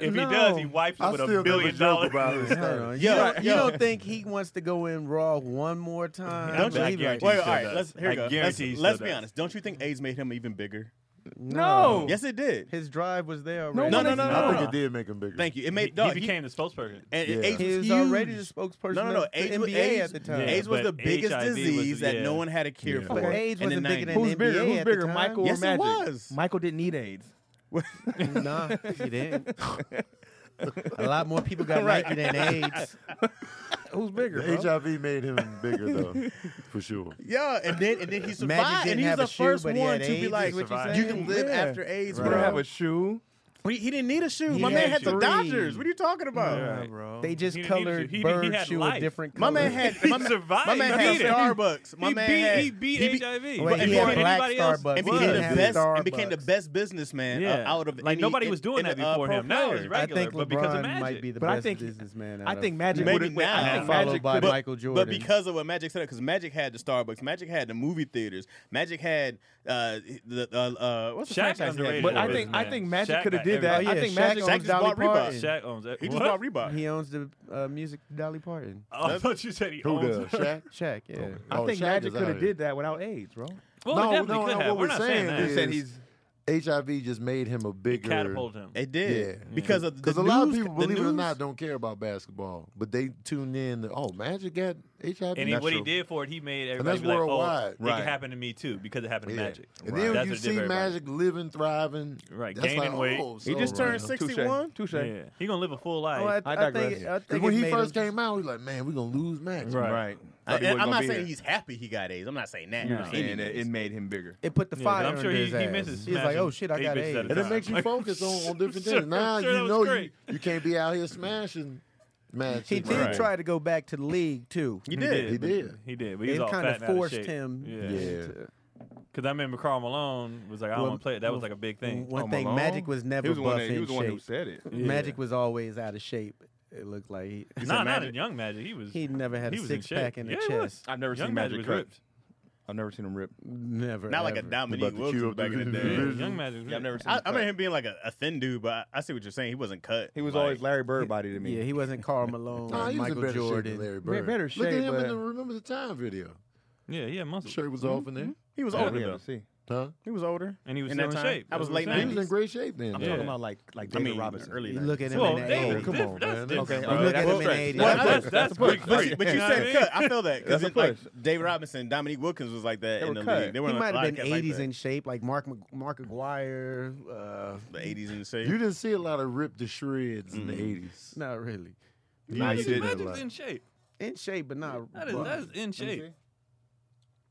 Speaker 5: If
Speaker 1: No.
Speaker 5: he does, he wipes it
Speaker 2: I
Speaker 5: with
Speaker 2: still
Speaker 5: a
Speaker 2: never
Speaker 5: billion
Speaker 2: joke
Speaker 5: dollars.
Speaker 2: about his
Speaker 4: Hold
Speaker 2: stuff.
Speaker 4: on.
Speaker 3: Yo,
Speaker 4: you, don't, you
Speaker 3: yo.
Speaker 4: don't think he wants to go in raw one more time?
Speaker 5: Don't
Speaker 4: I
Speaker 5: you-
Speaker 4: believe it.
Speaker 3: Wait, uh,
Speaker 5: he
Speaker 3: all
Speaker 5: still
Speaker 3: right.
Speaker 5: does.
Speaker 3: Let's here
Speaker 5: I
Speaker 3: we go. Let's,
Speaker 5: guarantee he still
Speaker 3: let's be
Speaker 5: does.
Speaker 3: honest. Don't you think AIDS made him even bigger?
Speaker 1: No.
Speaker 3: Yes, it did.
Speaker 4: His drive was there already.
Speaker 3: No, no, no,
Speaker 2: I
Speaker 3: no,
Speaker 2: think
Speaker 3: no.
Speaker 2: it did make him bigger.
Speaker 3: Thank you. It
Speaker 5: He,
Speaker 3: made
Speaker 5: he
Speaker 3: dog, he-
Speaker 5: became the spokesperson.
Speaker 3: and
Speaker 2: Yeah.
Speaker 3: AIDS
Speaker 4: He
Speaker 3: was
Speaker 4: was already
Speaker 3: huge.
Speaker 4: the spokesperson
Speaker 3: No, no, no.
Speaker 4: of the
Speaker 3: AIDS, was-
Speaker 4: NBA
Speaker 3: AIDS-
Speaker 4: at the time.
Speaker 5: Yeah,
Speaker 3: AIDS was
Speaker 5: but
Speaker 3: the biggest
Speaker 5: HIV was-
Speaker 3: disease that no
Speaker 5: yeah.
Speaker 3: one had a cure
Speaker 2: Yeah.
Speaker 3: for.
Speaker 4: Okay, AIDS
Speaker 3: in the
Speaker 4: wasn't bigger
Speaker 3: 90s.
Speaker 4: than
Speaker 1: Who's bigger?
Speaker 4: NBA
Speaker 1: Who's
Speaker 4: at the
Speaker 1: bigger,
Speaker 4: time?
Speaker 1: Michael
Speaker 3: Yes,
Speaker 1: or
Speaker 3: it
Speaker 1: Magic?
Speaker 3: was.
Speaker 1: Michael didn't need AIDS.
Speaker 4: nah, he didn't. A lot more people got right. than AIDS.
Speaker 1: Who's bigger?
Speaker 2: The
Speaker 1: bro?
Speaker 2: HIV made him bigger though, for sure.
Speaker 3: Yeah, and then and then he survived,
Speaker 4: Magic didn't
Speaker 3: and he was
Speaker 4: have
Speaker 3: the
Speaker 4: a shoe,
Speaker 3: first
Speaker 4: but he
Speaker 3: one
Speaker 4: had
Speaker 3: to be
Speaker 4: AIDS,
Speaker 3: like,
Speaker 4: is what you're
Speaker 3: "You can
Speaker 4: saying?
Speaker 3: live
Speaker 1: Yeah.
Speaker 3: after AIDS,
Speaker 1: You
Speaker 3: bro."
Speaker 1: don't have a shoe.
Speaker 3: he, he didn't need a shoe.
Speaker 4: He
Speaker 3: My man
Speaker 4: had
Speaker 3: had the
Speaker 4: three.
Speaker 3: Dodgers. What are you talking about?
Speaker 1: bro.
Speaker 4: They just
Speaker 5: He didn't need to.
Speaker 4: colored
Speaker 5: He- he
Speaker 4: Bird's
Speaker 5: had
Speaker 4: shoe
Speaker 5: life.
Speaker 4: a different
Speaker 3: My
Speaker 4: color.
Speaker 3: man had
Speaker 5: He
Speaker 3: my, man-
Speaker 5: survived.
Speaker 3: my man
Speaker 5: He
Speaker 3: had
Speaker 5: beat it.
Speaker 3: Starbucks. My
Speaker 5: he
Speaker 3: man
Speaker 5: beat,
Speaker 3: had
Speaker 5: he beat
Speaker 3: he beat-
Speaker 5: HIV.
Speaker 4: Wait,
Speaker 5: and
Speaker 4: he
Speaker 5: before
Speaker 4: had black
Speaker 5: anybody else,
Speaker 4: Starbucks.
Speaker 3: and
Speaker 4: What?
Speaker 3: became the
Speaker 4: Had
Speaker 3: best
Speaker 4: Starbucks.
Speaker 3: and became the best businessman uh,
Speaker 5: Yeah.
Speaker 3: out of
Speaker 5: Like,
Speaker 3: any-
Speaker 5: nobody
Speaker 3: in-
Speaker 5: was doing
Speaker 3: in
Speaker 5: that
Speaker 3: the, uh,
Speaker 5: before
Speaker 3: pro
Speaker 5: him. Now
Speaker 3: players.
Speaker 5: it's
Speaker 4: I
Speaker 5: regular,
Speaker 4: think
Speaker 5: but because of
Speaker 4: LeBron
Speaker 5: Magic.
Speaker 4: might be the
Speaker 1: But I
Speaker 4: best
Speaker 1: think-
Speaker 4: businessman.
Speaker 1: I
Speaker 4: out
Speaker 1: think
Speaker 4: of-
Speaker 1: Magic
Speaker 3: Maybe
Speaker 1: would have
Speaker 3: now.
Speaker 1: I think
Speaker 4: Followed
Speaker 1: Magic
Speaker 4: by
Speaker 1: could-
Speaker 3: But-
Speaker 4: Michael Jordan.
Speaker 3: But because of what Magic said, because Magic had the Starbucks, Magic had the movie theaters, Magic had uh, the uh, uh, what's the
Speaker 5: Shaq's
Speaker 3: franchise? he had?
Speaker 5: underrated.
Speaker 1: But I
Speaker 5: Business,
Speaker 1: think I
Speaker 5: man.
Speaker 1: think Magic
Speaker 5: Shaq
Speaker 1: could have
Speaker 5: got
Speaker 1: did that.
Speaker 5: everything.
Speaker 1: I
Speaker 4: Oh, Yeah,
Speaker 1: think
Speaker 4: Shaq
Speaker 1: Magic
Speaker 3: just
Speaker 1: owns Dolly
Speaker 3: bought Reebok.
Speaker 1: Parton.
Speaker 5: Shaq owns it.
Speaker 3: he just
Speaker 5: What?
Speaker 3: bought Reebok.
Speaker 4: he owns the uh, music to Dolly Parton.
Speaker 5: Oh, I thought you said he
Speaker 2: Who
Speaker 5: owns
Speaker 2: does?
Speaker 5: it.
Speaker 2: Shaq?
Speaker 4: Shaq, yeah.
Speaker 1: I
Speaker 2: Oh,
Speaker 1: think
Speaker 2: Shaq
Speaker 1: Magic
Speaker 2: is out
Speaker 1: could have
Speaker 2: here.
Speaker 1: did that without AIDS, bro.
Speaker 5: Well,
Speaker 2: No,
Speaker 5: we definitely
Speaker 2: no,
Speaker 5: could
Speaker 2: no,
Speaker 5: have.
Speaker 2: what
Speaker 5: We're,
Speaker 2: we're
Speaker 5: not
Speaker 2: saying
Speaker 5: that.
Speaker 2: is-
Speaker 1: Said he's
Speaker 2: HIV just made him a bigger.
Speaker 5: Catapulted him.
Speaker 3: It did
Speaker 2: Yeah.
Speaker 3: because of the
Speaker 2: Because a lot of
Speaker 3: news-
Speaker 2: people,
Speaker 3: the
Speaker 2: believe it or
Speaker 3: news-
Speaker 2: not, don't care about basketball, but they tune in. To, oh, Magic got HIV.
Speaker 5: And he,
Speaker 2: That's
Speaker 5: what he
Speaker 2: true.
Speaker 5: did for it, he made everybody
Speaker 2: that's
Speaker 5: be like,
Speaker 2: worldwide.
Speaker 5: oh, it
Speaker 2: Right.
Speaker 5: can happen to me too because it happened to
Speaker 2: Yeah.
Speaker 5: Magic.
Speaker 2: And then
Speaker 5: That's
Speaker 2: you
Speaker 5: what it did
Speaker 2: see
Speaker 5: for everybody.
Speaker 2: Magic living, thriving.
Speaker 5: Right,
Speaker 2: that's
Speaker 5: gaining
Speaker 2: like,
Speaker 5: weight.
Speaker 2: Oh,
Speaker 3: He
Speaker 2: so
Speaker 3: just turned
Speaker 2: right.
Speaker 1: touche.
Speaker 3: 61.
Speaker 1: Touche.
Speaker 5: Yeah. He gonna live a full life.
Speaker 4: Oh, I,
Speaker 1: I
Speaker 4: I think,
Speaker 1: digress.
Speaker 4: I think
Speaker 2: Because when
Speaker 4: it
Speaker 2: he
Speaker 4: made
Speaker 2: first
Speaker 4: him-
Speaker 2: came out, he was like, man, we're going to lose Magic.
Speaker 5: Right.
Speaker 1: right.
Speaker 3: I,
Speaker 1: Thought he wasn't
Speaker 3: am
Speaker 1: gonna
Speaker 3: not
Speaker 1: be
Speaker 3: saying
Speaker 1: here.
Speaker 3: he's happy he got AIDS. I'm not saying that.
Speaker 1: You're
Speaker 3: by any
Speaker 1: saying that
Speaker 3: means.
Speaker 1: it made him bigger.
Speaker 4: It put the
Speaker 5: Yeah,
Speaker 4: fire
Speaker 5: but I'm sure
Speaker 4: under
Speaker 5: he,
Speaker 4: his
Speaker 5: he
Speaker 4: ass.
Speaker 5: misses.
Speaker 4: He's like,
Speaker 5: smashing
Speaker 4: oh shit, I
Speaker 5: eight
Speaker 4: got
Speaker 5: bitches at a
Speaker 2: And
Speaker 4: AIDS.
Speaker 2: it
Speaker 5: time.
Speaker 2: makes you
Speaker 5: Like,
Speaker 2: focus on, on different
Speaker 5: Sure,
Speaker 2: things. Now
Speaker 5: sure, that
Speaker 2: you
Speaker 5: was
Speaker 2: know you,
Speaker 5: great.
Speaker 2: you can't be out here smashing Magic.
Speaker 4: He did
Speaker 3: Right.
Speaker 4: try to go back to the league too.
Speaker 3: He did.
Speaker 2: He
Speaker 5: but-
Speaker 2: did.
Speaker 5: He did. But
Speaker 4: It
Speaker 5: he was all
Speaker 4: kind
Speaker 5: fat
Speaker 4: of
Speaker 5: and out of
Speaker 4: forced
Speaker 5: shape.
Speaker 4: him.
Speaker 5: Yeah.
Speaker 2: Yeah.
Speaker 5: Because I remember Carl Malone was like, I don't
Speaker 4: Well,
Speaker 5: want to play it. That was like a big thing.
Speaker 4: One
Speaker 1: Oh,
Speaker 4: thing,
Speaker 1: Malone?
Speaker 4: Magic was never
Speaker 1: he was the one
Speaker 4: buff
Speaker 1: that- he
Speaker 4: in
Speaker 1: was the one who
Speaker 4: shape.
Speaker 1: said it.
Speaker 5: Yeah.
Speaker 4: Magic was always out of shape. It looked like he,
Speaker 5: Nah, not
Speaker 3: Magic-
Speaker 5: in young Magic. He was.
Speaker 4: he never had
Speaker 5: he
Speaker 4: a
Speaker 5: was in
Speaker 4: six pack
Speaker 5: shape.
Speaker 4: in the
Speaker 5: Yeah, he was.
Speaker 4: chest.
Speaker 1: I've never
Speaker 5: Young
Speaker 1: seen
Speaker 5: Magic
Speaker 1: Magic,
Speaker 5: was
Speaker 1: cut.
Speaker 5: ripped.
Speaker 1: I've never seen him rip.
Speaker 4: Never.
Speaker 3: Not like a
Speaker 4: ever.
Speaker 3: Dominique
Speaker 2: About to queue
Speaker 3: Wilkins
Speaker 2: up the
Speaker 3: back in the
Speaker 2: division.
Speaker 3: day.
Speaker 2: Yeah.
Speaker 5: Young Magic. was
Speaker 1: Yeah, I've
Speaker 5: ripped.
Speaker 1: never seen.
Speaker 3: I,
Speaker 1: him
Speaker 3: I
Speaker 1: cut.
Speaker 3: remember him being like a, a thin dude, but I, I see what you're saying. He wasn't cut.
Speaker 1: He was
Speaker 3: Like,
Speaker 1: always Larry Bird body to me.
Speaker 4: Yeah, he wasn't Carl Malone
Speaker 2: Nah,
Speaker 4: or
Speaker 2: he was in
Speaker 4: Michael
Speaker 2: better
Speaker 4: Jordan.
Speaker 2: shape than Larry
Speaker 4: Be-
Speaker 2: Bird.
Speaker 4: Better
Speaker 2: Look at
Speaker 4: shape,
Speaker 2: him in the
Speaker 4: but Mm-hmm.
Speaker 2: Remember the Time video.
Speaker 5: Yeah, he had muscle.
Speaker 2: Shirt was off in there.
Speaker 3: he was
Speaker 1: Yeah,
Speaker 3: older
Speaker 1: we had
Speaker 3: though.
Speaker 1: to see.
Speaker 2: Huh?
Speaker 3: He was older.
Speaker 5: And he was
Speaker 3: In
Speaker 5: still
Speaker 3: that
Speaker 5: in
Speaker 3: time,
Speaker 5: shape.
Speaker 3: I was
Speaker 5: That's what
Speaker 3: late
Speaker 5: I'm
Speaker 2: He
Speaker 5: saying.
Speaker 2: was in great shape then.
Speaker 4: I'm
Speaker 2: though.
Speaker 5: Yeah.
Speaker 4: talking about like like David
Speaker 3: mean,
Speaker 4: Robinson.
Speaker 3: early
Speaker 4: you
Speaker 3: nineties.
Speaker 4: look at him
Speaker 5: Well,
Speaker 4: in the
Speaker 5: David-
Speaker 2: Oh,
Speaker 4: 80s.
Speaker 2: come
Speaker 5: that's
Speaker 2: on,
Speaker 5: different.
Speaker 2: man.
Speaker 5: That's
Speaker 4: Okay,
Speaker 5: different,
Speaker 4: I'm
Speaker 5: bro.
Speaker 4: looking at him in the
Speaker 5: That's-
Speaker 4: 80s.
Speaker 3: Well,
Speaker 5: that's-
Speaker 3: that's-
Speaker 5: that's
Speaker 3: that's
Speaker 5: a big
Speaker 3: But,
Speaker 5: break.
Speaker 3: but
Speaker 5: You
Speaker 3: you
Speaker 5: know what I
Speaker 3: said
Speaker 5: mean?
Speaker 3: cut. I feel that because
Speaker 6: That's a
Speaker 3: like
Speaker 6: push.
Speaker 3: Dave Robinson, Dominique Wilkins was like that
Speaker 6: They
Speaker 3: in
Speaker 6: were
Speaker 3: the
Speaker 6: cut.
Speaker 3: league. They were
Speaker 4: He
Speaker 3: like,
Speaker 4: might have been 80s
Speaker 3: 80s
Speaker 4: in shape, like Mark Mc- Mark Aguirre. Uh,
Speaker 3: the 80s in shape.
Speaker 2: You didn't see a lot of rip to shreds in the
Speaker 3: Mhm.
Speaker 2: eighties.
Speaker 4: not really
Speaker 2: You
Speaker 5: Nah,
Speaker 2: didn't
Speaker 5: he's
Speaker 2: see that a
Speaker 5: Magic's
Speaker 2: lot.
Speaker 5: in shape.
Speaker 4: in shape, but not.
Speaker 5: That is,
Speaker 4: rough.
Speaker 5: that is in shape.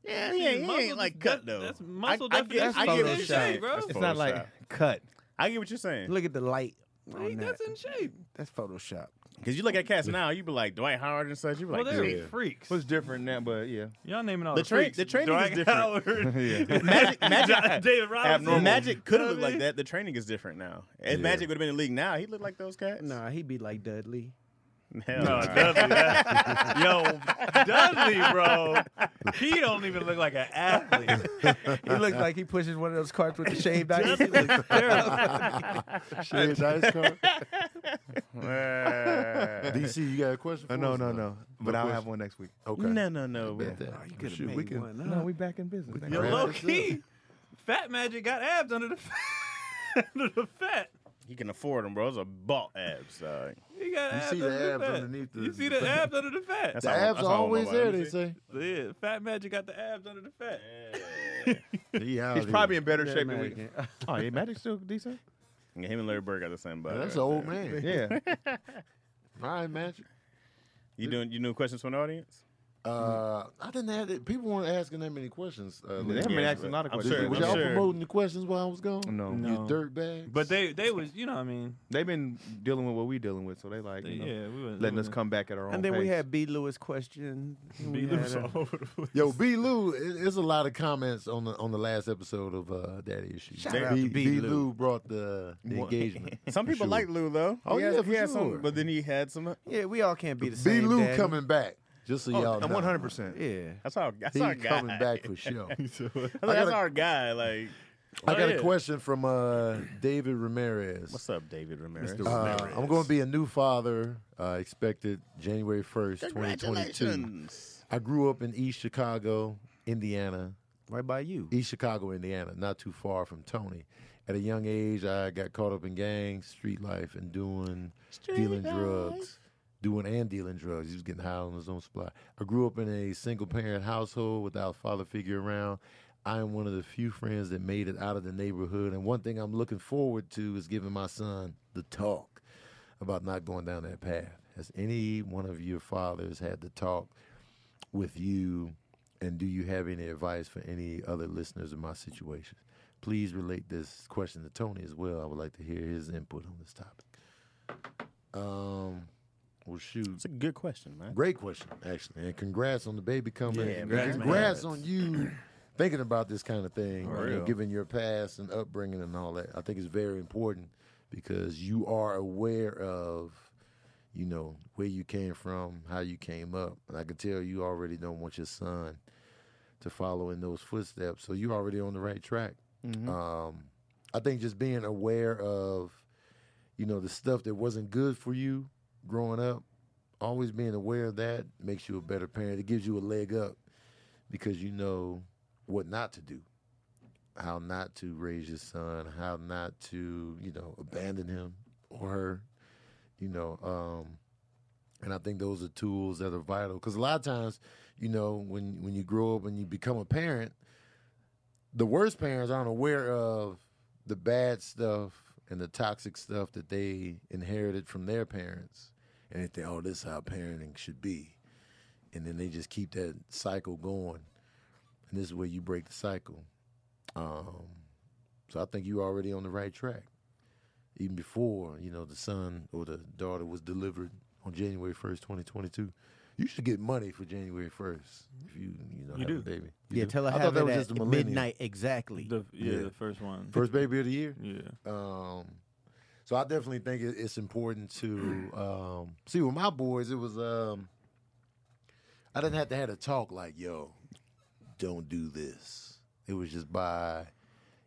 Speaker 3: yeah, he ain't, he
Speaker 5: Muscle
Speaker 3: ain't like
Speaker 5: def-
Speaker 3: cut though.
Speaker 5: That's muscle
Speaker 3: I get-
Speaker 5: definition.
Speaker 3: I get
Speaker 5: He's in
Speaker 3: Photoshop.
Speaker 5: shape, bro.
Speaker 3: That's
Speaker 4: it's not like cut.
Speaker 3: I get what you're saying.
Speaker 4: Look at the light.
Speaker 5: He-
Speaker 4: on that.
Speaker 5: That's in shape.
Speaker 4: That's Photoshop.
Speaker 3: Because you look at cats now, you be like Dwight Howard and such. You be
Speaker 5: Well,
Speaker 3: like,
Speaker 5: they're
Speaker 3: "Dude,
Speaker 5: freaks.
Speaker 6: What's different now? But yeah,
Speaker 5: Y'all naming all
Speaker 3: The
Speaker 5: the,
Speaker 3: train-
Speaker 5: freaks.
Speaker 3: the training
Speaker 5: Dwight
Speaker 3: is different.
Speaker 5: Howard,
Speaker 3: Magic,
Speaker 5: John-
Speaker 3: Magic,
Speaker 5: David Robinson.
Speaker 3: Magic could have looked
Speaker 5: I mean?
Speaker 3: like that. The training is different now. If
Speaker 2: Yeah.
Speaker 3: Magic would have been in the league now, he looked like those cats.
Speaker 4: Nah, he be like Dudley.
Speaker 3: Hell
Speaker 5: No,
Speaker 3: nah.
Speaker 5: Dudley. that- yo, Dudley, bro. He don't even look like an athlete.
Speaker 4: He looks like he pushes one of those carts with the shaved ice.
Speaker 5: Dudley looks terrible.
Speaker 2: Shreds ice car.
Speaker 3: Uh,
Speaker 2: DC, you got a question? For
Speaker 6: no,
Speaker 2: us?
Speaker 6: no, no. But I'll
Speaker 2: question.
Speaker 6: have one next week.
Speaker 2: Okay.
Speaker 3: no, no, no.
Speaker 2: Bet that. Shoot, we can.
Speaker 6: No, we back in business.
Speaker 5: Yo, low key, Fat Magic got abs under the under the fat.
Speaker 3: He can afford them, bro. Those are ball abs. Uh,
Speaker 5: He got
Speaker 2: You
Speaker 5: abs
Speaker 2: see the
Speaker 5: under
Speaker 2: abs
Speaker 5: fat.
Speaker 2: underneath the-
Speaker 5: You see the abs under the fat.
Speaker 3: That's
Speaker 2: The
Speaker 3: all-
Speaker 2: abs
Speaker 3: that's
Speaker 2: are
Speaker 3: all
Speaker 2: always
Speaker 3: nobody
Speaker 2: there.
Speaker 3: would
Speaker 2: They
Speaker 3: see.
Speaker 2: say.
Speaker 5: Yeah, Fat Magic got the abs under the fat.
Speaker 2: Yeah,
Speaker 6: He's
Speaker 2: dude.
Speaker 6: probably in better shape than we.
Speaker 4: Magic.
Speaker 6: Oh, yeah, Magic's still decent.
Speaker 3: Yeah, him and Larry Bird got the same body.
Speaker 2: That's an
Speaker 3: right
Speaker 2: old
Speaker 3: there.
Speaker 2: man.
Speaker 6: Yeah,
Speaker 2: All right, Magic.
Speaker 3: You doing? You doing questions from the audience?
Speaker 2: Uh, I didn't have it. People weren't asking that many questions. Uh,
Speaker 6: they
Speaker 2: lately.
Speaker 6: haven't been
Speaker 3: Yeah,
Speaker 6: asking a lot of
Speaker 3: I'm
Speaker 6: questions.
Speaker 3: sure-
Speaker 2: Were
Speaker 3: I'm
Speaker 2: y'all
Speaker 3: sure-
Speaker 2: promoting the questions while I was gone?
Speaker 6: No.
Speaker 2: You
Speaker 5: No.
Speaker 2: dirt bags.
Speaker 5: But they they was you know what I mean
Speaker 6: They've been dealing with what we dealing with, so they like
Speaker 5: they,
Speaker 6: you know,
Speaker 5: yeah we was
Speaker 6: letting us come back at our own.
Speaker 4: And then we
Speaker 6: pace.
Speaker 4: had B. Lewis question.
Speaker 5: Be
Speaker 4: We had,
Speaker 5: loose
Speaker 4: uh,
Speaker 5: all over the place.
Speaker 2: Yo, B. Lou, it- it's a lot of comments on the on the last episode of uh, Daddy Issues.
Speaker 4: Shout
Speaker 2: B,
Speaker 4: out to
Speaker 2: B.
Speaker 4: B. Lou.
Speaker 2: Lou brought the, the
Speaker 6: What?
Speaker 2: engagement.
Speaker 3: Some
Speaker 2: for
Speaker 3: people
Speaker 2: sure.
Speaker 3: like Lou though.
Speaker 2: Oh,
Speaker 3: He
Speaker 2: yeah,
Speaker 3: had-
Speaker 2: for
Speaker 3: he had
Speaker 2: sure.
Speaker 3: some, but then he had some. uh,
Speaker 4: Yeah, we all can't be the
Speaker 2: B.
Speaker 4: same.
Speaker 2: Lou
Speaker 4: daddy.
Speaker 2: coming back. Just so y'all know,
Speaker 6: I'm 100. percent
Speaker 4: Yeah.
Speaker 3: That's our. That's
Speaker 2: He
Speaker 3: our guy.
Speaker 2: coming back for sure.
Speaker 3: That's, that's our guy. Like,
Speaker 2: I
Speaker 5: Oh,
Speaker 2: got
Speaker 5: yeah.
Speaker 2: a question from uh, David Ramirez.
Speaker 3: what's up, David Ramirez?
Speaker 2: Uh, I'm going to be a new father, uh, expected January 1st, 2022.
Speaker 3: Congratulations.
Speaker 2: I grew up in East Chicago, Indiana,
Speaker 4: Right by you.
Speaker 2: East Chicago, Indiana, not too far from Tony. At a young age, I got caught up in gangs, street life, and doing, dealing drugs. Doing and dealing drugs. He was getting high on his own supply. I grew up in a single parent household without father figure around. I am one of the few friends that made it out of the neighborhood. And one thing I'm looking forward to is giving my son the talk about not going down that path. Has any one of your fathers had the talk with you and do you have any advice for any other listeners in my situation please relate this question to tony as well i would like to hear his input on this topic um well shoot
Speaker 3: It's a good question, man.
Speaker 2: great question actually and congrats on the baby coming
Speaker 3: Yeah,
Speaker 2: And
Speaker 3: man.
Speaker 2: congrats on you thinking about this kind of thing
Speaker 3: For
Speaker 2: you know,
Speaker 3: real.
Speaker 2: given your past and upbringing and all that i think it's very important because you are aware of you know where you came from how you came up and i can tell you already don't want your son to follow in those footsteps. So you're already on the right track.
Speaker 3: Mm-hmm.
Speaker 2: Um, I think just being aware of, you know, the stuff that wasn't good for you growing up, always being aware of that makes you a better parent. It gives you a leg up because you know what not to do, how not to raise your son, how not to, you know, abandon him or her, you know. Um, and I think those are tools that are vital because a lot of times, you know, when when you grow up and you become a parent, the worst parents aren't aware of the bad stuff and the toxic stuff that they inherited from their parents, and they think, "Oh, this is how parenting should be," and then they just keep that cycle going, and this is where you break the cycle. Um, so I think you're already on the right track, even before you know the son or the daughter was delivered on January first, twenty twenty two. You should get money for January first if you you know
Speaker 5: You
Speaker 2: have
Speaker 5: do.
Speaker 2: a baby. You
Speaker 4: Yeah,
Speaker 2: do?
Speaker 4: tell her
Speaker 2: I
Speaker 4: have
Speaker 2: thought that
Speaker 4: it
Speaker 2: was
Speaker 4: at
Speaker 2: just the millennium.
Speaker 4: midnight exactly.
Speaker 5: The, yeah,
Speaker 2: Yeah.
Speaker 5: the first one.
Speaker 2: First baby of the year.
Speaker 5: yeah,
Speaker 2: Um, so I definitely think it, it's important to um, see with my boys. It was um, I didn't have to have a talk like yo, don't do this. It was just by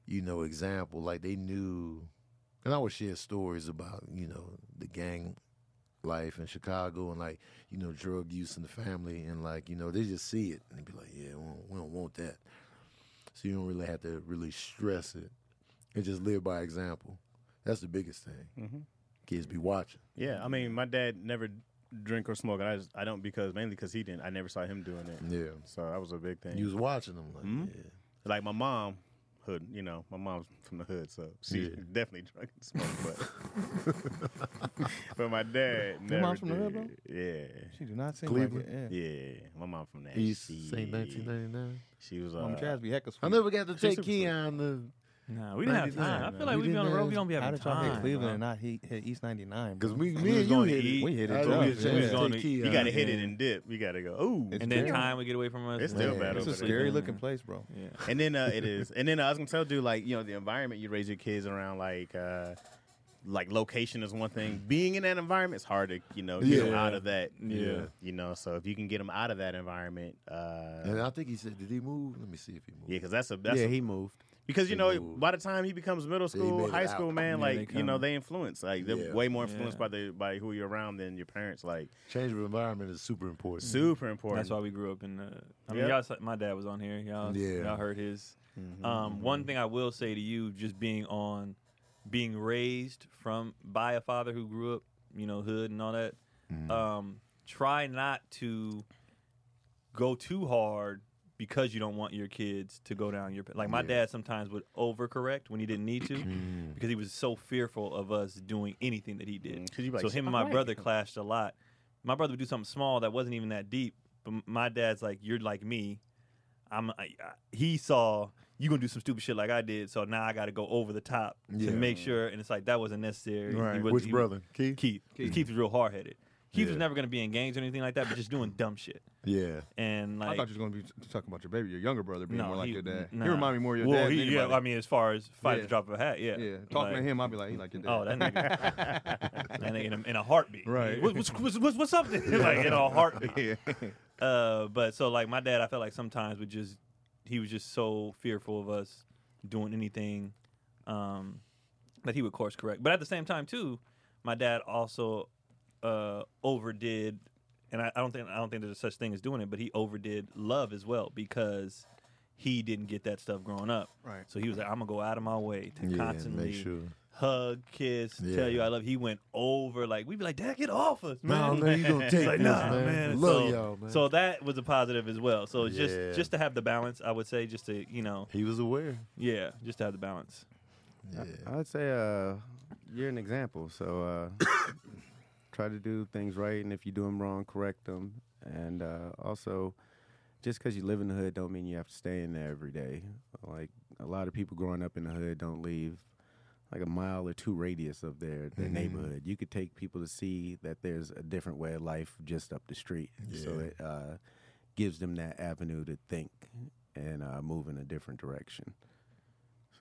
Speaker 2: you know example. Like they knew, and I would share stories about you know the gang life in Chicago and like you know drug use in the family and like you know they just see it and they be like yeah we don't, we don't want that. so you don't really have to really stress it and just live by example. That's the biggest thing. Kids be watching.
Speaker 3: Yeah, I mean, my dad never drink or smoke. and I just, I don't because mainly because he didn't. I never saw him doing it.
Speaker 2: Yeah,
Speaker 3: So that was a big thing.
Speaker 2: you was watching them. Like,
Speaker 3: Mhm.
Speaker 2: yeah.
Speaker 3: like my mom, hood. You know, my mom's from the hood, so she
Speaker 2: Yeah.
Speaker 3: definitely drunk and smoked. But, but my dad never.
Speaker 6: mom's from the hood,
Speaker 3: did.
Speaker 6: She do not seem
Speaker 2: Cleveland.
Speaker 6: like it. Yeah.
Speaker 3: Yeah, yeah. My mom from that.
Speaker 2: East
Speaker 3: shit.
Speaker 2: St. 1999.
Speaker 3: She was.
Speaker 6: Mama
Speaker 3: Uh,
Speaker 6: Chaz be hecka
Speaker 2: I
Speaker 6: sweet.
Speaker 2: never got to take
Speaker 3: super
Speaker 2: Keon to
Speaker 5: Nah, we didn't have time. I feel like
Speaker 2: We
Speaker 5: we'd be on the
Speaker 2: didn't
Speaker 5: road.
Speaker 2: have-
Speaker 5: We don't be
Speaker 6: How
Speaker 5: having
Speaker 6: did y'all hit
Speaker 5: time.
Speaker 6: Cleveland
Speaker 5: bro.
Speaker 6: and not hit, hit East 99?
Speaker 2: because we,
Speaker 3: was
Speaker 2: me and you
Speaker 3: going
Speaker 2: hit
Speaker 3: eat.
Speaker 2: it.
Speaker 6: We hit it
Speaker 2: I
Speaker 6: up.
Speaker 2: didn't
Speaker 6: We
Speaker 2: get a chance
Speaker 5: was
Speaker 2: to
Speaker 5: going
Speaker 2: take
Speaker 5: to-
Speaker 3: you
Speaker 2: Keon.
Speaker 3: gotta hit it and dip. You gotta go. Ooh.
Speaker 6: It's
Speaker 5: And then
Speaker 6: scary.
Speaker 5: time would get away from us.
Speaker 3: It's
Speaker 5: and-
Speaker 3: still
Speaker 2: Yeah.
Speaker 3: bad
Speaker 6: It's
Speaker 3: over
Speaker 6: a
Speaker 3: there.
Speaker 6: scary looking place, bro.
Speaker 5: Yeah.
Speaker 3: And then uh, it is. And then I was gonna tell dude like you know the environment you raise your kids around like uh, like location is one thing. Being in that environment is hard to you know get them
Speaker 2: Yeah.
Speaker 3: out of that.
Speaker 2: Yeah.
Speaker 3: You know, so if you can get them out of that environment, uh,
Speaker 2: And I think he said, did he move? Let me see if he
Speaker 3: yeah,
Speaker 2: moved.
Speaker 3: because that's a that's
Speaker 4: yeah,
Speaker 3: a,
Speaker 4: he moved.
Speaker 3: because you know
Speaker 2: Ooh.
Speaker 3: by the time he becomes middle
Speaker 2: made
Speaker 3: school,
Speaker 2: it
Speaker 3: high
Speaker 2: out.
Speaker 3: school, man,
Speaker 5: Yeah,
Speaker 3: like
Speaker 5: they
Speaker 3: you know
Speaker 5: come-
Speaker 3: they influence like they're
Speaker 2: Yeah. Mm-hmm.
Speaker 3: way more influenced by
Speaker 5: Yeah.
Speaker 3: the by who you're around than your parents. Like
Speaker 2: Change of environment is super important.
Speaker 3: super important.
Speaker 5: That's why we grew up in. The, I mean,
Speaker 3: Yeah.
Speaker 5: y'all, saw- my dad was on here. Y'all,
Speaker 2: Yeah.
Speaker 5: y'all heard his. Um, one thing I will say to you, just being on, being raised from by a father who grew up, you know, hood and all that. Um, try not to go too hard because you don't want your kids to go down your pa- like my dad sometimes would overcorrect when he didn't need to because he was so fearful of us doing anything that he did.
Speaker 3: Mm, 'Cause you be like,
Speaker 5: so him and my
Speaker 3: "All right."
Speaker 5: brother clashed a lot. My brother would do something small that wasn't even that deep, but m- my dad's like, "You're like me." I'm. I, I, he saw you gonna do some stupid shit like I did, so now I got to go over the top
Speaker 2: Yeah.
Speaker 5: to make sure. And it's like that wasn't necessary. He
Speaker 6: Right.
Speaker 5: was-
Speaker 2: Which
Speaker 5: he-
Speaker 2: brother? Keith?
Speaker 5: Keith. Keith, was real hard headed. Keith
Speaker 2: Yeah.
Speaker 5: was never gonna be in gangs or anything like that, but just doing dumb shit.
Speaker 2: Yeah.
Speaker 5: And like
Speaker 6: I thought you was gonna be t- talking about your baby, your younger brother being more like
Speaker 5: he-
Speaker 6: your dad.
Speaker 5: nah.
Speaker 6: You remind me more of your
Speaker 5: well,
Speaker 6: dad.
Speaker 5: He,
Speaker 6: than
Speaker 5: yeah,
Speaker 6: anybody.
Speaker 5: I mean, as far as fight
Speaker 6: Yeah.
Speaker 5: the drop of a hat, yeah.
Speaker 6: yeah. Talking
Speaker 5: Like,
Speaker 6: to him, I'd be like, he like your dad.
Speaker 5: Oh, that nigga. that nigga in a, in a heartbeat.
Speaker 6: Right.
Speaker 5: What, what's, what's, what's, what's up there? like, in a heartbeat.
Speaker 6: yeah.
Speaker 5: Uh, but so, like, my dad, I felt like sometimes would just, he was just so fearful of us doing anything um, that he would course correct. But at the same time, too, my dad also uh, overdid, and I, I don't think I don't think there's such thing as doing it, but he overdid love as well because he didn't get that stuff growing up.
Speaker 6: Right.
Speaker 5: So he was like, I'm gonna go out of my way to
Speaker 2: Yeah,
Speaker 5: constantly
Speaker 2: make sure.
Speaker 5: hug, kiss,
Speaker 2: Yeah.
Speaker 5: tell you I love. you. He went over like we'd be like, Dad, get off us,
Speaker 2: No,
Speaker 5: man.
Speaker 2: no, you gonna take
Speaker 5: It's like,
Speaker 2: this,
Speaker 5: nah,
Speaker 2: man.
Speaker 5: man.
Speaker 2: Love
Speaker 5: so,
Speaker 2: y'all, man.
Speaker 5: so that was a positive as well. So it's
Speaker 2: Yeah.
Speaker 5: just just to have the balance, I would say, just to you know,
Speaker 2: He was aware.
Speaker 5: yeah, just to have the balance.
Speaker 2: Yeah.
Speaker 4: I'd say uh, you're an example. So uh, try to do things right, and if you do them wrong, correct them. And uh, also, just because you live in the hood, don't mean you have to stay in there every day. Like a lot of people growing up in the hood don't leave like a mile or two radius of their, their neighborhood. You could take people to see that there's a different way of life just up the street. So
Speaker 2: Yeah.
Speaker 4: it uh, gives them that avenue to think and uh, move in a different direction.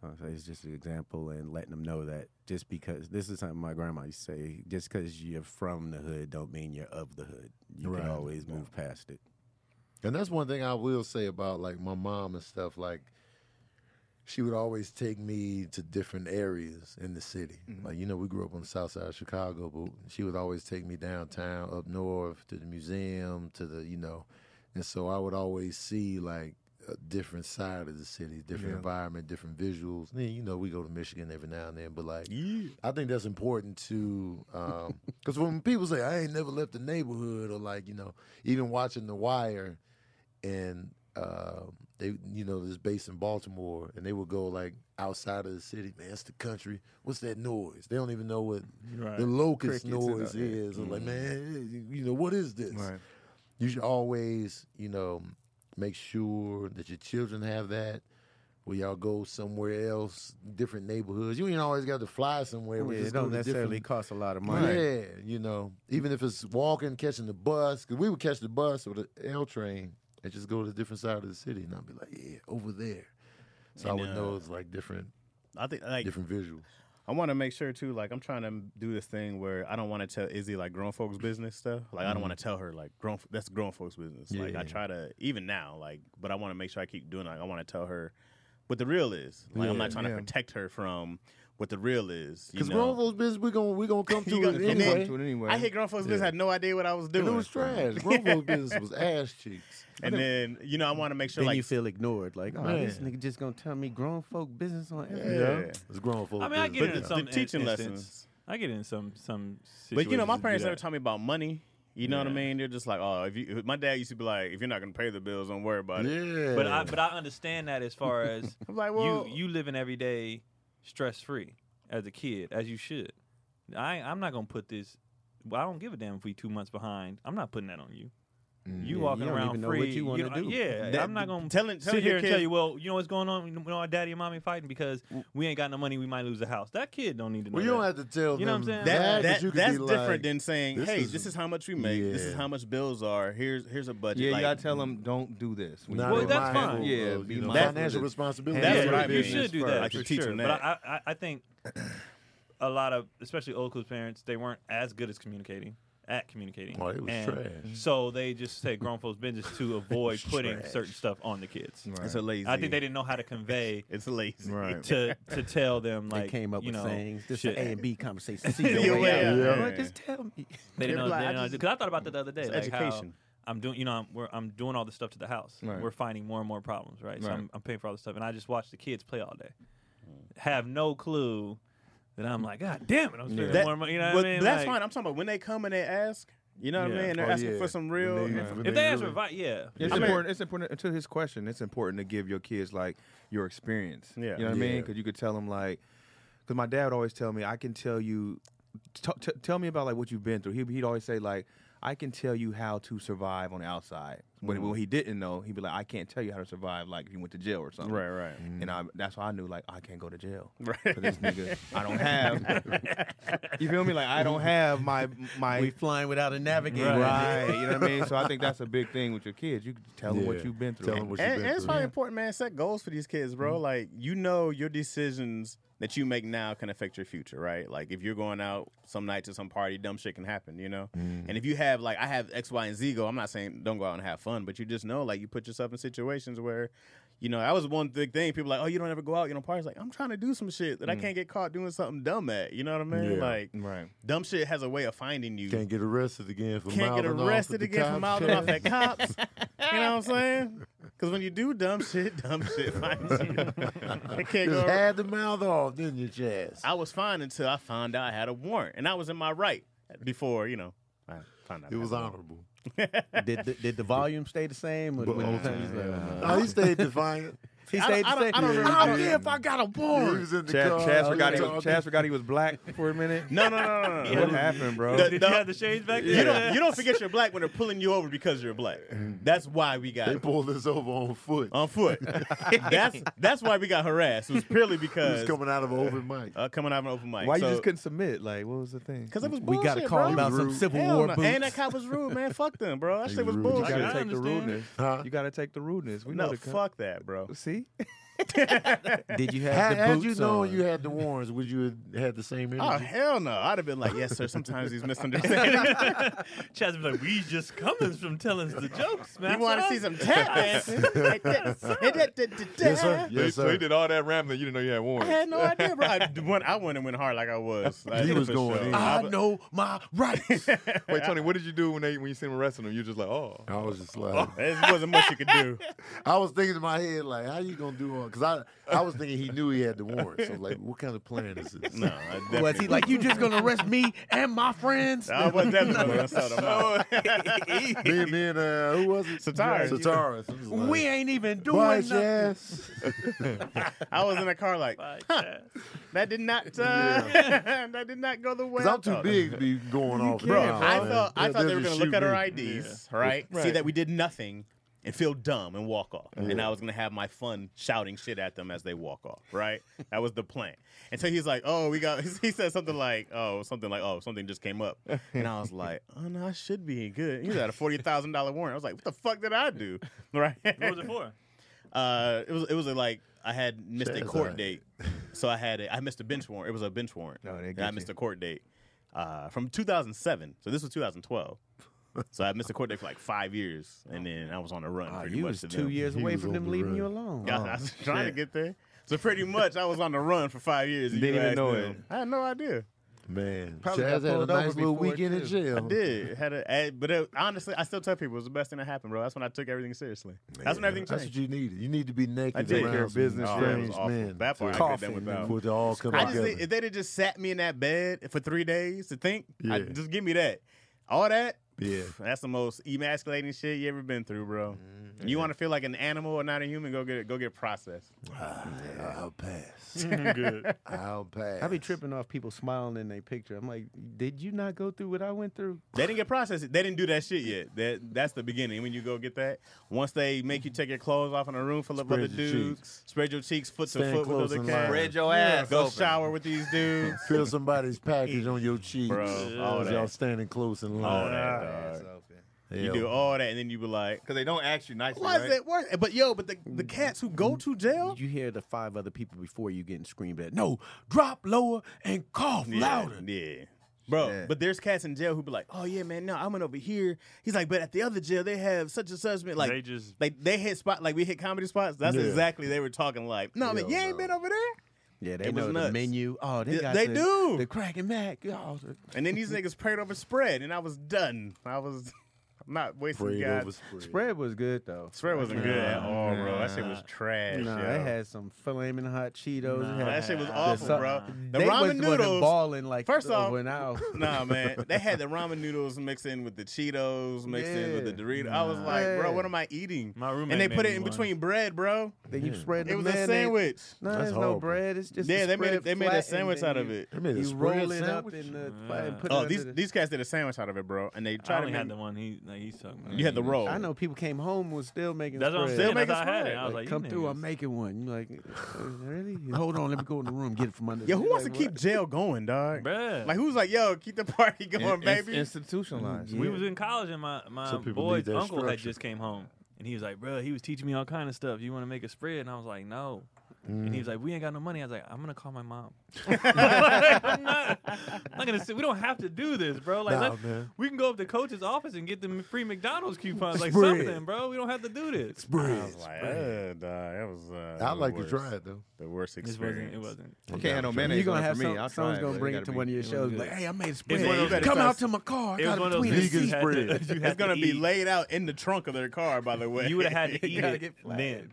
Speaker 4: So I say it's just an example and letting them know that just because this is something my grandma used to say, just because you're from the hood don't mean you're of the hood. You
Speaker 2: Right.
Speaker 4: can always move past it.
Speaker 2: And that's one thing I will say about like my mom and stuff. Like, she would always take me to different areas in the city. Like, you know, we grew up on the south side of Chicago, but she would always take me downtown, up north, to the museum, to the, you know, and so I would always see like a different side of the city, different environment, different visuals. Then, you know, we go to Michigan every now and then, but like, I think that's important to because when people say I ain't never left the neighborhood or like you know even watching The Wire and uh, they you know this base in Baltimore and they would go like outside of the city man it's the country what's that noise they don't even know what the locust
Speaker 6: Crickets and all
Speaker 2: noise
Speaker 6: that.
Speaker 2: is or like
Speaker 4: Mm-hmm.
Speaker 2: man you know what is this
Speaker 6: Right.
Speaker 2: you should always, you know, make sure that your children have that. Where y'all go somewhere else, different neighborhoods. You ain't always got to fly somewhere. but
Speaker 4: Yeah,
Speaker 2: just
Speaker 4: it
Speaker 2: go
Speaker 4: don't
Speaker 2: to
Speaker 4: necessarily
Speaker 2: different-
Speaker 4: cost a lot of money.
Speaker 2: Yeah, you know, even if it's walking, catching the bus, because we would catch the bus or the L train and just go to a different side of the city, and I'd be like, yeah, over there. So I would
Speaker 3: And,
Speaker 2: know
Speaker 3: uh,
Speaker 2: it's like different,
Speaker 3: I think like
Speaker 2: different visuals.
Speaker 3: I want to make sure too. Like I'm trying to do this thing where I don't want to tell Izzy like grown folks business stuff. Like I don't want to tell her like grown that's grown folks business. like
Speaker 2: Mm. Yeah.
Speaker 3: I try to even now like, but I want to make sure I keep doing. Like I want to tell her what the real is. Like I'm not
Speaker 2: Yeah,
Speaker 3: trying to
Speaker 6: yeah.
Speaker 3: protect her from what the real is. you
Speaker 2: Because
Speaker 3: know?
Speaker 2: grown folks business, we're gonna we gonna come to
Speaker 3: You
Speaker 2: it
Speaker 3: gonna- and then-
Speaker 2: anyway.
Speaker 6: to it anyway.
Speaker 3: I hit grown folks business.
Speaker 2: Yeah.
Speaker 3: Had no idea what I was
Speaker 2: And
Speaker 3: doing.
Speaker 2: it was trash. Grown folks business was ass cheeks.
Speaker 3: And then you know I want to make sure
Speaker 4: Then
Speaker 3: like
Speaker 4: you feel ignored. Like, oh,
Speaker 2: Man.
Speaker 4: this nigga just gonna tell me grown folk business on
Speaker 2: Yeah,
Speaker 4: everything.
Speaker 3: Yeah.
Speaker 2: it was grown folks.
Speaker 5: I mean, I get
Speaker 2: business.
Speaker 5: it in
Speaker 3: the
Speaker 5: some
Speaker 3: teaching
Speaker 5: in-
Speaker 3: lessons.
Speaker 5: instance. I get it in some some.
Speaker 3: But you know, my
Speaker 5: situations to do
Speaker 3: parents
Speaker 5: that.
Speaker 3: never taught me about money. You know what I
Speaker 5: Yeah.
Speaker 3: mean? They're just like, oh, if you, my dad used to be like, if you're not gonna pay the bills, don't worry about it.
Speaker 2: Yeah,
Speaker 5: But I but I understand that as far as
Speaker 3: I'm like, well,
Speaker 5: you you living every day stress free as a kid as you should. I I'm not gonna put this. Well, I don't give a damn if we two months behind. I'm not putting that on you. You
Speaker 4: Mm, Yeah,
Speaker 5: walking
Speaker 4: you don't
Speaker 5: around
Speaker 4: even know what
Speaker 5: free.
Speaker 4: you wanna
Speaker 5: don't-
Speaker 4: do.
Speaker 5: Yeah,
Speaker 3: That-
Speaker 5: I'm not gonna
Speaker 3: telling- telling
Speaker 5: sit here
Speaker 3: your
Speaker 5: and tell
Speaker 3: kid-
Speaker 5: you. Well, you know what's going on. You know, our daddy and mommy fighting because we ain't got no money. We might lose the house. That kid don't need to know.
Speaker 2: well, you don't
Speaker 5: that.
Speaker 2: have to tell
Speaker 5: You know
Speaker 2: them
Speaker 5: what I'm saying?
Speaker 3: that,
Speaker 2: that,
Speaker 3: that,
Speaker 2: but you could
Speaker 3: that's
Speaker 2: be
Speaker 3: different
Speaker 2: like,
Speaker 3: than saying,
Speaker 2: this
Speaker 3: hey,
Speaker 2: is-
Speaker 3: this is how much we make. This is
Speaker 2: Yeah.
Speaker 3: how much bills are. Here's here's a budget.
Speaker 6: yeah,
Speaker 3: like,
Speaker 6: you gotta tell them don't do this. when you
Speaker 2: not
Speaker 6: grow
Speaker 5: Well,
Speaker 2: in
Speaker 6: up.
Speaker 5: that's
Speaker 2: my
Speaker 5: fine.
Speaker 2: household,
Speaker 6: Yeah,
Speaker 2: you
Speaker 6: be
Speaker 2: know,
Speaker 6: mindful
Speaker 2: financial
Speaker 6: that-
Speaker 2: responsibility.
Speaker 3: That's
Speaker 5: yeah,
Speaker 3: what
Speaker 5: you,
Speaker 3: I
Speaker 5: you
Speaker 3: mean.
Speaker 5: should do that.
Speaker 3: I
Speaker 5: for
Speaker 3: should teach
Speaker 5: sure.
Speaker 3: them
Speaker 5: But
Speaker 3: that.
Speaker 5: I, I, I think a lot of, especially old school parents, they weren't as good as communicating at communicating.
Speaker 2: Oh, it was
Speaker 5: And
Speaker 2: trash.
Speaker 5: So they just say grown folks' business to avoid putting certain stuff on the kids.
Speaker 3: it's a lazy.
Speaker 5: I think they didn't know how to convey
Speaker 3: It's lazy.
Speaker 6: Right.
Speaker 5: to to tell them
Speaker 4: They
Speaker 5: like
Speaker 4: came up
Speaker 5: you
Speaker 4: with
Speaker 5: know,
Speaker 4: sayings. This
Speaker 5: shit.
Speaker 4: A and B conversation. See your
Speaker 3: Yeah,
Speaker 4: way
Speaker 3: yeah.
Speaker 4: out.
Speaker 3: Yeah.
Speaker 4: Bro, Just tell me.
Speaker 5: They didn't know.
Speaker 4: They're like, I
Speaker 5: Because
Speaker 4: just-
Speaker 5: I, thought about that the other day.
Speaker 3: It's
Speaker 5: like how
Speaker 3: education.
Speaker 5: I'm doing, you know, I'm we're, I'm doing all this stuff to the house.
Speaker 6: Right.
Speaker 5: We're finding more and more problems, right? So
Speaker 6: Right.
Speaker 5: I'm, I'm paying for all this stuff, and I just watch the kids play all day. Have no clue that I'm like, God damn it, I'm spending
Speaker 3: That-
Speaker 5: more money. You know
Speaker 3: but
Speaker 5: what I mean?
Speaker 3: that's
Speaker 5: Like,
Speaker 3: fine. I'm talking about when they come and they ask. You know what
Speaker 5: Yeah.
Speaker 3: I mean? They're
Speaker 2: Oh,
Speaker 3: asking
Speaker 2: yeah.
Speaker 3: for some real.
Speaker 2: When they-
Speaker 3: info.
Speaker 2: when
Speaker 5: If
Speaker 2: they
Speaker 5: they ask for
Speaker 2: really-
Speaker 5: advice, yeah.
Speaker 6: It's
Speaker 3: I mean-
Speaker 6: important. It's important to his question. It's important to give your kids like your experience.
Speaker 3: Yeah.
Speaker 6: you know what I mean.
Speaker 2: Yeah.
Speaker 6: Because you could tell them like, because my dad would always tell me, I can tell you, t- t- tell me about like what you've been through. He'd, he'd always say like, I can tell you how to survive on the outside. When,
Speaker 3: Mm-hmm.
Speaker 6: when he didn't know, he'd be like, I can't tell you how to survive like if you went to jail or something.
Speaker 3: Right, right.
Speaker 6: And I, that's why I knew like I can't go to jail.
Speaker 3: Right.
Speaker 6: For this nigga, I don't have. you feel me? Like I don't have my my
Speaker 4: We flying without a navigator.
Speaker 6: Right. You know what I mean? So I think that's a big thing with your kids. You tell them
Speaker 2: Yeah.
Speaker 6: what you've been through.
Speaker 2: Tell them what you've
Speaker 3: And,
Speaker 2: been
Speaker 3: and it's
Speaker 2: through.
Speaker 3: probably important, man. Set goals for these kids, bro.
Speaker 2: Mm-hmm.
Speaker 3: Like you know, your decisions that you make now can affect your future, right? Like if you're going out some night to some party, dumb shit can happen, you know.
Speaker 2: Mm-hmm.
Speaker 3: And if you have like I have X, Y, and Z go, I'm not saying don't go out and have fun, but you just know, like you put yourself in situations where. You know, that was one big thing. People like, oh, you don't ever go out, you know, parties. Like, I'm trying to do some shit that I can't get caught doing something dumb at. You know what I mean?
Speaker 2: Mm. Yeah.
Speaker 3: Like,
Speaker 6: Right.
Speaker 3: dumb shit has a way of finding you.
Speaker 2: Can't get arrested again for
Speaker 3: can't get
Speaker 2: mouthing off at
Speaker 3: arrested
Speaker 2: the
Speaker 3: again for
Speaker 2: cops.
Speaker 3: mouthing off at cops. you know what I'm saying? Because when you do dumb shit, dumb shit finds you. I can't
Speaker 2: Just
Speaker 3: go.
Speaker 2: had the mouth off, didn't you, Chaz?
Speaker 3: I was fine until I found out I had a warrant, and I was in my right before you know. I found out
Speaker 2: It
Speaker 3: I
Speaker 2: was
Speaker 3: had a warrant.
Speaker 2: honorable.
Speaker 4: Did the, did the volume stay the same? Or
Speaker 2: But
Speaker 4: when you
Speaker 2: old
Speaker 4: turn-
Speaker 2: time,
Speaker 4: he's like,
Speaker 2: yeah.
Speaker 4: uh,
Speaker 2: No, he stayed defiant.
Speaker 4: he
Speaker 3: I
Speaker 4: stayed
Speaker 3: don't-
Speaker 4: the same.
Speaker 3: I don't- I don't
Speaker 4: I don't
Speaker 3: remember.
Speaker 4: care if I got a
Speaker 2: He
Speaker 4: warrant.
Speaker 2: was in the
Speaker 6: Chaz,
Speaker 2: car.
Speaker 6: Chaz,
Speaker 2: I was
Speaker 6: forgot he was,
Speaker 2: talking.
Speaker 6: Chaz forgot he was black for a minute.
Speaker 3: No, no, no, no, no. no.
Speaker 6: What happened, bro?
Speaker 3: The-
Speaker 5: Did
Speaker 3: the-
Speaker 5: you have the shades back
Speaker 3: you
Speaker 5: then?
Speaker 3: don't you don't forget you're black when they're pulling you over because you're black. That's why we got
Speaker 2: They pulled us over on foot.
Speaker 3: on foot. that's that's why we got harassed. It was purely
Speaker 2: He was
Speaker 3: because
Speaker 2: coming out of an open mic.
Speaker 3: uh, coming out of an open mic.
Speaker 6: Why
Speaker 3: so,
Speaker 6: you just couldn't submit? Like, what was the thing?
Speaker 3: Because it was
Speaker 4: We
Speaker 3: bullshit,
Speaker 4: gotta call
Speaker 3: bro.
Speaker 4: him about some Civil
Speaker 3: Hell
Speaker 4: War
Speaker 3: no.
Speaker 4: boots.
Speaker 3: And that cop was rude, man. Fuck them, bro. That
Speaker 2: He
Speaker 3: shit was
Speaker 2: rude.
Speaker 6: You
Speaker 3: bullshit.
Speaker 6: gotta
Speaker 5: I
Speaker 6: take the
Speaker 5: understand.
Speaker 6: rudeness.
Speaker 2: Huh?
Speaker 6: You gotta take the rudeness. We know
Speaker 3: no,
Speaker 6: the cunt.
Speaker 3: fuck that, bro.
Speaker 6: See,
Speaker 3: oh
Speaker 4: Did you have
Speaker 2: Had,
Speaker 4: the
Speaker 2: had
Speaker 4: boots
Speaker 2: you known
Speaker 4: on?
Speaker 2: you had the warrants, would you have had the same
Speaker 3: Oh, Ah,
Speaker 2: energy?
Speaker 3: hell no! I'd have been like, yes, sir. Sometimes he's misunderstanding.
Speaker 5: Chaz was like, we just coming from telling us the jokes, man.
Speaker 3: you want to see some tap dancing? Like that. Hey, that- that- that-
Speaker 2: Yes, sir.
Speaker 3: that.
Speaker 2: Yes, sir.
Speaker 6: all that rambling. You didn't know you had
Speaker 3: I
Speaker 6: warrants.
Speaker 3: had no idea, bro. I went, I went and went hard like I was. Like,
Speaker 2: He was
Speaker 3: for
Speaker 2: going
Speaker 3: sure.
Speaker 2: in.
Speaker 3: I
Speaker 4: I
Speaker 3: was-
Speaker 4: know my rights.
Speaker 6: Wait, Tony, what did you do when they when you seen them arresting them? You just like, oh,
Speaker 2: I was just like,
Speaker 3: There wasn't much you could do.
Speaker 2: I was thinking in my head, like, how you gonna do all? Because I, I was thinking he knew he had the warrants. So like, what kind of plan is this?
Speaker 3: No, I definitely.
Speaker 4: Was he like, you just gonna arrest me and my friends?
Speaker 3: I was definitely gonna sell them out.
Speaker 2: me, me and uh, who was it?
Speaker 3: Satara.
Speaker 2: Satara. So I'm just like,
Speaker 4: We ain't even doing
Speaker 2: Bye,
Speaker 4: nothing.
Speaker 2: Jazz.
Speaker 3: I was in a car like that. Did not. Uh, that did not go the way.
Speaker 2: Because
Speaker 3: I
Speaker 2: I'm too
Speaker 3: thought.
Speaker 2: big to be going off.
Speaker 3: Bro,
Speaker 2: now,
Speaker 3: I
Speaker 2: man.
Speaker 3: thought I
Speaker 2: They'll-
Speaker 3: thought they
Speaker 2: they'll
Speaker 3: were gonna
Speaker 2: just
Speaker 3: look
Speaker 2: shoot
Speaker 3: at our
Speaker 2: me.
Speaker 3: IDs, right? See that we did nothing and feel dumb and walk off. And I was gonna have my fun shouting shit at them as they walk off, right? that was the plan. And so he's like, "Oh, we got." He said something like, "Oh, something like, oh, something just came up," and I was like, "Oh no, I should be good." He's at a forty thousand dollar warrant. I was like, "What the fuck did I do?" Right?
Speaker 5: What was it for?
Speaker 3: Uh, it was it was a, like I had missed a
Speaker 2: Shazai.
Speaker 3: court date, so I had a, I missed a bench warrant. It was a bench warrant,
Speaker 6: No, they
Speaker 3: and
Speaker 6: get
Speaker 3: I missed
Speaker 6: you.
Speaker 3: a court date uh, from 2007. So this was 2012. So I missed a court date for like five years, and then I was on the run.
Speaker 4: Oh,
Speaker 3: pretty
Speaker 4: you
Speaker 3: much
Speaker 4: was
Speaker 3: to
Speaker 4: two
Speaker 3: them.
Speaker 4: years
Speaker 2: He
Speaker 4: away
Speaker 2: was
Speaker 4: from
Speaker 2: on
Speaker 4: them
Speaker 2: the
Speaker 4: leaving
Speaker 2: run.
Speaker 4: you alone.
Speaker 3: Yeah, I was trying to get there. So pretty much, I was on the run for five years. and
Speaker 6: Didn't
Speaker 3: you
Speaker 6: even
Speaker 3: asked
Speaker 6: know
Speaker 3: them.
Speaker 6: it.
Speaker 3: I had no idea.
Speaker 2: Man,
Speaker 1: Probably got
Speaker 2: Chaz had a
Speaker 1: pulled over
Speaker 2: nice little
Speaker 1: before,
Speaker 2: weekend in
Speaker 1: too.
Speaker 2: jail.
Speaker 3: I did. Had a, I- but it, honestly, I still tell people it was the best thing that happened, bro. That's when I took everything seriously. That's when everything
Speaker 2: That's
Speaker 3: changed.
Speaker 2: what you need. You need to be naked.
Speaker 3: I take
Speaker 2: around
Speaker 3: care
Speaker 1: of
Speaker 2: some
Speaker 1: business
Speaker 3: Oh, that was
Speaker 2: strange
Speaker 3: awful.
Speaker 2: men.
Speaker 3: That part I could have done without.
Speaker 2: Would all come
Speaker 3: I just
Speaker 2: together.
Speaker 3: think, if they'd have just sat me in that bed for three days to think, I,
Speaker 2: Yeah.
Speaker 3: just give me that. All that,
Speaker 2: yeah.
Speaker 3: that's the most emasculating shit you ever been through, bro.
Speaker 2: Mm-hmm.
Speaker 3: You want to feel like an animal or not a human? Go get it. Go get processed.
Speaker 2: I'll pass.
Speaker 5: Good.
Speaker 2: I'll pass.
Speaker 4: I be tripping off people smiling in their picture. I'm like, did you not go through what I went through?
Speaker 3: They didn't get processed. They didn't do that shit yet. That that's the beginning. When you go get that, once they make you take your clothes off in a room full of
Speaker 2: Spread
Speaker 3: other
Speaker 2: your
Speaker 3: dudes, spread your cheeks foot
Speaker 2: Stand
Speaker 3: to foot
Speaker 2: close
Speaker 3: with other
Speaker 2: in
Speaker 3: cats,
Speaker 2: line. Spread
Speaker 6: your ass
Speaker 3: go
Speaker 6: open.
Speaker 3: shower with these dudes.
Speaker 2: Feel somebody's package on your cheeks.
Speaker 3: Bro, all
Speaker 2: as
Speaker 3: that.
Speaker 2: y'all standing close in line.
Speaker 3: All that, dog. You do all that, and then you be like,
Speaker 6: Because they don't ask you nicely.
Speaker 3: "Why
Speaker 6: right?
Speaker 3: is that worth?" it?" But yo, but the, the
Speaker 2: Mm.
Speaker 3: cats who go to jail,
Speaker 4: You hear the five other people before you getting screamed at. No, drop lower and cough
Speaker 3: yeah,
Speaker 4: louder.
Speaker 3: yeah, bro.
Speaker 6: Shit.
Speaker 3: But there's cats in jail who be like, "Oh yeah, man, no, I went over here." He's like, "But at the other jail, they have such and such." man." Like
Speaker 5: they just
Speaker 3: Like they hit spot like we hit comedy spots. That's
Speaker 2: Yeah.
Speaker 3: exactly they were talking like. No, I mean you
Speaker 2: Hell
Speaker 3: ain't
Speaker 2: no.
Speaker 3: been over there.
Speaker 4: Yeah, they
Speaker 3: It was
Speaker 4: know
Speaker 3: nuts.
Speaker 4: the menu. Oh, they
Speaker 3: Yeah,
Speaker 4: got
Speaker 3: they
Speaker 4: the,
Speaker 3: do.
Speaker 4: the Crack and Mac. Oh, the-
Speaker 3: And then these niggas prayed over spread, and I was done. I was I'm not wasting
Speaker 2: Prayed
Speaker 3: God.
Speaker 2: over spread.
Speaker 4: spread was good though.
Speaker 3: Spread wasn't good at all, bro. That shit was trash.
Speaker 4: Nah,
Speaker 3: yo.
Speaker 4: it had some flaming hot Cheetos. It had
Speaker 3: that shit was
Speaker 4: the
Speaker 3: awful,
Speaker 4: su-
Speaker 3: bro. The
Speaker 4: they
Speaker 3: ramen
Speaker 4: wasn't- wasn't
Speaker 3: noodles.
Speaker 4: balling like
Speaker 3: First off-
Speaker 4: when I was-
Speaker 3: Nah, man. They had the ramen noodles mixed in with the Cheetos, mixed in with the
Speaker 4: Yeah.
Speaker 3: Doritos. I was like, bro,
Speaker 4: Yeah.
Speaker 3: what am I eating?
Speaker 5: my roommate
Speaker 3: and they
Speaker 5: made
Speaker 3: put
Speaker 5: me
Speaker 3: it in
Speaker 5: one.
Speaker 3: between bread, bro.
Speaker 4: Then you spread the
Speaker 3: It was a
Speaker 4: mayonnaise.
Speaker 3: sandwich.
Speaker 4: No,
Speaker 2: That's
Speaker 4: there's
Speaker 2: horrible.
Speaker 4: no bread. It's just
Speaker 3: Yeah,
Speaker 4: the
Speaker 3: they made
Speaker 4: spread
Speaker 3: it- they made a
Speaker 4: flat and
Speaker 3: sandwich
Speaker 4: then
Speaker 3: out of
Speaker 4: you-
Speaker 3: it.
Speaker 2: They made a
Speaker 4: You
Speaker 2: spread
Speaker 4: roll it up
Speaker 2: sandwich?
Speaker 4: in the
Speaker 5: Mm.
Speaker 4: flat and put
Speaker 3: Oh,
Speaker 4: it
Speaker 3: these
Speaker 4: under the-
Speaker 3: these cats did a sandwich out of it, bro. And they
Speaker 5: I
Speaker 3: tried to
Speaker 5: only had
Speaker 3: make
Speaker 5: the one he like, he sucked.
Speaker 3: you had the roll.
Speaker 4: I know people came home was still making.
Speaker 5: That's what I'm
Speaker 4: spread.
Speaker 5: saying.
Speaker 3: They'll make
Speaker 5: that's
Speaker 3: us
Speaker 5: how I had
Speaker 3: mad.
Speaker 5: it. I
Speaker 4: Like,
Speaker 5: was like, you
Speaker 4: come through,
Speaker 5: niggas.
Speaker 4: I'm making one. You like, "Uh, really? Hold on, let me go in the room, get it from under.
Speaker 3: Yo, who
Speaker 4: You're
Speaker 3: wants
Speaker 4: like,
Speaker 3: to keep jail going, dog?
Speaker 5: Bruh.
Speaker 3: Like who's like, yo, keep the party going,
Speaker 6: In- in-
Speaker 3: baby.
Speaker 6: institutionalized.
Speaker 5: We was in college and my my
Speaker 2: Some people
Speaker 5: boy's
Speaker 2: need that
Speaker 5: uncle had
Speaker 2: structure.
Speaker 5: just came home and he was like, "Bro, he was teaching me all kind of stuff. You want to make a spread?" And I was like, "No." And
Speaker 2: Mm.
Speaker 5: he was like, "We ain't got no money." I was like, "I'm gonna call my mom." I'm not, I'm not gonna sit. We don't have to do this, bro. Like,
Speaker 2: Nah,
Speaker 5: let-
Speaker 2: man.
Speaker 5: we can go up to coach's office and get them free McDonald's coupons, like
Speaker 2: Spread.
Speaker 5: something, bro. We don't have to do this.
Speaker 3: I
Speaker 2: Spread.
Speaker 3: was like, uh, dog, that was. Uh,
Speaker 2: I'd
Speaker 3: the
Speaker 2: like
Speaker 3: worst-
Speaker 2: to try it though.
Speaker 3: The worst
Speaker 5: It
Speaker 3: experience.
Speaker 5: wasn't. It wasn't.
Speaker 6: You can't handle mayonnaise.
Speaker 4: You're gonna
Speaker 6: on it
Speaker 4: have
Speaker 6: for
Speaker 4: some,
Speaker 6: me. I'll try
Speaker 4: someone's
Speaker 6: it,
Speaker 4: gonna
Speaker 6: but
Speaker 4: bring
Speaker 6: it
Speaker 4: it to
Speaker 6: gotta
Speaker 4: one
Speaker 6: be-
Speaker 4: of your
Speaker 6: it
Speaker 4: shows.
Speaker 6: wasn't
Speaker 4: Like,
Speaker 6: good.
Speaker 4: hey, I made a
Speaker 5: It's one of
Speaker 4: spread.
Speaker 5: those-
Speaker 4: Come out to my car. I
Speaker 5: It was
Speaker 4: got
Speaker 5: one
Speaker 4: it
Speaker 5: of those
Speaker 4: between
Speaker 5: things you
Speaker 4: the
Speaker 5: had to- you had
Speaker 3: It's gonna
Speaker 5: to
Speaker 3: be
Speaker 5: eat.
Speaker 3: laid out in the trunk of their car. By the way,
Speaker 5: You would have had to eat
Speaker 3: gotta
Speaker 5: it
Speaker 3: get flat.
Speaker 5: then.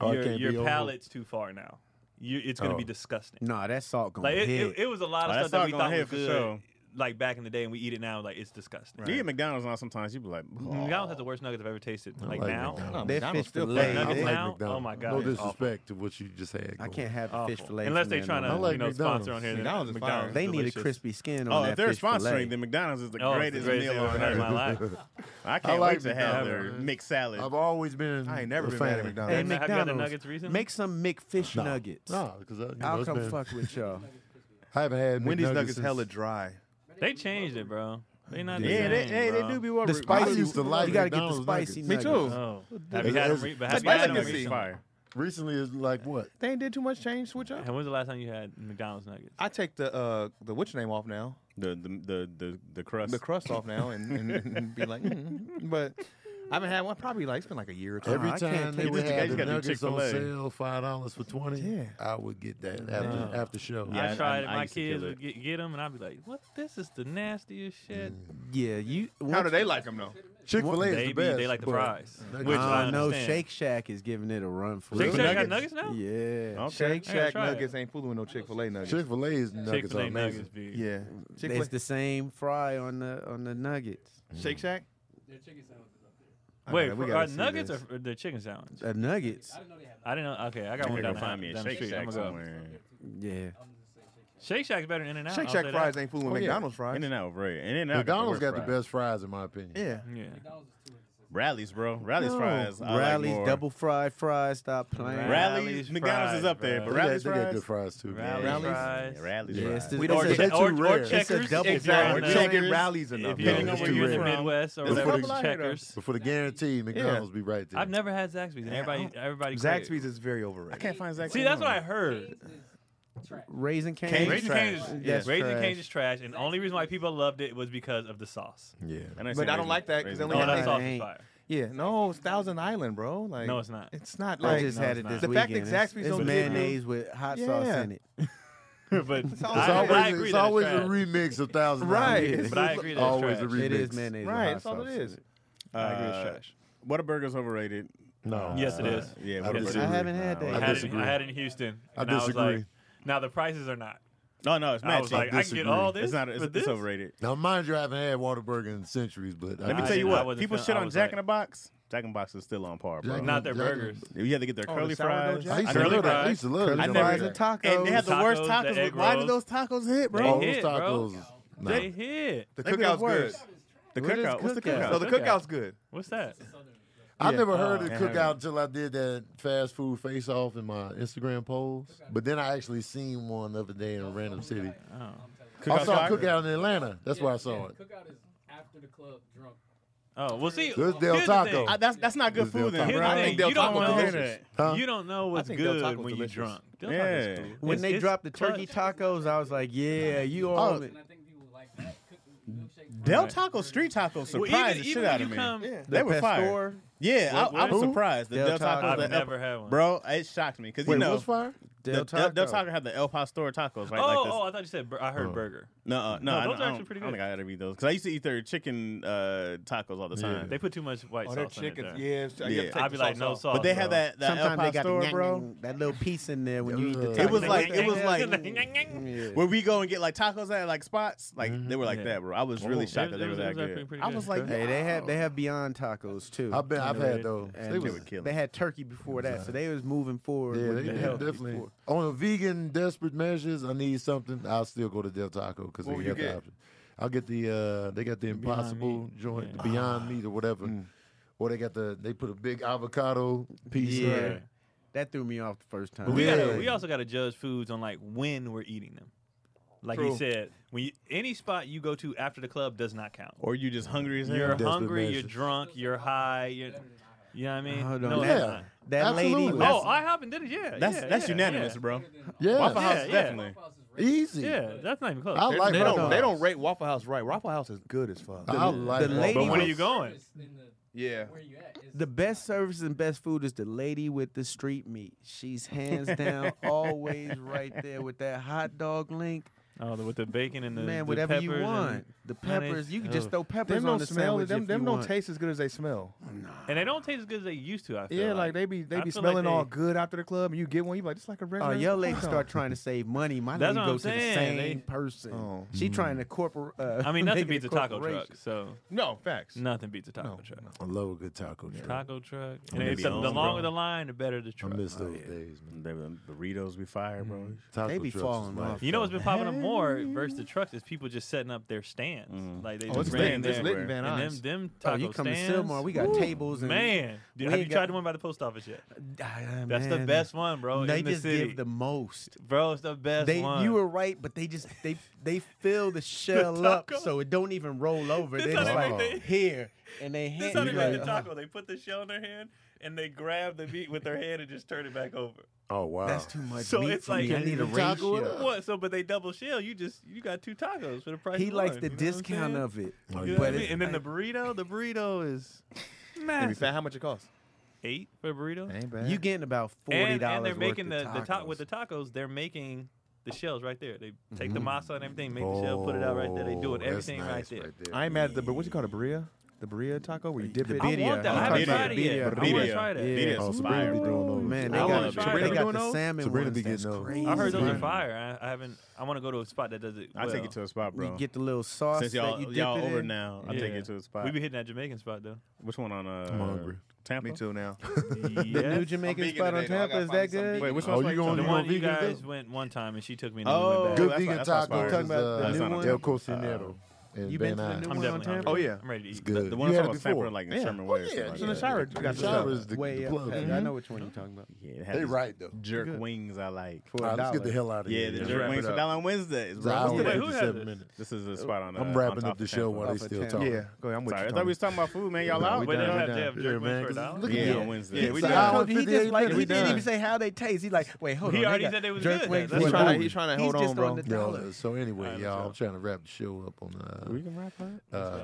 Speaker 2: Oh, it
Speaker 5: your
Speaker 2: can't be
Speaker 5: your
Speaker 2: over.
Speaker 5: palate's too far now. You, it's gonna
Speaker 2: Oh.
Speaker 5: be disgusting.
Speaker 4: Nah, that salt gonna
Speaker 5: Like it,
Speaker 4: hit.
Speaker 5: it, it was a lot of
Speaker 3: Oh, that's
Speaker 5: stuff that
Speaker 3: not
Speaker 5: we
Speaker 3: gonna
Speaker 5: thought
Speaker 3: hit
Speaker 5: was
Speaker 3: for
Speaker 5: good,
Speaker 3: sure.
Speaker 5: like back in the day, and we eat it now. Like it's disgusting.
Speaker 3: You eat McDonald's now. Sometimes you be like, oh.
Speaker 5: McDonald's has the worst nuggets I've ever tasted. Like,
Speaker 2: like
Speaker 5: now,
Speaker 2: McDonald's.
Speaker 6: That
Speaker 4: McDonald's
Speaker 6: fish
Speaker 4: still
Speaker 6: fillet.
Speaker 2: I
Speaker 5: Nuggets
Speaker 2: like
Speaker 5: now?
Speaker 2: McDonald's.
Speaker 5: Oh my God,
Speaker 2: No
Speaker 5: it's awful.
Speaker 2: disrespect to what you just had.
Speaker 4: I
Speaker 2: going.
Speaker 4: can't have the
Speaker 5: awful.
Speaker 4: fish fillet
Speaker 5: unless they're trying to
Speaker 2: I like
Speaker 5: you know sponsor on
Speaker 2: McDonald's.
Speaker 5: here. then
Speaker 6: McDonald's is fire.
Speaker 5: McDonald's
Speaker 4: They
Speaker 5: is
Speaker 4: need a
Speaker 5: delicious.
Speaker 4: crispy skin
Speaker 3: Oh,
Speaker 4: on
Speaker 3: if
Speaker 4: that
Speaker 3: there's
Speaker 4: fish
Speaker 3: sponsoring,
Speaker 4: fillet.
Speaker 3: then McDonald's is the
Speaker 5: Oh, it's the
Speaker 3: greatest,
Speaker 5: greatest
Speaker 3: meal on
Speaker 5: ever in my
Speaker 3: earth.
Speaker 5: life.
Speaker 3: I can't
Speaker 2: like
Speaker 3: wait to have their
Speaker 2: McDonald's.
Speaker 3: mixed salad.
Speaker 2: I've always been.
Speaker 6: I ain't never
Speaker 2: a
Speaker 6: been mad at
Speaker 2: fan.
Speaker 6: McDonald's.
Speaker 4: Hey,
Speaker 5: Have you had the
Speaker 4: McDonald's,
Speaker 5: nuggets recently?
Speaker 4: make some McFish
Speaker 2: No.
Speaker 4: nuggets.
Speaker 2: No, because I, uh, you know,
Speaker 4: I'll
Speaker 2: it's
Speaker 4: come
Speaker 2: been-
Speaker 4: fuck with y'all.
Speaker 2: I haven't had
Speaker 6: Wendy's
Speaker 2: McNuggets
Speaker 6: nuggets
Speaker 2: since-
Speaker 6: hella dry.
Speaker 5: They chinged it, bro. They not. the
Speaker 3: yeah, they,
Speaker 5: same,
Speaker 3: hey, they
Speaker 5: bro.
Speaker 3: do be what
Speaker 4: The spicy,
Speaker 2: used to like
Speaker 4: you gotta get the
Speaker 2: McDonald's
Speaker 4: spicy.
Speaker 2: nuggets.
Speaker 4: nuggets.
Speaker 5: Oh, have you had
Speaker 2: It's-
Speaker 5: them?
Speaker 2: it's-
Speaker 5: re- But
Speaker 6: it's
Speaker 5: have you had
Speaker 6: better
Speaker 5: them
Speaker 6: than
Speaker 5: recently?
Speaker 6: seeing.
Speaker 3: fire.
Speaker 2: Recently, it's like what?
Speaker 6: They ain't did too much change switch up.
Speaker 5: And when's the last time you had McDonald's nuggets?
Speaker 6: I take the uh the witch name off now,
Speaker 3: The the the the, the crust.
Speaker 6: the crust off now, and, and, and be like, mm. but I haven't had one probably like it's been like a year or two.
Speaker 2: Every
Speaker 4: I can't
Speaker 2: time they
Speaker 4: take
Speaker 2: would
Speaker 3: this guy,
Speaker 2: have
Speaker 3: you
Speaker 2: the
Speaker 3: gotta do
Speaker 2: nuggets on
Speaker 3: Chick-fil-A.
Speaker 2: sale, five dollars for twenty.
Speaker 6: Yeah.
Speaker 2: I would get that after after show.
Speaker 3: Yeah,
Speaker 5: I
Speaker 3: I-
Speaker 5: tried
Speaker 3: I-
Speaker 5: it.
Speaker 3: I
Speaker 5: My
Speaker 3: used to
Speaker 5: kids
Speaker 3: kill
Speaker 5: would get, get them, and I'd be like, "What? This is the nastiest shit."
Speaker 4: Yeah, you.
Speaker 6: How do they like them though?
Speaker 2: Chick Fil A is
Speaker 5: They
Speaker 2: the
Speaker 5: be-
Speaker 2: best.
Speaker 5: they like the
Speaker 2: but
Speaker 5: fries,
Speaker 2: nuggets-
Speaker 5: which I
Speaker 4: Uh, no,
Speaker 5: understand.
Speaker 4: Shake Shack is giving it a run for
Speaker 5: Shake
Speaker 4: it.
Speaker 5: Shack got nuggets now.
Speaker 4: Yeah,
Speaker 3: Okay.
Speaker 5: I
Speaker 6: Shake
Speaker 5: gotta
Speaker 6: Shack
Speaker 5: try it.
Speaker 6: nuggets ain't fooling with no Chick Fil A nuggets.
Speaker 2: Chick Fil A's nuggets are
Speaker 5: Chick-fil-A
Speaker 2: amazing.
Speaker 5: nuggets, be
Speaker 6: yeah, Chick
Speaker 4: it's
Speaker 6: Fil
Speaker 4: the same fry on the on the nuggets.
Speaker 6: A, Shake Shack.
Speaker 8: Their chicken sandwiches up there.
Speaker 5: Wait,
Speaker 6: Alright, we
Speaker 5: for,
Speaker 6: gotta
Speaker 5: are
Speaker 6: see
Speaker 5: nuggets
Speaker 6: this.
Speaker 5: or, or the chicken sandwich?
Speaker 4: The nuggets.
Speaker 8: I didn't know they had
Speaker 5: I didn't know. Okay, I got
Speaker 3: I'm
Speaker 5: one
Speaker 3: gonna
Speaker 5: down,
Speaker 3: go
Speaker 5: the-
Speaker 3: find me a
Speaker 5: down the
Speaker 3: Shake
Speaker 5: street. I'm
Speaker 3: Shack
Speaker 5: gonna go.
Speaker 3: somewhere.
Speaker 4: Yeah,
Speaker 8: nuggets. Just say
Speaker 5: Shake
Speaker 8: Shake Shack.
Speaker 5: Shack's better than In and Out.
Speaker 6: Shake Shack fries ain't fooling
Speaker 2: Oh,
Speaker 6: with
Speaker 2: yeah.
Speaker 6: McDonald's fries.
Speaker 3: In and out, right? In and out.
Speaker 2: McDonald's got the best fries in my opinion.
Speaker 6: Yeah,
Speaker 5: Yeah.
Speaker 8: McDonald's is too inconsistent.
Speaker 3: Rallies, bro. Rallies fries. I like
Speaker 4: Rallies,
Speaker 3: more.
Speaker 4: double fried fries. Stop playing.
Speaker 5: Rallies,
Speaker 3: Rallies. McDonald's is
Speaker 5: fries,
Speaker 3: up there,
Speaker 5: bro.
Speaker 3: but
Speaker 2: They got-
Speaker 3: Rallies
Speaker 2: they got
Speaker 3: fries.
Speaker 2: good fries too.
Speaker 5: Rallies,
Speaker 4: Rallies?
Speaker 5: fries.
Speaker 3: Yeah, Rallies.
Speaker 4: Yeah,
Speaker 3: fries.
Speaker 4: it's the-
Speaker 6: We
Speaker 4: it's
Speaker 6: don't
Speaker 4: a-
Speaker 6: get
Speaker 2: They're
Speaker 5: or,
Speaker 2: too
Speaker 5: or
Speaker 2: rare. It's a
Speaker 5: checkers.
Speaker 4: double
Speaker 5: if you're
Speaker 6: exactly.
Speaker 5: in,
Speaker 6: We
Speaker 5: uh,
Speaker 6: don't get rallies
Speaker 5: If
Speaker 6: enough.
Speaker 5: you're
Speaker 2: No,
Speaker 5: in
Speaker 2: it's
Speaker 5: where
Speaker 2: too
Speaker 5: you're in the
Speaker 2: rare.
Speaker 5: Midwest or
Speaker 2: It's
Speaker 5: whatever,
Speaker 2: for the-
Speaker 5: checkers.
Speaker 2: But for the guarantee, McDonald's be right there.
Speaker 5: I've never had Zaxby's, and everybody, everybody. craves it.
Speaker 6: Zaxby's is very overrated.
Speaker 3: I can't find Zach.
Speaker 5: See, that's what I heard.
Speaker 8: Cane's is trash.
Speaker 4: Raisin canes.
Speaker 3: Cane's
Speaker 5: Raising Cane's,
Speaker 3: trash.
Speaker 5: is-
Speaker 4: Yeah.
Speaker 5: yes, Raising
Speaker 4: trash.
Speaker 5: Cane's is trash, and the only reason why people loved it was because of the sauce.
Speaker 2: Yeah.
Speaker 3: And I
Speaker 6: But
Speaker 3: said
Speaker 6: I don't like that 'cause
Speaker 3: Raisin-
Speaker 6: they only
Speaker 5: Oh,
Speaker 3: Raisin-
Speaker 6: had
Speaker 5: that
Speaker 6: it
Speaker 5: sauce is
Speaker 4: ain't.
Speaker 5: fire.
Speaker 6: Yeah, no, it's Thousand Island, bro. Like
Speaker 5: No, it's not.
Speaker 6: It's not
Speaker 4: I
Speaker 6: like
Speaker 4: just
Speaker 5: no,
Speaker 4: had
Speaker 5: it's
Speaker 4: it
Speaker 5: not.
Speaker 4: this
Speaker 6: The fact that
Speaker 4: weekend.
Speaker 6: Zaxby's
Speaker 4: it's,
Speaker 6: don't
Speaker 4: it's
Speaker 6: give
Speaker 4: mayonnaise with hot sauce
Speaker 6: Yeah.
Speaker 4: in it.
Speaker 5: but
Speaker 6: It's
Speaker 5: I,
Speaker 6: always-
Speaker 2: It's
Speaker 5: I
Speaker 2: always,
Speaker 5: agree
Speaker 2: it's
Speaker 5: that
Speaker 2: always
Speaker 5: trash.
Speaker 2: a remix of Thousand
Speaker 6: Right,
Speaker 2: Island.
Speaker 6: it's
Speaker 5: But I agree that it's
Speaker 2: always
Speaker 5: trash.
Speaker 2: a remix.
Speaker 4: It is mayonnaise.
Speaker 6: Right,
Speaker 4: with
Speaker 6: that's
Speaker 4: hot
Speaker 6: all it
Speaker 4: sauce in
Speaker 6: is.
Speaker 5: I agree it's
Speaker 3: Uh,
Speaker 5: trash.
Speaker 3: Whataburger's overrated.
Speaker 2: No,
Speaker 5: Yes, it
Speaker 2: it's
Speaker 5: is.
Speaker 2: not.
Speaker 3: Yeah,
Speaker 2: I
Speaker 3: Whataburger's
Speaker 2: disagree.
Speaker 4: I haven't had
Speaker 5: I
Speaker 4: that.
Speaker 2: I
Speaker 5: had, it,
Speaker 2: disagree.
Speaker 5: I had it in Houston,
Speaker 2: I
Speaker 5: and I was like,
Speaker 2: disagree.
Speaker 5: now the prices are not.
Speaker 3: No, no, it's
Speaker 5: I was
Speaker 3: matching.
Speaker 5: like, I can get
Speaker 2: disagree.
Speaker 5: all this.
Speaker 3: it's not. It's,
Speaker 5: for this?
Speaker 3: it's overrated.
Speaker 2: Now, mind you, I haven't had Whataburger in centuries, but
Speaker 3: Let me
Speaker 5: I
Speaker 3: tell you
Speaker 5: didn't- I
Speaker 3: what.
Speaker 5: wasn't
Speaker 3: People
Speaker 5: feeling-
Speaker 3: shit
Speaker 5: I
Speaker 3: on
Speaker 5: was
Speaker 3: Jack
Speaker 5: like-
Speaker 3: in the Box. Jack in the Box is still on par, bro.
Speaker 2: Jack in
Speaker 5: Not their
Speaker 2: Jack-
Speaker 5: burgers.
Speaker 3: You had to get their
Speaker 6: Oh, the
Speaker 3: curly
Speaker 6: sourdough
Speaker 3: fries.
Speaker 2: I
Speaker 6: Jack?
Speaker 2: used to
Speaker 5: Curly
Speaker 2: love that. I
Speaker 5: fries.
Speaker 2: used to love
Speaker 3: I
Speaker 2: them
Speaker 3: never-
Speaker 2: fries.
Speaker 4: it.
Speaker 3: Right.
Speaker 4: Tacos.
Speaker 3: And they had the worst
Speaker 5: Tacos, the
Speaker 3: tacos.
Speaker 5: egg
Speaker 3: but why did those
Speaker 5: rolls.
Speaker 3: tacos hit, bro?
Speaker 2: All
Speaker 5: They
Speaker 2: those
Speaker 5: hit, bro.
Speaker 2: tacos. No.
Speaker 5: They hit.
Speaker 6: The
Speaker 3: They did
Speaker 6: cookout's good.
Speaker 3: worse. The cookout. What's the
Speaker 4: cookout?
Speaker 6: No,
Speaker 3: cookout?
Speaker 6: the cookout's good.
Speaker 5: What's that?
Speaker 2: I
Speaker 6: Yeah.
Speaker 2: never heard
Speaker 3: Oh,
Speaker 2: of
Speaker 3: yeah.
Speaker 2: cookout until I did that fast food face off in my Instagram polls. But then I actually seen one the other day in a random city.
Speaker 5: Oh.
Speaker 2: I saw a
Speaker 3: Fire?
Speaker 2: cookout in Atlanta. That's where I saw it.
Speaker 8: Cookout is after the club, drunk.
Speaker 5: Oh, well, see,
Speaker 2: There's Del
Speaker 5: here's the
Speaker 2: Taco.
Speaker 5: thing.
Speaker 3: I- That's that's not good
Speaker 2: It's Del
Speaker 3: food then.
Speaker 2: Taco.
Speaker 5: Here's
Speaker 3: bro.
Speaker 5: the thing. You don't
Speaker 3: Taco
Speaker 5: know.
Speaker 3: was delicious.
Speaker 2: Huh?
Speaker 5: You don't know what's
Speaker 6: think Del
Speaker 5: good
Speaker 6: Taco's
Speaker 5: when you're
Speaker 6: delicious.
Speaker 5: drunk. Del
Speaker 3: Yeah.
Speaker 5: Taco's cool.
Speaker 4: When
Speaker 5: It's-
Speaker 4: they
Speaker 5: it's
Speaker 4: dropped the turkey
Speaker 5: clutch.
Speaker 4: tacos, I was like, yeah, you
Speaker 2: Oh.
Speaker 4: all.
Speaker 8: And I think people like that. Cook- milkshake
Speaker 3: Del
Speaker 8: fries.
Speaker 3: Taco Street Tacos
Speaker 5: Well,
Speaker 3: surprised the
Speaker 5: even, even
Speaker 3: shit
Speaker 5: when
Speaker 3: out
Speaker 5: you
Speaker 3: of me.
Speaker 5: come,
Speaker 3: They were fire.
Speaker 4: Pastor,
Speaker 3: Yeah, I, I
Speaker 5: What-
Speaker 3: was
Speaker 2: what?
Speaker 3: surprised. The
Speaker 4: Del
Speaker 3: Del
Speaker 4: Taco.
Speaker 3: Taco,
Speaker 5: I've
Speaker 3: the
Speaker 5: never had one.
Speaker 3: bro, it shocked me because
Speaker 2: Wait,
Speaker 3: you know
Speaker 2: what's fire?
Speaker 3: the- Del
Speaker 4: Del Taco.
Speaker 3: Del Taco had the El Pastor tacos, right?
Speaker 5: oh,
Speaker 3: like this.
Speaker 5: oh, I thought you said. Bur- I heard
Speaker 2: Oh.
Speaker 5: burger.
Speaker 3: No, uh, no,
Speaker 5: No, those
Speaker 3: no,
Speaker 5: are
Speaker 3: I, don't,
Speaker 5: actually pretty
Speaker 3: I don't
Speaker 5: good.
Speaker 3: think I gotta eat those because I used to eat their chicken uh, tacos all the
Speaker 2: Yeah.
Speaker 3: time.
Speaker 5: They put too much white
Speaker 6: Oh, their
Speaker 5: sauce in it.
Speaker 6: chicken.
Speaker 5: there.
Speaker 6: Yeah, it's- you have to
Speaker 3: Yeah.
Speaker 6: take
Speaker 5: I'd be
Speaker 6: the
Speaker 5: like,
Speaker 6: sauce
Speaker 5: no
Speaker 6: off.
Speaker 5: sauce.
Speaker 3: But they
Speaker 5: bro.
Speaker 3: had that, that El
Speaker 4: Sometimes they got
Speaker 3: Pastor,
Speaker 4: the
Speaker 3: bro.
Speaker 4: that little piece in there when you eat the
Speaker 2: Ugh.
Speaker 4: taco.
Speaker 3: It was like it was like
Speaker 4: Yeah.
Speaker 3: where we go and get like tacos at like spots, like they were like
Speaker 5: Yeah.
Speaker 3: that, bro. I was really shocked that they were that
Speaker 5: actually
Speaker 3: good.
Speaker 5: pretty
Speaker 3: I was like,
Speaker 4: Hey, they had they have Beyond tacos too.
Speaker 2: I've been. I've had those.
Speaker 4: And
Speaker 2: They
Speaker 4: they,
Speaker 2: was-
Speaker 3: were killing.
Speaker 4: they had turkey before that, so they was moving forward.
Speaker 2: Yeah,
Speaker 4: with
Speaker 2: they,
Speaker 4: the
Speaker 2: they
Speaker 4: health
Speaker 2: definitely.
Speaker 4: before.
Speaker 2: On a vegan desperate measures, I need something. I'll still go to Del Taco because
Speaker 6: What
Speaker 2: they
Speaker 6: would you
Speaker 2: got the
Speaker 6: get?
Speaker 2: option. I'll get the uh, they got the
Speaker 5: Beyond
Speaker 2: Impossible
Speaker 5: Meat.
Speaker 2: joint,
Speaker 5: Yeah.
Speaker 2: the Beyond Meat or whatever, or they got the they put a big avocado piece. in
Speaker 4: Yeah.
Speaker 2: it.
Speaker 4: That threw me off the first time.
Speaker 5: But we, gotta,
Speaker 2: Yeah.
Speaker 5: we also got to judge foods on like when we're eating them. Like you
Speaker 6: True.
Speaker 5: said, when you, any spot you go to after the club does not count.
Speaker 3: or you just hungry as
Speaker 5: You're
Speaker 3: hell.
Speaker 2: Desperate
Speaker 5: hungry, you're
Speaker 2: measures.
Speaker 5: drunk, you're high, you're, you know what I mean?
Speaker 4: Hold on.
Speaker 5: No,
Speaker 2: yeah,
Speaker 5: that's not.
Speaker 4: that
Speaker 2: absolutely.
Speaker 4: lady.
Speaker 5: Oh,
Speaker 4: Was,
Speaker 5: I hop and did it. Yeah,
Speaker 3: That's
Speaker 5: yeah,
Speaker 3: that's
Speaker 5: yeah,
Speaker 3: unanimous,
Speaker 5: yeah.
Speaker 2: yeah.
Speaker 3: bro.
Speaker 2: Yeah.
Speaker 3: Waffle House
Speaker 5: Yeah, yeah.
Speaker 3: definitely.
Speaker 2: easy.
Speaker 5: Yeah, that's not even close.
Speaker 2: I like
Speaker 6: they
Speaker 2: Waffle
Speaker 6: don't, they don't
Speaker 2: House.
Speaker 6: rate Waffle House right. Waffle House is good as fuck.
Speaker 2: I like
Speaker 4: the
Speaker 2: Waffle
Speaker 4: lady
Speaker 2: House.
Speaker 5: but when are
Speaker 4: was-
Speaker 5: you going?
Speaker 6: yeah.
Speaker 8: Where you at? It's-
Speaker 4: the best service and best food is the lady with the street meat. She's hands down always right there with that hot dog link.
Speaker 5: Oh, the, with the bacon and the
Speaker 4: Man,
Speaker 5: the
Speaker 4: whatever you
Speaker 5: peppers and-
Speaker 4: want. The
Speaker 5: mayonnaise.
Speaker 4: peppers, you can
Speaker 5: Ugh.
Speaker 4: just throw peppers
Speaker 6: Them
Speaker 4: on
Speaker 6: don't
Speaker 4: the
Speaker 6: smell.
Speaker 4: sandwich
Speaker 6: Them
Speaker 4: if
Speaker 6: them
Speaker 4: you
Speaker 6: don't
Speaker 4: want.
Speaker 6: taste as good as they smell.
Speaker 5: and, they don't taste as good as they used to. I feel
Speaker 6: Yeah,
Speaker 5: like,
Speaker 6: like they be they
Speaker 5: I
Speaker 6: be
Speaker 5: feel like
Speaker 6: smelling all
Speaker 5: they-
Speaker 6: good after the club, and you get one, you be like, it's like a
Speaker 4: Oh,
Speaker 6: regular.
Speaker 4: your lady
Speaker 6: hot dog."
Speaker 4: start trying to save money. My
Speaker 5: That's
Speaker 4: lady
Speaker 5: what
Speaker 4: go
Speaker 5: I'm
Speaker 4: to the
Speaker 5: saying.
Speaker 4: same
Speaker 5: They-
Speaker 4: person.
Speaker 6: Oh.
Speaker 4: She trying to corporate. Uh,
Speaker 5: I mean, nothing
Speaker 4: make it
Speaker 5: beats a taco truck.
Speaker 4: corporation.
Speaker 5: So
Speaker 6: No facts.
Speaker 5: nothing beats a taco
Speaker 6: No,
Speaker 5: truck.
Speaker 2: I love a good taco. truck.
Speaker 5: Taco truck. And
Speaker 3: Maybe
Speaker 5: it's the, the
Speaker 3: on,
Speaker 5: longer
Speaker 3: bro.
Speaker 5: the line, the better the
Speaker 2: I
Speaker 5: truck.
Speaker 2: miss those days, man.
Speaker 3: They were- burritos be fire, bro.
Speaker 2: Taco
Speaker 4: They be
Speaker 2: trucks is
Speaker 4: falling
Speaker 2: like-
Speaker 4: off.
Speaker 5: You know what's been popping up more versus the trucks is people just setting up their stands. Like they
Speaker 6: Oh,
Speaker 5: just
Speaker 6: it's
Speaker 5: ran
Speaker 6: lit.
Speaker 5: there.
Speaker 6: It's lit in Van
Speaker 5: and them,
Speaker 6: Nuys.
Speaker 5: them taco
Speaker 4: Mm. Oh, you come
Speaker 5: stands.
Speaker 4: to Silmar, we got tables and
Speaker 5: Man, dude,
Speaker 4: we
Speaker 5: have you
Speaker 4: ain't got-
Speaker 5: tried the one by the post office yet?
Speaker 4: Ah,
Speaker 5: That's the
Speaker 4: man.
Speaker 5: best one, bro.
Speaker 4: They
Speaker 5: in the
Speaker 4: just
Speaker 5: city.
Speaker 4: give the most.
Speaker 5: bro, it's the best
Speaker 4: They,
Speaker 5: one.
Speaker 4: you were right, but they just they they fill the shell up
Speaker 5: taco.
Speaker 4: so it don't even roll over.
Speaker 5: This
Speaker 4: They're
Speaker 5: how
Speaker 4: just
Speaker 5: they
Speaker 4: like
Speaker 5: make the-
Speaker 4: here, and they hand
Speaker 5: this is how
Speaker 4: you
Speaker 5: they make the
Speaker 4: like,
Speaker 5: taco. They put the shell in their hand and they grab the meat with their hand and just turn it back over.
Speaker 2: Oh wow,
Speaker 4: "Oh, that's too much.
Speaker 5: So
Speaker 4: meat
Speaker 5: it's
Speaker 4: for me.
Speaker 5: like-
Speaker 4: I need a
Speaker 2: Taco it
Speaker 4: ratio.
Speaker 2: up.
Speaker 5: What? So, but they double shell. You just you got two tacos for the price.
Speaker 4: He
Speaker 5: of
Speaker 4: likes
Speaker 5: one,
Speaker 4: the
Speaker 5: you know what I'm
Speaker 4: discount
Speaker 5: saying?
Speaker 4: of it,
Speaker 2: Oh,
Speaker 5: You know
Speaker 2: yeah.
Speaker 5: what I
Speaker 4: but
Speaker 5: mean?
Speaker 4: it's
Speaker 5: and then the
Speaker 4: like-
Speaker 5: burrito, the burrito is
Speaker 6: It'd be
Speaker 5: massive.
Speaker 6: fat. How much it costs?
Speaker 5: Eight for a burrito.
Speaker 6: Ain't bad.
Speaker 4: you getting about forty
Speaker 5: and,
Speaker 4: dollars.
Speaker 5: and they're making the
Speaker 4: worth
Speaker 5: the
Speaker 4: of
Speaker 5: top with the
Speaker 4: tacos.
Speaker 5: tacos. They're making the shells right there. They take
Speaker 4: Mm-hmm.
Speaker 5: the masa and everything, make the shell, put it out right there. They
Speaker 2: Oh,
Speaker 5: doing
Speaker 2: that's
Speaker 5: everything right
Speaker 2: nice
Speaker 5: there.
Speaker 6: I ain't mad at the but what you call it, the birria, the birria taco where you dip it.
Speaker 5: I want that. I haven't
Speaker 3: Birria.
Speaker 5: tried it yet. I want to
Speaker 3: Birria.
Speaker 5: try that.
Speaker 4: Yeah.
Speaker 3: Burritos
Speaker 2: Oh,
Speaker 3: is
Speaker 2: Sabrina
Speaker 3: fire,
Speaker 2: be
Speaker 3: bro.
Speaker 2: doing those.
Speaker 4: Man, they
Speaker 5: I
Speaker 4: got,
Speaker 5: wanna try
Speaker 4: they
Speaker 5: that.
Speaker 4: got
Speaker 6: Doing
Speaker 4: the
Speaker 6: those?
Speaker 4: salmon
Speaker 2: Sabrina
Speaker 4: ones.
Speaker 2: be
Speaker 4: That's
Speaker 2: getting those.
Speaker 4: crazy.
Speaker 5: I heard those are
Speaker 4: man.
Speaker 5: fire. I, I haven't. I want to go to a spot that does it.
Speaker 3: I
Speaker 5: well.
Speaker 3: take you to a spot, bro.
Speaker 4: You get the little sauce
Speaker 3: Since y'all
Speaker 4: that you dip
Speaker 3: y'all
Speaker 4: it
Speaker 3: over
Speaker 4: in.
Speaker 3: now, I take
Speaker 5: Yeah.
Speaker 3: you to a spot.
Speaker 5: We be hitting that Jamaican spot though.
Speaker 3: Which one on uh?
Speaker 2: I'm hungry.
Speaker 3: Tampa.
Speaker 6: Me too now.
Speaker 4: The
Speaker 5: yes.
Speaker 4: new Jamaican
Speaker 6: vegan
Speaker 4: spot on
Speaker 6: today, though. I
Speaker 4: Tampa
Speaker 6: gotta
Speaker 4: is
Speaker 6: find
Speaker 4: that
Speaker 6: me
Speaker 4: good?
Speaker 3: Wait, which
Speaker 2: Oh,
Speaker 3: one's
Speaker 2: you
Speaker 3: like-
Speaker 2: going-
Speaker 5: The
Speaker 2: You
Speaker 5: one
Speaker 2: want
Speaker 5: you
Speaker 2: vegan
Speaker 5: guys
Speaker 2: too?
Speaker 5: went one time and she took me. And then we
Speaker 3: Oh,
Speaker 5: went back.
Speaker 2: Good
Speaker 3: that's
Speaker 2: vegan
Speaker 3: that's what's
Speaker 2: taco.
Speaker 3: fire.
Speaker 2: Talking about
Speaker 3: That's
Speaker 2: the
Speaker 3: not
Speaker 2: new
Speaker 3: a
Speaker 2: one. El
Speaker 3: taco.
Speaker 2: Cocinero. and
Speaker 4: you been to the new
Speaker 5: I'm
Speaker 4: one on
Speaker 5: definitely
Speaker 4: Tampa?
Speaker 5: hungry.
Speaker 6: Oh, yeah.
Speaker 5: I'm ready to eat.
Speaker 2: It's good.
Speaker 3: The one
Speaker 2: you
Speaker 3: that's
Speaker 2: had
Speaker 3: on
Speaker 2: it
Speaker 3: San
Speaker 2: before.
Speaker 3: Fran, like in
Speaker 6: Yeah.
Speaker 3: Sherman
Speaker 6: Oh,
Speaker 3: Way. or
Speaker 2: yeah,
Speaker 3: something
Speaker 6: It's
Speaker 3: like
Speaker 6: in the
Speaker 3: that.
Speaker 6: shower. You
Speaker 2: The
Speaker 6: got the
Speaker 2: shower
Speaker 6: shower.
Speaker 2: is the,
Speaker 4: Way
Speaker 2: the
Speaker 4: up.
Speaker 2: plug.
Speaker 4: there. I know which one you're talking about.
Speaker 3: Yeah, it had
Speaker 2: They
Speaker 3: this
Speaker 2: right though.
Speaker 3: Jerk
Speaker 4: Good.
Speaker 3: wings, I like.
Speaker 4: For
Speaker 2: All right,
Speaker 4: a
Speaker 2: let's get the
Speaker 4: dollar.
Speaker 2: hell out of
Speaker 3: Yeah,
Speaker 2: here.
Speaker 3: the
Speaker 2: man.
Speaker 3: jerk
Speaker 5: wrap
Speaker 3: wings
Speaker 5: it
Speaker 3: for
Speaker 5: up.
Speaker 3: Down on Wednesdays.
Speaker 2: It's an hour
Speaker 3: Bro.
Speaker 5: Wait,
Speaker 2: and
Speaker 5: who has
Speaker 2: 57
Speaker 5: this?
Speaker 2: Oh, minutes.
Speaker 3: This is a spot on. Uh,
Speaker 2: I'm
Speaker 3: on
Speaker 2: wrapping
Speaker 3: top
Speaker 2: up the
Speaker 3: of
Speaker 2: show
Speaker 3: Tampa.
Speaker 2: while they
Speaker 4: Off of
Speaker 2: still
Speaker 4: Tampa.
Speaker 2: talking.
Speaker 6: Yeah, go ahead. I'm with
Speaker 3: Sorry, I
Speaker 6: you.
Speaker 3: thought we
Speaker 6: Tony.
Speaker 3: was talking about food, man. Y'all
Speaker 6: No,
Speaker 3: out?
Speaker 6: we
Speaker 5: Wait, they don't
Speaker 6: done,
Speaker 5: have
Speaker 6: we
Speaker 5: to have
Speaker 6: done.
Speaker 5: jerk
Speaker 2: Yeah,
Speaker 5: wings for
Speaker 2: man,
Speaker 5: a
Speaker 2: cause
Speaker 5: dollar.
Speaker 2: look at
Speaker 3: Yeah,
Speaker 2: that.
Speaker 3: on Wednesday.
Speaker 2: Yeah,
Speaker 6: we
Speaker 2: It's an
Speaker 6: done.
Speaker 2: hour
Speaker 4: Told
Speaker 2: and
Speaker 4: you, he
Speaker 2: 58
Speaker 4: just like he
Speaker 2: minutes.
Speaker 4: didn't
Speaker 6: done.
Speaker 4: even say how they taste. He like, wait, hold
Speaker 5: He
Speaker 4: on. they
Speaker 5: already
Speaker 4: got
Speaker 5: said they was
Speaker 4: jerk
Speaker 5: good.
Speaker 4: wings
Speaker 5: That's
Speaker 4: for
Speaker 6: He's
Speaker 4: a
Speaker 6: trying,
Speaker 4: dollar.
Speaker 6: he's trying to
Speaker 4: He's
Speaker 6: hold
Speaker 4: just
Speaker 6: on, bro.
Speaker 4: on the dollar.
Speaker 2: Yeah, so anyway,
Speaker 5: All right, let's
Speaker 2: y'all,
Speaker 5: go.
Speaker 2: I'm trying to wrap the show up on uh, Uh,
Speaker 4: can wrap up.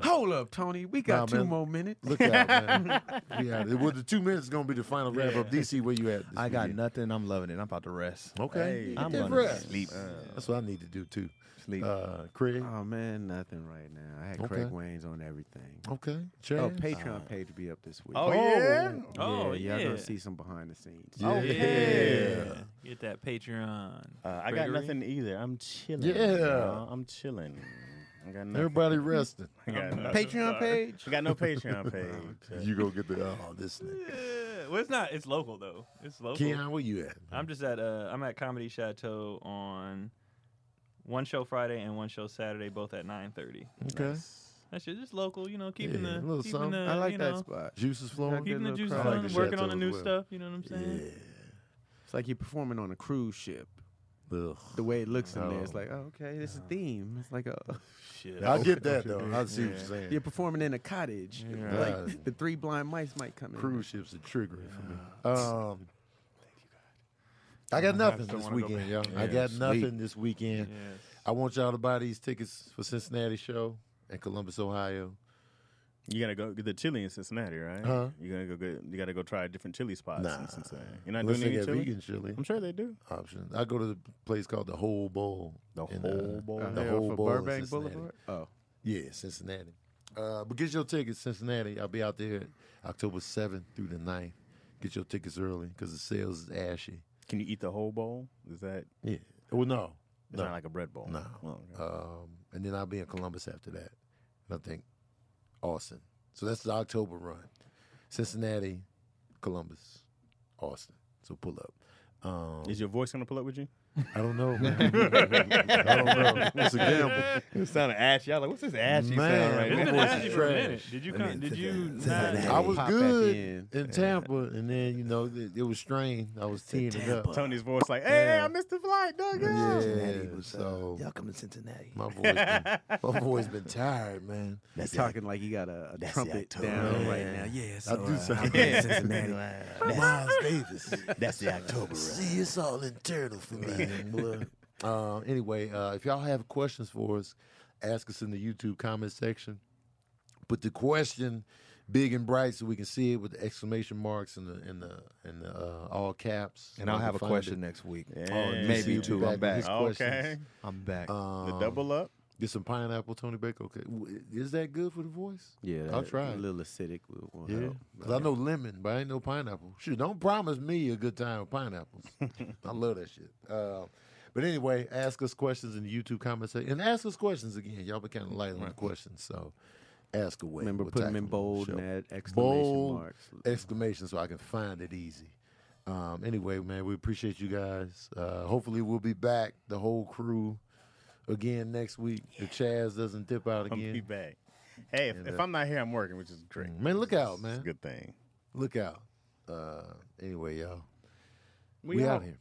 Speaker 2: uh,
Speaker 4: Hold up, Tony. We
Speaker 2: Nah,
Speaker 4: got two
Speaker 2: man.
Speaker 4: more minutes.
Speaker 2: look out, man. yeah, well, the two minutes is gonna be the final wrap up. DC, where you at? this
Speaker 6: I got
Speaker 2: weekend?
Speaker 6: nothing. I'm loving it. I'm about to rest.
Speaker 2: Okay,
Speaker 4: Hey.
Speaker 2: Get
Speaker 6: I'm
Speaker 2: that
Speaker 6: gonna
Speaker 2: rest.
Speaker 6: sleep.
Speaker 2: That's what I need to do too.
Speaker 6: Sleep.
Speaker 2: Uh, Craig.
Speaker 4: Oh man, nothing right now. I had
Speaker 2: Okay.
Speaker 4: Craig Wayne's on everything.
Speaker 2: Okay.
Speaker 4: Oh,
Speaker 2: Chad?
Speaker 4: Patreon page will be up this week.
Speaker 3: Oh, yeah?
Speaker 5: Oh,
Speaker 4: y'all
Speaker 5: yeah.
Speaker 4: gonna see some behind the scenes.
Speaker 2: Yeah. Oh, yeah.
Speaker 5: Get that Patreon.
Speaker 3: Uh, I got
Speaker 5: Gregory?
Speaker 3: nothing either. I'm chilling.
Speaker 2: Yeah.
Speaker 3: y'all. I'm chilling. I got nothing.
Speaker 2: Everybody resting.
Speaker 3: I got nothing.
Speaker 4: Patreon page.
Speaker 3: I got no Patreon page. Uh,
Speaker 2: You go get the oh this nigga.
Speaker 5: Yeah. Well, it's not. It's local though. It's local.
Speaker 2: Keon, where you at?
Speaker 5: I'm just at. Uh, I'm at Comedy Chateau on one show Friday and one show Saturday, both at 9:30.
Speaker 2: Okay.
Speaker 5: That's just, just local, you know, keeping
Speaker 2: Yeah, a
Speaker 5: the
Speaker 2: little
Speaker 5: keeping
Speaker 2: something.
Speaker 5: the
Speaker 4: I like
Speaker 5: you
Speaker 4: that
Speaker 5: know,
Speaker 4: spot.
Speaker 2: Juices flowing.
Speaker 5: keeping the
Speaker 4: little
Speaker 5: juice
Speaker 2: crowd. I like
Speaker 5: flowing,
Speaker 2: the
Speaker 5: working on
Speaker 2: Chateau
Speaker 5: the
Speaker 2: as
Speaker 5: new
Speaker 2: well.
Speaker 5: stuff. You know what I'm saying?
Speaker 4: It's like you're performing on a cruise ship.
Speaker 2: Yeah. Ugh.
Speaker 4: The way it looks in there, it's
Speaker 2: Oh.
Speaker 4: like, oh, okay, this is theme. It's like a
Speaker 2: I get that though. I see what you're saying.
Speaker 4: you're performing in a cottage.
Speaker 2: Right.
Speaker 4: Like the three blind mice might come in.
Speaker 2: Cruise ships are triggering for me. Um, I got nothing
Speaker 1: still
Speaker 2: this
Speaker 1: wanna go
Speaker 2: weekend, y'all. I got nothing this weekend.
Speaker 5: Yes.
Speaker 2: I want y'all to buy these tickets for Cincinnati show in Columbus, Ohio.
Speaker 3: You gotta go get the chili in Cincinnati, right?
Speaker 2: Huh?
Speaker 3: You gotta go get. You gotta go try different chili spots
Speaker 2: Nah.
Speaker 3: in Cincinnati. You're not
Speaker 2: Unless
Speaker 3: doing
Speaker 2: they
Speaker 3: any
Speaker 2: got
Speaker 3: chili.
Speaker 2: vegan chili
Speaker 3: I'm sure they do.
Speaker 2: options. I go to the place called the Whole Bowl. The
Speaker 3: Whole Bowl.
Speaker 2: The Whole Bowl. in
Speaker 4: Burbank
Speaker 2: Cincinnati.
Speaker 4: Boulevard. Oh,
Speaker 2: Yeah, Cincinnati. Uh, but get your tickets, Cincinnati. I'll be out there October 7th through the 9th. Get your tickets early because the sales is ashy.
Speaker 3: Can you eat the whole bowl? Is that?
Speaker 2: Yeah. Well, no.
Speaker 3: It's
Speaker 2: No.
Speaker 3: not like a bread bowl.
Speaker 2: No.
Speaker 3: Oh, okay.
Speaker 2: Um, and then I'll be in Columbus after that. And I think Austin. So that's the October run. Cincinnati, Columbus, Austin. So pull up. Um,
Speaker 3: Is your voice gonna pull up with you?
Speaker 2: I don't know. Man. I don't know. It's a gamble.
Speaker 3: It sounded ashy. I was like, what's this ashy
Speaker 2: Man,
Speaker 3: sound
Speaker 2: my
Speaker 3: right
Speaker 5: It's
Speaker 3: now?
Speaker 5: been
Speaker 2: voice is
Speaker 5: ashy for a
Speaker 2: trash.
Speaker 5: minute. Did you come, did you not,
Speaker 4: Cincinnati.
Speaker 2: I was
Speaker 4: Pop at
Speaker 2: good
Speaker 4: the end.
Speaker 2: in Tampa, and then you know it, it was strained. I was teeing it up.
Speaker 3: Tony's voice like, hey, hey, I missed the flight, dog.
Speaker 2: Yeah,
Speaker 9: Cincinnati was, uh,
Speaker 2: so
Speaker 9: come to Cincinnati.
Speaker 2: my voice, been, my voice been tired, man.
Speaker 4: that's talking like you got a, a trumpet
Speaker 9: October.
Speaker 4: down right
Speaker 9: Yeah,
Speaker 4: now.
Speaker 9: yeah.
Speaker 2: I
Speaker 9: So,
Speaker 2: do
Speaker 9: uh,
Speaker 2: sound.
Speaker 9: I'm in Cincinnati.
Speaker 2: Miles Davis.
Speaker 9: That's
Speaker 2: Oh,
Speaker 9: the October.
Speaker 2: See, it's all internal for me. boy. uh, anyway, uh, if y'all have questions for us, ask us in the YouTube comment section. Put the question big and bright so we can see it with the exclamation marks and the and the and the uh, all caps.
Speaker 6: And I'll
Speaker 2: I can
Speaker 6: have a
Speaker 2: find it.
Speaker 6: question next week.
Speaker 3: Yeah.
Speaker 6: Maybe
Speaker 2: You'll be
Speaker 6: two. I'm
Speaker 2: with
Speaker 6: back.
Speaker 2: these
Speaker 3: Okay.
Speaker 2: questions.
Speaker 6: I'm back.
Speaker 3: The
Speaker 2: Um,
Speaker 3: double up.
Speaker 2: Get some pineapple, Tony Baker. Okay, W- is that good for the voice?
Speaker 4: Yeah,
Speaker 2: I'll
Speaker 4: that-
Speaker 2: try
Speaker 4: A
Speaker 2: it.
Speaker 4: little acidic will, will
Speaker 2: Yeah,
Speaker 4: help.
Speaker 2: 'Cause I know lemon, but I ain't no pineapple. Shoot, don't promise me a good time with pineapples. I love that shit. Uh, but anyway, ask us questions in the YouTube comment section, and ask us questions again. Y'all been kind of light on the questions, so ask away.
Speaker 4: Remember,
Speaker 2: We'll
Speaker 4: put them
Speaker 2: tackle
Speaker 4: in bold
Speaker 2: on the
Speaker 4: and
Speaker 2: show.
Speaker 4: add exclamation
Speaker 2: Bold
Speaker 4: marks.
Speaker 2: exclamation, so I can find it easy. Um, anyway, man, we appreciate you guys. Uh, hopefully, we'll be back, the whole crew, again next week. If Chaz doesn't dip out
Speaker 3: I'm
Speaker 2: Um, again, uh, Mm,
Speaker 3: be back. Hey, if, if I'm not here, I'm working, which is great.
Speaker 2: man, look out,
Speaker 3: It's a
Speaker 2: man,
Speaker 3: good thing.
Speaker 2: look out. Uh, anyway, y'all. We, out here.